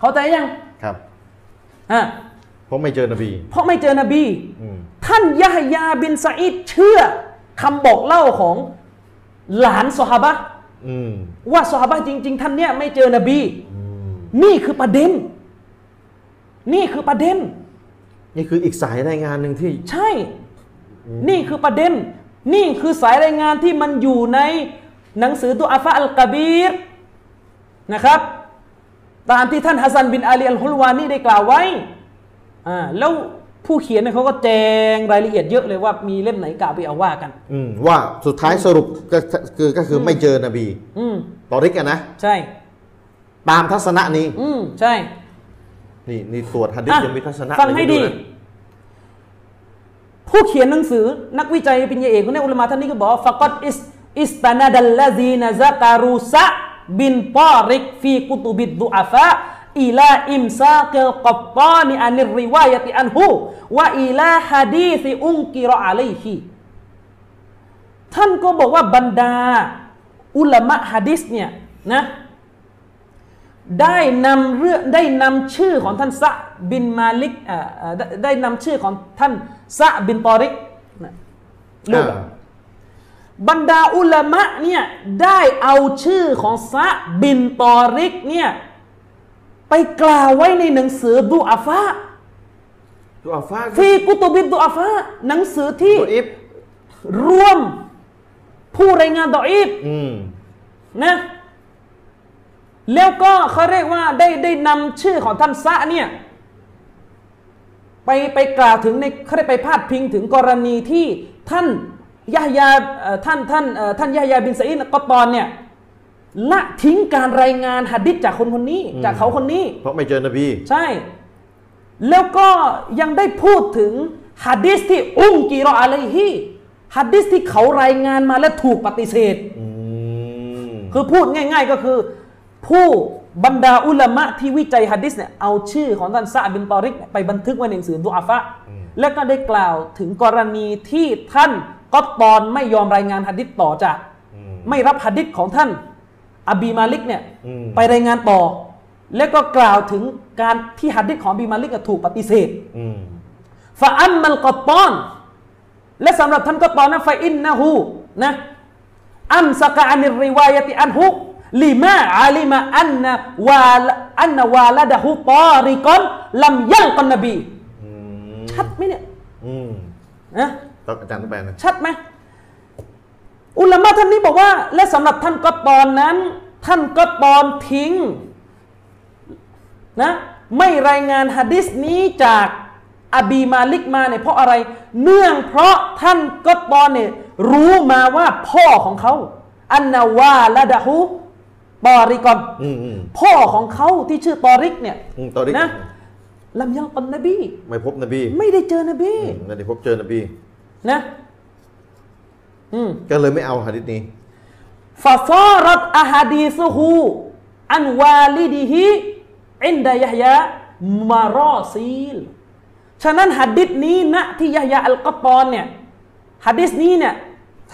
B: เข้าใจยัง
A: ครับ
B: อ่ะ
A: เพราะไม่เจอนบี
B: เพราะไม่เจอนบี
A: อืม
B: ท่านยะฮยาบินสะอิดเชื่อคำบอกเล่าของหลานซอฮาบะห์
A: อืม
B: ว่าสหบาจริง ๆ ท่านเนี่ยไม่เจอนบี นี่คือประเด็น นี่คือประเด็น
A: นี่คืออีกสายรายงานหนึ่งที่
B: ใช่ นี่คือประเด็น นี่คือสายรายงานที่มันอยู่ในหนังสือตัวอาฟะอัลกะบีรนะครับ ตามที่ท่านฮัสซันบินอาลีอัลฮุลวานี่ได้กล่าวไว้อ่าแล้วผู้เขียนเนี่ยเขาก็แจงรายละเอียดเยอะเลยว่ามีเล่มไหนกล่าวไปเอาว่ากัน
A: อืมว่าสุดท้ายสรุปก็คือก็คือไม่เจอนบี
B: อืม
A: ตอริกอะนะ
B: ใช่
A: ตามทัศนะนี้
B: อืมใช่
A: นี่นี่ตรวจหะดิษ
B: อ่ะ
A: ยังมีทัศนะ
B: ฟังให้ดี
A: อะไรอยู่วยนะ
B: ผู้เขียนหนังสือนักวิจัยปริญญาเอกคนนี้อุลามะท่านนี้ก็บอกว่าฟักดอิสอิสตานาดัลลาซีนาซะการุสะบินตาริกฟีกุตุบิดดุอาฟะอิลาอิมซาเกลกัตตานิอันิรริวายติอันฮูวะอิลาฮะดีซิอุงกิรออะลัยฮิท่านก็บอกว่าบรรดา อุลามะฮะดิษเนี่ยนะ ได้นำเรื่องได้นำชื่อของท่านซะบินมาลิกอ่าอ่าได้ได้นำชื่อของท่านซะบินตอริกนะลูก
A: อ่า
B: บรรดาอุลามะเนี่ยได้เอาชื่อของซะบินตอริกเนี่ยไปกล่าวไว้ในหนังสือดูอาฟะ
A: ดูอัลฟา
B: ฟีกุตุบิดดูอาฟะหนังสือที่
A: ดูอิฟ
B: รวมผู้รายงานดออีฟ
A: อืม
B: นะแล้วก็เขาเรียกว่าได้ได้นำชื่อของท่านซะเนี่ยไปไปกล่าวถึงในเขาได้ไปพาดพิงถึงกรณีที่ท่านยะฮยาเอ่อท่านท่านเอ่อท่านยะฮยาบินซะอินกอตอนเนี่ยละทิ้งการรายงานหะดิษจากคนคนนี้ จากเขาคนนี้
A: เพราะไม่เจอนบี
B: ใช่ แล้วก็ยังได้พูดถึงหะดิษที่อุ้งกีรออะไรฮีหะดิษที่เขารายงานมาและถูกปฏิเสธ
A: อืม
B: คือพูดง่าย ๆก็คือ ผู้บรรดาอุลามะที่วิจัยหะดิษเนี่ยเอาชื่อของท่านซาบินตอริกเนี่ยไปบันทึกไว้ในหนังสือดุอาฟะและก็ได้กล่าวถึงกรณีที่ท่านกอตตอนไม่ยอมรายงานหะดิษต่อจากไม่รับหะดิษของท่านอบีมาลิกเนี่ย
A: อืม
B: ไปรายงานต่อ และก็กล่าวถึงการที่หะดิษของอบีมาลิกเนี่ยถูกปฏิเสธ
A: อืม
B: ฟาอัมมัลกอตตอน และสำหรับท่านกอตตอนนะฟาอินนะฮูนะอัมสกะอันิรริวายะติอันฮุลิมาอาลิมาอันนะวาลอันนะวาลดะฮุตอริกอนลัมยัลกอนนบี
A: อืม
B: ชัดไหมเนี่ย
A: อืม
B: นะ
A: ต้องอาจารย์ต้องแปลนะ
B: ชัดไหมอุลามะท่านนี้บอกว่า และสำหรับท่านกอตตอนนั้น ท่านกอตตอนทิ้งนะไม่รายงานฮะดิษนี้จากอบีมาลิกมาเนี่ยเพราะอะไร เนื่องเพราะท่านก็ตอนเนี่ยรู้มาว่าพ่อของเขา อันนาวาละดะฮูตอริกอน
A: อืมอืม
B: พ่อของเขาที่ชื่อตอริกเนี่ย
A: อืมตอริก
B: นะลำยังปันนบี
A: ไม่พบนบี
B: ไม่ได้เจอนบี
A: อืมไม่ได้พบเจอนบี
B: นะอืม
A: ก็เลยไม่เอาหะดิษนี้
B: ฟาซารัตอะฮาดีซุฮูอันวาลิดิฮิอินดายะฮยะมารอซีลฉะนั้นหะดิษนี้ณที่ยะฮยะอัลกอตตอนเนี่ยหะดิษนี้เนี่ย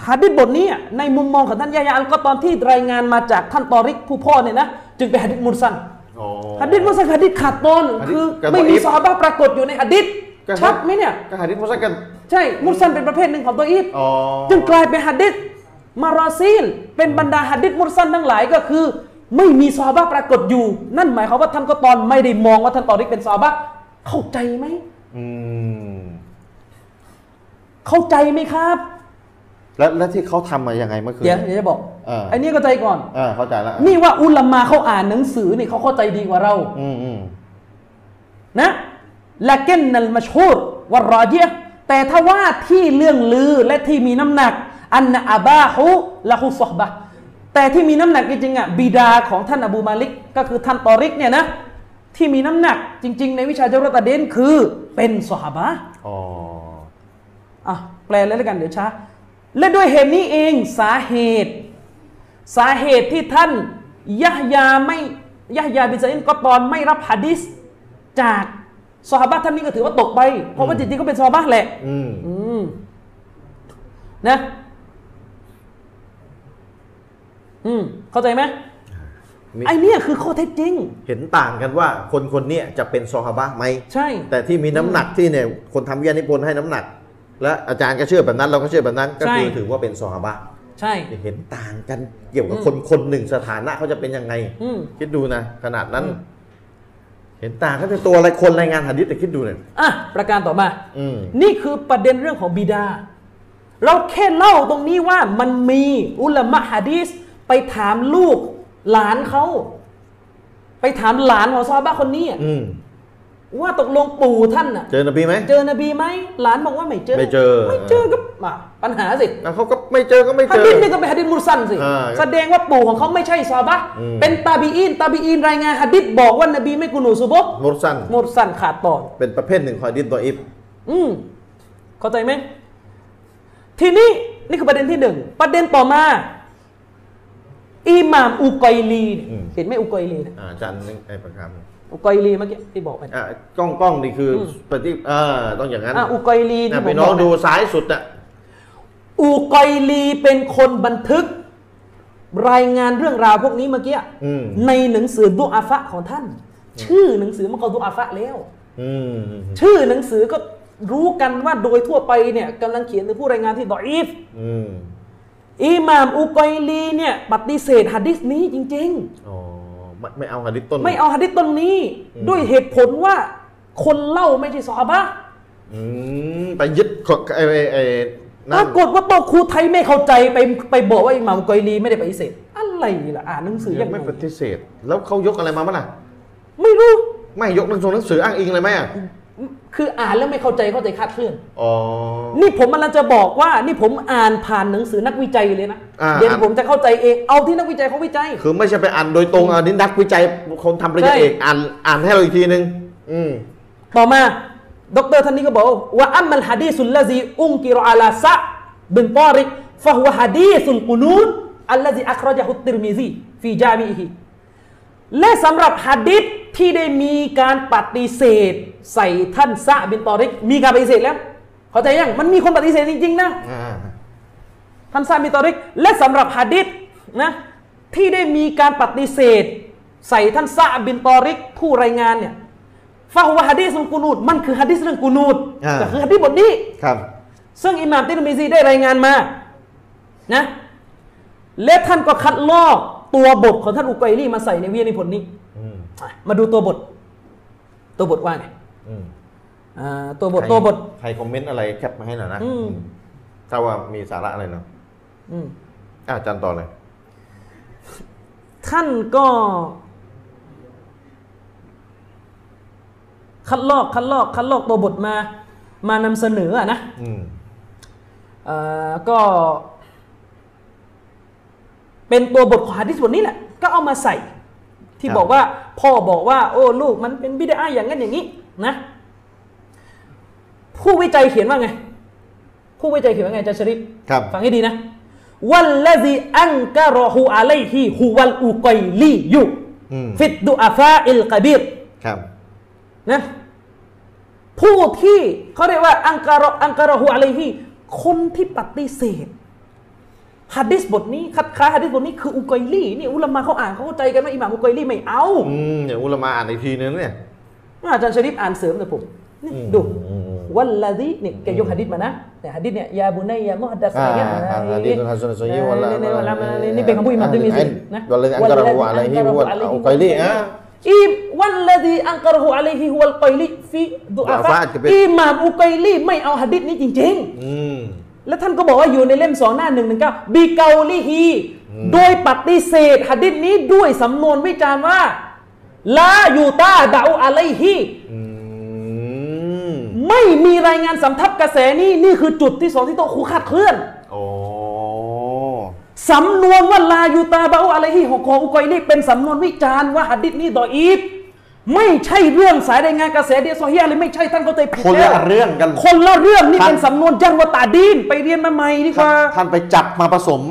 B: หะดิษบทนี้อ่ะในมุมมองของท่านยะฮยะอัลกอตตอนที่รายงานมาจากท่านตอริกผู้พ่อเนี่ยนะจึงเป็นหะดิษมุรซัน
A: อ๋อ
B: หะดิษมุรซันคือหะดิษขาดตอน
A: หะดิษ
B: คือ
A: กับ
B: ไม่
A: ดอ
B: มี
A: อีฟ
B: ซอฮาบะห์ปรากฏอยู่ในหะดิษชัดไหมเนี่ย
A: ก็หะดิษมุสลิมกัน
B: ใช่มุรซันเป็นประเภทหนึ่งของตออีฟ
A: อ๋อ
B: จึงกลายเป็นฮัดดิษมารอซีล เป็นบรรดาฮัดดิษมุรซันทั้งหลายก็คือ ไม่มีซอฮาบะห์ปรากฏอยู่ นั่นหมายความว่าท่านก็ตอนไม่ได้มองว่าท่านตอริกเป็นซอฮาบะห์เข้าใจไหม
A: อืม
B: เข้าใจไหมครับ
A: แล้วแล้วที่เขาทำมายังไงเมื่อคืน
B: เดี๋ยวเดี๋ยวจะบอก
A: เออ
B: ไอ้นี่เข้าใจก่อน
A: เออเข้าใจแล้ว
B: นี่ว่าอุลามาเขาอ่านหนังสือนี่เขาเข้าใจดีกว่าเรา
A: อืมอืม
B: นะละเกนนัลมัชฮูรวะรอเยะแต่ถ้าว่าที่เรื่องลือและที่มีน้ำหนัก อันนะอาบาฮุละฮุซอฮบะห์แต่ที่มีน้ำหนักจริงๆอ่ะบิดาของท่านอบูมาลิก ก็คือท่านตอริกเนี่ยนะที่มีน้ำหนักจริง ๆ ในวิชาเจารตะเดนคือเป็นสหบะห์
A: อ๋อ
B: อ่ะแปลเลยแล้วกันเดี๋ยวช้า และด้วยเหตุนี้เองสาเหตุ สาเหตุที่ท่านยะฮยาไม่ยะฮยาบินซะอินก็ตอนไม่รับหะดิษจากซอฮาบะห์ท่านนี้ก็ถือว่าตกไป เพราะว่าจริงๆก็เป็นซอฮาบะห์แหละ
A: อืม
B: อืมนะอืมเข้าใจไหม
A: นี่
B: ไอเนี่ยคือข้อเท็จจริง
A: เห็นต่างกันว่าคนคนเนี้ยจะเป็นซอฮาบะห์ไหม
B: ใช่
A: แต่ที่มีน้ำหนักที่เนี่ยคนทำวิทยานิพนธ์ให้น้ำหนัก และอาจารย์ก็เชื่อแบบนั้นเราก็เชื่อแบบนั้น ก็คือถือว่าเป็นซอฮาบะห์
B: ใช่
A: เห็นต่างกันเกี่ยวกับคนคนหนึ่งสถานะเขาจะเป็นยังไง
B: อืม
A: คิดดูนะ ขนาดนั้น เห็นต่างเขาเป็นตัวอะไรคนรายงานหะดิษแต่คิดดูเนี่ย
B: อ่ะ ประการต่อมา
A: อืม
B: นี่คือประเด็นเรื่องของบิดา เราแค่เล่าตรงนี้ว่ามันมีอุลามะฮะดีสไปถามลูกหลานเขา ไปถามหลานของซอฮาบะห์คนนี้อะ
A: อืม
B: ว่าตกลงปู่ท่านน่ะ
A: เจอนบีไหม
B: เจอนบีไหมหลานบอกว่าไม่เจอ
A: ไม่เจอ
B: ไม่เจอก็มาปัญหาสิ
A: แล้วเขาก็ไม่เจอก็ไม่
B: ฮั
A: เจอ
B: ดดิษนี่ก็เป็นฮัดดิษมุรสันสิ
A: อ่า
B: แสดงว่าปู่ของเขาไม่ใช่ซอฮาบะห์
A: อืม
B: เป็นตาบีอินตาบีอินรายงานฮัดดิษบอกว่านบีไม่กุนูซุบฮ์
A: มุรสัน
B: มุรสันขาดตอน
A: เป็นประเภทหนึ่งของดิษตัวอิฟ
B: อืมเข้าใจไหมทีนี้นี่คือประเด็นที่หนึ่งประเด็นต่อมา อิหม่ามอุกัยลีเนี่ย
A: อืม
B: เห็นไหมอุกัยลีเนี่ย
A: อ่าอาจารย์นึกไอ้ประคำ
B: อุกัยลีเมื่อกี้ที่บอกไป
A: อ่ะกล้องกล้องนี่คืออปฏิเออต้องอย่างนั้น
B: อ่ะอุกัยลี
A: น่ะ
B: ที่ผม
A: ไปน้อง
B: บอกะ
A: ดูซ้ายสุดอ่ะ
B: อุกัยลีเป็นคนบันทึก รายงานเรื่องราวพวกนี้เมื่อกี้
A: อืม
B: ในหนังสือดุอาฟะของท่าน ชื่อหนังสือมันก็ดุอาฟะแล้ว
A: อืมอืม
B: ชื่อหนังสือก็รู้กันว่าโดยทั่วไปเนี่ยกำลังเขียนถึงผู้รายงานที่ดออีฟ
A: อืม
B: อิหม่ามอุกัยลีเนี่ยปฏิเสธหะดิษนี้จริง
A: อ๋อไม่ไม่เอาหะดิษต้น
B: ๆ ไม่เอาหะดิษต้นนี้ ด้วยเหตุผลว่าคนเล่าไม่ใช่ซอฮาบะห์
A: อืมไปยึดของไอ้ไอ้ไอ้
B: ป
A: นั่น
B: รากฏว่าเป้าครูไทยไม่เข้าใจไปไปบอกว่าอิหม่ามอุกัยลีไม่ได้ปฏิเสธอะไรล่ะอ่านหนังสือ
A: ยั
B: ยัง ง
A: ไม่
B: ไม่
A: ปฏิเสธ แล้วเขายกอะไรมาบ้างล่ะ
B: ไม่รู้
A: ไม่ยกหนังสือหนังสืออ้างอิงอะไรไหมอ่ะ
B: คืออ่านแล้วไม่เข้าใจเข้าใจคลาดเคลื่อน
A: อ๋อ
B: นี่ผมมันจะบอกว่า นี่ผมอ่านผ่านหนังสือนักวิจัยเลยนะ
A: อ่า
B: เดี๋ยวผมจะเข้าใจเองเอาที่นักวิจัยเขาวิจัย
A: คือไม่ใช่ไปอ่านโดยตรงอันนี้นักวิจัยคนทำประโยช
B: ใช่
A: น์เอกอ่านอ่านให้เราอีกทีนึง อืม
B: ต่อมาดรท่านนี้ก็บอกว่าอัมมัลฮะดีสุลละซีอุงกิรออาลาซะบินตอริกฟะฮุวะฮะดีสุลกุนูนอัลละซีอัครจฮุตติรมิซีฟีจามีฮิและสำหรับฮะดีษที่ได้มีการปฏิเสธ ใส่ท่านซะบินตอริกมีการปฏิเสธแล้ว เข้าใจยังมันมีคนปฏิเสธจริง ๆ นะ
A: อ่า
B: ท่านซาบิตอริกและสำหรับฮะดิษนะที่ได้มีการปฏิเสธ ใส่ท่านซาบินตอริกผู้รายงานเนี่ยฟาฮุวาฮะดิษเรื่องกูนูดมันคือฮะดิษเรื่องกูนูด
A: อ่า
B: แต่คือฮะดิษบทนี้
A: ครับ
B: ซึ่งอิหม่ามติรมิซีได้รายงานมานะและท่านก็คัดลอกตัวบทของท่านอุกัยลี่มาใส่ในวิทยานิพนธ์นี้
A: อืม
B: อ่ะมาดูตัวบท ตัวบทว่าไง
A: อืม
B: อ่าตัวบท
A: ใคร
B: ตัวบท
A: ใครคอมเมนต์อะไรแคปมาให้หน่อยนะ
B: อืม
A: อืมถ้าว่ามีสาระอะไรเนาะ
B: อืม
A: อ่ะอาจารย์ต่อเลย
B: ท่านก็คัดลอกคัดลอกคัดลอกตัวบทมามานำเสนออะนะ
A: อืม
B: เอ่อก็ เป็นตัวบทของฮะดิษบทนี้แหละ ก็เอามาใส่ ที่
A: ครับ
B: บอกว่า พ่อบอกว่า โอ้ลูกมันเป็นบิดาอย่างนั้นอย่างนี้นะ ผู้วิจัยเขียนว่าไง ผู้วิจัยเขียนว่าไงอาจารย์ชริป
A: ครับ
B: ฟังให้ดีนะ วัลลซีอันการะฮูอะลัยฮิฮุวัลอุกัยลียุ
A: อืม
B: ฟิดดุอาฟาอิลกะบีร
A: ครับ
B: นะผู้ที่เขาเรียกว่าอันการะอันการะฮูอะลัยฮิคนที่ปฏิเสธฮะดิษบทนี้คัดค้านฮะดิษบทนี้คืออุกัยลีนี่อุลามะเขาอ่านเขาเข้าใจกันว่าอิหม่ามอุกัยลีไม่เอา
A: อืม เดี๋ยวอุลามาอ่านอีกทีนึงเนี่ย
B: อาจารย์ชริฟอ่านเสริมนะผมนี่
A: อืม
B: ดู
A: อืมอืม
B: วัลลซีเนี่ยแกยกฮะดิษมานะแต่ฮะดิษเนี่ยยาบุนัยยามุฮัดดัส
A: อ่า
B: อะไรเงี้ย
A: อ่าอ่าดีตุนฮัสซันซอยีวัลละ
B: เยเยเยลมานี่เป็นคำพูดอิหม่ามติรมิซีนะ
A: วัลละอันกะราหูอะลัยฮิวัลเอาไกลี่อ่ะ
B: อีวันละดีอังกะรหูอะลัยฮิฮุวัลกอยลิฟีดุอา
A: ดุอาฟะ
B: ฟะ
A: จะเป็น
B: อิหม่ามอุกัยลีไม่เอาหะดิษนี้จริง
A: อืม
B: ๆ แล้วท่านก็บอกว่าอยู่ในเล่มสองหน้าหนึ่งหนึ่งเก้าบีเกาลิฮีโดยปฏิเสธหะดิษนี้ด้วยสำนวนวิจารณ์ว่าลายูตาดาอะลัยฮี
A: อืม
B: ไม่มีรายงานสำทับกระแสนี้นี่คือจุดที่สองที่ต้องคูคาดเคลื่อน
A: โอ้
B: สำนวนว่าลายูตาบาอะลัยฮีของของอุกัยลีเป็นสำนวนวิจารณ์ว่าหะดิษนี้ดออีฟไม่ใช่เรื่องสายรายงานกระแสเดียวซอฮียเลยไม่ใช่ท่านเข้าใจผิด
A: คน
B: แล้
A: ละ
B: ว
A: เรื่องกัน
B: คนละเรื่องนี่
A: ครับ
B: เป็นสำนวนจังหวะตาดีนไปเรียนมาใหม่ดีก
A: ท่า
B: ว่า
A: นท่านไปจับมาผสม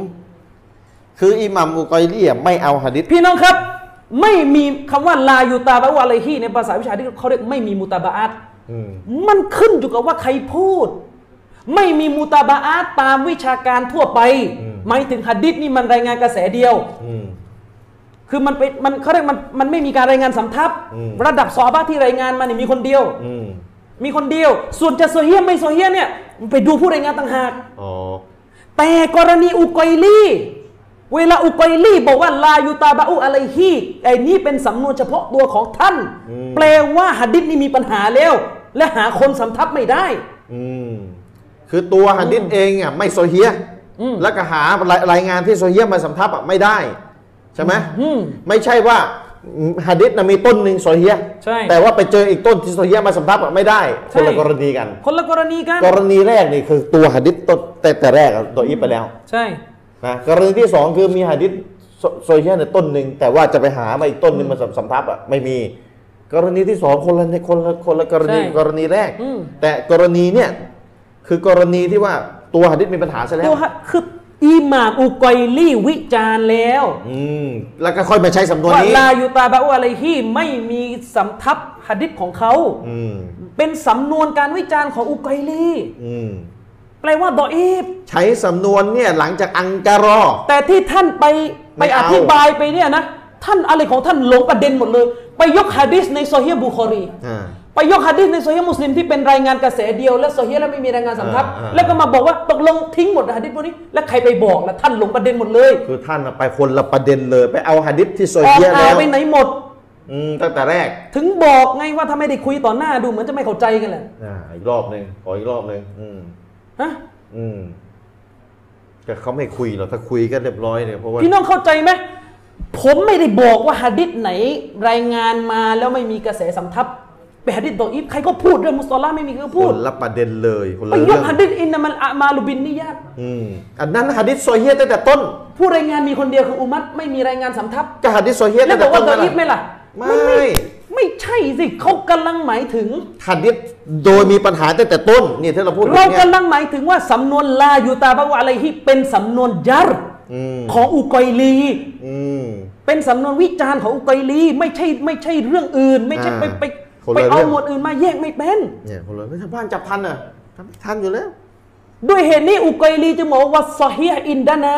A: คืออิหมัมอุกอยลี่อ่ะไม่เอาหะดิษ
B: พี่น้องครับ ไม่มีคำว่าลายูตาบะวาไลฮีในภาษาวิชาที่เขาเรียกไม่มีมุตาบะอัต
A: อืม
B: มันขึ้นอยู่กับว่าใครพูด ไม่มีมุตาบะอัตตามวิชาการทั่วไป
A: อืม
B: หมายถึงหัดดิษนี่มันรายงานกระแสเดียว
A: อืม
B: คือมันเป็นมันเขาเรียกมันมันไม่มีการรายงานสำทับ
A: อืม
B: ระดับซอฮาบ้าที่รายงานมาเนี่ยมีคนเดียว
A: อืม
B: มีคนเดียว ส่วนจะโซเฮียไม่โซเฮียเนี่ยไปดูผู้รายงานต่างหาก
A: อ๋อ
B: แต่กรณีอุกอยลี่เวลาอุกอยลี่บอกว่าลายูตาบะอุอะไรฮีไอ้นี้เป็นสำนวนเฉพาะตัวของท่าน
A: อืม
B: แปลว่าหะดิษนี่มีปัญหาแล้ว และหาคนสำทับไม่ได้
A: อืม คือตัวหะดิษเองอ่ะไม่โซเฮีย
B: อืม
A: แล้วก็หารายรายงานที่โซเฮียมาสำทับอ่ะไม่ได้ ใช่ไหม
B: อืม
A: ไม่ใช่ว่า หะดิษนะมีต้นหนึ่งโซอฮียะห์
B: ใช่
A: แต่ว่าไปเจออีกต้นที่โซอฮียะห์มาสำทับอะไม่ได้คนละกรณีกัน
B: คนละกรณีกัน
A: กรณีแรกนี่คือตัวหะดิษต้นแต่แต่แรกอะตัวอีฟไปแล้ว
B: ใช่
A: นะกรณีที่สองคือมีหะดิษโซโซอฮียะห์เนี่ยต้นหนึ่งแต่ว่าจะไปหามาอีกต้นหนึ่งมาสำสำทับอ่ะไม่มี กรณีที่สองคนละคนละคนละกรณีกรณีแรก
B: อืม
A: แต่กรณีเนี่ยคือกรณีที่ว่าตัวหะดิษมีปัญหาซะแล้
B: ตัว วฮะคืออิหม่ามอุกัยลี่วิจารณ์แล้ว
A: อืมแล้วก็ค่อยมาใช้สำนวน
B: ว่า
A: นี้
B: ลายูตาบะอุอะลัยฮีไม่มีสำทับหะดิษของเขา
A: อืม
B: เป็นสำนวนการวิจารณ์ของอุกัยลี
A: อืม
B: แปลว่าดออีฟ
A: ใช้สำนวนเนี่ยหลังจากอังการอ
B: แต่ที่ท่านไปไป
A: ไม่
B: อ
A: เอา
B: ธิบายไปเนี่ยนะ ท่านอะไรของท่านหลงประเด็นหมดเลย ไปยกฮะดิษในโซเฮียบุคอรี
A: อ่า
B: ไปยกฮะดิษในโซเฮียมุสลิมที่เป็นรายงานกระแสเดียว และโซเฮียแล้วไม่มีรายงานสำทับ
A: อ่าอ่า
B: แล้วก็มาบอกว่าตกลงทิ้งหมดฮะดิษพวกนี้ แล้วใครไปบอกล่ะท่านหลงประเด็นหมดเลย
A: คือท่านน่ะไปคนละประเด็นเลย ไปเอาหะดิษที่โซ
B: ออก
A: เฮียะห์
B: อา
A: แล้ว
B: ไปไหนหมด
A: อืมตั้งแต่แรก
B: ถึงบอกไงว่าถ้าไม่ได้คุยต่อหน้าดูเหมือนจะไม่เข้าใจกันแหละ
A: อ่าอีกรอบหนึ่งขออีกรอบหนึ่งอืม
B: ฮะ
A: อืมแต่เขาไม่คุยหรอกถ้าคุยก็เรียบร้อยเลยเพราะว่า
B: พี่น้องเข้าใจไหมผมไม่ได้บอกว่าฮะดิษไหนรายงานมาแล้วไม่มีกระแสสำทับไปนฮะดิษดออีฟใครก็พูดเรื่องมุสลาไม่มีใครก็
A: ค
B: พูด
A: นละประเด็นเลยคน
B: ไป
A: ละ
B: ย
A: เรื่
B: ก
A: อง
B: หะดิษอินนามัลอามาลูบินนิยาต
A: อืมอันนั้นหะดิษโซเฮียะห์ตั้งแต่ต้น
B: ผู้รายงานมีคนเดียวคืออุมัตไม่มีรายงานสำทับ
A: ก็หะดิษโซเฮียะห์
B: แล้ว
A: ตั้ง
B: บอ
A: แต่
B: ก
A: ต้
B: ว่าน ดออีฟไหม
A: นั่นแหละ
B: ล่ะ
A: ไม่
B: ไม่ใช่สิเขากำลังหมายถึง
A: หะดิษโดยมีปัญหาตั้งแต่ต้นนี่ที่เราพูดถึง
B: เรา
A: เนี่ย
B: กำลังหมายถึงว่าสำนวนลายูตาบะวะอะไรที่เป็นสำนวนยัร
A: อืม
B: ของอุกอยลี
A: อืม
B: เป็นสำนวนวิจารณ์ของอุกอยลี ไม่ใช่ไม่ใช่เรื่องอื่น ไม่ใช่
A: อ่า
B: ไปไป
A: คนละ
B: ไปเอา
A: เรื่อง
B: หมวดอื่นมาแยกไม่เป็น
A: เนี่ยคนเลยไม่ชาวบ้านจับทันอ่ะทำไม่ทันอยู่แล้ว
B: ด้วยเหตุนี้อุกัยลีจึงบอกว่าซอฮีฮ์อินดานา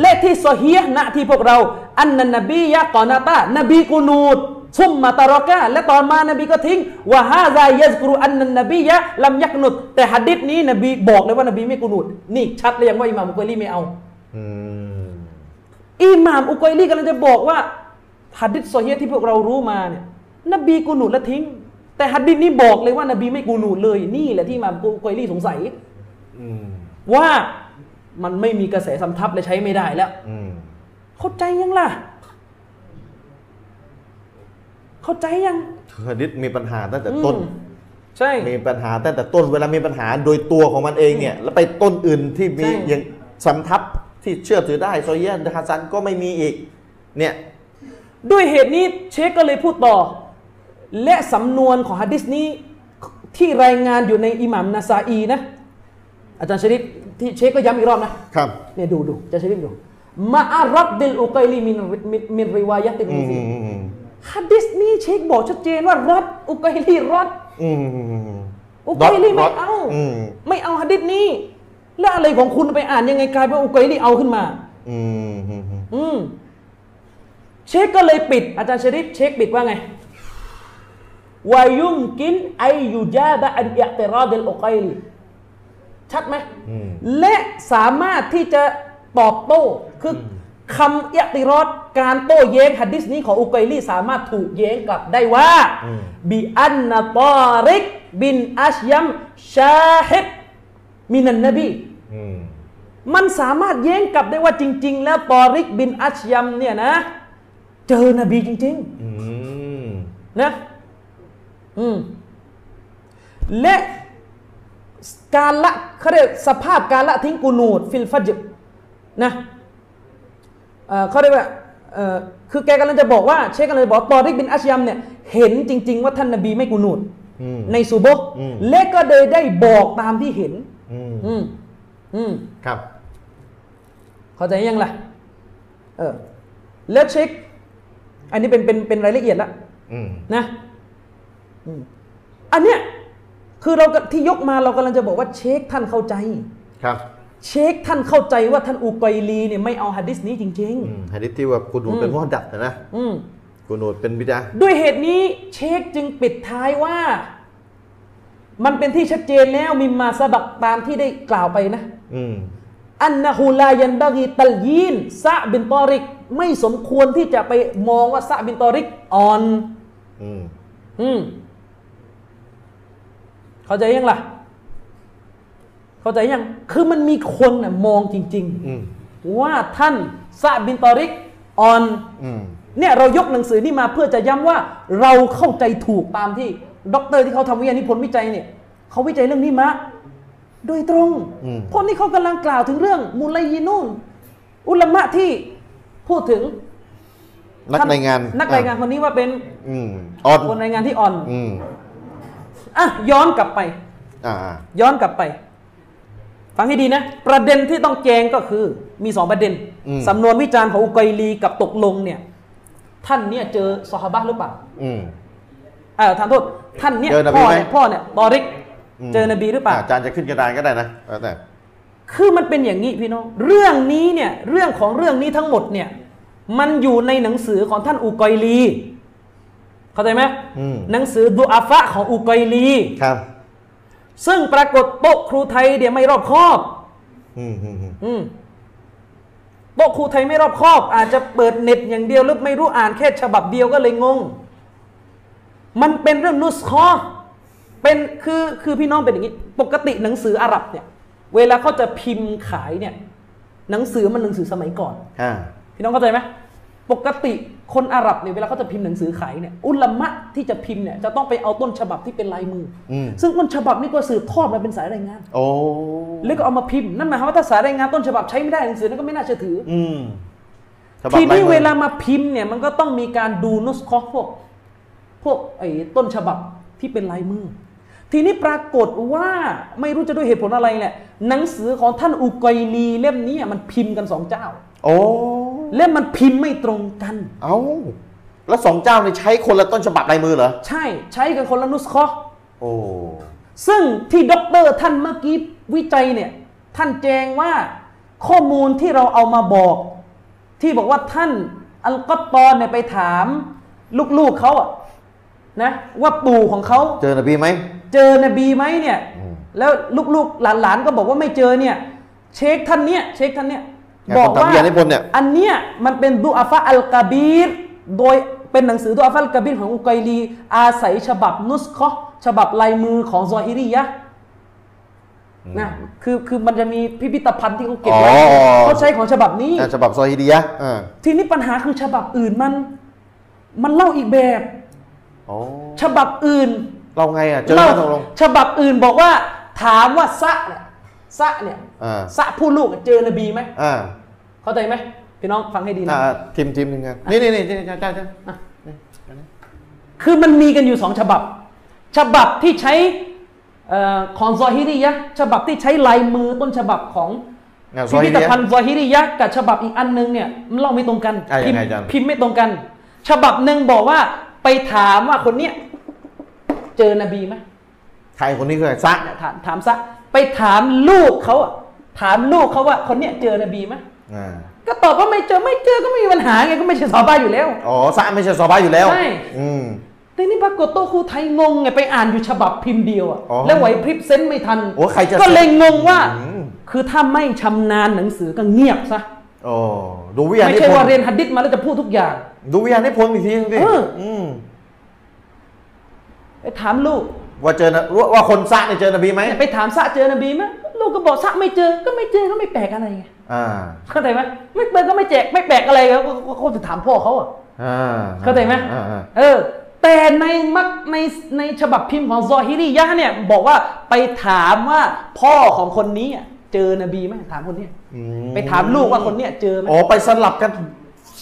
B: และที่ซอฮีฮ์ณที่พวกเรา อันนันนบียะกอนาตานบีกูนูดซุมมาตารอกะและต่อมานบีก็ทิ้งว่าฮาซายัสกรุอันนันนบียะลัมยักนุดแต่หัดดิษนี้นบีบอกเลยว่านบีไม่กูนูดนี่ชัดเลยยังว่าอิหม่ามอุกัยลีไม่เอา
A: อืม
B: อิหม่ามอุกัยลีกำลังจะบอกว่าหัดดิษซอฮีฮ์ที่พวกเรารู้มาเนี่ยนบีกูนูดและทิ้ง แต่หัดดิษนี้บอกเลยว่านบีไม่กูนูดเลยนี่แหละที่อิหม่ามอุกัยลีสงสัย
A: อืม
B: ว่ามันไม่มีกระแสสำทับและใช้ไม่ได้แล้ว
A: อืม
B: เข้าใจยังล่ะ เข้าใจยัง
A: หะดิษมีปัญหาตั้งแต่ต้น
B: อืมใช่
A: มีปัญหาตั้งแต่ต้น เวลามีปัญหาโดยตัวของมันเองเนี่ย แล้วไปต้นอื่นที่มี
B: ใช่
A: อย่างสำทับที่เชื่อถือได้โซเยนฮัสซันก็ไม่มีอีก เนี่ย
B: ด้วยเหตุนี้เชคก็เลยพูดต่อ และสำนวนของฮะดิษนี้ที่รายงานอยู่ในอิหม่ามนาซาอีนะ อาจารย์ชริฟที่เชคก็ย้ำอีกรอบนะ
A: ครับ
B: เนี่ยดูดูอาจารย์ชริฟดูมาอารับดิลอุกัยลีมินมินมินริวายะติน
A: อื
B: มิ
A: ม
B: ซิ
A: อืมอืม
B: ฮะดิษนี้เชคบอกชัดเจนว่ารัดอุกัยลีรัด
A: อืมอืมอืม
B: อุกัยลี่ไม่เอา
A: อืม
B: ไม่เอาหะดิษนี้แล้วอะไรของคุณไปอ่านยังไงกลายเป็นว่าอุกัยลี่เอาขึ้นมา
A: อืมอืมอืม
B: อืมเชคก็เลยปิด อาจารย์ชริฟเชคปิดว่าไงวายุมกินไอยูจาบะอันยะตรอดลอุกัยลีชัดไหมและสามารถที่จะตอบโต้คืออคำยะติรอดการโต้แย้งหัดดิษนี้ของอุกัยลี่สามารถถูกแย้งกลับได้ว่าบิอันนาตอริก บินอัชยัมชาฮิดมินันนบี
A: อืม
B: มันสามารถแย้งกลับได้ว่าจริง ๆ แล้วตอริกบินอัชยัมเนี่ยนะ เจอนบีจริง
A: อืม
B: ๆ นะอืมและการละเขาเรียกสภาพการละทิ้งกูนูดฟิลฟัจญ์นะเอ่อเขาเรียกว่าเอ่อคือแกกำลังจะบอกว่า เชคกำลังจะบอกตอริกบินอัชยัมเนี่ยเห็นจริง ๆ ว่าท่านนบีไม่กูนูดในซูโบะห์และก็เลยได้บอกตามที่เห็น
A: อืม
B: อืมอืม
A: ครับ
B: เข้าใจยังล่ะ เออ แล้วเช็ค อันนี้เป็นเป็นเป็นรายละเอียดละ
A: อืม
B: นะอืมอันเนี้ยคือเราก็ที่ยกมาเรากำลังจะบอกว่าเช็คท่านเข้าใจ
A: ครับ
B: เช็คท่านเข้าใจว่าท่านอุกัยลีเนี่ยไม่เอาหะดิษนี้จริง
A: อืมหะดิษที่ว่ากูนูดเป็นมอดับนะนะ
B: ๆ อืม
A: กูนูดเป็นบิดา
B: ด้วยเหตุนี้เชคจึงปิดท้ายว่า มันเป็นที่ชัดเจนแล้วมิมมาสะบักตามที่ได้กล่าวไปนะ
A: อืม
B: อันนะฮูลายันบากีตัลยีนซะบินตอริก ไม่สมควรที่จะไปมองว่าซะบินตอริกอ่อน
A: อืม
B: อืม เข้าใจยังล่ะ เข้าใจยัง คือมันมีคนน่ะมองจริง
A: อืม
B: ๆ ว่าท่านซะบินตอริกอ่อน
A: อืม
B: เนี่ยเรายกหนังสือนี่มาเพื่อจะย้ำว่าเราเข้าใจถูกตามที่ด็อกเตอร์ที่เขาทำวิทยานิพนธ์วิจัยเนี่ยเขาวิจัยเรื่องนี้มาโดยตรง
A: อืม
B: เพราะนี่เขากำลังกล่าวถึงเรื่องมูลายีนูนอุลามะที่พูดถึง
A: นักรายงาน
B: นักรายงานคนนี้ว่าเป็น
A: อืมอ่อน
B: คนรายงานที่อ่อน
A: อืม
B: อ่ะย้อนกลับไป
A: อ่า
B: ย้อนกลับไป ฟังให้ดีนะ ประเด็นที่ต้องแจงก็คือ มีสองประเด็นสำนวนวิจารณ์ของอุกัยลีกับตกลงเนี่ย ท่านเนี่ยเจอซอฮาบะห์หรือเปล่า
A: อืม
B: เออทานโทษ ท่านเนี่ย
A: เจอนบี
B: พ่อ
A: ไหม
B: เนี่ยพ่อเนี่ยตอริก
A: ม
B: เจอนบีหรือเปล่า
A: อาจารย์จะขึ้นกระดานก็ได้นะแล้วแต่
B: คือมันเป็นอย่างนี้พี่น้อง เรื่องนี้เนี่ย เรื่องของเรื่องนี้ทั้งหมดเนี่ย มันอยู่ในหนังสือของท่านอุกัยลี เข้าใจไหม
A: อืม
B: หนังสือดูอาฟะของอุกัยลี
A: ครับ
B: ซึ่งปรากฏโต๊ะครูไทยเนี่ยไม่รอบคอบ
A: อืมอืมอืม
B: อืมโต๊ะครูไทยไม่รอบคอบ อาจจะเปิดเน็ตอย่างเดียวหรือไม่รู้อ่านแค่ฉบับเดียวก็เลยงง มันเป็นเรื่องนุสคอเป็นคือคือพี่น้องเป็นอย่างนี้ ปกติหนังสืออาหรับเนี่ย เวลาเขาจะพิมพ์ขายเนี่ย หนังสือมันหนังสือสมัยก่อน
A: อ่า
B: พี่น้องเข้าใจไหมปกติคนอาหรับเนี่ยเวลาเขาจะพิมพ์หนังสือขายเนี่ย อุลามะที่จะพิมพ์เนี่ยจะต้องไปเอาต้นฉบับที่เป็นลายมืออ
A: อืม
B: ซึ่งต้นฉบับนี่ก็สืบทอดมาเป็นสายรายงาน
A: โอ้
B: แล้วก็เอามาพิมพ์นั่นหมายความว่าถ้าสายรายงานต้นฉบับใช้ไม่ได้หนังสือนั้นก็ไม่น่าเชื่อถืออ
A: อืมฉบับ
B: ทีนี้
A: ลยมือ
B: เวลามาพิมพ์เนี่ยมันก็ต้องมีการดูนุสคอพวก พวกไอ้ต้นฉบับที่เป็นลายมือ ทีนี้ปรากฏว่าไม่รู้จะด้วยเหตุผลอะไรแหละหนังสือของท่านอุกัยลีเล่มนี้มันพิมพ์กันสองเจ้า
A: โอ้
B: เล่มมันพิมพ์ไม่ตรงกัน
A: เอ้าแล้วสองเจ้านี่ใช้คนละต้นฉบับลายมือเหรอ
B: ใช่ใช้กันคนละนุสคอ
A: โอ้
B: ซึ่งที่ด็อกเตอร์ท่านเมื่อกี้วิจัยเนี่ย ท่านแจงว่าข้อมูลที่เราเอามาบอก ที่บอกว่าท่านอัลกอตตอนเนี่ยไปถามลูกๆเขาอะนะ ว่าปู่ของเขา
A: เจอนบีไหม
B: เจอนบีไหมเนี่ย
A: อืม
B: แล้วลูกๆหลานๆก็บอกว่าไม่เจอเนี่ย เชคท่านเนี่ยเชคท่านเนี่ย
A: ไงผมถามเฮียนิพนธ์เนี่ย
B: อันเนี้ยมันเป็นดูอาฟะอัลกาบีรโดยเป็นหนังสือดูอาฟะอัลกาบีรของอุกัยลี อาศัยฉบับนุสเคอฉบับลายมือของซอฮิรียะห์นะคือคือมันจะมีพิพิธภัณฑ์ที่เขาเก็บไว้
A: อ๋อ
B: เขาใช้ของฉบับนี้
A: อ่าฉบับซอฮิดียะห์อ่า
B: ทีนี้ปัญหาคือฉบับอื่นมัน มันเล่าอีกแบบ
A: โอ้
B: ฉบับอื่น
A: เราไงอ่ะเจอ
B: เล่า
A: แล้วตกลง
B: ฉบับอื่นบอกว่า ถามว่าซะเนี่ยซะเนี่ย
A: อ่า
B: ซะผู้ลูกเจอนบีไหม
A: อ่า
B: เข้าใจไหมพี่น้องฟังให้ดีนะ
A: อ่าทีมทีมหนึ่งไงนี่นี่นี่ใช่ใช่ใช่ใช่
B: คือมันมีกันอยู่สองฉบับ ฉบับที่ใช้เอ่อของซอฮิริยะห์ฉบับที่ใช้ลายมือต้นฉบับของ
A: อ่าซ
B: พิ
A: อฮิ
B: พิธ
A: ดียะ
B: ภัณ
A: ห์
B: ฑ์ซอฮิริยะห์กับฉบับอีกอันนึงเนี่ยมันเล่าไม่ตรงกัน
A: อ่ะ
B: พิ
A: ยัง
B: มพ์
A: ไงอาจารย์
B: พิมพ์ไม่ตรงกัน ฉบับหนึ่งบอกว่าไปถามว่าคนเนี้ยเจอนบีไหม
A: ใครคนนี้คือใครซะ
B: ถามถามซะไปถามลูกเขาอะถามลูกเขาว่าคนเนี้ยเจอนบีไหม
A: อ่า
B: ก็ตอบว่าไม่เจอไม่เจอก็ไม่มีปัญหาไงก็ไม่ใช่สอบบ้านอยู่แล้ว
A: อ๋อซะไม่ใช่ซอบาอยู่แล้ว
B: ใช่
A: อืม
B: แต่นี่ปรากฏโตะครูไทยงงไงไปอ่านอยู่ฉบับพิมพ์เดียวอะ
A: อ๋อ
B: แล้วไหวพริบเซนส์ไม่ทัน
A: โอ้ใครจะ
B: ก็เลยงงว่า
A: อืม
B: คือถ้าไม่ชำนาญหนังสือก็เงียบซะ
A: โอ้ดูวิทยา
B: ไม่
A: นิ
B: ใช่
A: พน
B: ว่าเรียน
A: ธ์
B: หัดดิษมาแล้วจะพูดทุกอย่าง
A: ดูวิทยานิพนธ์อีกทีนึงดิ
B: เออ
A: อืม
B: ไปถามลูก
A: ว่าเจอนะว่าว่าคนซะเนี่ยเจอนบีไหม
B: ไปถามซะเจอนบีไหมลูกก็บอกซะไม่เจอก็ไม่เจอก็ไม่แปลกอะไรไง
A: อ่า
B: เข้าใจไหมไม่เจอก็ไม่แจกไม่แปลกอะไรแล้วก็ก็ก็ไปถามพ่อเขาอะ
A: อ่า
B: เข้าใจไหม
A: อ่าอ่า
B: เออ แต่ในมักในในฉบับพิมพ์ของซอฮิริยะห์เนี่ย บอกว่าไปถามว่าพ่อของคนนี้อะเจอนบีไหมถามคนเนี้ย
A: อื
B: ไปถามลูกว่าคนเนี้ยเจอไหม
A: อ๋อไปสลับกัน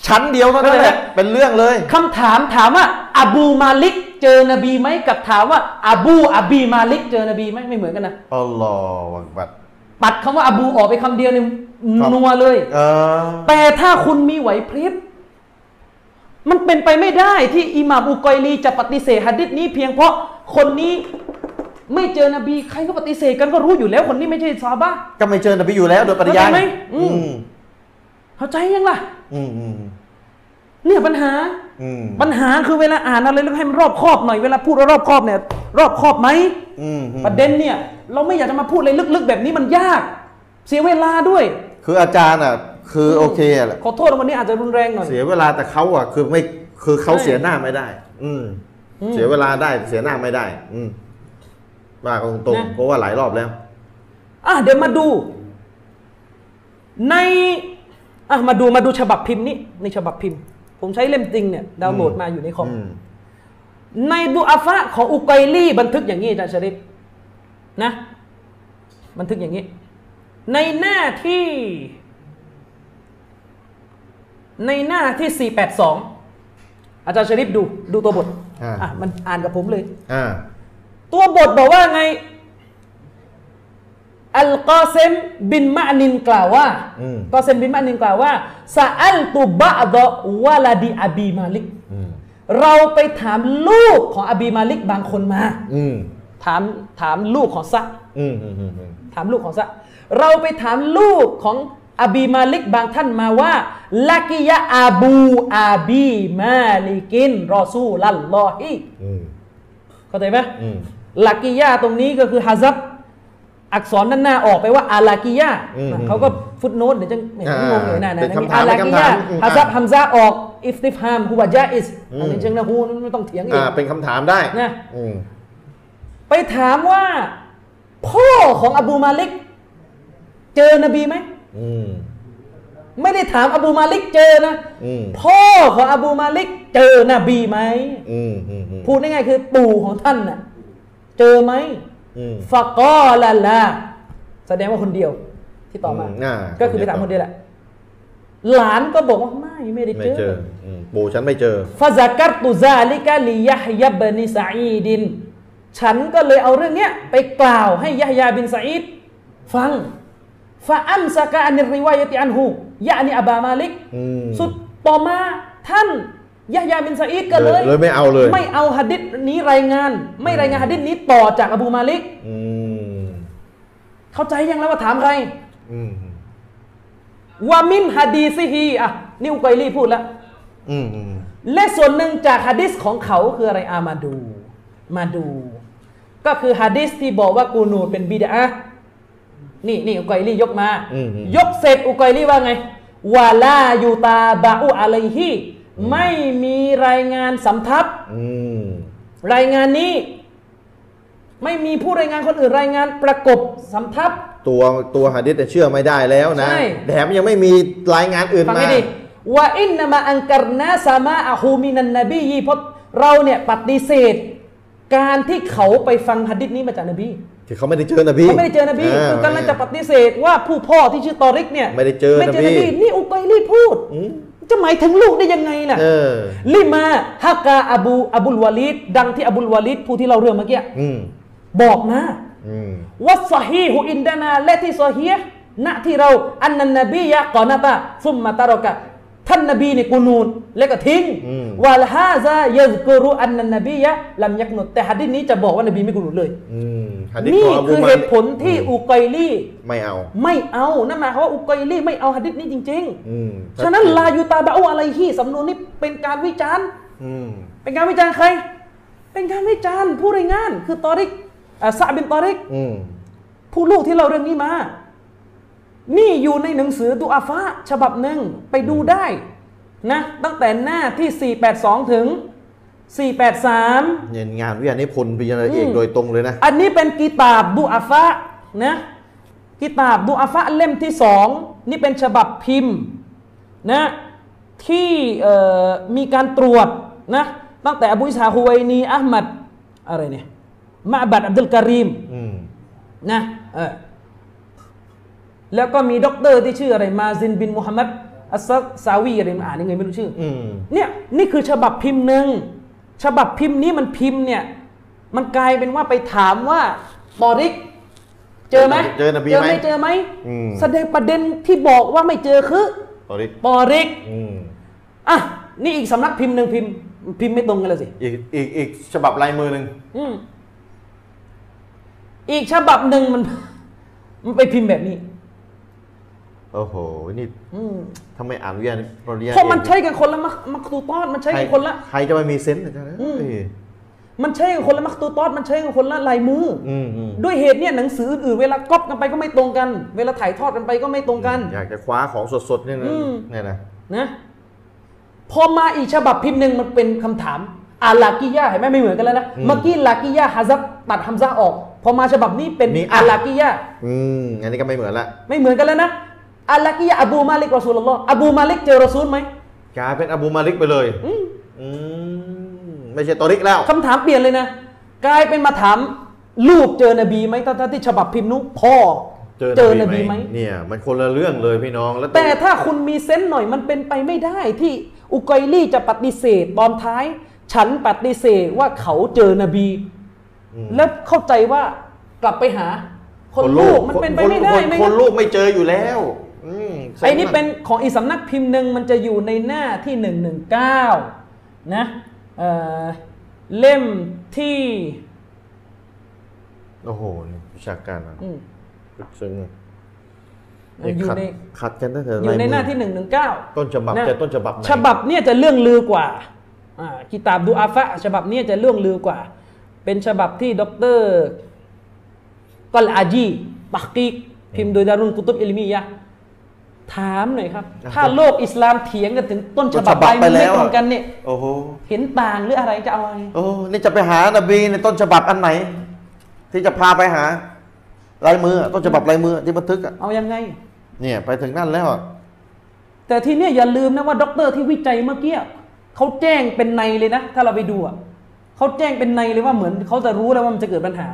A: ชั้นเดียวเท่านั้นแหละ
B: เข้าใจไหม
A: เป็นเรื่องเลย
B: คำถามถามว่าอบูมาลิกเจอนบีไหมกับถามว่าอบูอบีมาลิกเจอนบีไหมไม่เหมือนกันนะ
A: อัลลอฮฺอักบัด
B: ปัดคำว่าอบูออกไปคำเดียวเนี่ย
A: ครับ
B: นัวเลย
A: เออ
B: แต่ถ้าคุณมีไหวพริบ มันเป็นไปไม่ได้ที่อิหม่ามอุกอยลีจะปฏิเสธหัดดิษนี้เพียงเพราะคนนี้ไม่เจอนบีใครก็ปฏิเสธกันก็รู้อยู่แล้ว คนนี้ไม่ใช่ซอฮาบะห์
A: ก็ไม่เจอนบีอยู่แล้วโดยปริยาย
B: เข้าใจไหมอื
A: อื
B: ม
A: ม
B: เข้าใจยังล่ะ
A: อืมอืม
B: เนี่ยปัญหา
A: อืม
B: ปัญหาคือเวลาอ่านอะไรแล้วให้มันรอบคอบหน่อยเวลาพูดว่ารอบคอบเนี่ย รอบคอบไหม
A: อืมอืม
B: ประเด็นเนี่ย เราไม่อยากจะมาพูดอะไรลึกๆ แบบนี้มันยาก เสียเวลาด้วย
A: คืออาจารย์อ่ะ คือโอเคแหละ
B: ขอโทษวันนี้อาจจะรุนแรงหน่อย
A: เสียเวลาแต่เขาอ่ะ คือไม่ คือเขาเสียหน้าไม่ได้ อืม เสียเวลาได้เสียหน้าไม่ได้ อืมว่ากันตรง
B: นะ
A: ๆเพราะว่าหลายรอบแล้ว
B: อ่ะเดี๋ยวมาดู ในอ่ะมาดูมาดูฉบับพิมพ์นี้ในฉบับพิมพ์ ผมใช้เล่มจริงเนี่ยดาวน์โหลดมาอยู่ในคอม
A: อืม
B: ในดูอาฟะของอุกัยลี่บันทึกอย่างนี้อาจารย์ชริปนะ บันทึกอย่างนี้ ในหน้าที่ ในหน้าที่ 482 อาจารย์ชริปดูดูตัวบท
A: อ่า
B: อ่ะมันอ่านกับผมเลย
A: อ่า
B: ตัวบทบอกว่าไง อัลกอเซมบินมะนินกล่าวว่า
A: อืม
B: กอเซมบินมะนินกล่าวว่าซาอัลตุบะดะวะลาดีอบีมาลิก
A: อืม
B: เราไปถามลูกของอบีมาลิกบางคนมา
A: อืม
B: ถามถามลูกของซะ
A: อืมอืมอืมอืม
B: ถามลูกของซะเราไปถามลูกของอบีมาลิกบางท่านมาว่าลักิยะอาบูอาบีมาลิกิน รอซูลัลลอฮี
A: อืม
B: เข้าใจไหม
A: อืม
B: ลักิยะตรงนี้ก็คือฮะซับอักษรด้านหน้าออกไปว่าอาลากิยะ
A: อืม
B: เขาก็ฟุตโนตเดี๋ยวจะไม่
A: อ่าง
B: งเลยนะนะ
A: เป็น
B: นะ
A: คำ
B: มี
A: ถาม
B: อาลา
A: เป็น
B: กิ
A: คำ
B: ยะ
A: ถาม
B: ฮะซับ
A: อ่า
B: ฮัมซาออกอิฟติฟฮามฮุวาจาอิส
A: อืม
B: อันนี้เชิงนะฮูไม่ต้องเถียงอีก
A: อ่าเป็นคำถามได้
B: นะ
A: อืม
B: ไปถามว่าพ่อของอบูมาลิก เจอนบีไหม
A: อืม
B: ไม่ได้ถามอบูมาลิกเจอนะ
A: อืม
B: พ่อของอบูมาลิก เจอนบีไหม
A: อืมอืมอืม
B: พูดง่ายๆคือปู่ของท่านน่ะ เจอไหม
A: อืม
B: ฟะกอลาลาแสดงว่าคนเดียวที่ตอบมา
A: อืมอ่า
B: ก็คือไปถามคนเดียวแหละ หลานก็บอกว่าไม่ไม่ได้
A: ไม่
B: เจอ
A: เจออืมปู่ฉันไม่เจอ
B: ฟาซากัตตุซาลิกะลิยะฮยะบนิสาอีดิน ฉันก็เลยเอาเรื่องเนี้ย ไปกล่าวให้ยะฮยาบินสาอีดฟังฟาอัมซากะอันิริวายะติอันฮูยะนีอบามาลิก
A: อืม
B: สุดต่อมาท่านยะฮยาบินสะอีดก็เลย
A: เลยเลยไม่เอาเลย
B: ไม่เอาหะดิษนี้รายงาน ไม่รายงานหะดิษนี้ต่อจากอบูมาลิก
A: อืม
B: เข้าใจยังแล้วว่าถามใคร
A: อืม
B: วามินฮะดีซิฮีอ่ะนิวไกลี่พูดแล้ว
A: อืมอืม
B: และส่วนหนึ่งจากฮะดิษของเขาคืออะไรอามาดู มาดู ก็คือฮะดิษที่บอกว่ากูนูดเป็นบิดานี่นี่อุกัยลี่ยกมา ยกเสร็จอุกัยลี่ว่าไงวาลายูตาบาอุอะลัยฮีไม่มีรายงานสำทับ
A: อืม
B: รายงานนี้ ไม่มีผู้รายงานคนอื่นรายงานประกบสำทับ
A: ตัวตัวหะดิษเนี่ยเชื่อไม่ได้แล้วนะ
B: ใช่
A: แถมยังไม่มีรายงานอื่น
B: ฟัง
A: มา
B: ให้ดีว่าอินนามาอังการนาซามาอาฮูมินันนบีเพราะเราเนี่ยปฏิเสธ การที่เขาไปฟังฮัดดิษนี้มาจากนบี
A: คือเขาไม่ได้เจอนบี
B: เขาไม่ได้เจอนบี
A: า
B: คือกำลังจะปฏิเสธว่าผู้พ่อที่ชื่อตอริกเนี่ย
A: ไม่ได้เจอนบี
B: ไม่เจอนบีนี่อุกัยลี่พูด
A: อืม
B: จะหมายถึงลูกได้ยังไงล่ะ
A: เออ
B: ลิมาฮากาอบูอบุลวาลิดดังที่อบุลวาลิดผู้ที่เราเรื่องเมื่อกี้
A: อืม
B: บอกมา
A: อืม
B: วัสฮีฮุอินดานาและที่ซอฮีฮ์ณที่เราอันนันนบียะกอนาตะซุมมาตารอกะท่านนบีเนี่ยกูนูนและก็ทิ้งวัลฮาซายะซกรุอันนันนบียะลัมยักนุตแต่หัดดิษนี้จะบอกว่านบีไม่กูนูนเลย
A: อืมหะดิษ
B: นี่
A: ของอบู
B: คือ
A: มา
B: เหตุผลที่อุกัยลี่
A: ไม่เอา
B: ไม่เอานั่นหมายความว่าอุกัยลี่ไม่เอาหัดดิษนี้จริง
A: อืม
B: ๆ ฉะนั้นลายูตาบะอูอะไรฮีสำนวนนี้เป็นการวิจารณ์
A: อืม
B: เป็นการวิจารณ์ใคร เป็นการวิจารณ์ผู้รายงาน คือตอริกอ่าซะบินตอริก
A: อืม
B: ผู้ลูกที่เราเรื่องนี้มา นี่อยู่ในหนังสือดูอาฟะฉบับหนึ่งไปดูได้นะ ตั้งแต่หน้าที่ 482 ถึง 483
A: เรียนงานวิทยานิพนธ์ปริญญาเอกโดยตรงเลยนะ
B: อันนี้เป็นกีตาบดูอาฟะนะกีตาบดูอาฟะเล่มที่สองนี่เป็นฉบับพิมพ์นะที่เอ่อมีการตรวจนะตั้งแต่อบุอิสฮาฮุไวนีอัลมัดอะไรเนี่ยมาบัดอับดุลการีม
A: อืม
B: นะเออแล้วก็มีด็อกเตอร์ที่ชื่ออะไรมาซินบินมูฮัมหมัดอัสซักซาวีอะไรมาอ่านยังไงไม่รู้ชื่ออ
A: อืม
B: เนี่ยนี่คือฉบับพิมพ์หนึ่งฉบับพิมพ์นี้มันพิมพ์เนี่ย มันกลายเป็นว่าไปถามว่าตอริก เจอไหม
A: เจอนบี
B: เจอ
A: ไหม
B: ไม่เจอไหม
A: อืม
B: แสดงประเด็นที่บอกว่าไม่เจอคือ
A: ตอนนี้
B: ตอริก
A: อืม
B: อ่ะนี่อีกสำนักพิมพ์หนึ่งพิมพ์ พิมพ์ไม่ตรงกันแล้วสิ
A: อีกอีกอีกฉบับลายมือหนึ่ง
B: อืมอีกฉบับหนึ่งมัน มันไปพิมพ์แบบนี้
A: โอ้โห นี่
B: อืม
A: ทำไมอ่านวิทยาปริญญา
B: เพราะมัน
A: เอก
B: ใช้กันคนละมักมักตูตอดมันใช้
A: ใคร
B: กันคนละ
A: ใครจะไปมีเซนส์อาจารย์
B: อืม
A: เอ้ย
B: มันใช้กันคนละมักตูตอดมันใช้กันคนละลายมืออ
A: อืมอืม
B: ด้วยเหตุเนี่ยหนังสืออื่นๆเวลาก๊อปกันไปก็ไม่ตรงกัน เวลาถ่ายทอดกันไปก็ไม่ตรงกัน
A: อยากจะคว้าของสดๆเนี่ยนะ
B: อืม
A: เนี่ยนะ
B: นะพอมาอีกฉบับพิมพ์หนึ่งมันเป็นคำถามอาลากิยาเห็นไหมไม่เหมือนกันแล้วนะเมื่อกี้ลากิยาฮาซับตัดฮัมซาออก พอมาฉบับนี้เป็นอาลากิยา
A: อืมอันนี้ก็ไม่เหมือนละ
B: ไม่เหมือนกันแล้วนะอาลากิยาอบูมาลิกรอซูลลอฮ์อบูมาลิกเจอรอซูลไหม
A: กลายเป็นอบูมาลิกไปเลยอืมไม่ใช่ตอริกแล้ว
B: คำถามเปลี่ยนเลยนะ กลายเป็นมาถามลูกเจอนบีไหมทั้งๆที่ฉบับพิมพ์นุพ่อ
A: เจอน นบีไหมเนี่ย มันคนละเรื่องเลยพี่น้องแล้ว
B: แต่ถ้าคุณมีเซนส์หน่อยมันเป็นไปไม่ได้ที่อุกัยลี่จะปฏิเสธตอนท้าย ฉันปฏิเสธว่าเขาเจอนบี แล้วเข้าใจว่ากลับไปหา คนลูกมันเป็นไปไม่ได้
A: คน
B: ไหม
A: ค
B: นะ
A: นลูกไม่เจออยู่แล้วอืม
B: ไอ้นี่เป็นของอีกสำนักพิมพ์หนึ่งมันจะอยู่ในหน้าที่ 119 นะเอ่อเล่มที่
A: โอ้โหนี่วิชาการอะ
B: อืม
A: ลึกซึ้งอะ
B: อยู่
A: ขัด
B: ใน
A: ขัดกันตั้งแต่
B: อยู่ใน
A: ลมื
B: หน้าที่ 119
A: ต้นฉบับ
B: นะ
A: แต่ต้นฉบับไหน
B: ฉบับเนี่ยจะเรื่องลือกว่าอ่ากิตาบดูอาฟะฉบับเนี่ยจะเรื่องลือกว่า เป็นฉบับที่ดรกอลอาจีตักกีกพิมพ์โดยดารุลกุตุบอิลมียะห์ถามหน่อยครับ ถ้าโลกอิสลามเถียงกันถึงต้นฉบับไป
A: ไป
B: มันไม่
A: แล้ว
B: ตร
A: อะ
B: งกันเนี่ย
A: โอ้โห
B: เห็นต่างหรืออะไรจะเอาอะไร
A: โอ้นี่จะไปหานบีในต้นฉบับอันไหน ที่จะพาไปหาลายมืออะต้นฉบับลายมือที่บันทึกอะ
B: เอายังไง
A: เนี่ยไปถึงนั่นแล้วอะ
B: แต่ทีเนี้ยอย่าลืมนะว่าด็อกเตอร์ที่วิจัยเมื่อกี้เขาแจ้งเป็นในเลยนะ ถ้าเราไปดูอะเขาแจ้งเป็นในเลยว่าเหมือนเขาจะรู้แล้วว่ามันจะเกิดปัญหา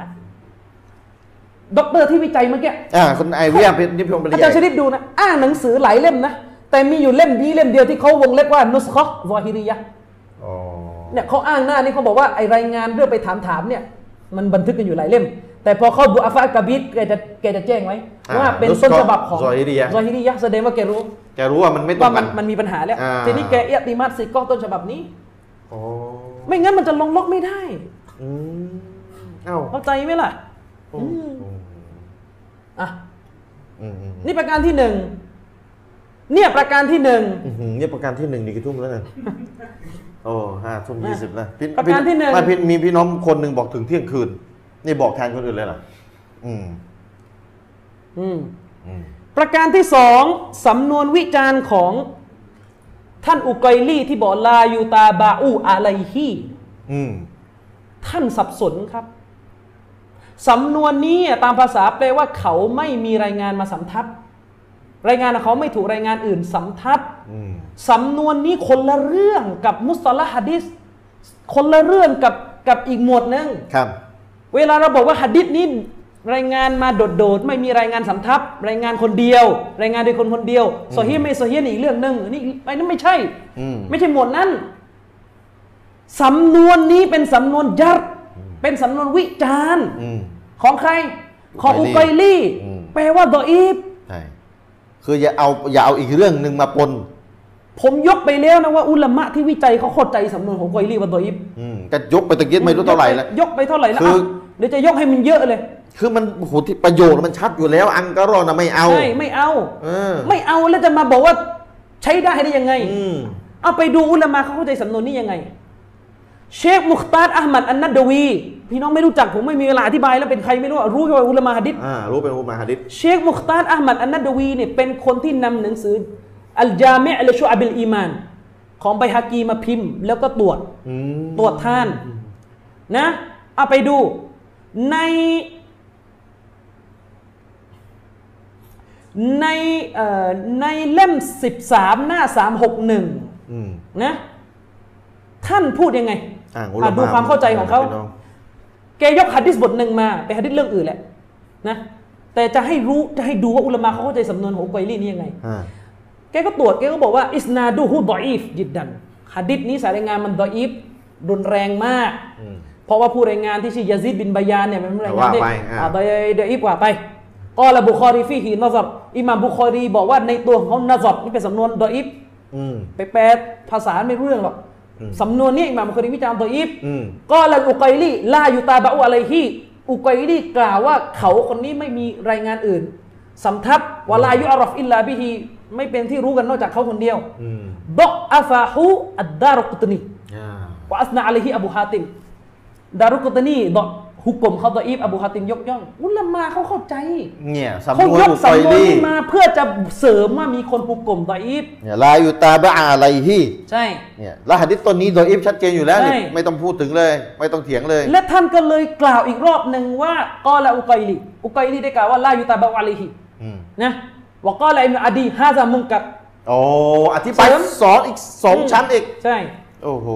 B: ด็อกเตอร์ที่วิจัยเมื่อกี้
A: อ่าคุณไอเวียเป็นนิพนธ์บร
B: อาย
A: รา
B: จาร
A: ย
B: ย์ชริปดูนะอ้างหนังสือหลายเล่มนะ แต่มีอยู่เล่มนี้เล่มเดียวที่เขาวงเล็บว่านุสคอวาฮิริยะห์
A: อ๋อ
B: เนี่ยเขาอ้างหน้านี้เขาบอกว่าไอรายงานเรื่องไปถามถามๆเนี่ย มันบันทึกกันอยู่หลายเล่ม แต่พอเข้าดูอาฟะอัลกาบิดแกจะแกจะแจ้งไว้ว่าเป็นต้นฉบับของ
A: ซอฮิริยะห์
B: ซอฮิริยะห์แสดงว่าแกรู้
A: แกรู้ว่ามันไม่ตร
B: ว่าง
A: กั
B: มั
A: น น
B: มันมีปัญหาแล้ว
A: อ่า
B: ทีนี้แกเอียติมาตสิกอต้นฉบับนี้
A: อ๋อ
B: ไม่งั้นมันจะลงล็อกไม่ได้
A: อืมเอ้า
B: เข้าใจไหมล่ะ
A: อืม
B: อ่ะ
A: อืมอืม
B: นี่ประการที่หนึ่งเนี่ยประการที่หนึ่ง
A: อื้อหือเนี่ยประการที่หนึ่งนี่กี่ทุ่มแล้ว เนี่ยโอ้ห้าทุ่มยี่สิบแล้วพี่
B: ประการที่หนึ่ง
A: ไม่พี่มีพี่น้องคนหนึ่งบอกถึงเที่ยงคืน นี่บอกแทนคนอื่นเลยเหรออืม
B: อืม
A: อืม
B: ประการที่สองสำนวนวิจารณ์ของท่านอุกัยลี่ที่บอกลายูตาบาอูอะไลฮี
A: อืม
B: ท่านสับสนครับ สำนวนนี้ตามภาษาแปลว่าเขาไม่มีรายงานมาสำทับ รายงานของเขาไม่ถูกรายงานอื่นสำทับ
A: อืม
B: สำนวนนี้คนละเรื่องกับมุสลาฮะดิษคนละเรื่องกับกับอีกหมวดหนึ่ง
A: ครับ
B: เวลาเราบอกว่าหะดิษนี้รายงานมาโดดๆไม่มีรายงานสำทับ รายงานคนเดียว รายงานโดยคนคนเดียวซอฮีห์ไม่ซอฮีห์นี่อีกเรื่องหนึ่งอันนี่อันนั้นไม่ใช่
A: อืม
B: ไม่ใช่หมวดนั้นสำนวนนี้เป็นสำนวนยัดเป็นสำนวนวิจารณ์
A: อืม
B: ของใครของ
A: อุ
B: อุ
A: กั
B: กั
A: ย
B: ย
A: ลี่
B: ลี่
A: อืม
B: แปลว่าดออีฟ
A: ใช่คืออย่าเอาอย่าเอาอีกเรื่องหนึ่งมาปน
B: ผมยกไปแล้วนะว่าอุลามะที่วิจัยเขาเข้าใจสำนวนของอุกัยลี่ว่าดออีฟ
A: อืมก็ยกไปตะกี้ไม่รู้เท่าไหร่แล้ว
B: ยกไปเท่าไหร่แล้ว
A: คือ
B: อ่ะเดี๋ยวจะยกให้มันเยอะเลย
A: คือมันโอ้โหที่ประโยชน์มันชัดอยู่แล้ว อังการอนะไม่เอา
B: ใช่ไม่เอา
A: เออ
B: ไม่เอาแล้วจะมาบอกว่าใช้ได้ได้ยังไง
A: อืม
B: เอาไปดูอุลามะเขาเข้าใจสำนวนนี้ยังไง เชคมุคตาร์อัลมัดอันนัดดวี พี่น้องไม่รู้จักผมไม่มีเวลาอธิบายแล้วเป็นใครไม่รู้อะรู้แค่ว่าอุลามะฮะดิษ
A: อ่า รู้เป็นอุมาฮะดิษ
B: เชคมุคตาร์อัลมัดอันนัดดวีเนี่ยเป็นคนที่นำหนังสืออัลจามิอัลชูอับิลอีมาน ของไบฮากีมาพิมพ์ แล้วก็ตรวจ
A: อืม
B: ตรวจทานนะเอาไปดูในในเอ่อในเล่ม 13 หน้า 361
A: อืม
B: นะท่านพูดยังไง
A: อ่าอุล
B: อ่ะ
A: มะ
B: ดูความเข้าใจของเขา
A: พี่น้อง
B: แกยกหัดดิษบทหนึ่งมาไปหัดดิษเรื่องอื่นแหละนะแต่จะให้รู้จะให้ดูว่าอุลามะเขาเข้าใจสำนวนของอุกัยลี่นี่ยังไง
A: อ่า
B: แกก็ตรวจแกก็บอกว่าอิสนาดูฮูดออีฟยิดดันหัดดิษนี้สายรายงานมันดออีฟรุนแรงมาก
A: อืม
B: เพราะว่าผู้รายงานที่ชื่อยาซิดบินบายานเนี่ยมันเป็นรายงานที่
A: ว่าไปอ่า
B: อ่าดอยดอยอีกว่าไปกอละบุคอรีฟีฮีนอซับอิหม่ามบุคอรีบอกว่าในตัวของเขานอซับนี่เป็นสำนวนดอยอีฟ
A: อืม
B: ไปแปลภาษาไม่รู้เรื่องหรอกสำนวนเนี้อิหม่ามบุคอรีวิจารณ์ดอยอีฟ
A: อืม
B: กอละอุกัยลีลายูตาบะอุอะไลฮีอุกัยลีกล่าวว่าเขาคนนี้ไม่มีรายงานอื่นสำทับวะลายุอารอฟอิลลาบิฮีไม่เป็นที่รู้กันนอกจากเขาคนเดียว
A: อืม
B: ดอกอาฟาฮูอัดดารุกุตนี
A: อ่า
B: วะอัสนาอะลัยฮิอบูฮาติมดารุกตนีดอกหุกลมเขาดออีฟอบูฮาติมยกย่องอุลามาเขาเข้าใจ
A: เนี่ยสำ
B: เขา
A: นวน
B: ยก
A: อุไฟ
B: สำนวน
A: ลี่
B: นี้มาเพื่อจะเสริมว่ามีคนหุกลมดออีฟ
A: เนี่ยลาอยู่ตาบะอาอะไรที่
B: ใช่
A: เนี่ยและหะดิษต้นนี้โดยอิฟชัดเจนอยู่แล้วนี่
B: ใช่
A: ไม่ต้องพูดถึงเลย ไม่ต้องเถียงเลย
B: และท่านก็เลยกล่าวอีกรอบหนึ่งว่ากอละอุกัยลีอุกัยลีได้กล่าวว่าลายุตาบะวะอะลัยฮิ
A: อืม
B: นะวะกอละอิบนุอาดีฮาซามุงกับ
A: โอ้อธิบาย
B: เสริม
A: สอนอีกสองชั้นอีก
B: ใช่
A: โอ้โห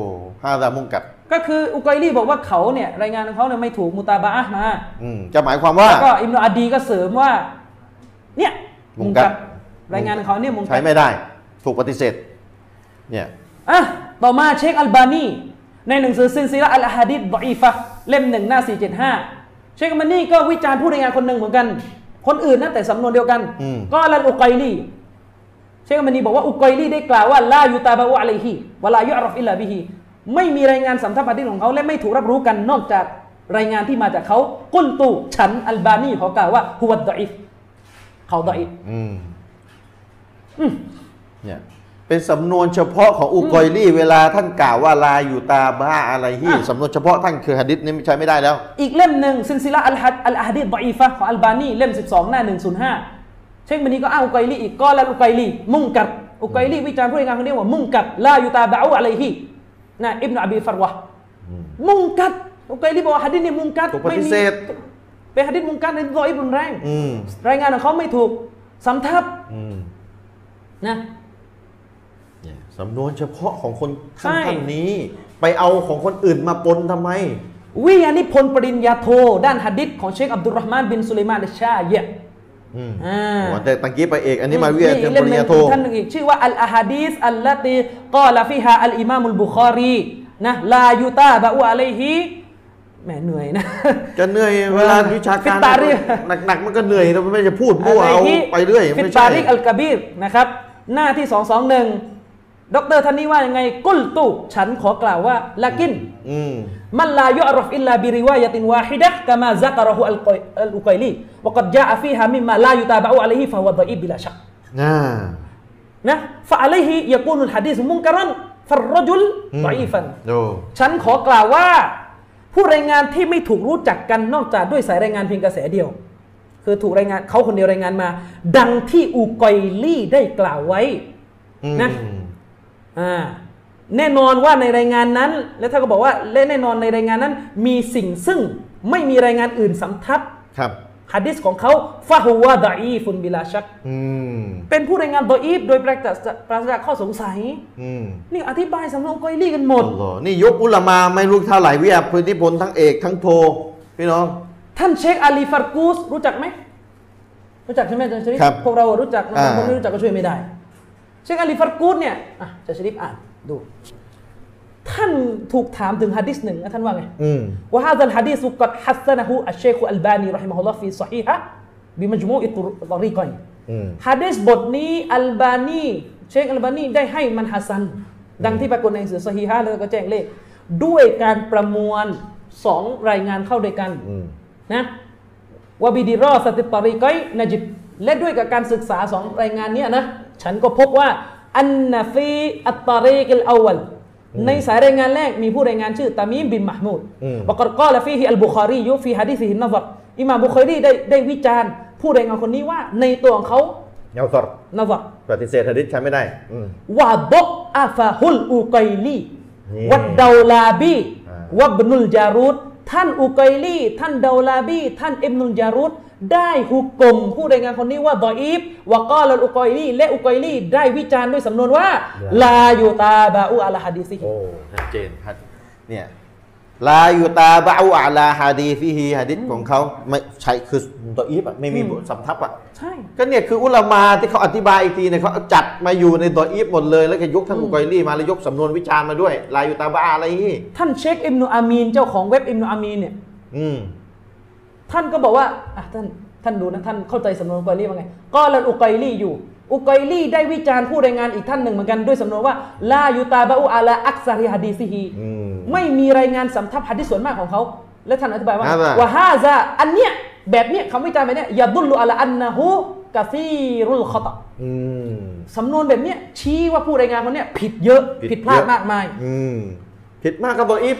A: ฮาดามุงกัด
B: ก็คืออุกัยลีบอกว่าเขาเนี่ยรายงานของเขาเนี่ยไม่ถูกมุตาบะอะห์มา
A: อืมจะหมายความว่า
B: แล้วก็อิมรุอาดีก็เสริมว่า เนี่ย
A: มุงกัด
B: รายงานของเขาเนี่ยมุงกั
A: ใช้
B: ด
A: ไม่ได้ ถูกปฏิเสธ เนี่ย
B: อ่ะต่อมาเชคอัลบานี ในหนังสือซินซีละอัลอะฮะดิษดออีฟะห์เล่มหนึ่งหน้า 475 เชคอัลบานีก็วิจารณ์ผู้รายงานคนหนึ่งเหมือนกัน คนอื่นนะแต่สำนวนเดียวกัน
A: อืม
B: ก็ลันอุกัยลีเชคอัลบานีบอกว่าอุกัยลีได้กล่าวว่าลายูตาบะอุอะลัยฮิวะลายุอรฟอิลลาบิฮิไม่มีรายงานสำทับอะดีษของเขาและไม่ถูกรับรู้กันนอกจากรายงานที่มาจากเขากุลตูฉันอัลบานีเขากล่าวว่าฮุวัดดออีฟเขาดออีฟ
A: อืมเนี่ย เป็นสำนวนเฉพาะของอุกอยลี่ เวลาท่านกล่าวว่าลาอยู่ตาบ้าอะไรที่
B: อ่ะ
A: สำนวนเฉพาะท่านคือฮะดิษนี่ใช้ไม่ได้แล้ว
B: อีกเล่มหนึ่งซินซิละอัลฮัดอัลอะฮดีดบอีฟะของอัลบานีเล่ม 12 หน้า 105 เชคบันนี้ก็อ้างอุกัยลีอีกก็แล้วอุกัยลีมุ่งกัดอุกัยลีวิจารณ์ผู้รายงานคนนี้ว่ามุ่งกัดลายูตาบะอูอะไรฮีนะอิบนุอบีฟัรวะมุ่งกัดอุกัยลีบอกว่าฮะดีษนี่มุ่งกัด
A: ถูกปฏิเสธ
B: ไม่มีเป็นฮะดีษมุ่งกัดในรอยอิบนุแรง
A: อืม
B: รายงานของเขาไม่ถูกสำทับ
A: อืม
B: นะ
A: เนี่ยสำนวนเฉพาะของคน
B: ใช่
A: ท่านท่านนี้ ไปเอาของคนอื่นมาปนทำไม
B: วิทยานิพนธ์ปริญญาโท ด้านฮะดิษของเชคอับดุลรหมานบินสุเลมานอัชชาเยะ
A: อืม
B: อ่า
A: หัวแต่ตะกี้ไปเอก อันนี้มาเวียนเทม
B: นี่
A: ปริญญาโท
B: ท่านหนึ่งอีกชื่อว่าอัลอะฮะดีสอัลลัติกอลาฟิฮาอัลอิมามุลบุคอรีนะลายูตาบะอูอะลัยฮิแหมเหนื่อยนะ
A: จะเหนื่อยเวลาวิชาการ
B: ฟิตตาริ
A: หนักๆมันก็เหนื่อยเราไม่จะพูด มั่วเอาไปเรื่อย
B: ฟิ
A: ไม่
B: ตา
A: ใช่
B: ริกอัลกะบีรนะครับ หน้าที่ 221ดอกเตอรท่านนี้ว่ายังไงกุลตุฉันขอกล่าวว่าลากิน
A: อืม
B: มันลายุอรฟอิลลาบิริวายะตินวาฮิดะกะมาซักะรอฮุอัลกอยอัลอุกัยลีวะกัดจาอะฟีฮามิมมาลายูตาบะอูอะลัยฮิฟะฮุวะฎออีฟบิลาชัก
A: น่า
B: นะฟะอะลัยฮิยะกูนุลฮะดีสมุนกะรันฟัรรจุลดออีฟัน
A: ดู
B: ฉันขอกล่าวว่า ผู้รายงานที่ไม่ถูกรู้จักกันนอกจากด้วยสายรายงานเพียงกระแสเดียว คือถูกรายงานเขาคนเดียวรายงานมา ดังที่อูกอยลี่ได้กล่าวไว้
A: อืม
B: นะ อ่าแน่นอนว่าในรายงานนั้น และท่านก็บอกว่าและแน่นอนในรายงานนั้น มีสิ่งซึ่งไม่มีรายงานอื่นสำทับ
A: ครับ
B: ฮะดิษของเขาฟาฮัวดออีฟุนบิลาชัก
A: อืม
B: เป็นผู้รายงานดออีฟโดยปราศจากปราศจากข้อสงสัย
A: อืม
B: นี่อธิบายสำนวนกอยลี่กันหมด
A: อัลลอฮ์นี่ยกอุลามาไม่รู้เท่าไหร่วิทยาพื้นที่พลทั้งเอกทั้งโท พี่น้อง
B: ท่านเชคอาลีฟาร์กูสรู้จักไหมรู้จักใช่ไหมอาจารย์ชริฟ
A: ครับ
B: พวกเรารู้จักนะ
A: อ่า
B: คนไม่รู้จักก็ช่วยไม่ได้ เชคอาลีฟาร์กูสเนี่ยอ่ะอาจารย์ชริฟอ่านดู ท่านถูกถามถึงฮะดิษหนึ่งนะท่านว่าไง
A: อืม
B: ว่าฮะซัลฮะดิษกัดฮัสซนะฮูอัชเชคอัลบานีรอฮิมะฮุลลอฮ์ฟีซอฮีฮะบิมัจมูอิตุตอรีกอน
A: อืม
B: ฮะดิษบทนี้อัลบานีเชคอัลบานีได้ให้มันฮัสซัน ดังที่ปรากฏในหนังสือซอฮีฮะแล้วก็แจ้งเลข ด้วยการประมวลสองรายงานเข้าด้วยกัน
A: อืม
B: นะวะบิดิรอสติตอริกอยนจิบและด้วยกับการศึกษาสองรายงานเนี้ยนะฉันก็พบว่าอันนฟีอัตตาริกลอวัลในสายรายงานแรกมีผู้รายงานชื่อตามีมบินมาห์มูด
A: อืม
B: วะกัดกอลฟีฮิอัลบุคอรียุฟีฮะดิษฮินนะซัรอิหม่ามบุคอรีได้ได้วิจารณ์ ผู้รายงานคนนี้ว่าในตัวของเขา
A: เงาสด
B: นะซัร
A: ปฏิเสธฮะดิษใช้ไม่ได้ อืม
B: วะดอกอาฟาฮุลอุกัยลี
A: นี่
B: วัดดาวลาบี
A: อ่า
B: วับนุลจารุดท่านอุกัยลีท่านดาวลาบีท่านอิบนุลจารุดได้หุกกลมผู้รายงานคนนี้ว่าดออีฟวะกอลอุกัยลีและอุกัยลีได้วิจารณ์ด้วยสำนวนว่า ลายูตาบาอุอัลฮะดีซิฮิ
A: โอ้ชัดเจนฮัดเนี่ยลาอยู่ตาบะอูอาลาฮาดีฟิฮีฮะดิษของเขาไม่ใช่คือตัวอีฟอะไม่มีบทสำทับอะ
B: ใช่
A: ก็เนี่ยคืออุลามาที่เขาอธิบายอีกทีเนี่ยเขาเอาจัดมาอยู่ในดออีฟหมดเลยแล้วก็ยกทั้งอุกอยลี่มาแล้วยกสำนวนวิจารณ์มาด้วย ลายอยู่ตาบ้าอะไรนี่
B: ท่านเชคอิมนุอามีนเจ้าของเว็บอิมนุอามีนเนี่ย
A: อืม
B: ท่านก็บอกว่าอ่ะท่านท่านดูนะท่านเข้าใจสำนวนอุกัยลีว่าไงกอลอุกัยลีอยู่ อุกัยลีได้วิจารณ์ผู้รายงานอีกท่านหนึ่งเหมือนกันด้วยสำนวนว่าลายูตาบาอุอัลอักซาริฮะดีซิฮิ
A: อืม
B: ไม่มีรายงานสำทับหัดที่ส่วนมากของเขา และท่านอธิบายว่า
A: ครับ
B: ว่าฮาซาอันเนี้ยแบบเนี้ยคำวิจารณ์แบบเนี้ยยาดุลลุอัลอันนะฮูกะซีรุลคอตะ
A: อืม
B: สำนวนแบบเนี้ยชี้ว่าผู้รายงานคนเนี้ยผิดเยอะ
A: ผิด
B: ผิดพลาด
A: เยอะ
B: มากมาย
A: อืมผิดมากกับดออีฟ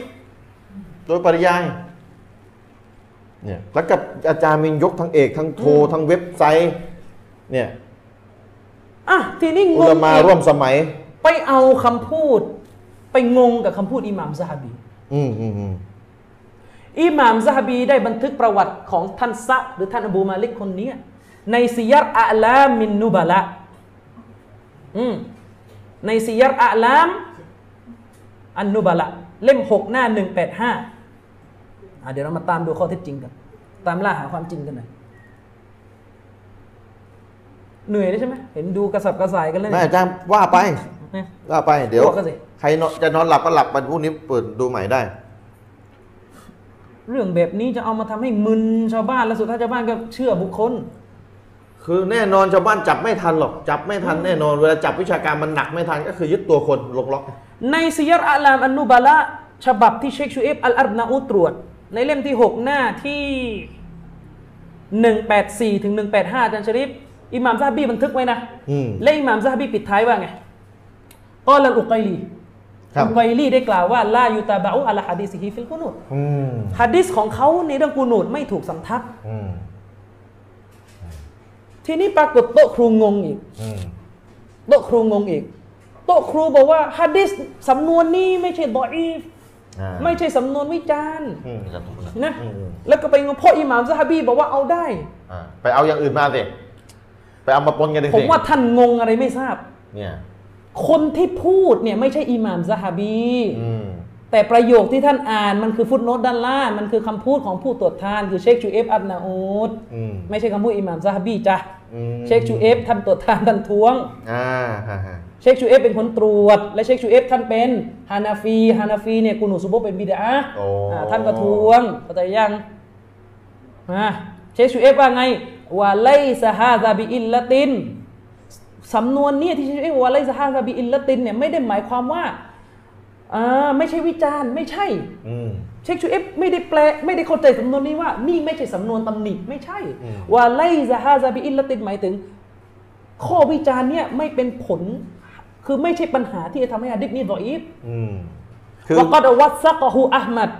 A: โดยปริยายเนี่ยแล้วกับอาจารย์มินยกทั้งเอกทั้งโทรทั้งเว็บไซต์ เนี่ย
B: อ่ะ ทีนี้ง
A: อุ
B: ง
A: ลามา
B: อีก
A: ร่วมสมัย
B: ไปเอาคำพูด ไปงงกับคำพูดอิหม่ามซะฮาบี
A: อืมอืมอืม
B: อิหม่ามซะฮาบีได้บันทึกประวัติของท่านซะหรือท่านอบูมาลิกคนเนี้ยในซียรอะลามินนุบะละ อืมในซียรอะลาม อันนุบาละ เล่มหกหน้าหนึ่งแปดห้าเดี๋ยวเรามาตามดูข้อเท็จจริงกัน ตามล่าหาความจริงกันหน่อยเหนื่อยแล้วใช่ไหมเห็นดูกระสับกระส่ายกันเลย
A: นายอาจารย์ว่าไป
B: เนี่ย
A: ว่าไป เดี๋ยว
B: บอกกันสิ
A: ใครนอนจะนอนหลับก็หลับวันพรุ่งนี้เปิดดูใหม่ได้
B: เรื่องแบบนี้จะเอามาทำให้มึนชาวบ้านแล้วสุดท้ายชาวบ้านก็เชื่อบุคคล
A: คือแน่นอนชาวบ้านจับไม่ทันหรอก จับไม่ทันแน่นอน เวลาจับวิชาการมันหนักไม่ทันก็คือยึดตัวคนลงล็อก
B: ในซียรอะลามอันนุบาละฉบับที่เชคชูเอฟอัลอาร์นาอูตรวจ ในเล่มที่ 6 หน้าที่ 184 ถึง 185อาจารย์ชริฟอิหม่ามซาฮบีบันทึกไว้นะ
A: อืม
B: และอิหม่ามซาฮบีปิดท้ายว่าไงกอลัลอุกัยลี
A: ครับ
B: อุกัยลีได้กล่าวว่า ลายูตาบะอุอัลฮะดีซิฮิฟิลกุนูด
A: อืม
B: ฮะดิษของเขาในเรื่องกูนูดไม่ถูกสำทับ
A: อืม
B: ทีนี้ปรากฏโต๊ะครูงงอีก
A: อืม
B: โต๊ะครูงงอีก โต๊ะครูบอกว่าฮะดิษสำนวนนี้ไม่ใช่ดออีฟ
A: อ่า
B: ไม่ใช่สำนวนวิจารณ์
A: อืม
B: นะ
A: อืม
B: แล้วก็ไปงงเพราะอิหม่ามซะฮาบีบอกว่าเอาได้
A: อ่าไปเอาอย่างอื่นมาสิ ไปเอามาปนกัน
B: ผม
A: สิ
B: ว่าท่านงงอะไรไม่ทราบ
A: เนี่ย
B: คนที่พูดเนี่ยไม่ใช่อิหม่ามซะฮาบี
A: อืม
B: แต่ประโยคที่ท่านอ่านมันคือฟุตโนตด้านล่างมันคือคำพูดของผู้ตรวจทาน คือเชคชูเอฟอับนาอูด
A: อืม
B: ไม่ใช่คำพูดอิหม่ามซะฮาบีจ้ะ
A: อืม
B: เชคชูเอฟท่านตรวจทานท่านท้วง
A: อ่าฮะฮะ
B: เชคชูเอฟเป็นคนตรวจ และเชคชูเอฟท่านเป็นฮานาฟีฮานาฟีเนี่ยกูหนูซุบโบเป็นบิดา
A: โอ้
B: ท่านก็ทวงเข้าใจยังอ่าเชคชูเอฟว่าไงวาไลซาฮาซาบิอิลละตินสำนวนเนี่ยที่เชคชูเอฟวาไลซาฮาซาบิอิลละตินเนี่ยไม่ได้หมายความว่าอ่าไม่ใช่วิจารณ์ไม่ใช่
A: อืม
B: เชคชูเอฟไม่ได้แปลไม่ได้เข้าใจสำนวนนี้ว่า นี่ไม่ใช่สำนวนตำหนิไม่ใช่
A: อืม
B: ว่าไลซาฮาซาบิอินละตินหมายถึง ข้อวิจารณ์เนี่ยไม่เป็นผล คือไม่ใช่ปัญหาที่จะทำให้อะดิษนี่ดออีฟ
A: อืม คือ
B: ว่าก็ดวัดซักะฮูอัลมัด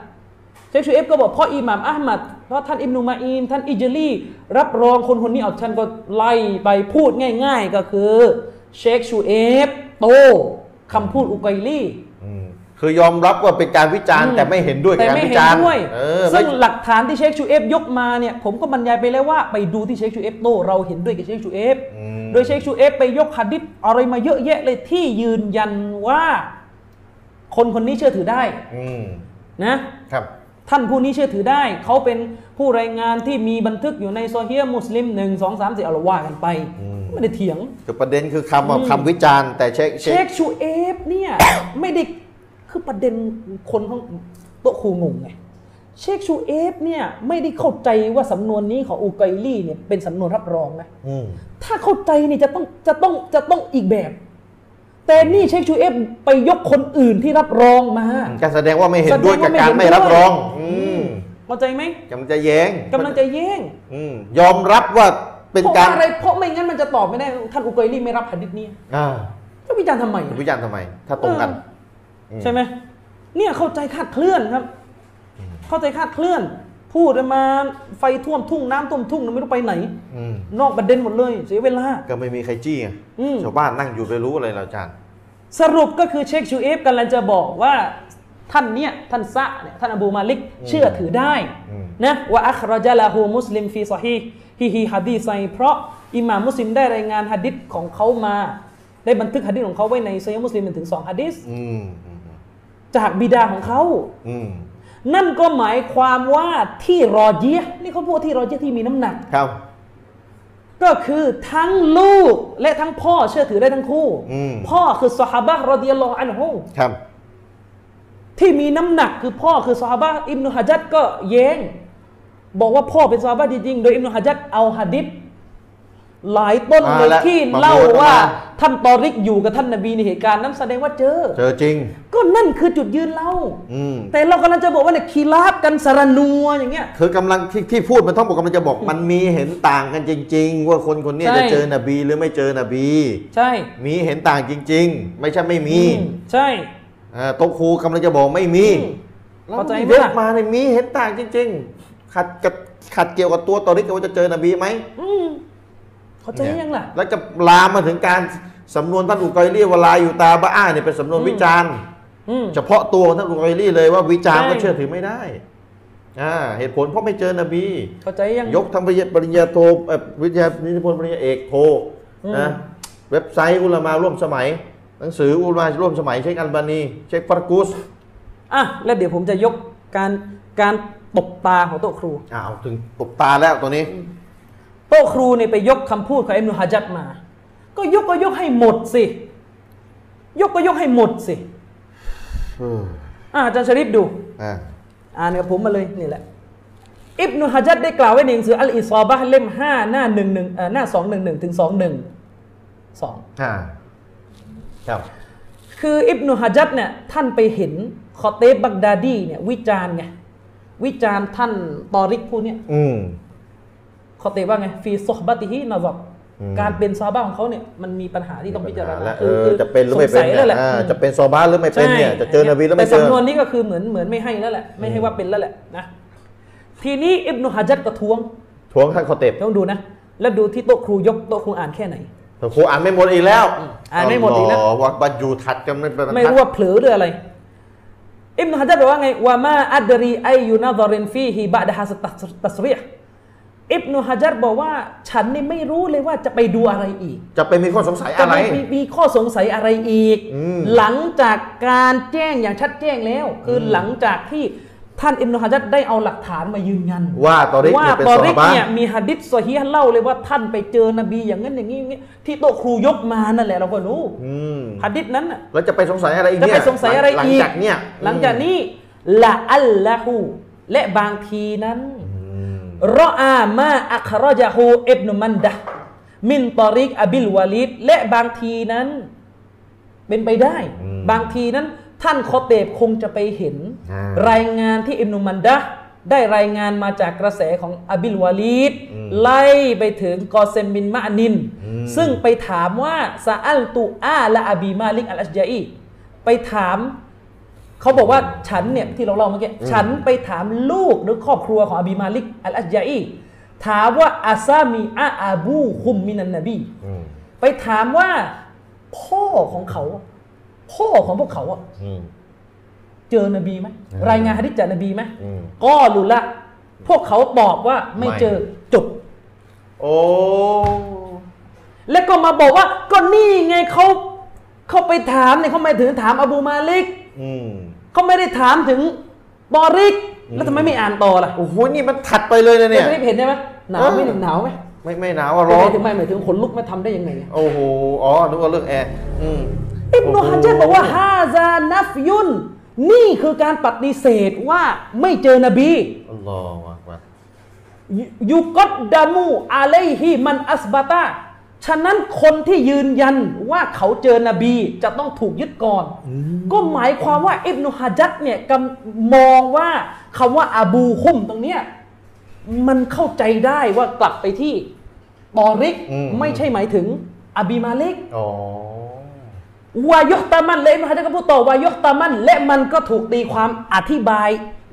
B: เชคชูเอฟก็บอกเพ่ออิหม่ามอัลมัดเพราะท่านอิบนุมาอินท่านอิจลีรับรองคนคนนี้เอาท่านก็ไล่ไปพูดง่าย ๆ ก็คือเชคชูเอฟโตคำพูดอุกัยลี
A: อืม คือยอมรับว่าเป็นการวิจารณ์แต่ไม่เห็นด้วยกับ
B: แต่
A: การ
B: ไม่
A: วิ
B: เห็น
A: จารณ์
B: ด้วย
A: เออ
B: ซึ่ง
A: ไม่
B: หลักฐานที่เชคชูเอฟยกมาเนี่ย ผมก็บรรยายไปแล้วว่าไปดูที่เชคชูเอฟโตเราเห็นด้วยกับเชคชูเอฟ
A: อืม
B: โดยเชคชูเอฟไปยกฮัดดิษอะไรมาเยอะแยะเลยที่ยืนยันว่า คนคนนี้เชื่อถือได้
A: อืม
B: นะ
A: ครับ
B: ท่านผู้นี้เชื่อถือได้ เขาเป็นผู้รายงานที่มีบันทึกอยู่ในโซเฮียมุสลิมหนึ่งสองสามสี่เอาละว่ากันไป ไม่ได้เถียง
A: คือประเด็นคือคำว่าคำวิจารณ์แต่เช็ค
B: เช
A: เช็ค
B: คชูเอฟเนี่ย ไม่ได้คือประเด็นคนของโต๊ะครูงงไงเชคชูเอฟเนี่ยไม่ได้เข้าใจว่าสำนวนนี้ของอูไกลี่เนี่ยเป็นสำนวนรับรองนะ
A: อืม
B: ถ้าเข้าใจเนี่ยจะต้องจะต้องจะต้องอีกแบบ แต่นี่เชคชูเอฟไปยกคนอื่นที่รับรองมา
A: ก็แสดงว่าไม่เห็นด้วยกับ
B: แสง
A: การไม่
B: เห็นด้วย
A: รับรอง อืม
B: เข้าใจไหม
A: กำลังจะแย้ง
B: กำลังจะแย่ง
A: อืมยอมรับว่าเป็น
B: เพราะ
A: การ
B: อะไรเพราะไม่งั้นมันจะตอบไม่ได้ ท่านอูไกลี่ไม่รับหะดิษนี้
A: อ่า
B: จะวิจารณ์ทำไม
A: จะ
B: อะ
A: วิจารณ์ทำไม ถ้าตรงกัน
B: เออใช่ไหมเนี่ยเข้าใจคาดเคลื่อนครับ เข้าใจคาดเคลื่อน พูดมาไฟท่วมทุ่งน้ำท่วมทุ่งไม่รู้ไปไหน
A: อืม
B: นอกประเด็นหมดเลย เสียเวลา
A: ก็ไม่มีใครจี้ไง
B: อืม
A: ชาวบ้านนั่งอยู่ไปรู้อะไรเราอาจารย์
B: สรุปก็คือเชคชูเอฟกำลังจะบอกว่าท่านเนี่ยท่านซะเนี่ยท่านอบูมาลิกเชื่อถือได้
A: อืม
B: นะว่าอัครจาลาฮูมุสลิมฟีซอฮีฮิฮิฮัดดีไซเพราะอิหม่ามมุสลิมได้รายงานฮัดดิษของเขามา ได้บันทึกฮัดดิษของเขาไว้ในเซยมุสลิมถึงสองฮัดดิษ
A: อืม อืม
B: จากบิดาของเขา
A: อืม
B: นั่นก็หมายความว่าที่รอเจียะห์นี่เขาพูดว่าที่รอเจียะห์ที่มีน้ำหนัก
A: ครับ
B: ก็คือทั้งลูกและทั้งพ่อเชื่อถือได้ทั้งคู่
A: อืม
B: พ่อคือสฮาบะห์รอดิยัลลอฮุอันฮุ
A: ครับ
B: ที่มีน้ำหนักคือพ่อคือสฮาบะห์อิบนุฮะจัดก็แย้ง บอกว่าพ่อเป็นสฮาบะห์จริงๆ โดยอิบนุฮะจัดเอาหะดิษหลายต้น
A: มา
B: เลย
A: แล้ว
B: ที่
A: มา
B: เล่า
A: โยน
B: ว่า
A: มา
B: ท่านตอริกอยู่กับท่านนบีในเหตุการณ์นั้นแสดงว่าเจอ
A: เจอจริง
B: ก็นั่นคือจุดยืนเรา
A: อืม
B: แต่เรากำลังจะบอกว่าเนี่ยคีลาบกันสารนัวอย่างเงี้ย
A: คือกำลังที่ที่พูดมันทั้งหมดกำลังจะบอกมันมีเห็นต่างกันจริง ๆ ว่าคนคนเนี้ย
B: ใช่
A: จะเจอนบีหรือไม่เจอนบี
B: ใช่
A: มีเห็นต่างจริง ๆ ไม่ใช่ไม่มี
B: อืมใช่
A: เอ่อโต๊ะครูกำลังจะบอกไม่มี
B: อืม
A: แล้ว
B: เข้าใจไหม
A: ยก
B: ล่ะ
A: มาเนี่ยมีเห็นต่างจริง ๆ ขัดกับขัดเกี่ยวกับตัวตอนนี้ว่าจะเจอนบีไหม
B: อืมเข้าใจยังล่ะ
A: แล้วจะลามมาถึงการสำนวนท่านอุกอยรี่เวลาอยู่ตาบ้าอ้าเนี่ยเป็นสำนวนวิจารณ์
B: อืม
A: เฉพาะตัวของท่านอุกอยรี่เลยว่าวิจารณ์
B: ใช่
A: ก็เชื่อถือไม่ได้อ่าเหตุผลเพราะไม่เจอนบี
B: เข้าใจยัง
A: ยกทั้งปริญญาปริญญาโทเอ่อวิทยานิพนธ์ปริญญาเอกโท
B: อืม
A: นะ เว็บไซต์อุลามาร่วมสมัย หนังสืออุลามาร่วมสมัยเช็คอัลบานีเช็คฟาร์กูส
B: อ่ะแล้วเดี๋ยวผมจะยกการการตบตาของโต๊ะครู
A: อ้าวถึงตบตาแล้วตัวนี้
B: โต๊ะครูเนี่ยไปยกคำพูดของอิบนุฮะจัดมา ก็ยกก็ยกให้หมดสิ ยกก็ยกให้หมดสิ
A: เออ
B: อ่ะอาจารย์ชริฟดู
A: อ่า
B: อ่านกับผมมาเลยนี่แหละ อิบนุฮะจัดได้กล่าวไว้ในหนังสืออัลอิซอบะห์เล่ม 5 หน้า1 1เอ่อหน้า 2 1 1ถึง2 1 2
A: อ่าครับ
B: คืออิบนุฮะจัดเนี่ยท่านไปเห็นคอเตบบักดาดีเนี่ยวิจารณ์ไงวิจารณ์ท่านตอริกผู้เนี่ย
A: อืม
B: คอเตบว่าไงฟีซอฮบะติฮินะบอก
A: อืม
B: การเป็นซอฮาบ้าของเขาเนี่ยมันมีปัญหาที่ต้องพิจารณา
A: แล้วเอ
B: คือ
A: อจะเป็นหรือไม่
B: ส
A: เป็น
B: งสัย
A: เนี่
B: แล้ว
A: ย
B: แหละ
A: อ่า
B: อืม
A: จะเป็นซอบ้าหรือไม่เป็นเนี่ย
B: ใช่
A: จะเจอนบีหรือไม่เจ
B: แต่
A: อ
B: สำนวนนี้ก็คือเหมือนเหมือนไม่ให้แล้วแหละไม่ให้ว่าเป็นแล้วแหละนะทีนี้อิบนุฮะจัดกระท้วง
A: ทวงท่านคอเต็บ
B: ต้องดูนะ แล้วดูที่โต๊ะครูยกโต๊ะครูอ่านแค่ไหน
A: แต่ครูอ่านไม่หมดอีกแล้ว
B: อ่านไม่หมดอีกแล้ว
A: วักบัตยูทัดกันไม่เป็นรรทัด
B: ไม่รู้ว่าเผลอหรืออะไร อิบนุฮะจัดบอกว่าไงว่ามาอัดรีไอยูนาดอรินฟีฮิบะดะฮาสตัสตัสเรียห์อิบนุฮะจัดบอกว่าฉันนี่ไม่รู้เลยว่าจะไปดูอะไรอีก
A: จะไปมีข้อสงสัย
B: จะ
A: อะไร
B: ไม่มีมีข้อสงสัยอะไรอีก
A: อืม
B: หลังจากการแจ้งอย่างชัดแจ้งแล้ว คือหลังจากที่ท่านอิมนุฮะจัดได้เอาหลักฐานมายืนยัน
A: ว่าตอริก
B: ว่า
A: เนี่ยเป็น
B: ตอ
A: ส
B: ริ
A: หาก บะ
B: เนี่ยมีหะดิษซอฮีฮ์เล่าเลยว่าท่านไปเจอนบีอย่างนั้นอย่างนี้อย่างนี้ที่โต๊ะครูยกมานั่นแหละเราก็รู้
A: อืม
B: หะดิษนั้นน่ะ
A: แล้วจะไปสงสัยอะไรอีก
B: จะ
A: เนี่ย
B: ไปสงสัยอะไร
A: หลั
B: อีก
A: จากเนี่ย
B: หลังจากนี้ละอัลละหูและบางทีนั้น
A: อืม
B: รออามาอัครยาฮูอิบนุมันดะห์มินตอริกอบิลวาลิดและบางทีนั้น เป็นไปได้ บางทีนั้น ท่านคอเตบคงจะไปเห็น
A: าร
B: ายงานที่อิบนุมันดะห์ได้รายงานมาจากกระแสของอบิลวาลิดไล่ไปถึงกอเซมบินมะนิน ซึ่งไปถามว่าซาอัลตุอาและอบีมาลิกอัลอัชยาอีไปถาม เขาบอกว่าฉันเนี่ยที่เราเล่าเมื่อกี้ฉันไปถามลูกหรือครอบครัวของอบีมาลิกอัลอัชยาอีถามว่าอาซามีอาอาบูคุมมินันนบี
A: อืม
B: ไปถามว่าพ่อของเขา พ่อของพวกเขาอะ
A: อืม
B: เจอนบีไหมรายงานฮะดิษจากนบีไหม
A: อืม
B: ก็รู้ละ พวกเขาตอบว่าไม่เจอจบ
A: โอ้
B: แล้วก็มาบอกว่าก็นี่ไงเขาเขาไปถามเนี่ยเขาไม่ถึงถามอบูมาลิก
A: อืม
B: เขาไม่ได้ถามถึงบอริก แล้วทำไมไม่อ่านต่อล่ะ
A: โอ้โหนี่มันถัดไปเลยนะเนี่ย
B: ไม่ได้เห็นได้ไหมหนาวไหม
A: เออ
B: หนึ่งหนาวไหม
A: ไม่ไม่หนาวอะ
B: ห
A: ร้อน
B: มายถึงไม่หมายถึงขนลุกไม่ทำได้ยังไงอะ
A: โอ้โหอ๋อนึกว่าเรื่องแอร์อืม
B: อิบนุฮะจัรบอกว่า
A: โโห
B: ฮาซานัฟยุน นี่คือการปฏิเสธว่าไม่เจอนบี
A: อัลลอฮฺอักบัร
B: ยุยุกอดดามูอาเลฮิมันอัสบาตาฉะนั้นคนที่ยืนยันว่าเขาเจอนบีจะต้องถูกยึดก่อน ก็หมายความว่าอิบนุฮะจัรเนี่ยกำมองว่าคำว่าอาบูฮุมตรงเนี้ยมันเข้าใจได้ว่ากลับไปที่ตอริกไม่ใช่หมายถึงอบีมาลิก
A: อ๋อ
B: วายกตามันและอิมฮะจักรพูดต่อวายกตามันและมันก็ถูกตีความอธิบาย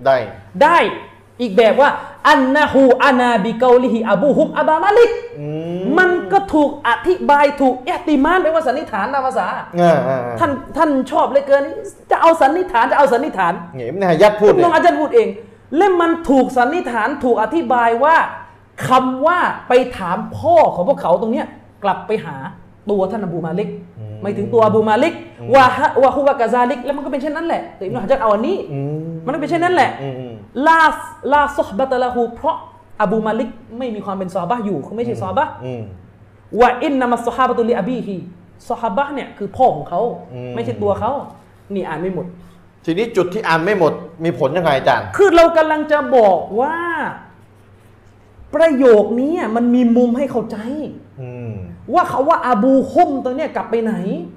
A: ได้
B: ได้อีกแบบว่า อันนะฮูอานาบิเกาลิฮิอบูฮุมอบามาลิกมันก็ถูกอธิบายถูกอิติมานแปลว่าสันนิษฐานตามภาษา
A: อ่าอ่าอ่า
B: ท่านท่านชอบเหลยเกิน จะเอาสันนิษฐานจะเอาสันนิษฐาน
A: เนี่ยมันหายัดพูดเนี่
B: น้
A: ย
B: องอาจารย์พูดเอง และมันถูกสันนิษฐานถูกอธิบายว่าคำว่าไปถามพ่อของพวกเขาตรงเนี้ยกลับไปหาตัวท่านอบูมาลิกไม่ถึงตัวอบูมาลิกว่าฮะว่าฮุวากาซาลิกแล้วมันก็เป็นเช่นนั้นแหละแต่อิบนุฮะจัดเอาอันนี้
A: อืม
B: มันก็เป็นเช่นนั้นแหละ
A: อืมอืม
B: ลาสลาซอฮบะตะละฮูเพราะอบูมาลิกไม่มีความเป็นซอฮาบะห์อยู่เขาไม่ใช่ซอฮาบะห์
A: อืม
B: ว่าอินนามัสซอฮาบะตุลิอบีฮีซอฮาบะห์เนี่ยคือพ่อของเขา
A: อืม
B: ไม่ใช่ตัวเขา นี่อ่านไม่หมด
A: ทีนี้จุดที่อ่านไม่หมดมีผลยังไงอาจารย์
B: คือเรากำลังจะบอกว่า ประโยคนี้มันมีมุมให้เข้าใจ
A: อืม
B: ว่าเขาว่าอาบูฮุมตัวเนี่ยกลับไปไหน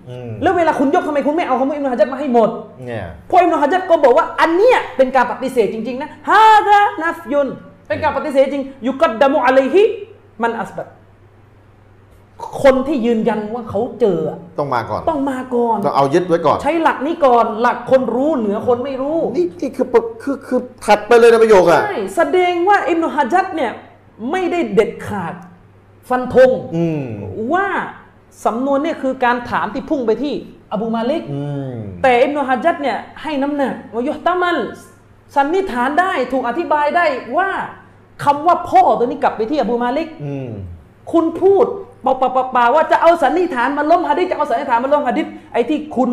A: อืม
B: แล้วเวลาคุณยกทำไมคุณไม่เอาคำว่าอิมนุฮะจัดมาให้หมด
A: เนี่ย
B: พวกอิมนุฮะจัดก็บอกว่าอันเนี้ยเป็นการปฏิเสธจริง ๆ นะฮาซานัฟยุน เป็นการปฏิเสธจริงยุกัดดามุอะลัยฮิมันอัสบัตคนที่ยืนยันว่าเขาเจออะ
A: ต้องมาก่อน
B: ต้องมาก่อน
A: ต้องเอายึดไว้ก่อน
B: ใช้หลักนี้ก่อนหลักคนรู้เหนือคนไม่รู้
A: นี่นี่คือปะคือคือถัดไปเลยนะประโยคอะ
B: ใช่แสดงว่าอิมนุฮะจัดเนี่ย ไม่ได้เด็ดขาดฟันธง
A: อืม
B: ว่าสำนวนเนี่ยคือการถามที่พุ่งไปที่อบูมาลิก
A: อืม
B: แต่อิบนุฮะจัดเนี่ยให้น้ำหนักว่ายุตามันสันนิษฐานได้ถูกอธิบายได้ว่าคำว่าพ่อตัวนี้กลับไปที่อบูมาลิก
A: อืม
B: คุณพูดเปล่าๆๆๆว่าจะเอาสันนิษฐานมาล้มฮะดิษจะเอาสันนิษฐานมาล้มฮะดิษไอ้ที่คุณ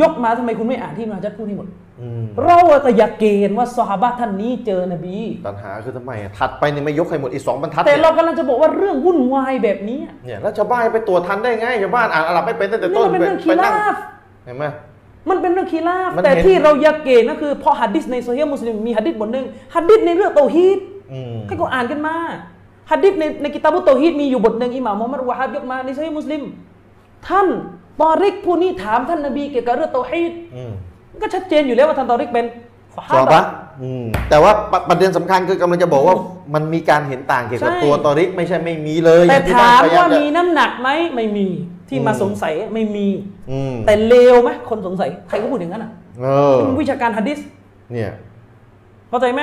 B: ยกมาทำไมคุณไม่อ่านที่มาจัดพูดให้หมด
A: อืม
B: เราอะก็อยากเกณฑ์ว่าซอฮาบะท่านนี้เจอนบี
A: ปัญหาคือทำไมอะถัดไปเนี่ยไม่ยกให้หมดอีกสองบรรทัด
B: แต่
A: เนี่ย
B: เรากำลังจะบอกว่าเรื่องวุ่นวายแบบนี้อะ
A: เนี่ยแล้วชาวบ้านไปตรวจทันได้ไงชาวบ้านอ่านอาหรับไม่เป็นตั้งแต่
B: นี่
A: ต้น
B: มันเป็นเรื่อง
A: ไป
B: คี
A: นั่ง
B: ลาฟ
A: เห็นไหม
B: มันเป็นเรื่องคีลาฟ
A: มันเห็น
B: แต่ที่เราอยากเกณฑ์ก็คือพอหัดดิษในโซเชียลมุสลิมมีหัดดิษบทหนึ่งหัดดิษในเรื่องเตาฮีด
A: อืม
B: ให้กูอ่านกันมาฮัดดิษในในกิตาบุตโตฮีดมีอยู่บทหนึ่งอิหม่ามมุฮัมมัดวะฮับยกมาในเชยมุสลิม ท่านตอริกผู้นี้ถามท่านนบีเกี่ยวกับเรื่องเตาฮีด
A: อืม
B: ก็ชัดเจนอยู่แล้วว่าท่านตอริกเป็นซอฮา
A: สอบปะ
B: บะ
A: อืมแต่ว่าปะประเด็นสำคัญคือกำลังจะบอกว่ามันมีการเห็นต่างเกี่ยวกับ
B: ใช่
A: ตัวตอริกไม่ใช่ไม่มีเลยอ
B: แต่
A: ย่งที่บ้
B: ถาม
A: นพยย
B: ว่า
A: จะ
B: มีน้ำหนักไหมไม่มีที่มา
A: อืม
B: สงสัยไม่มี
A: อืม
B: แต่เลวไหมคนสงสัยใครก็พูดอย่างนั้นอ่ะ
A: เออ
B: มันวิชาการฮัดดิษ
A: เนี่ย
B: เข้าใจไหม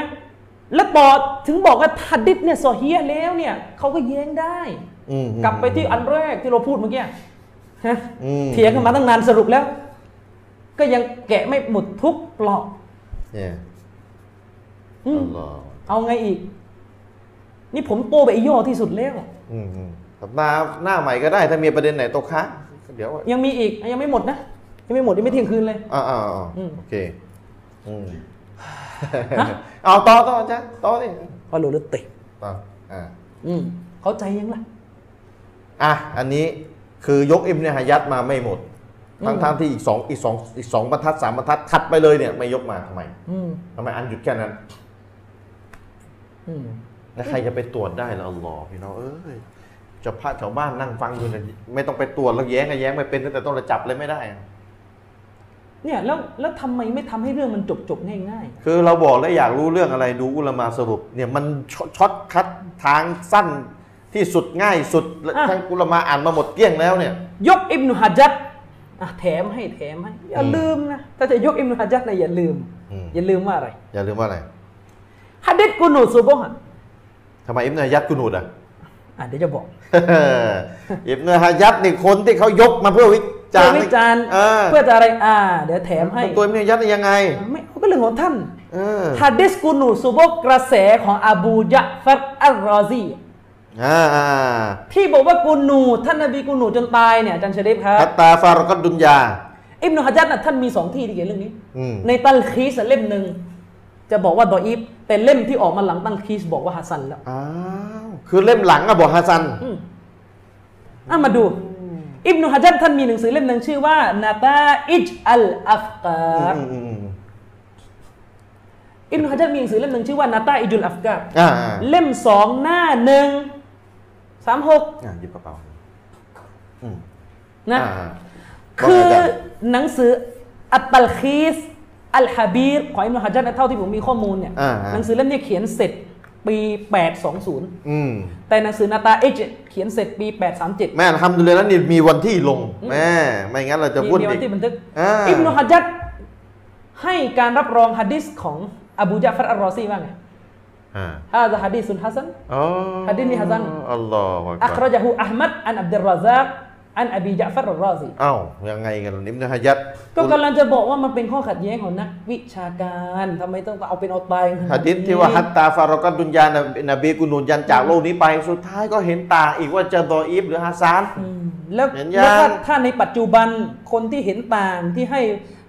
B: และต่อถึงบอกว่าฮัดดิษเนี่ยซอฮีฮ์แล้วเนี่ยเขาก็แย้งได้
A: อืม
B: กลับไปที่อันแรกที่เราพูดเมื่อกี้ฮะ
A: อืม
B: เถียงกันมาตั้งนานสรุปแล้ว ก็ยังแกะไม่หมดทุกปลอก
A: เนี่ย
B: อืม
A: อัลลอฮ์
B: เอาไงอีก นี่ผมโตไปไอ้ย่อที่สุดแล้ว
A: อืมอืมสัปดาห์หน้าใหม่ก็ได้ถ้ามีประเด็นไหนตกค้างเดี๋ยว
B: ยังมีอีกยังไม่หมดนะยังไม่หมดยังไม่เที่ยงคืนเลย
A: อ่าอ่า
B: อืม
A: โอเคอืม เอาต่อต่ออาจ้ะต่อดิ
B: พอโลเลตเตะ
A: ต่ออ่า
B: อืมเข้าใจยังล่ะ
A: อ่ะ อันนี้คือยกอิมเนฮายัดมาไม่หมด ทั้งทที่อีกสองอีกสองอีกสองบรรทัดสามบรรทัดถัดไปเลยเนี่ยไม่ยกมาทำไม
B: อืม
A: ทำไมอันหยุดแค่นั้น
B: อืม
A: แล้วใครจะไปตรวจได้ล่ะอัลลอฮ์พี่น้องเอ้ยเจะพาะแถวบ้านนั่งฟังอยู่เนะไม่ต้องไปตรวจแล้วแย้งกันแย้งไม่เป็นตั้งแต่ต้นระจับเลยไม่ได้
B: เนี่ยแล้วแล้วทำไมไม่ทำให้เรื่องมันจบจบๆง่าย
A: คือเราบอกแล้วอยากรู้เรื่องอะไรดูอุลามาสรุปเนี่ยมันชช็อตคัดทางสั้นที่สุดง่ายสุดและทั้งอุลามาอ่านมาหมดเกลี้ยงแล้วเนี่ย
B: ๆ ยกอิบนุฮะจัดอ่ะแถมให้แถมให้อย่าลืมนะถ้าจะยกอิบนุฮะจัดนะอย่าลืม
A: อืม
B: อย่าลืมว่าอะไร
A: อย่าลืมว่าอะไร
B: ฮะดิษกุนูซูบฮ์
A: ทำไมอิมเนฮายัดกุนู ดอ่ะ
B: อ่ะเดี๋ยวจะบอก
A: อิบเนฮายัดนี่คนที่เขายกมาเพื่อวิจารณ์
B: เพื่อวิจารณ์
A: เออ
B: เพื่อจะอะไรอ่า เดี๋ยวแถมให้
A: ตัวอิบเนฮายัดนี่ยังไง
B: ไม่เขาก็เรื่องของท่าน
A: เออ
B: ฮะดิษกุนูซูบกกระแสของอบูยะฟัรอัลรอซี
A: อ่าอ่า
B: ที่บอกว่ากูนู ท่านนบีกูนูจนตายเนี่ยอาจารย์เชริฟครับ
A: ฮัตตาฟารกัดดุนยา
B: อิบนุฮะจัดน่ะท่านมีสองที่ที่เขียนเรื่องนี้
A: อืม
B: ในตัลคีสเล่มหนึ่ง จะบอกว่าดออีฟแต่เล่มที่ออกมาหลังตัลคีสบอกว่าฮัสซันแล้ว
A: อ้าวคือเล่มหลังอะบอกฮัสซัน
B: อ่ะมาดู อิบนุฮะจัดท่านมีหนังสือเล่มหนึ่งชื่อว่านาตาอิจอัลอัฟกา
A: อื
B: ร
A: มอืมอืม
B: อิบนุฮะจัดมีหนังสือเล่มหนึ่งชื่อว่านาตาอิจุลอัฟกา
A: อ่าอ่า
B: เล่มสองหน้าหนึ่งสามหก
A: อ่าหยิบกระเป๋าอืม
B: นะ
A: อ่าอ่า
B: คื
A: ว่า
B: อ
A: ไงจ๊ะ
B: หนังสืออัตตัลคีสอัลฮะบีรของอิมนุฮะจัดนะเท่าที่ผมมีข้อมูลเนี่ย
A: อ่า
B: ห
A: อ่า
B: นังสือเล่มนี้เขียนเสร็จปี 820
A: อืม
B: แต่หนังสือนาตาเอจเขียนเสร็จปี 837
A: แม่ทำดูเลยแล้วนี่มีวันที่ลงแม่ไม่งั้นเราจะ
B: มี
A: วุ่น
B: เดีย
A: อี
B: ว
A: ก
B: ที่บันทึก
A: อ่า
B: อิบนุฮะจัดให้การรับรองฮะดิษของอบูยะฟัรอัลรอซีว่าไง
A: อ่า
B: ฮาซะฮะดิษซุนฮัสซัน
A: อ๋อ
B: ฮัดดิษนี่ฮัสซัน
A: อัลลอฮฺ
B: อัครจฮูอัลมัดอันอับดุลรอซากอันอบียะฟัรอัลรอซี
A: อ้าวยังไงกันนิมนะฮะยัด
B: ก็กำลังจะบอกว่ามันเป็นข้อขัดแย้งของนักวิชาการทำไมต้องเอาเป็นเอาตายกันขน
A: หะดิษที่ว่าฮัตตาฟารอกัดดุนยานะนบีกุนูนยันจากโลกนี้ไป สุดท้ายก็เห็นต่างอีกว่าจะดออีฟหรือฮัสซาน
B: อืมแล้ว
A: เห็นยัง
B: แล้วถ้าถ้าในปัจจุบันคนที่เห็นต่างที่ให้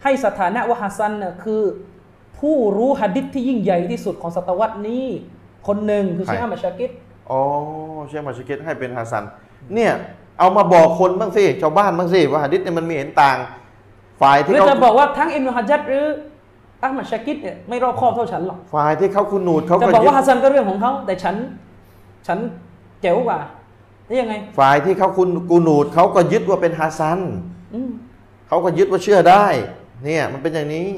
B: ให้สถานะว่าฮัสซันน่ะคือ ผู้รู้หะดิษที่ยิ่งใหญ่ที่สุดของศตวรรษนี้ คนหนึ่งคือเชคอามัดชากิด
A: อ๋อเชคมาชิกิตให้เป็นฮัสซัน เนี่ย เอามาบอกคนบ้างสิ ชาวบ้านบ้างสิ ว่าหะดิษเนี่ยมันมีเห็นต่าง ฝ่ายที่
B: แล้ว
A: เขา
B: จะบอกว่าทั้งอิมนุฮัจญัดหรืออามัดชากิดเนี่ยไม่รอบคอบเท่าฉันหรอก
A: ฝ่ายที่เขาคุนูดเขา
B: จะ
A: ก็
B: บอก
A: ยึด
B: ว่าฮัสซันก็เรื่องของเขา แต่ฉัน ฉันเจ๋วกว่าได้ยังไง
A: ฝ่ายที่เขาคุณกูนูดเขาก็ยึดว่าเป็นฮัสซัน
B: อืม
A: เขาก็ยึดว่าเชื่อได้ เนี่ยมันเป็นอย่างนี้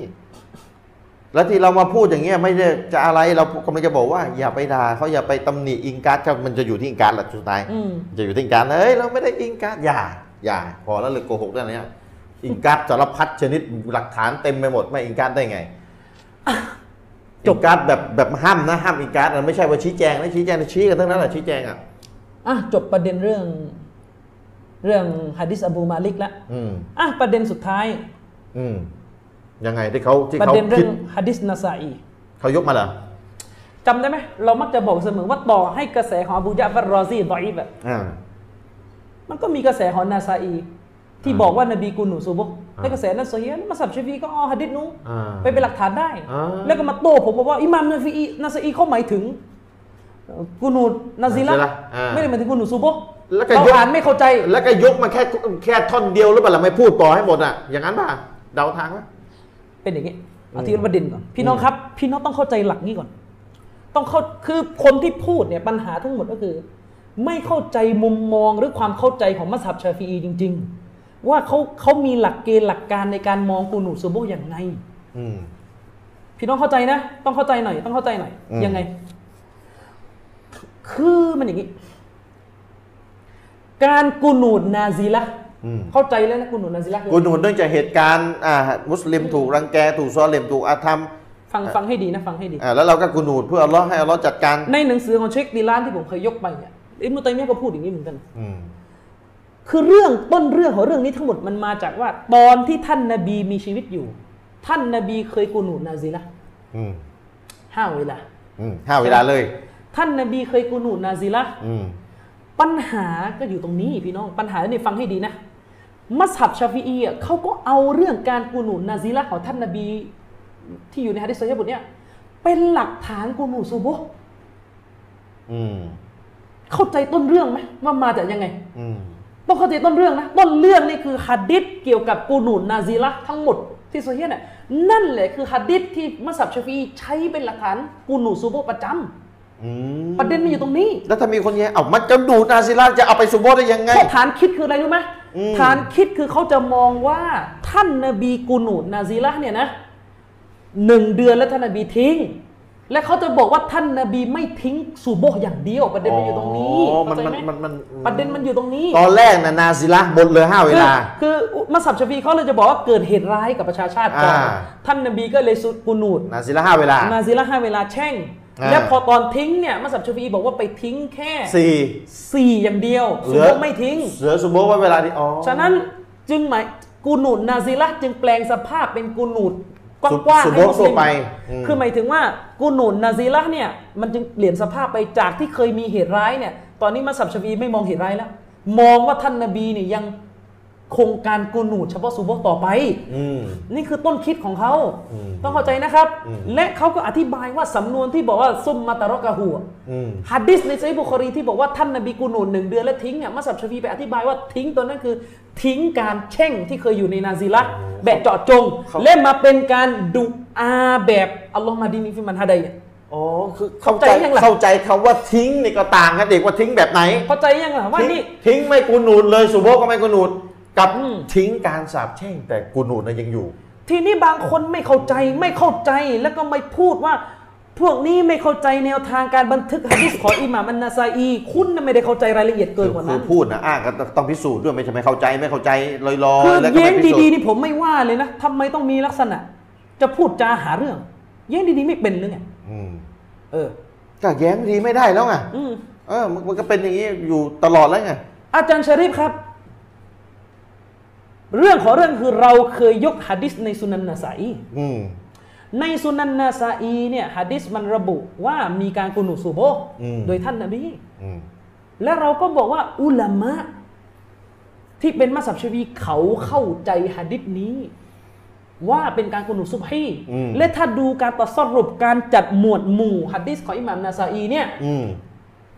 A: แล้วที่เรามาพูดอย่างเงี้ยไม่ได้จะอะไรเรากำลังจะบอกว่า อย่าไปด่าเขาอย่าไปตำหนิอิงการ์ดครับมันจะอยู่ที่อิงการ์ดแหละสุดท้าย
B: อืม
A: จะอยู่ที่การดเอ้ยเราไม่ได้อิงการดอย่า อย่า พอแล้วเลยโกหกเรื่องนี้อิงการดสารพัดชนิดหลักฐานเต็มไปหมดไม่อิงการดได้ไง
B: จ
A: จ
B: บ
A: บการดแบบแบบห้ามนะห้ามอิงการดนะไม่ใช่ว่าชี้แจงนะชี้แจงนะชี้กันทั้งนั้นแหละชี้แจงอ่ะ
B: อ่ะจบประเด็นเรื่อง เรื่องฮะดิษอบูมาลิกละ
A: อืม
B: อ่ะประเด็นสุดท้าย
A: อืมยังไงที่เขาที่
B: ประ
A: เขา
B: เด็นเรื่
A: คิ
B: อ
A: ด
B: งฮะดิษนาซาอี
A: เขายกมาเหรอ
B: จำได้ไหมเรามักจะบอกเสมอว่าต่อให้กระแสของอบูญาฟรรอซีดออีฟอะ
A: อ่า
B: มันก็มีกระแสของนาซาอี ที่บอกว่านบีกุนูซูบุกในกระแสนั้นโซเฮียนมาสับชฟีก็เอ๋อฮะดิษนู้น
A: อ่า
B: ไปเป็นหลักฐานได้
A: อ่า
B: แล้วก็มาโต้ผมบอกว่าอิหมามนาฟีอีนาซาอีเขาหมายถึงเอ่อกุนูนาซิละ
A: นาซิละอ่า
B: ไม่ได้หมายถึงกุนูซูบุก
A: แล้วก็
B: เรา
A: ยก
B: อ่านไม่เข้าใจ
A: แล้วก็ยกมาแค่แค่ท่อนเดียวหรือเปล่าล่ะไม่พูดต่อให้หมดอ่ะ อย่างนั้นป่ะเดาทางป่ะ
B: เป็นอย่างนี้เอาทีละประเด็นก่อนพี่น้องครับ พี่น้องต้องเข้าใจหลักนี้ก่อน ต้องเข้าคือคนที่พูดเนี่ยปัญหาทั้งหมดก็คือ ไม่เข้าใจมุมมองหรือความเข้าใจของมัสฮับชาฟีอีจริง ๆ ว่าเขาเขามีหลักเกณฑ์หลักการในการมองกูนูซูโบอย่างไง
A: อืม
B: พี่น้องเข้าใจนะ ต้องเข้าใจหน่อย ต้องเข้าใจหน่อย
A: อืม
B: ยังไง คือมันอย่างนี้ การกูนูดนาซีละเข้าใจแล้วนะกูนูดนาซีละคือ
A: กุนหนุนเนื่องจากเหตุการณ์อ่ามุสลิมถูกรังแกถูกซอเลมถูกอาธรรม
B: ฟังฟังให้ดีนะ ฟังให้ดี
A: อ่าแล้วเราก็กุนหนุนเพื่ออัลเลอฮ์ให้อัลเลอฮ์จัดการ
B: ในหนังสือของเชคดีลานที่ผมเคยยกไปเนี่ยอิมุตัยมียะห์ก็พูดอย่างนี้เหมือนกัน
A: อืม
B: คือเรื่องต้นเรื่องของเรื่องนี้ทั้งหมดมันมาจากว่า ตอนที่ท่านนาบีมีชีวิตอยู่ ท่านนาบีเคยกูนูดนาซีละห์
A: อืม
B: ห้าเวลา
A: อืมห้าเวลาเลย
B: ท่านนาบีเคยกูนูดนาซีละห์
A: อืม
B: ปัญหาก็อยู่ตรงนี้พี่น้องปัญหาเนี่ยฟังให้ดีนะ มัสฮับชาฟีอีอ่ะเขาก็เอาเรื่องการกูนูดนาซีละห์ของท่านนาบีที่อยู่ในฮะดิษซอฮีฮ์บทเนี่ยเป็นหลักฐานกูนูดซูบุฮ์
A: อืม
B: เข้าใจต้นเรื่องไหมว่ามาจากยังไง
A: อืม
B: ต้องเข้าใจต้นเรื่องนะ ต้นเรื่องนี่คือฮัดดิษเกี่ยวกับกูนูนนาซีละห์ทั้งหมดที่โซเฮียเนี่ยนั่นแหละคือฮัดดิษที่มัสยิดชาฟอีใช้เป็นหลักฐานกูนูซูโบประจำ
A: อืม
B: ประเด็นมันอยู่ตรงนี้
A: แล้วถ้ามีคนแย้งเอามันจะดูดนาซิล่าจะเอาไปสุโบได้ยังไง
B: เพราะฐานคิดคืออะไรรู้ไหม
A: อืม
B: ฐานคิดคือเขาจะมองว่าท่านนบีกูนูนนาซีละห์เนี่ยนะหนึ่งเดือนแล้วท่านนบีทิ้ง และเขาจะบอกว่าท่านนบีไม่ทิ้งซูโบอย่างเดียว ประเด็นมันอยู่ตรงนี้
A: อ๋อมั
B: เข้าน ใจ
A: มัน
B: ไหม
A: มันมัน
B: ประเด็นมันอยู่ตรงนี้
A: ตอนแรกนะนาซิล่าหมดเลยห้าเว
B: คือ
A: ลา
B: คือมัสับชาฟีเขาเลยจะบอกว่าเกิดเหตุร้ายกับประชาชาติก่อน
A: อ่า
B: ท่านนบีก็เลยสุดกูนูด
A: นาซิล่าห้าเวลา
B: มาซิละให้เวลาแช่ง
A: อ่า
B: และพอตอนทิ้งเนี่ยมัสับชาฟีบอกว่าไปทิ้งแค่
A: สี่
B: สี่อย่างเดียว
A: เห
B: สุ
A: ลือ
B: โบไม่ทิ้ง
A: เหลือสุโบว่าเวลาที่อ๋อ
B: ฉะนั้นจึงหมายกูนูดนาซิละจึงแปลงสภาพเป็นกูนูดก
A: สุ
B: ว้า
A: สุโบะ
B: งๆให้มุสลิม
A: ทั่วไปอืม
B: คือหมายถึงว่ากูนูดนาซิละเนี่ยมันจึงเปลี่ยนสภาพไปจากที่เคยมีเหตุร้ายเนี่ยตอนนี้มัสับชาฟีไม่มองเหตุร้ายแล้ว มองว่าท่านนบีเนี่ยยังคงการกูนูดเฉพาะสุโบะต่อไป
A: อืม
B: นี่คือต้นคิดของเขา
A: อืม
B: ต้องเข้าใจนะครับ
A: อืม
B: และเขาก็อธิบายว่าสำนวนที่บอกว่าซุมมาตะรอกะหัว
A: อืม
B: ฮัดดิสในซัยบุคอรีที่บอกว่าท่านนบีกูนูนหนึ่งเดือนแล้วทิ้งอ่ะมัสับชาฟีไปอธิบายว่าทิ้งตัวนั้นคือ ทิ้งการแช่งที่เคยอยู่ในนาซีละห์แบบเจาะจง
A: เขา
B: และมาเป็นการดุอาแบบอัลลอฮ์มาดินีฟิมันฮะไดเนี่ย
A: อ๋อคือเข้า
B: เข้า
A: ใจ
B: ใจยังล่ะ
A: เข้าใจคำว่าทิ้งนี่ก็ต่างกันเด็กว่าทิ้งแบบไหน
B: เข้าใจยังล่ะว่า
A: ทิ้ง
B: นี่
A: ทิ้งไม่กูหนูดเลยสุโบะก็ไม่กูหนูดกับ
B: อืม
A: ทิ้งการสาบแช่งแต่กูหนูดนะยังอยู่
B: ทีนี้บางคนไม่เข้าใจไม่เข้าใจแล้วก็ไม่พูดว่า พวกนี้ไม่เข้าใจแนวทางการบันทึกฮะดิษของอิหม่ามอันนาซาอีคุณน่ะไม่ได้เข้าใจรายละเอียดเกินกว่า
A: คื
B: นั้
A: อน พูดนะอ้างก็ต้องพิสูจน์ด้วยไม่ใช่ไม่เข้าใจไม่เข้าใจลอย
B: คื
A: ๆ
B: อ
A: แล้วก็
B: เย้
A: ไม่
B: ง
A: พิสูจ
B: ดีๆ
A: น์
B: นี่ผมไม่ว่าเลยนะทำไมต้องมีลักษณะ จะพูดจาหาเรื่อง เย้งดีๆไม่เป็นหรือไง
A: อืม
B: เออ
A: ก็แย้งดีไม่ได้แล้วไง
B: อืม
A: เออมันมันก็เป็นอย่างนี้อยู่ตลอดแล้วไง
B: อาจารย์ชะริฟครับ เรื่องของเรื่องคือเราเคยยกหะดิษในสุนันนะสาอี
A: อืม
B: ในสุนันนะสาอีเนี่ยหะดิษมันระบุว่ามีการกุนูซูโบะห์โดยท่านนบี
A: อืม
B: และเราก็บอกว่าอุลามะ ที่เป็นมัสยิดชวีเขาเข้าใจหะดิษนี้ ว่าเป็นการกุนูซุบฮีและถ้าดูการตัดสรุปการจัดหมวดหมู่หะดิษของอิหม่ามนาซาอีเนี่ย
A: อืม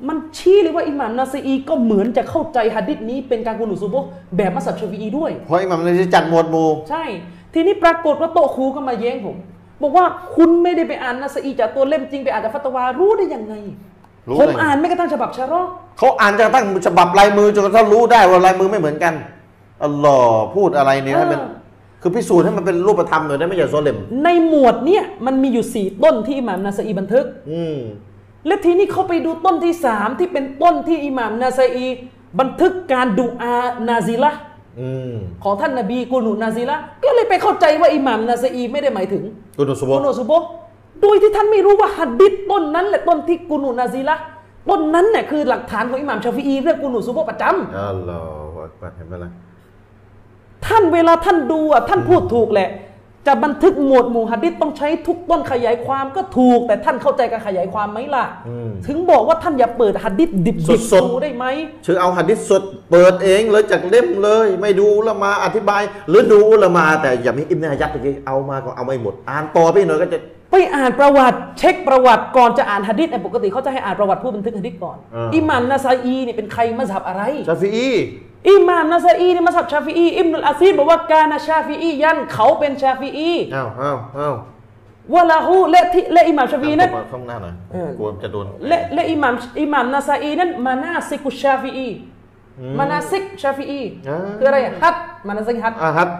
B: มันชี้เลยว่าอิหม่ามนาซาอีก็เหมือนจะเข้าใจหะดิษนี้เป็นการกุนูซุบฮ์แบบมัสยิดชวีด้วย
A: เพราะอิหมัมเลยจัดหมวดหมู่
B: ใช่ ทีนี้ปรากฏว่าโตะครูก็มาแย้งผม บอกว่าคุณไม่ได้ไปอ่านนาซาอีจากตัวเล่มจริงไปอ่านจากฟัตวารู้ได้ยังไง
A: รู้
B: ผม
A: เลย
B: อ่านไม่กระทั่งฉบับชะรอ
A: เขาอ่านจากตั้งฉบับลายมือจนกระทั่งรู้ได้ว่าลายมือไม่เหมือนกันอัลลอฮ์พูดอะไรเนี่ยให้มัน
B: เออ
A: คือพิสูจน์ให้มันเป็นรูปธรรมหน่อยได้ไหมอย่าโซเลม
B: ในหมวดเนี่ยมันมีอยู่สี่ต้นที่อิหม่ามนาซาอีบันทึก
A: อืม
B: และทีนี้เขาไปดูต้นที่สามที่เป็นต้นที่อิหม่ามนาซาอีบันทึกการดูอานาซีละห์
A: อืม
B: ของท่านนบีกูนูนาซีละห์ก็เลยไปเข้าใจว่าอิหม่ามนาซาอีไม่ได้หมายถึง
A: กุนุสโบ
B: กูนูซุบฮ์โดยที่ท่านไม่รู้ว่าหัดดิษต้นนั้นแหละต้นที่กูนูนาซีละห์ต้นนั้นเนี่ยคือหลักฐานของอิหม่ามชาฟีอีเรื่องกูนูซุบฮ์ประจำ
A: อัลลอฮ์อักบัรเห็นไหมล่ะ
B: ท่านเวลาท่านดูอ่ะท่านพูดถูกแหละ จะบันทึกหมวดหมู่หัดดิษต้องใช้ทุกต้นขยายความก็ถูก แต่ท่านเข้าใจการขยายความไหมล่ะ
A: อืม
B: ถึงบอกว่าท่านอย่าเปิดหัดดิษดิบๆ
A: สดๆ
B: ดูได้ไหม
A: ถือเอาหะดิษสดเปิดเองเลยจากเล่มเลย ไม่ดูอุละมาอธิบาย หรือดูอุละมา แต่อย่ามีอิมนายัดตะกี้เอามาก็เอาไม่หมด อ่านต่อไปหน่อยก็จะ
B: ไปอ่านประวัติเช็คประวัติก่อนจะอ่านหะดิษเนี่ยปกติเขาจะให้อ่านประวัติผู้บันทึกหะดิษก่อน อิหม่ามนาซาอีเนี่ยเป็นใครมัซฮับอะไร
A: ชาฟีอี
B: อิหม่ามนาซาอีนี่มัซฮับชาฟีอีอิมนุลอาซีรบอกว่าการาชาฟีอียันเขาเป็นชาฟีอี
A: อ้าวอ้าวอ้าว
B: วะลาฮูและที่และอิหม่ามชาฟีอีนั้น
A: เอาเข้าหน้าหน่อย
B: เออ
A: กลัวจะโดน
B: และและอิหม่ามอิหม่ามนาซาอีนั้นมานาซิกุชชาฟีอีมานาซิกชาฟีอี
A: อ่า
B: คืออะไรฮัดมานาซิกฮัด
A: อ่ะครับ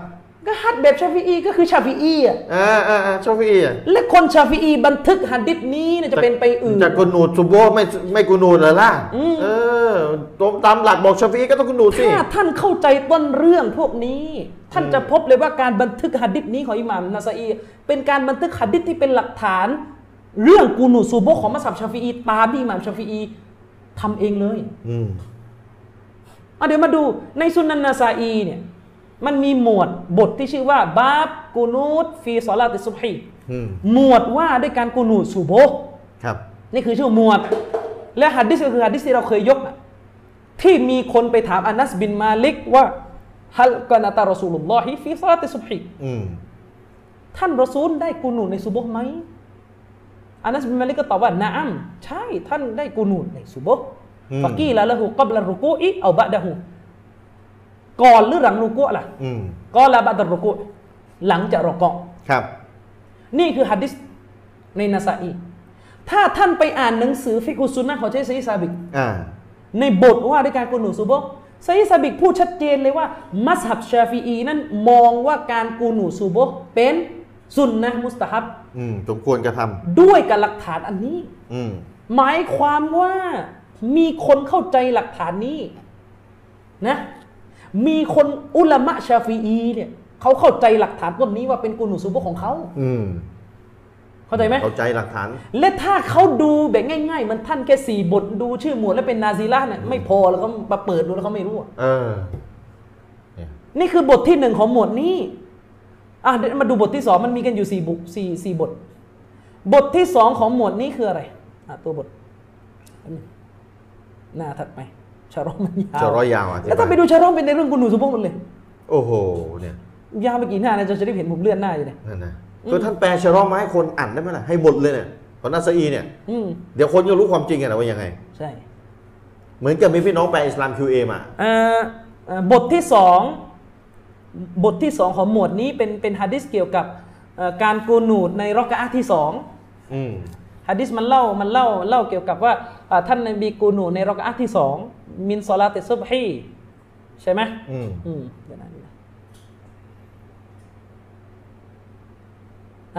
B: ก็ฮัดแบบชาฟีอีก็คือชาฟีอีอ่ะ
A: อ่าอ่าอ่าชาฟีอีอ่ะ
B: และคนชาฟีอีบันทึกหะดิษนี้เนี่ยจะเป็นไปอื่น
A: จากกุนูดซุบโบไม่ไม่กุนูดเลยล่ะเออตรงตามหลักบอกชาฟีอีก็ต้องกุนูดสิ
B: ถ้าท่านเข้าใจต้นเรื่องพวกนี้ ท่านจะพบเลยว่าการบันทึกหัดดิษนี้ของอิหม่ามนาซาอีเป็นการบันทึกหัดดิษที่เป็นหลักฐาน เรื่องกูนูซูโบะของมัสยิดชาฟีอีตามที่อิหม่ามชาฟีอีทำเองเลย
A: อืม
B: อ่ะเดี๋ยวมาดูในซุนนันนาซาอีเนี่ยมันมีหมวดบทที่ชื่อว่าบาบกูนูตฟีซอลาติสุบฮี
A: อืม
B: หมวดว่าด้วยการกูนูซูโบะ
A: ครับ
B: นี่คือชื่อหมวด และหัดดิสก็คือหัดดิสที่เราเคยยกน่ะที่มีคนไปถามอานัสบินมาลิกว่าฮัลกานาตารอสูลุลลอฮิฟีซาลาติสุบฮี
A: อืม
B: ท่านรอซูลได้กูนูนในซุบฮ์ไหมอานัสบินมาลิกก็ตอบว่านะอัมใช่ท่านได้กูนูนในซุบฮ์ฟะกีละละหูกับละรุกูอิเอาบะดะหูก่อนหรือหลังรุกูล่ะ
A: อืม
B: ก่อนละบะดะรุกูหลังจากรอกอ
A: ครับ
B: นี่คือฮัดดิสในนาซาอีถ้าท่านไปอ่านหนังสือฟิกุซุนนะห์ของเชคซอีซาบิก
A: อ่า
B: ในบทว่าด้วยการกูนูซูโบะซอีซาบิกพูดชัดเจนเลยว่า มัสฮับชาฟีอีนั้นมองว่าการกูนูซูโบะเป็นสุนนะห์มุสตาฮับ
A: อืมสมควรกระทำ
B: ด้วยกับหลักฐานอันนี้
A: อืม
B: หมายความว่ามีคนเข้าใจหลักฐานนี้นะมีคนอุลามะชาฟีอีเนี่ยเขาเข้าใจหลักฐานต้นนี้ว่าเป็นกูนูซูโบะของเขา
A: อืม
B: เข้าใจไหม
A: เข้าใจหลักฐาน
B: และถ้าเขาดูแบบง่ายๆเหมันท่านแค่สี่บทดูชื่อหมวดแล้วเป็นนาซีล่าเนี่ยไม่พอแล้วก็มาเปิดดูแล้วเขาไม่รู้อะ
A: เออเนี่ย
B: นี่คือบทที่หนึ่งของหมวดนี้ อ่ะเดี๋ยวมาดูบทที่สองมันมีกันอยู่สี่บุสี่สี่บท บทที่สองของหมวดนี้คืออะไร อ่ะตัวบทอันนี้หน้าถัดไปชารอมมันยาว
A: จะร้อยยาวอ่ะ
B: แล้วถ้าไปดูชารอมเป็นในเรื่องกุนูสุพงหมดเลย
A: โอ้โห เนี่ย
B: ยาวไปกี่หน้านะจะจะได้เห็นผมเลื่อนหน้าอยู่เนี่ย
A: นั่นนะก็ท่านแปลชะร้อมาให้คนอ่านได้ไหมล่ะ ให้หมดเลยเนี่ยของนัสอีเนี่ย
B: อืม
A: เดี๋ยวคนจะรู้ความจริงกันนะว่ายังไง
B: ใช่
A: เหมือนกับมีพี่น้องแปลอิสลาม QA มา
B: เอ่อเอ่อบทที่สองบทที่สองของหมวดนี้เป็นเป็นฮะดิษเกี่ยวกับเอ่อการกูนูดในรอกะอะห์ที่สอง
A: อืม
B: ฮะดิษมันเล่ามันเล่าเล่าเกี่ยวกับว่าเอ่อท่านนบีกูนูดในรอกะอะห์ที่สองมินซอลาติซุบฮีใช่ไหม
A: อืม
B: อืมเดี๋ยวนะเดี๋ยวนะ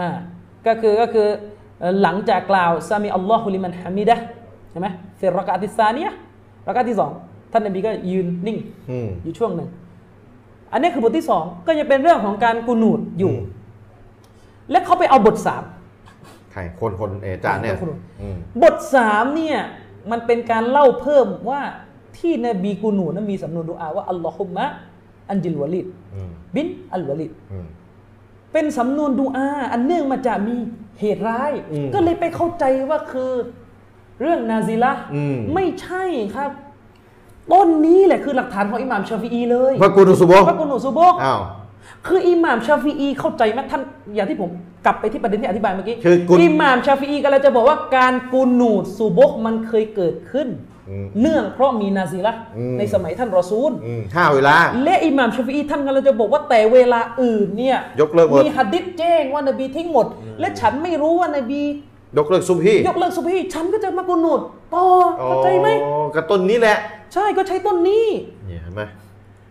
B: อ่าก็คือก็คือเอ่อหลังจากกล่าวซามีอัลลอฮุลิมันฮามิดะห์ใช่ไหมฟิรรอกะอะห์ที่ซานียะห์รอกะอะห์ที่สองท่านนบีก็ยืนนิ่ง
A: อืม
B: อยู่ช่วงหนึ่ง อันนี้คือบทที่สองก็ยังเป็นเรื่องของการกูนูดอยู่
A: อืม
B: และเขาไปเอาบทสาม
A: ใคร คนคนเออจานเนี่ย
B: คนคน
A: อืม
B: บทสามเนี่ย มันเป็นการเล่าเพิ่มว่าที่นบีกูนูดนั้นมีสำนวนดูอาว่าอัลลอฮุมะอันจิลวะลิด
A: อืม
B: บินอัลวะลิด
A: อืม
B: เป็นสำนวนดูอาอันเนื่องมาจากมีเหตุร้าย
A: อืม
B: ก็เลยไปเข้าใจว่าคือเรื่องนาซิละ
A: อืม
B: ไม่ใช่ครับ ต้นนี้แหละคือหลักฐานของอิหม่ามชาฟีอีเลย
A: พระกุนุสุโบะ
B: พระกูนูดซูโบะ
A: อ้าว
B: คืออิหม่ามชาฟีอีเข้าใจไหมท่านอย่างที่ผมกลับไปที่ประเด็นที่อธิบายเมื่อกี้
A: คือกุน
B: อิหม่ามชาฟีอีกำลังจะบอกว่าการกูนูดซูบกมันเคยเกิดขึ้น
A: อืม
B: เนื่องเพราะมีนาซีละห์
A: อืม
B: ในสมัยท่านรอซูล
A: อืมห้าเวลา
B: และอิหม่ามชาฟีอีท่านกำลังจะบอกว่าแต่เวลาอื่นเนี่ย
A: ยกเลิกหมด
B: มีหัดดิษแจ้งว่านบีทิ้งหมด และฉันไม่รู้ว่านบี
A: ยกเลิกซุบฮี
B: ยกเลิกซุบฮีฉันก็จะมากูนูดต่อเข้าใจไหม
A: อ๋อกับต้นนี้แหละ
B: ใช่ก็ใช้ต้นนี้
A: เนี่ยเห็นไหม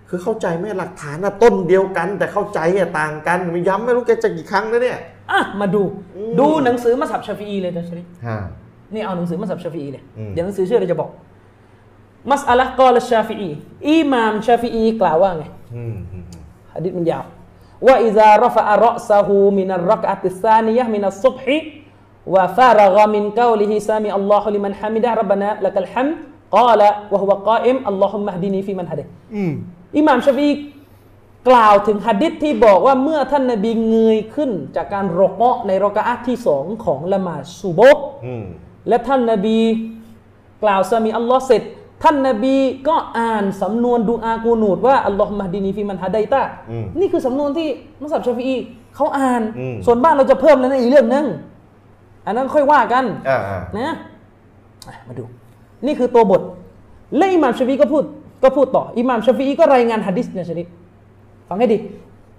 A: คือเข้าใจไหมหลักฐานน่ะต้นเดียวกัน แต่เข้าใจอะต่างกันมันย้ำไม่รู้แกจะกี่ครั้งแล้วเนี่ย
B: อ่ะมาดู
A: อืม
B: ดูหนังสือมัสฮับชาฟีอีเลยนะชริ
A: ฮะ
B: นี่เอาหนังสือมัสฮับชาฟีอีเลย
A: อืม
B: เดี๋ยวหนังสือชื่อเราจะบอก มัสอะละฮ์กอลชาฟีอีอิหม่ามชาฟีอีกล่าวว่าไง
A: อืมอืมอืม
B: หะดิษมันยาวว่าอิซารฟะอะรอซะฮูมินัรรอกะอะติสซานียะห์มินัสซุบฮิวะฟารกะมินกอลิฮิซามิอัลลอฮุลิมันฮามิดะฮ์รับบะนาละกัลฮัมดกอลวะฮุวะกออิมอัลลอฮุมมะฮดินีฟีมันฮะดะ
A: อืม
B: อิหม่ามชาฟีอี กล่าวถึงหะดิษที่บอกว่าเมื่อท่านนบีเงยขึ้นจากการรกเมาะในรอกะอัตที่สองของละหมาดซูโบะห์
A: อืม
B: และท่านนาบีกล่าวสามีอัลลอฮ์เสร็จ ท่านนาบีก็อ่านสำนวนดูอากูนูดว่าอัลลอฮ์มหดินีฟิมันฮะไดตา
A: อืม
B: นี่คือสำนวนที่มัสยิดชาฟีอีเขาอ่าน
A: อืม
B: ส่วนบ้านเราจะเพิ่มนั้นอีกเรื่องหนึงอันนั้นค่อยว่ากัน
A: อ่าอ่า
B: นะอ่ะมาดู นี่คือตัวบท และอิหม่ามชาฟีอีก็พูดก็พูดต่ออิหม่ามชาฟีอีก็รายงานฮะดิษเนี่ยชนิดฟังให้ดี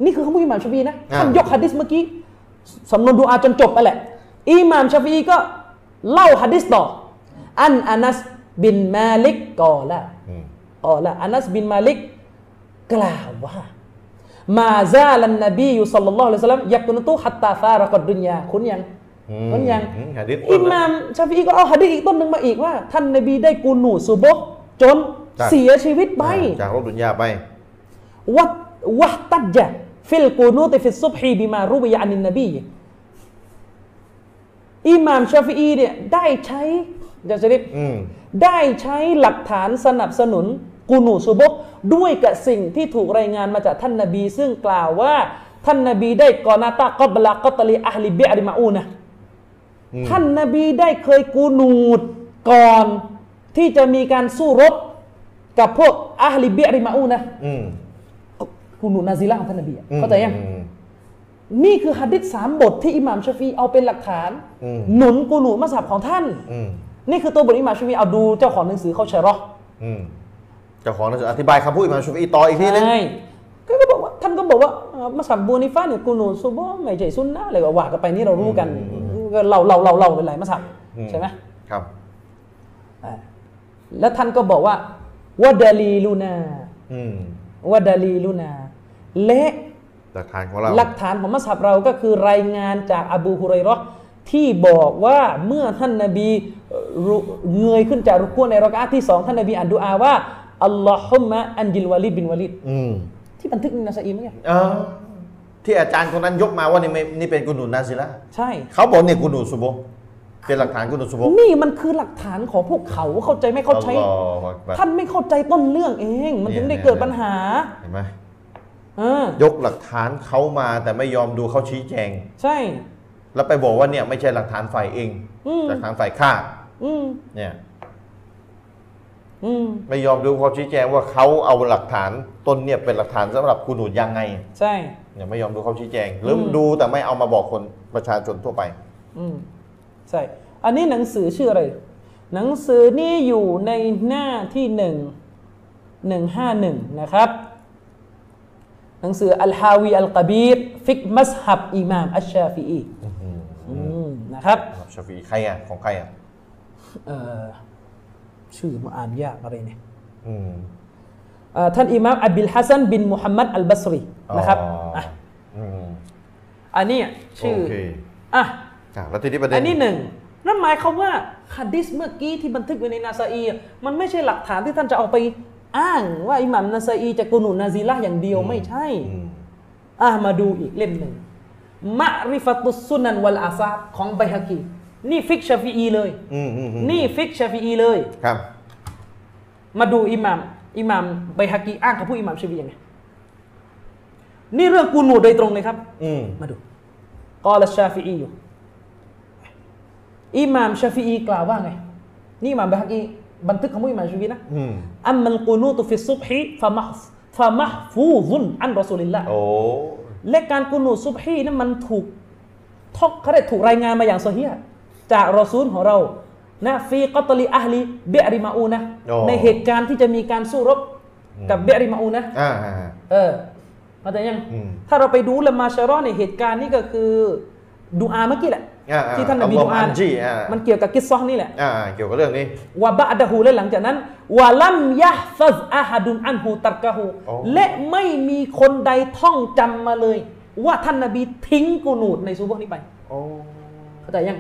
B: นี่คือคำพูดอิหม่ามชาฟีอีนะท่านยกฮะดิษเมื่อกี้ สำนวนดูอาจนจบไปแหละ อิหม่ามชาฟีอีก็เล่าฮะดิษต่อ อันอานัสบินมาลิกกอละ
A: อืม
B: กอละอานัสบินมาลิกกล่าวว่า มาซาลันนบีอยู่สัลลัลลอฮุอะลัยฮิวะสัลลัมยักนุตุฮัตตาฟารักดดุนยาคุณยังคุณยัง
A: อืมหะดิษ
B: อิหม่ามชาฟีอีก็เอาฮะดิษอีกต้นหนึ่งมาอีกว่า ท่านนบีได้กูนูสุบกจนเสียชีวิตไป
A: จากโลกดุนยาไป
B: วัดวัตตัจจะฟิลกูนูตฟิสซุบฮีบิมารุบิยานินนบีอิหม่ามชาฟอีเนี่ยได้ใช้จะจะเรียก
A: อืม
B: ได้ใช้หลักฐานสนับสนุนกูนูซุบกด้วยกับสิ่งที่ถูกรายงานมาจากท่านนบี ซึ่งกล่าวว่า ท่านนบีได้กอนาตะกอบลากอตลีอัลลิบิอาริมาอูนะท่านนบีได้เคยกูนูดก่อนที่จะมีการสู้รบกับพวกอัลลิบิอาริมาอูนะ
A: อืม
B: กูนูนาซิล่าของท่านนบีอะ
A: อืม
B: เข้าใจยัง
A: อืม
B: นี่คือฮัดดิษสามบทที่อิหม่ามชาฟีเอาเป็นหลักฐาน
A: อืม
B: หนุนกูนูมัสฮับของท่าน
A: อืม
B: นี่คือตัวบทอิหม่ามชาฟีเอาดูเจ้าของหนังสือเขาชะรอ
A: อืมเจ้าของหนังสืออธิบายคำพูดอิหม่ามชูฟีอีต่ออีกทีนึง
B: ใช่ก็ก็บอกว่าท่านก็บอกว่าเอ่อมัสฮับบูนิฟ้าเนี่ยกูนูซูบอไม่ใช่ซุนนะอะไรก็ว่ากันไปนี่เรารู้กันก็เราเราเราเราเป็นไรมัสฮับ
A: อืม
B: ใช่ไหม
A: ครับ
B: อ่าแล้วท่านก็บอกว่าว่าดาลีลูนา
A: อืม
B: ว่าดาลีลูนาและ
A: หลักฐานของเรา
B: หลักฐานของมัสฮับเราก็คือรายงานจากอบูฮุไรเราะห์ที่บอกว่าเมื่อท่านนาบีเอ่อรุเงยขึ้นจากรุกัวในรอกอาที่สองท่านนาบีอ่านดูอาว่าอัลลอฮุมะอันจิลวาลิดบินวาลิด
A: อืม
B: ที่บันทึกในนาซาอีมั้ย
A: เออที่อาจารย์คนนั้นยกมาว่านี่ไม่นี่เป็นกุนูนนาซิละ
B: ใช่
A: เขาบอกเนี่ยกุนูสุโบะเป็นหลักฐานกุนูสุโบะ
B: นี่มันคือหลักฐานของพวกเขาเข้าใจไหมเขาใช้
A: อัลลอฮฺอักบัร
B: ท่านไม่เข้าใจต้นเรื่องเอง มันถึง
A: เนี่ย
B: ได้เกิด
A: เนี่ย
B: ปัญหา
A: เห็นไหม
B: อ่าย
A: กหลักฐานเขามาแต่ไม่ยอมดูเขาชี้แจง
B: ใช่
A: แล้วไปบอกว่าเนี่ยไม่ใช่หลักฐานฝ่ายเอง
B: อืม
A: หลักฐานฝ่ายข้า
B: อืม
A: เนี่ย
B: อืม
A: ไม่ยอมดูเขาชี้แจงว่าเขาเอาหลักฐานต้นเนี่ยเป็นหลักฐานสำหรับกุนูนยังไง
B: ใช่
A: เนี่ยไม่ยอมดูเขาชี้แจงหรือดูแต่ไม่เอามาบอกคนประชาชนทั่วไป
B: อืมใช่ อันนี้หนังสือชื่ออะไร หนังสือนี่อยู่ในหน้าที่หนึ่งหนึ่งห้าหนึ่งนะครับ หนังสืออัลฮาวีอัลกบีรฟิกมัสฮับอิหมามอัชชาฟีอีอืมนะครับ
A: ครับชาฟีใครอ่ะ ของใครอ่ะ
B: เอ่อชื่อมาอ่านยากอะไรเนี่ย
A: อืม
B: เอ่อท่านอิหมามอับดุลฮัสซันบินมุฮัมมัดอัลบัสรีนะครับ
A: อ๋ออะ อืม
B: อันนี้ชื่อ
A: โอเค
B: อ่ะ
A: อ่ะแล้วทีนี้ประเด็น
B: อันนี้หนึ่งนั่นหมายความว่าฮัดดิสเมื่อกี้ที่บันทึกไว้ในนาซาอีอ่ะมันไม่ใช่หลักฐานที่ท่านจะเอาไปอ้างว่าอิหมัมนาซาอีจะกูนุนาซีละห์อย่างเดียวไม่ใช่
A: อืม
B: อ่ะมาดูอีกเล่มหนึ่งมะริฟัตุสซุนันวัลอาซาบของไบฮากีนี่ฟิกชาฟีอีเลย
A: อืมอืมอืม
B: นี่ฟิกชาฟีอีเลย
A: ครับ
B: มาดูอิหมัมอิหมัมไบฮากีอ้างกับผู้อิหมัมชาฟีอียังไงนี่เรื่องกูนูโดยตรงเลยครับ
A: อืม
B: มาดูกอลชาฟิอีอยู่อิหม่ามชาฟิอีกล่าวว่าไง นี่อิหม่ามบะฮักอีบันทึกของอิหม่ามชาฟิอีนะ
A: อืม
B: อัมมัลกูนูตุฟิสซุบฮิฟะมัฮฟะมัฮฟูซุนอันรอซูลิลลาห์
A: โอ้
B: และการกูนูซุบฮีนั้นมันถูกทอกเขาได้ถูกรายงานมาอย่างโซเฮียจากรอซูลของเรานะฟีกอตลีอัลลีเบอริมาอูนะในเหตุการณ์ที่จะมีการสู้รบกับเบอริมาอูนะ
A: อ่าอ่าอ่า
B: เออเข้าใจยัง
A: อืม
B: ถ้าเราไปดูละมาชารอในยเหตุการณ์นี่ก็คือดูอาเมื่อกี้แหละ
A: อ่าอ่า
B: ที่ท่านนบี
A: อัลลอฮ์
B: ดูอา
A: อันจี้อ่ามั
B: มันเกี่ยวกับกิซซอฮ์นี่แหละ
A: อ่าเกี่ยวกับเรื่องนี้
B: วะบะดะฮูและหลังจากนั้นวะลัมยะฮฟัซอาฮะดุนอันฮูตักกะฮู
A: โอ้
B: และไม่มีคนใดท่องจำมาเลย ว่าท่านนบีทิ้งกูนูดในซูโบะห์นี้ไป
A: โอ้
B: เข้าใจยัง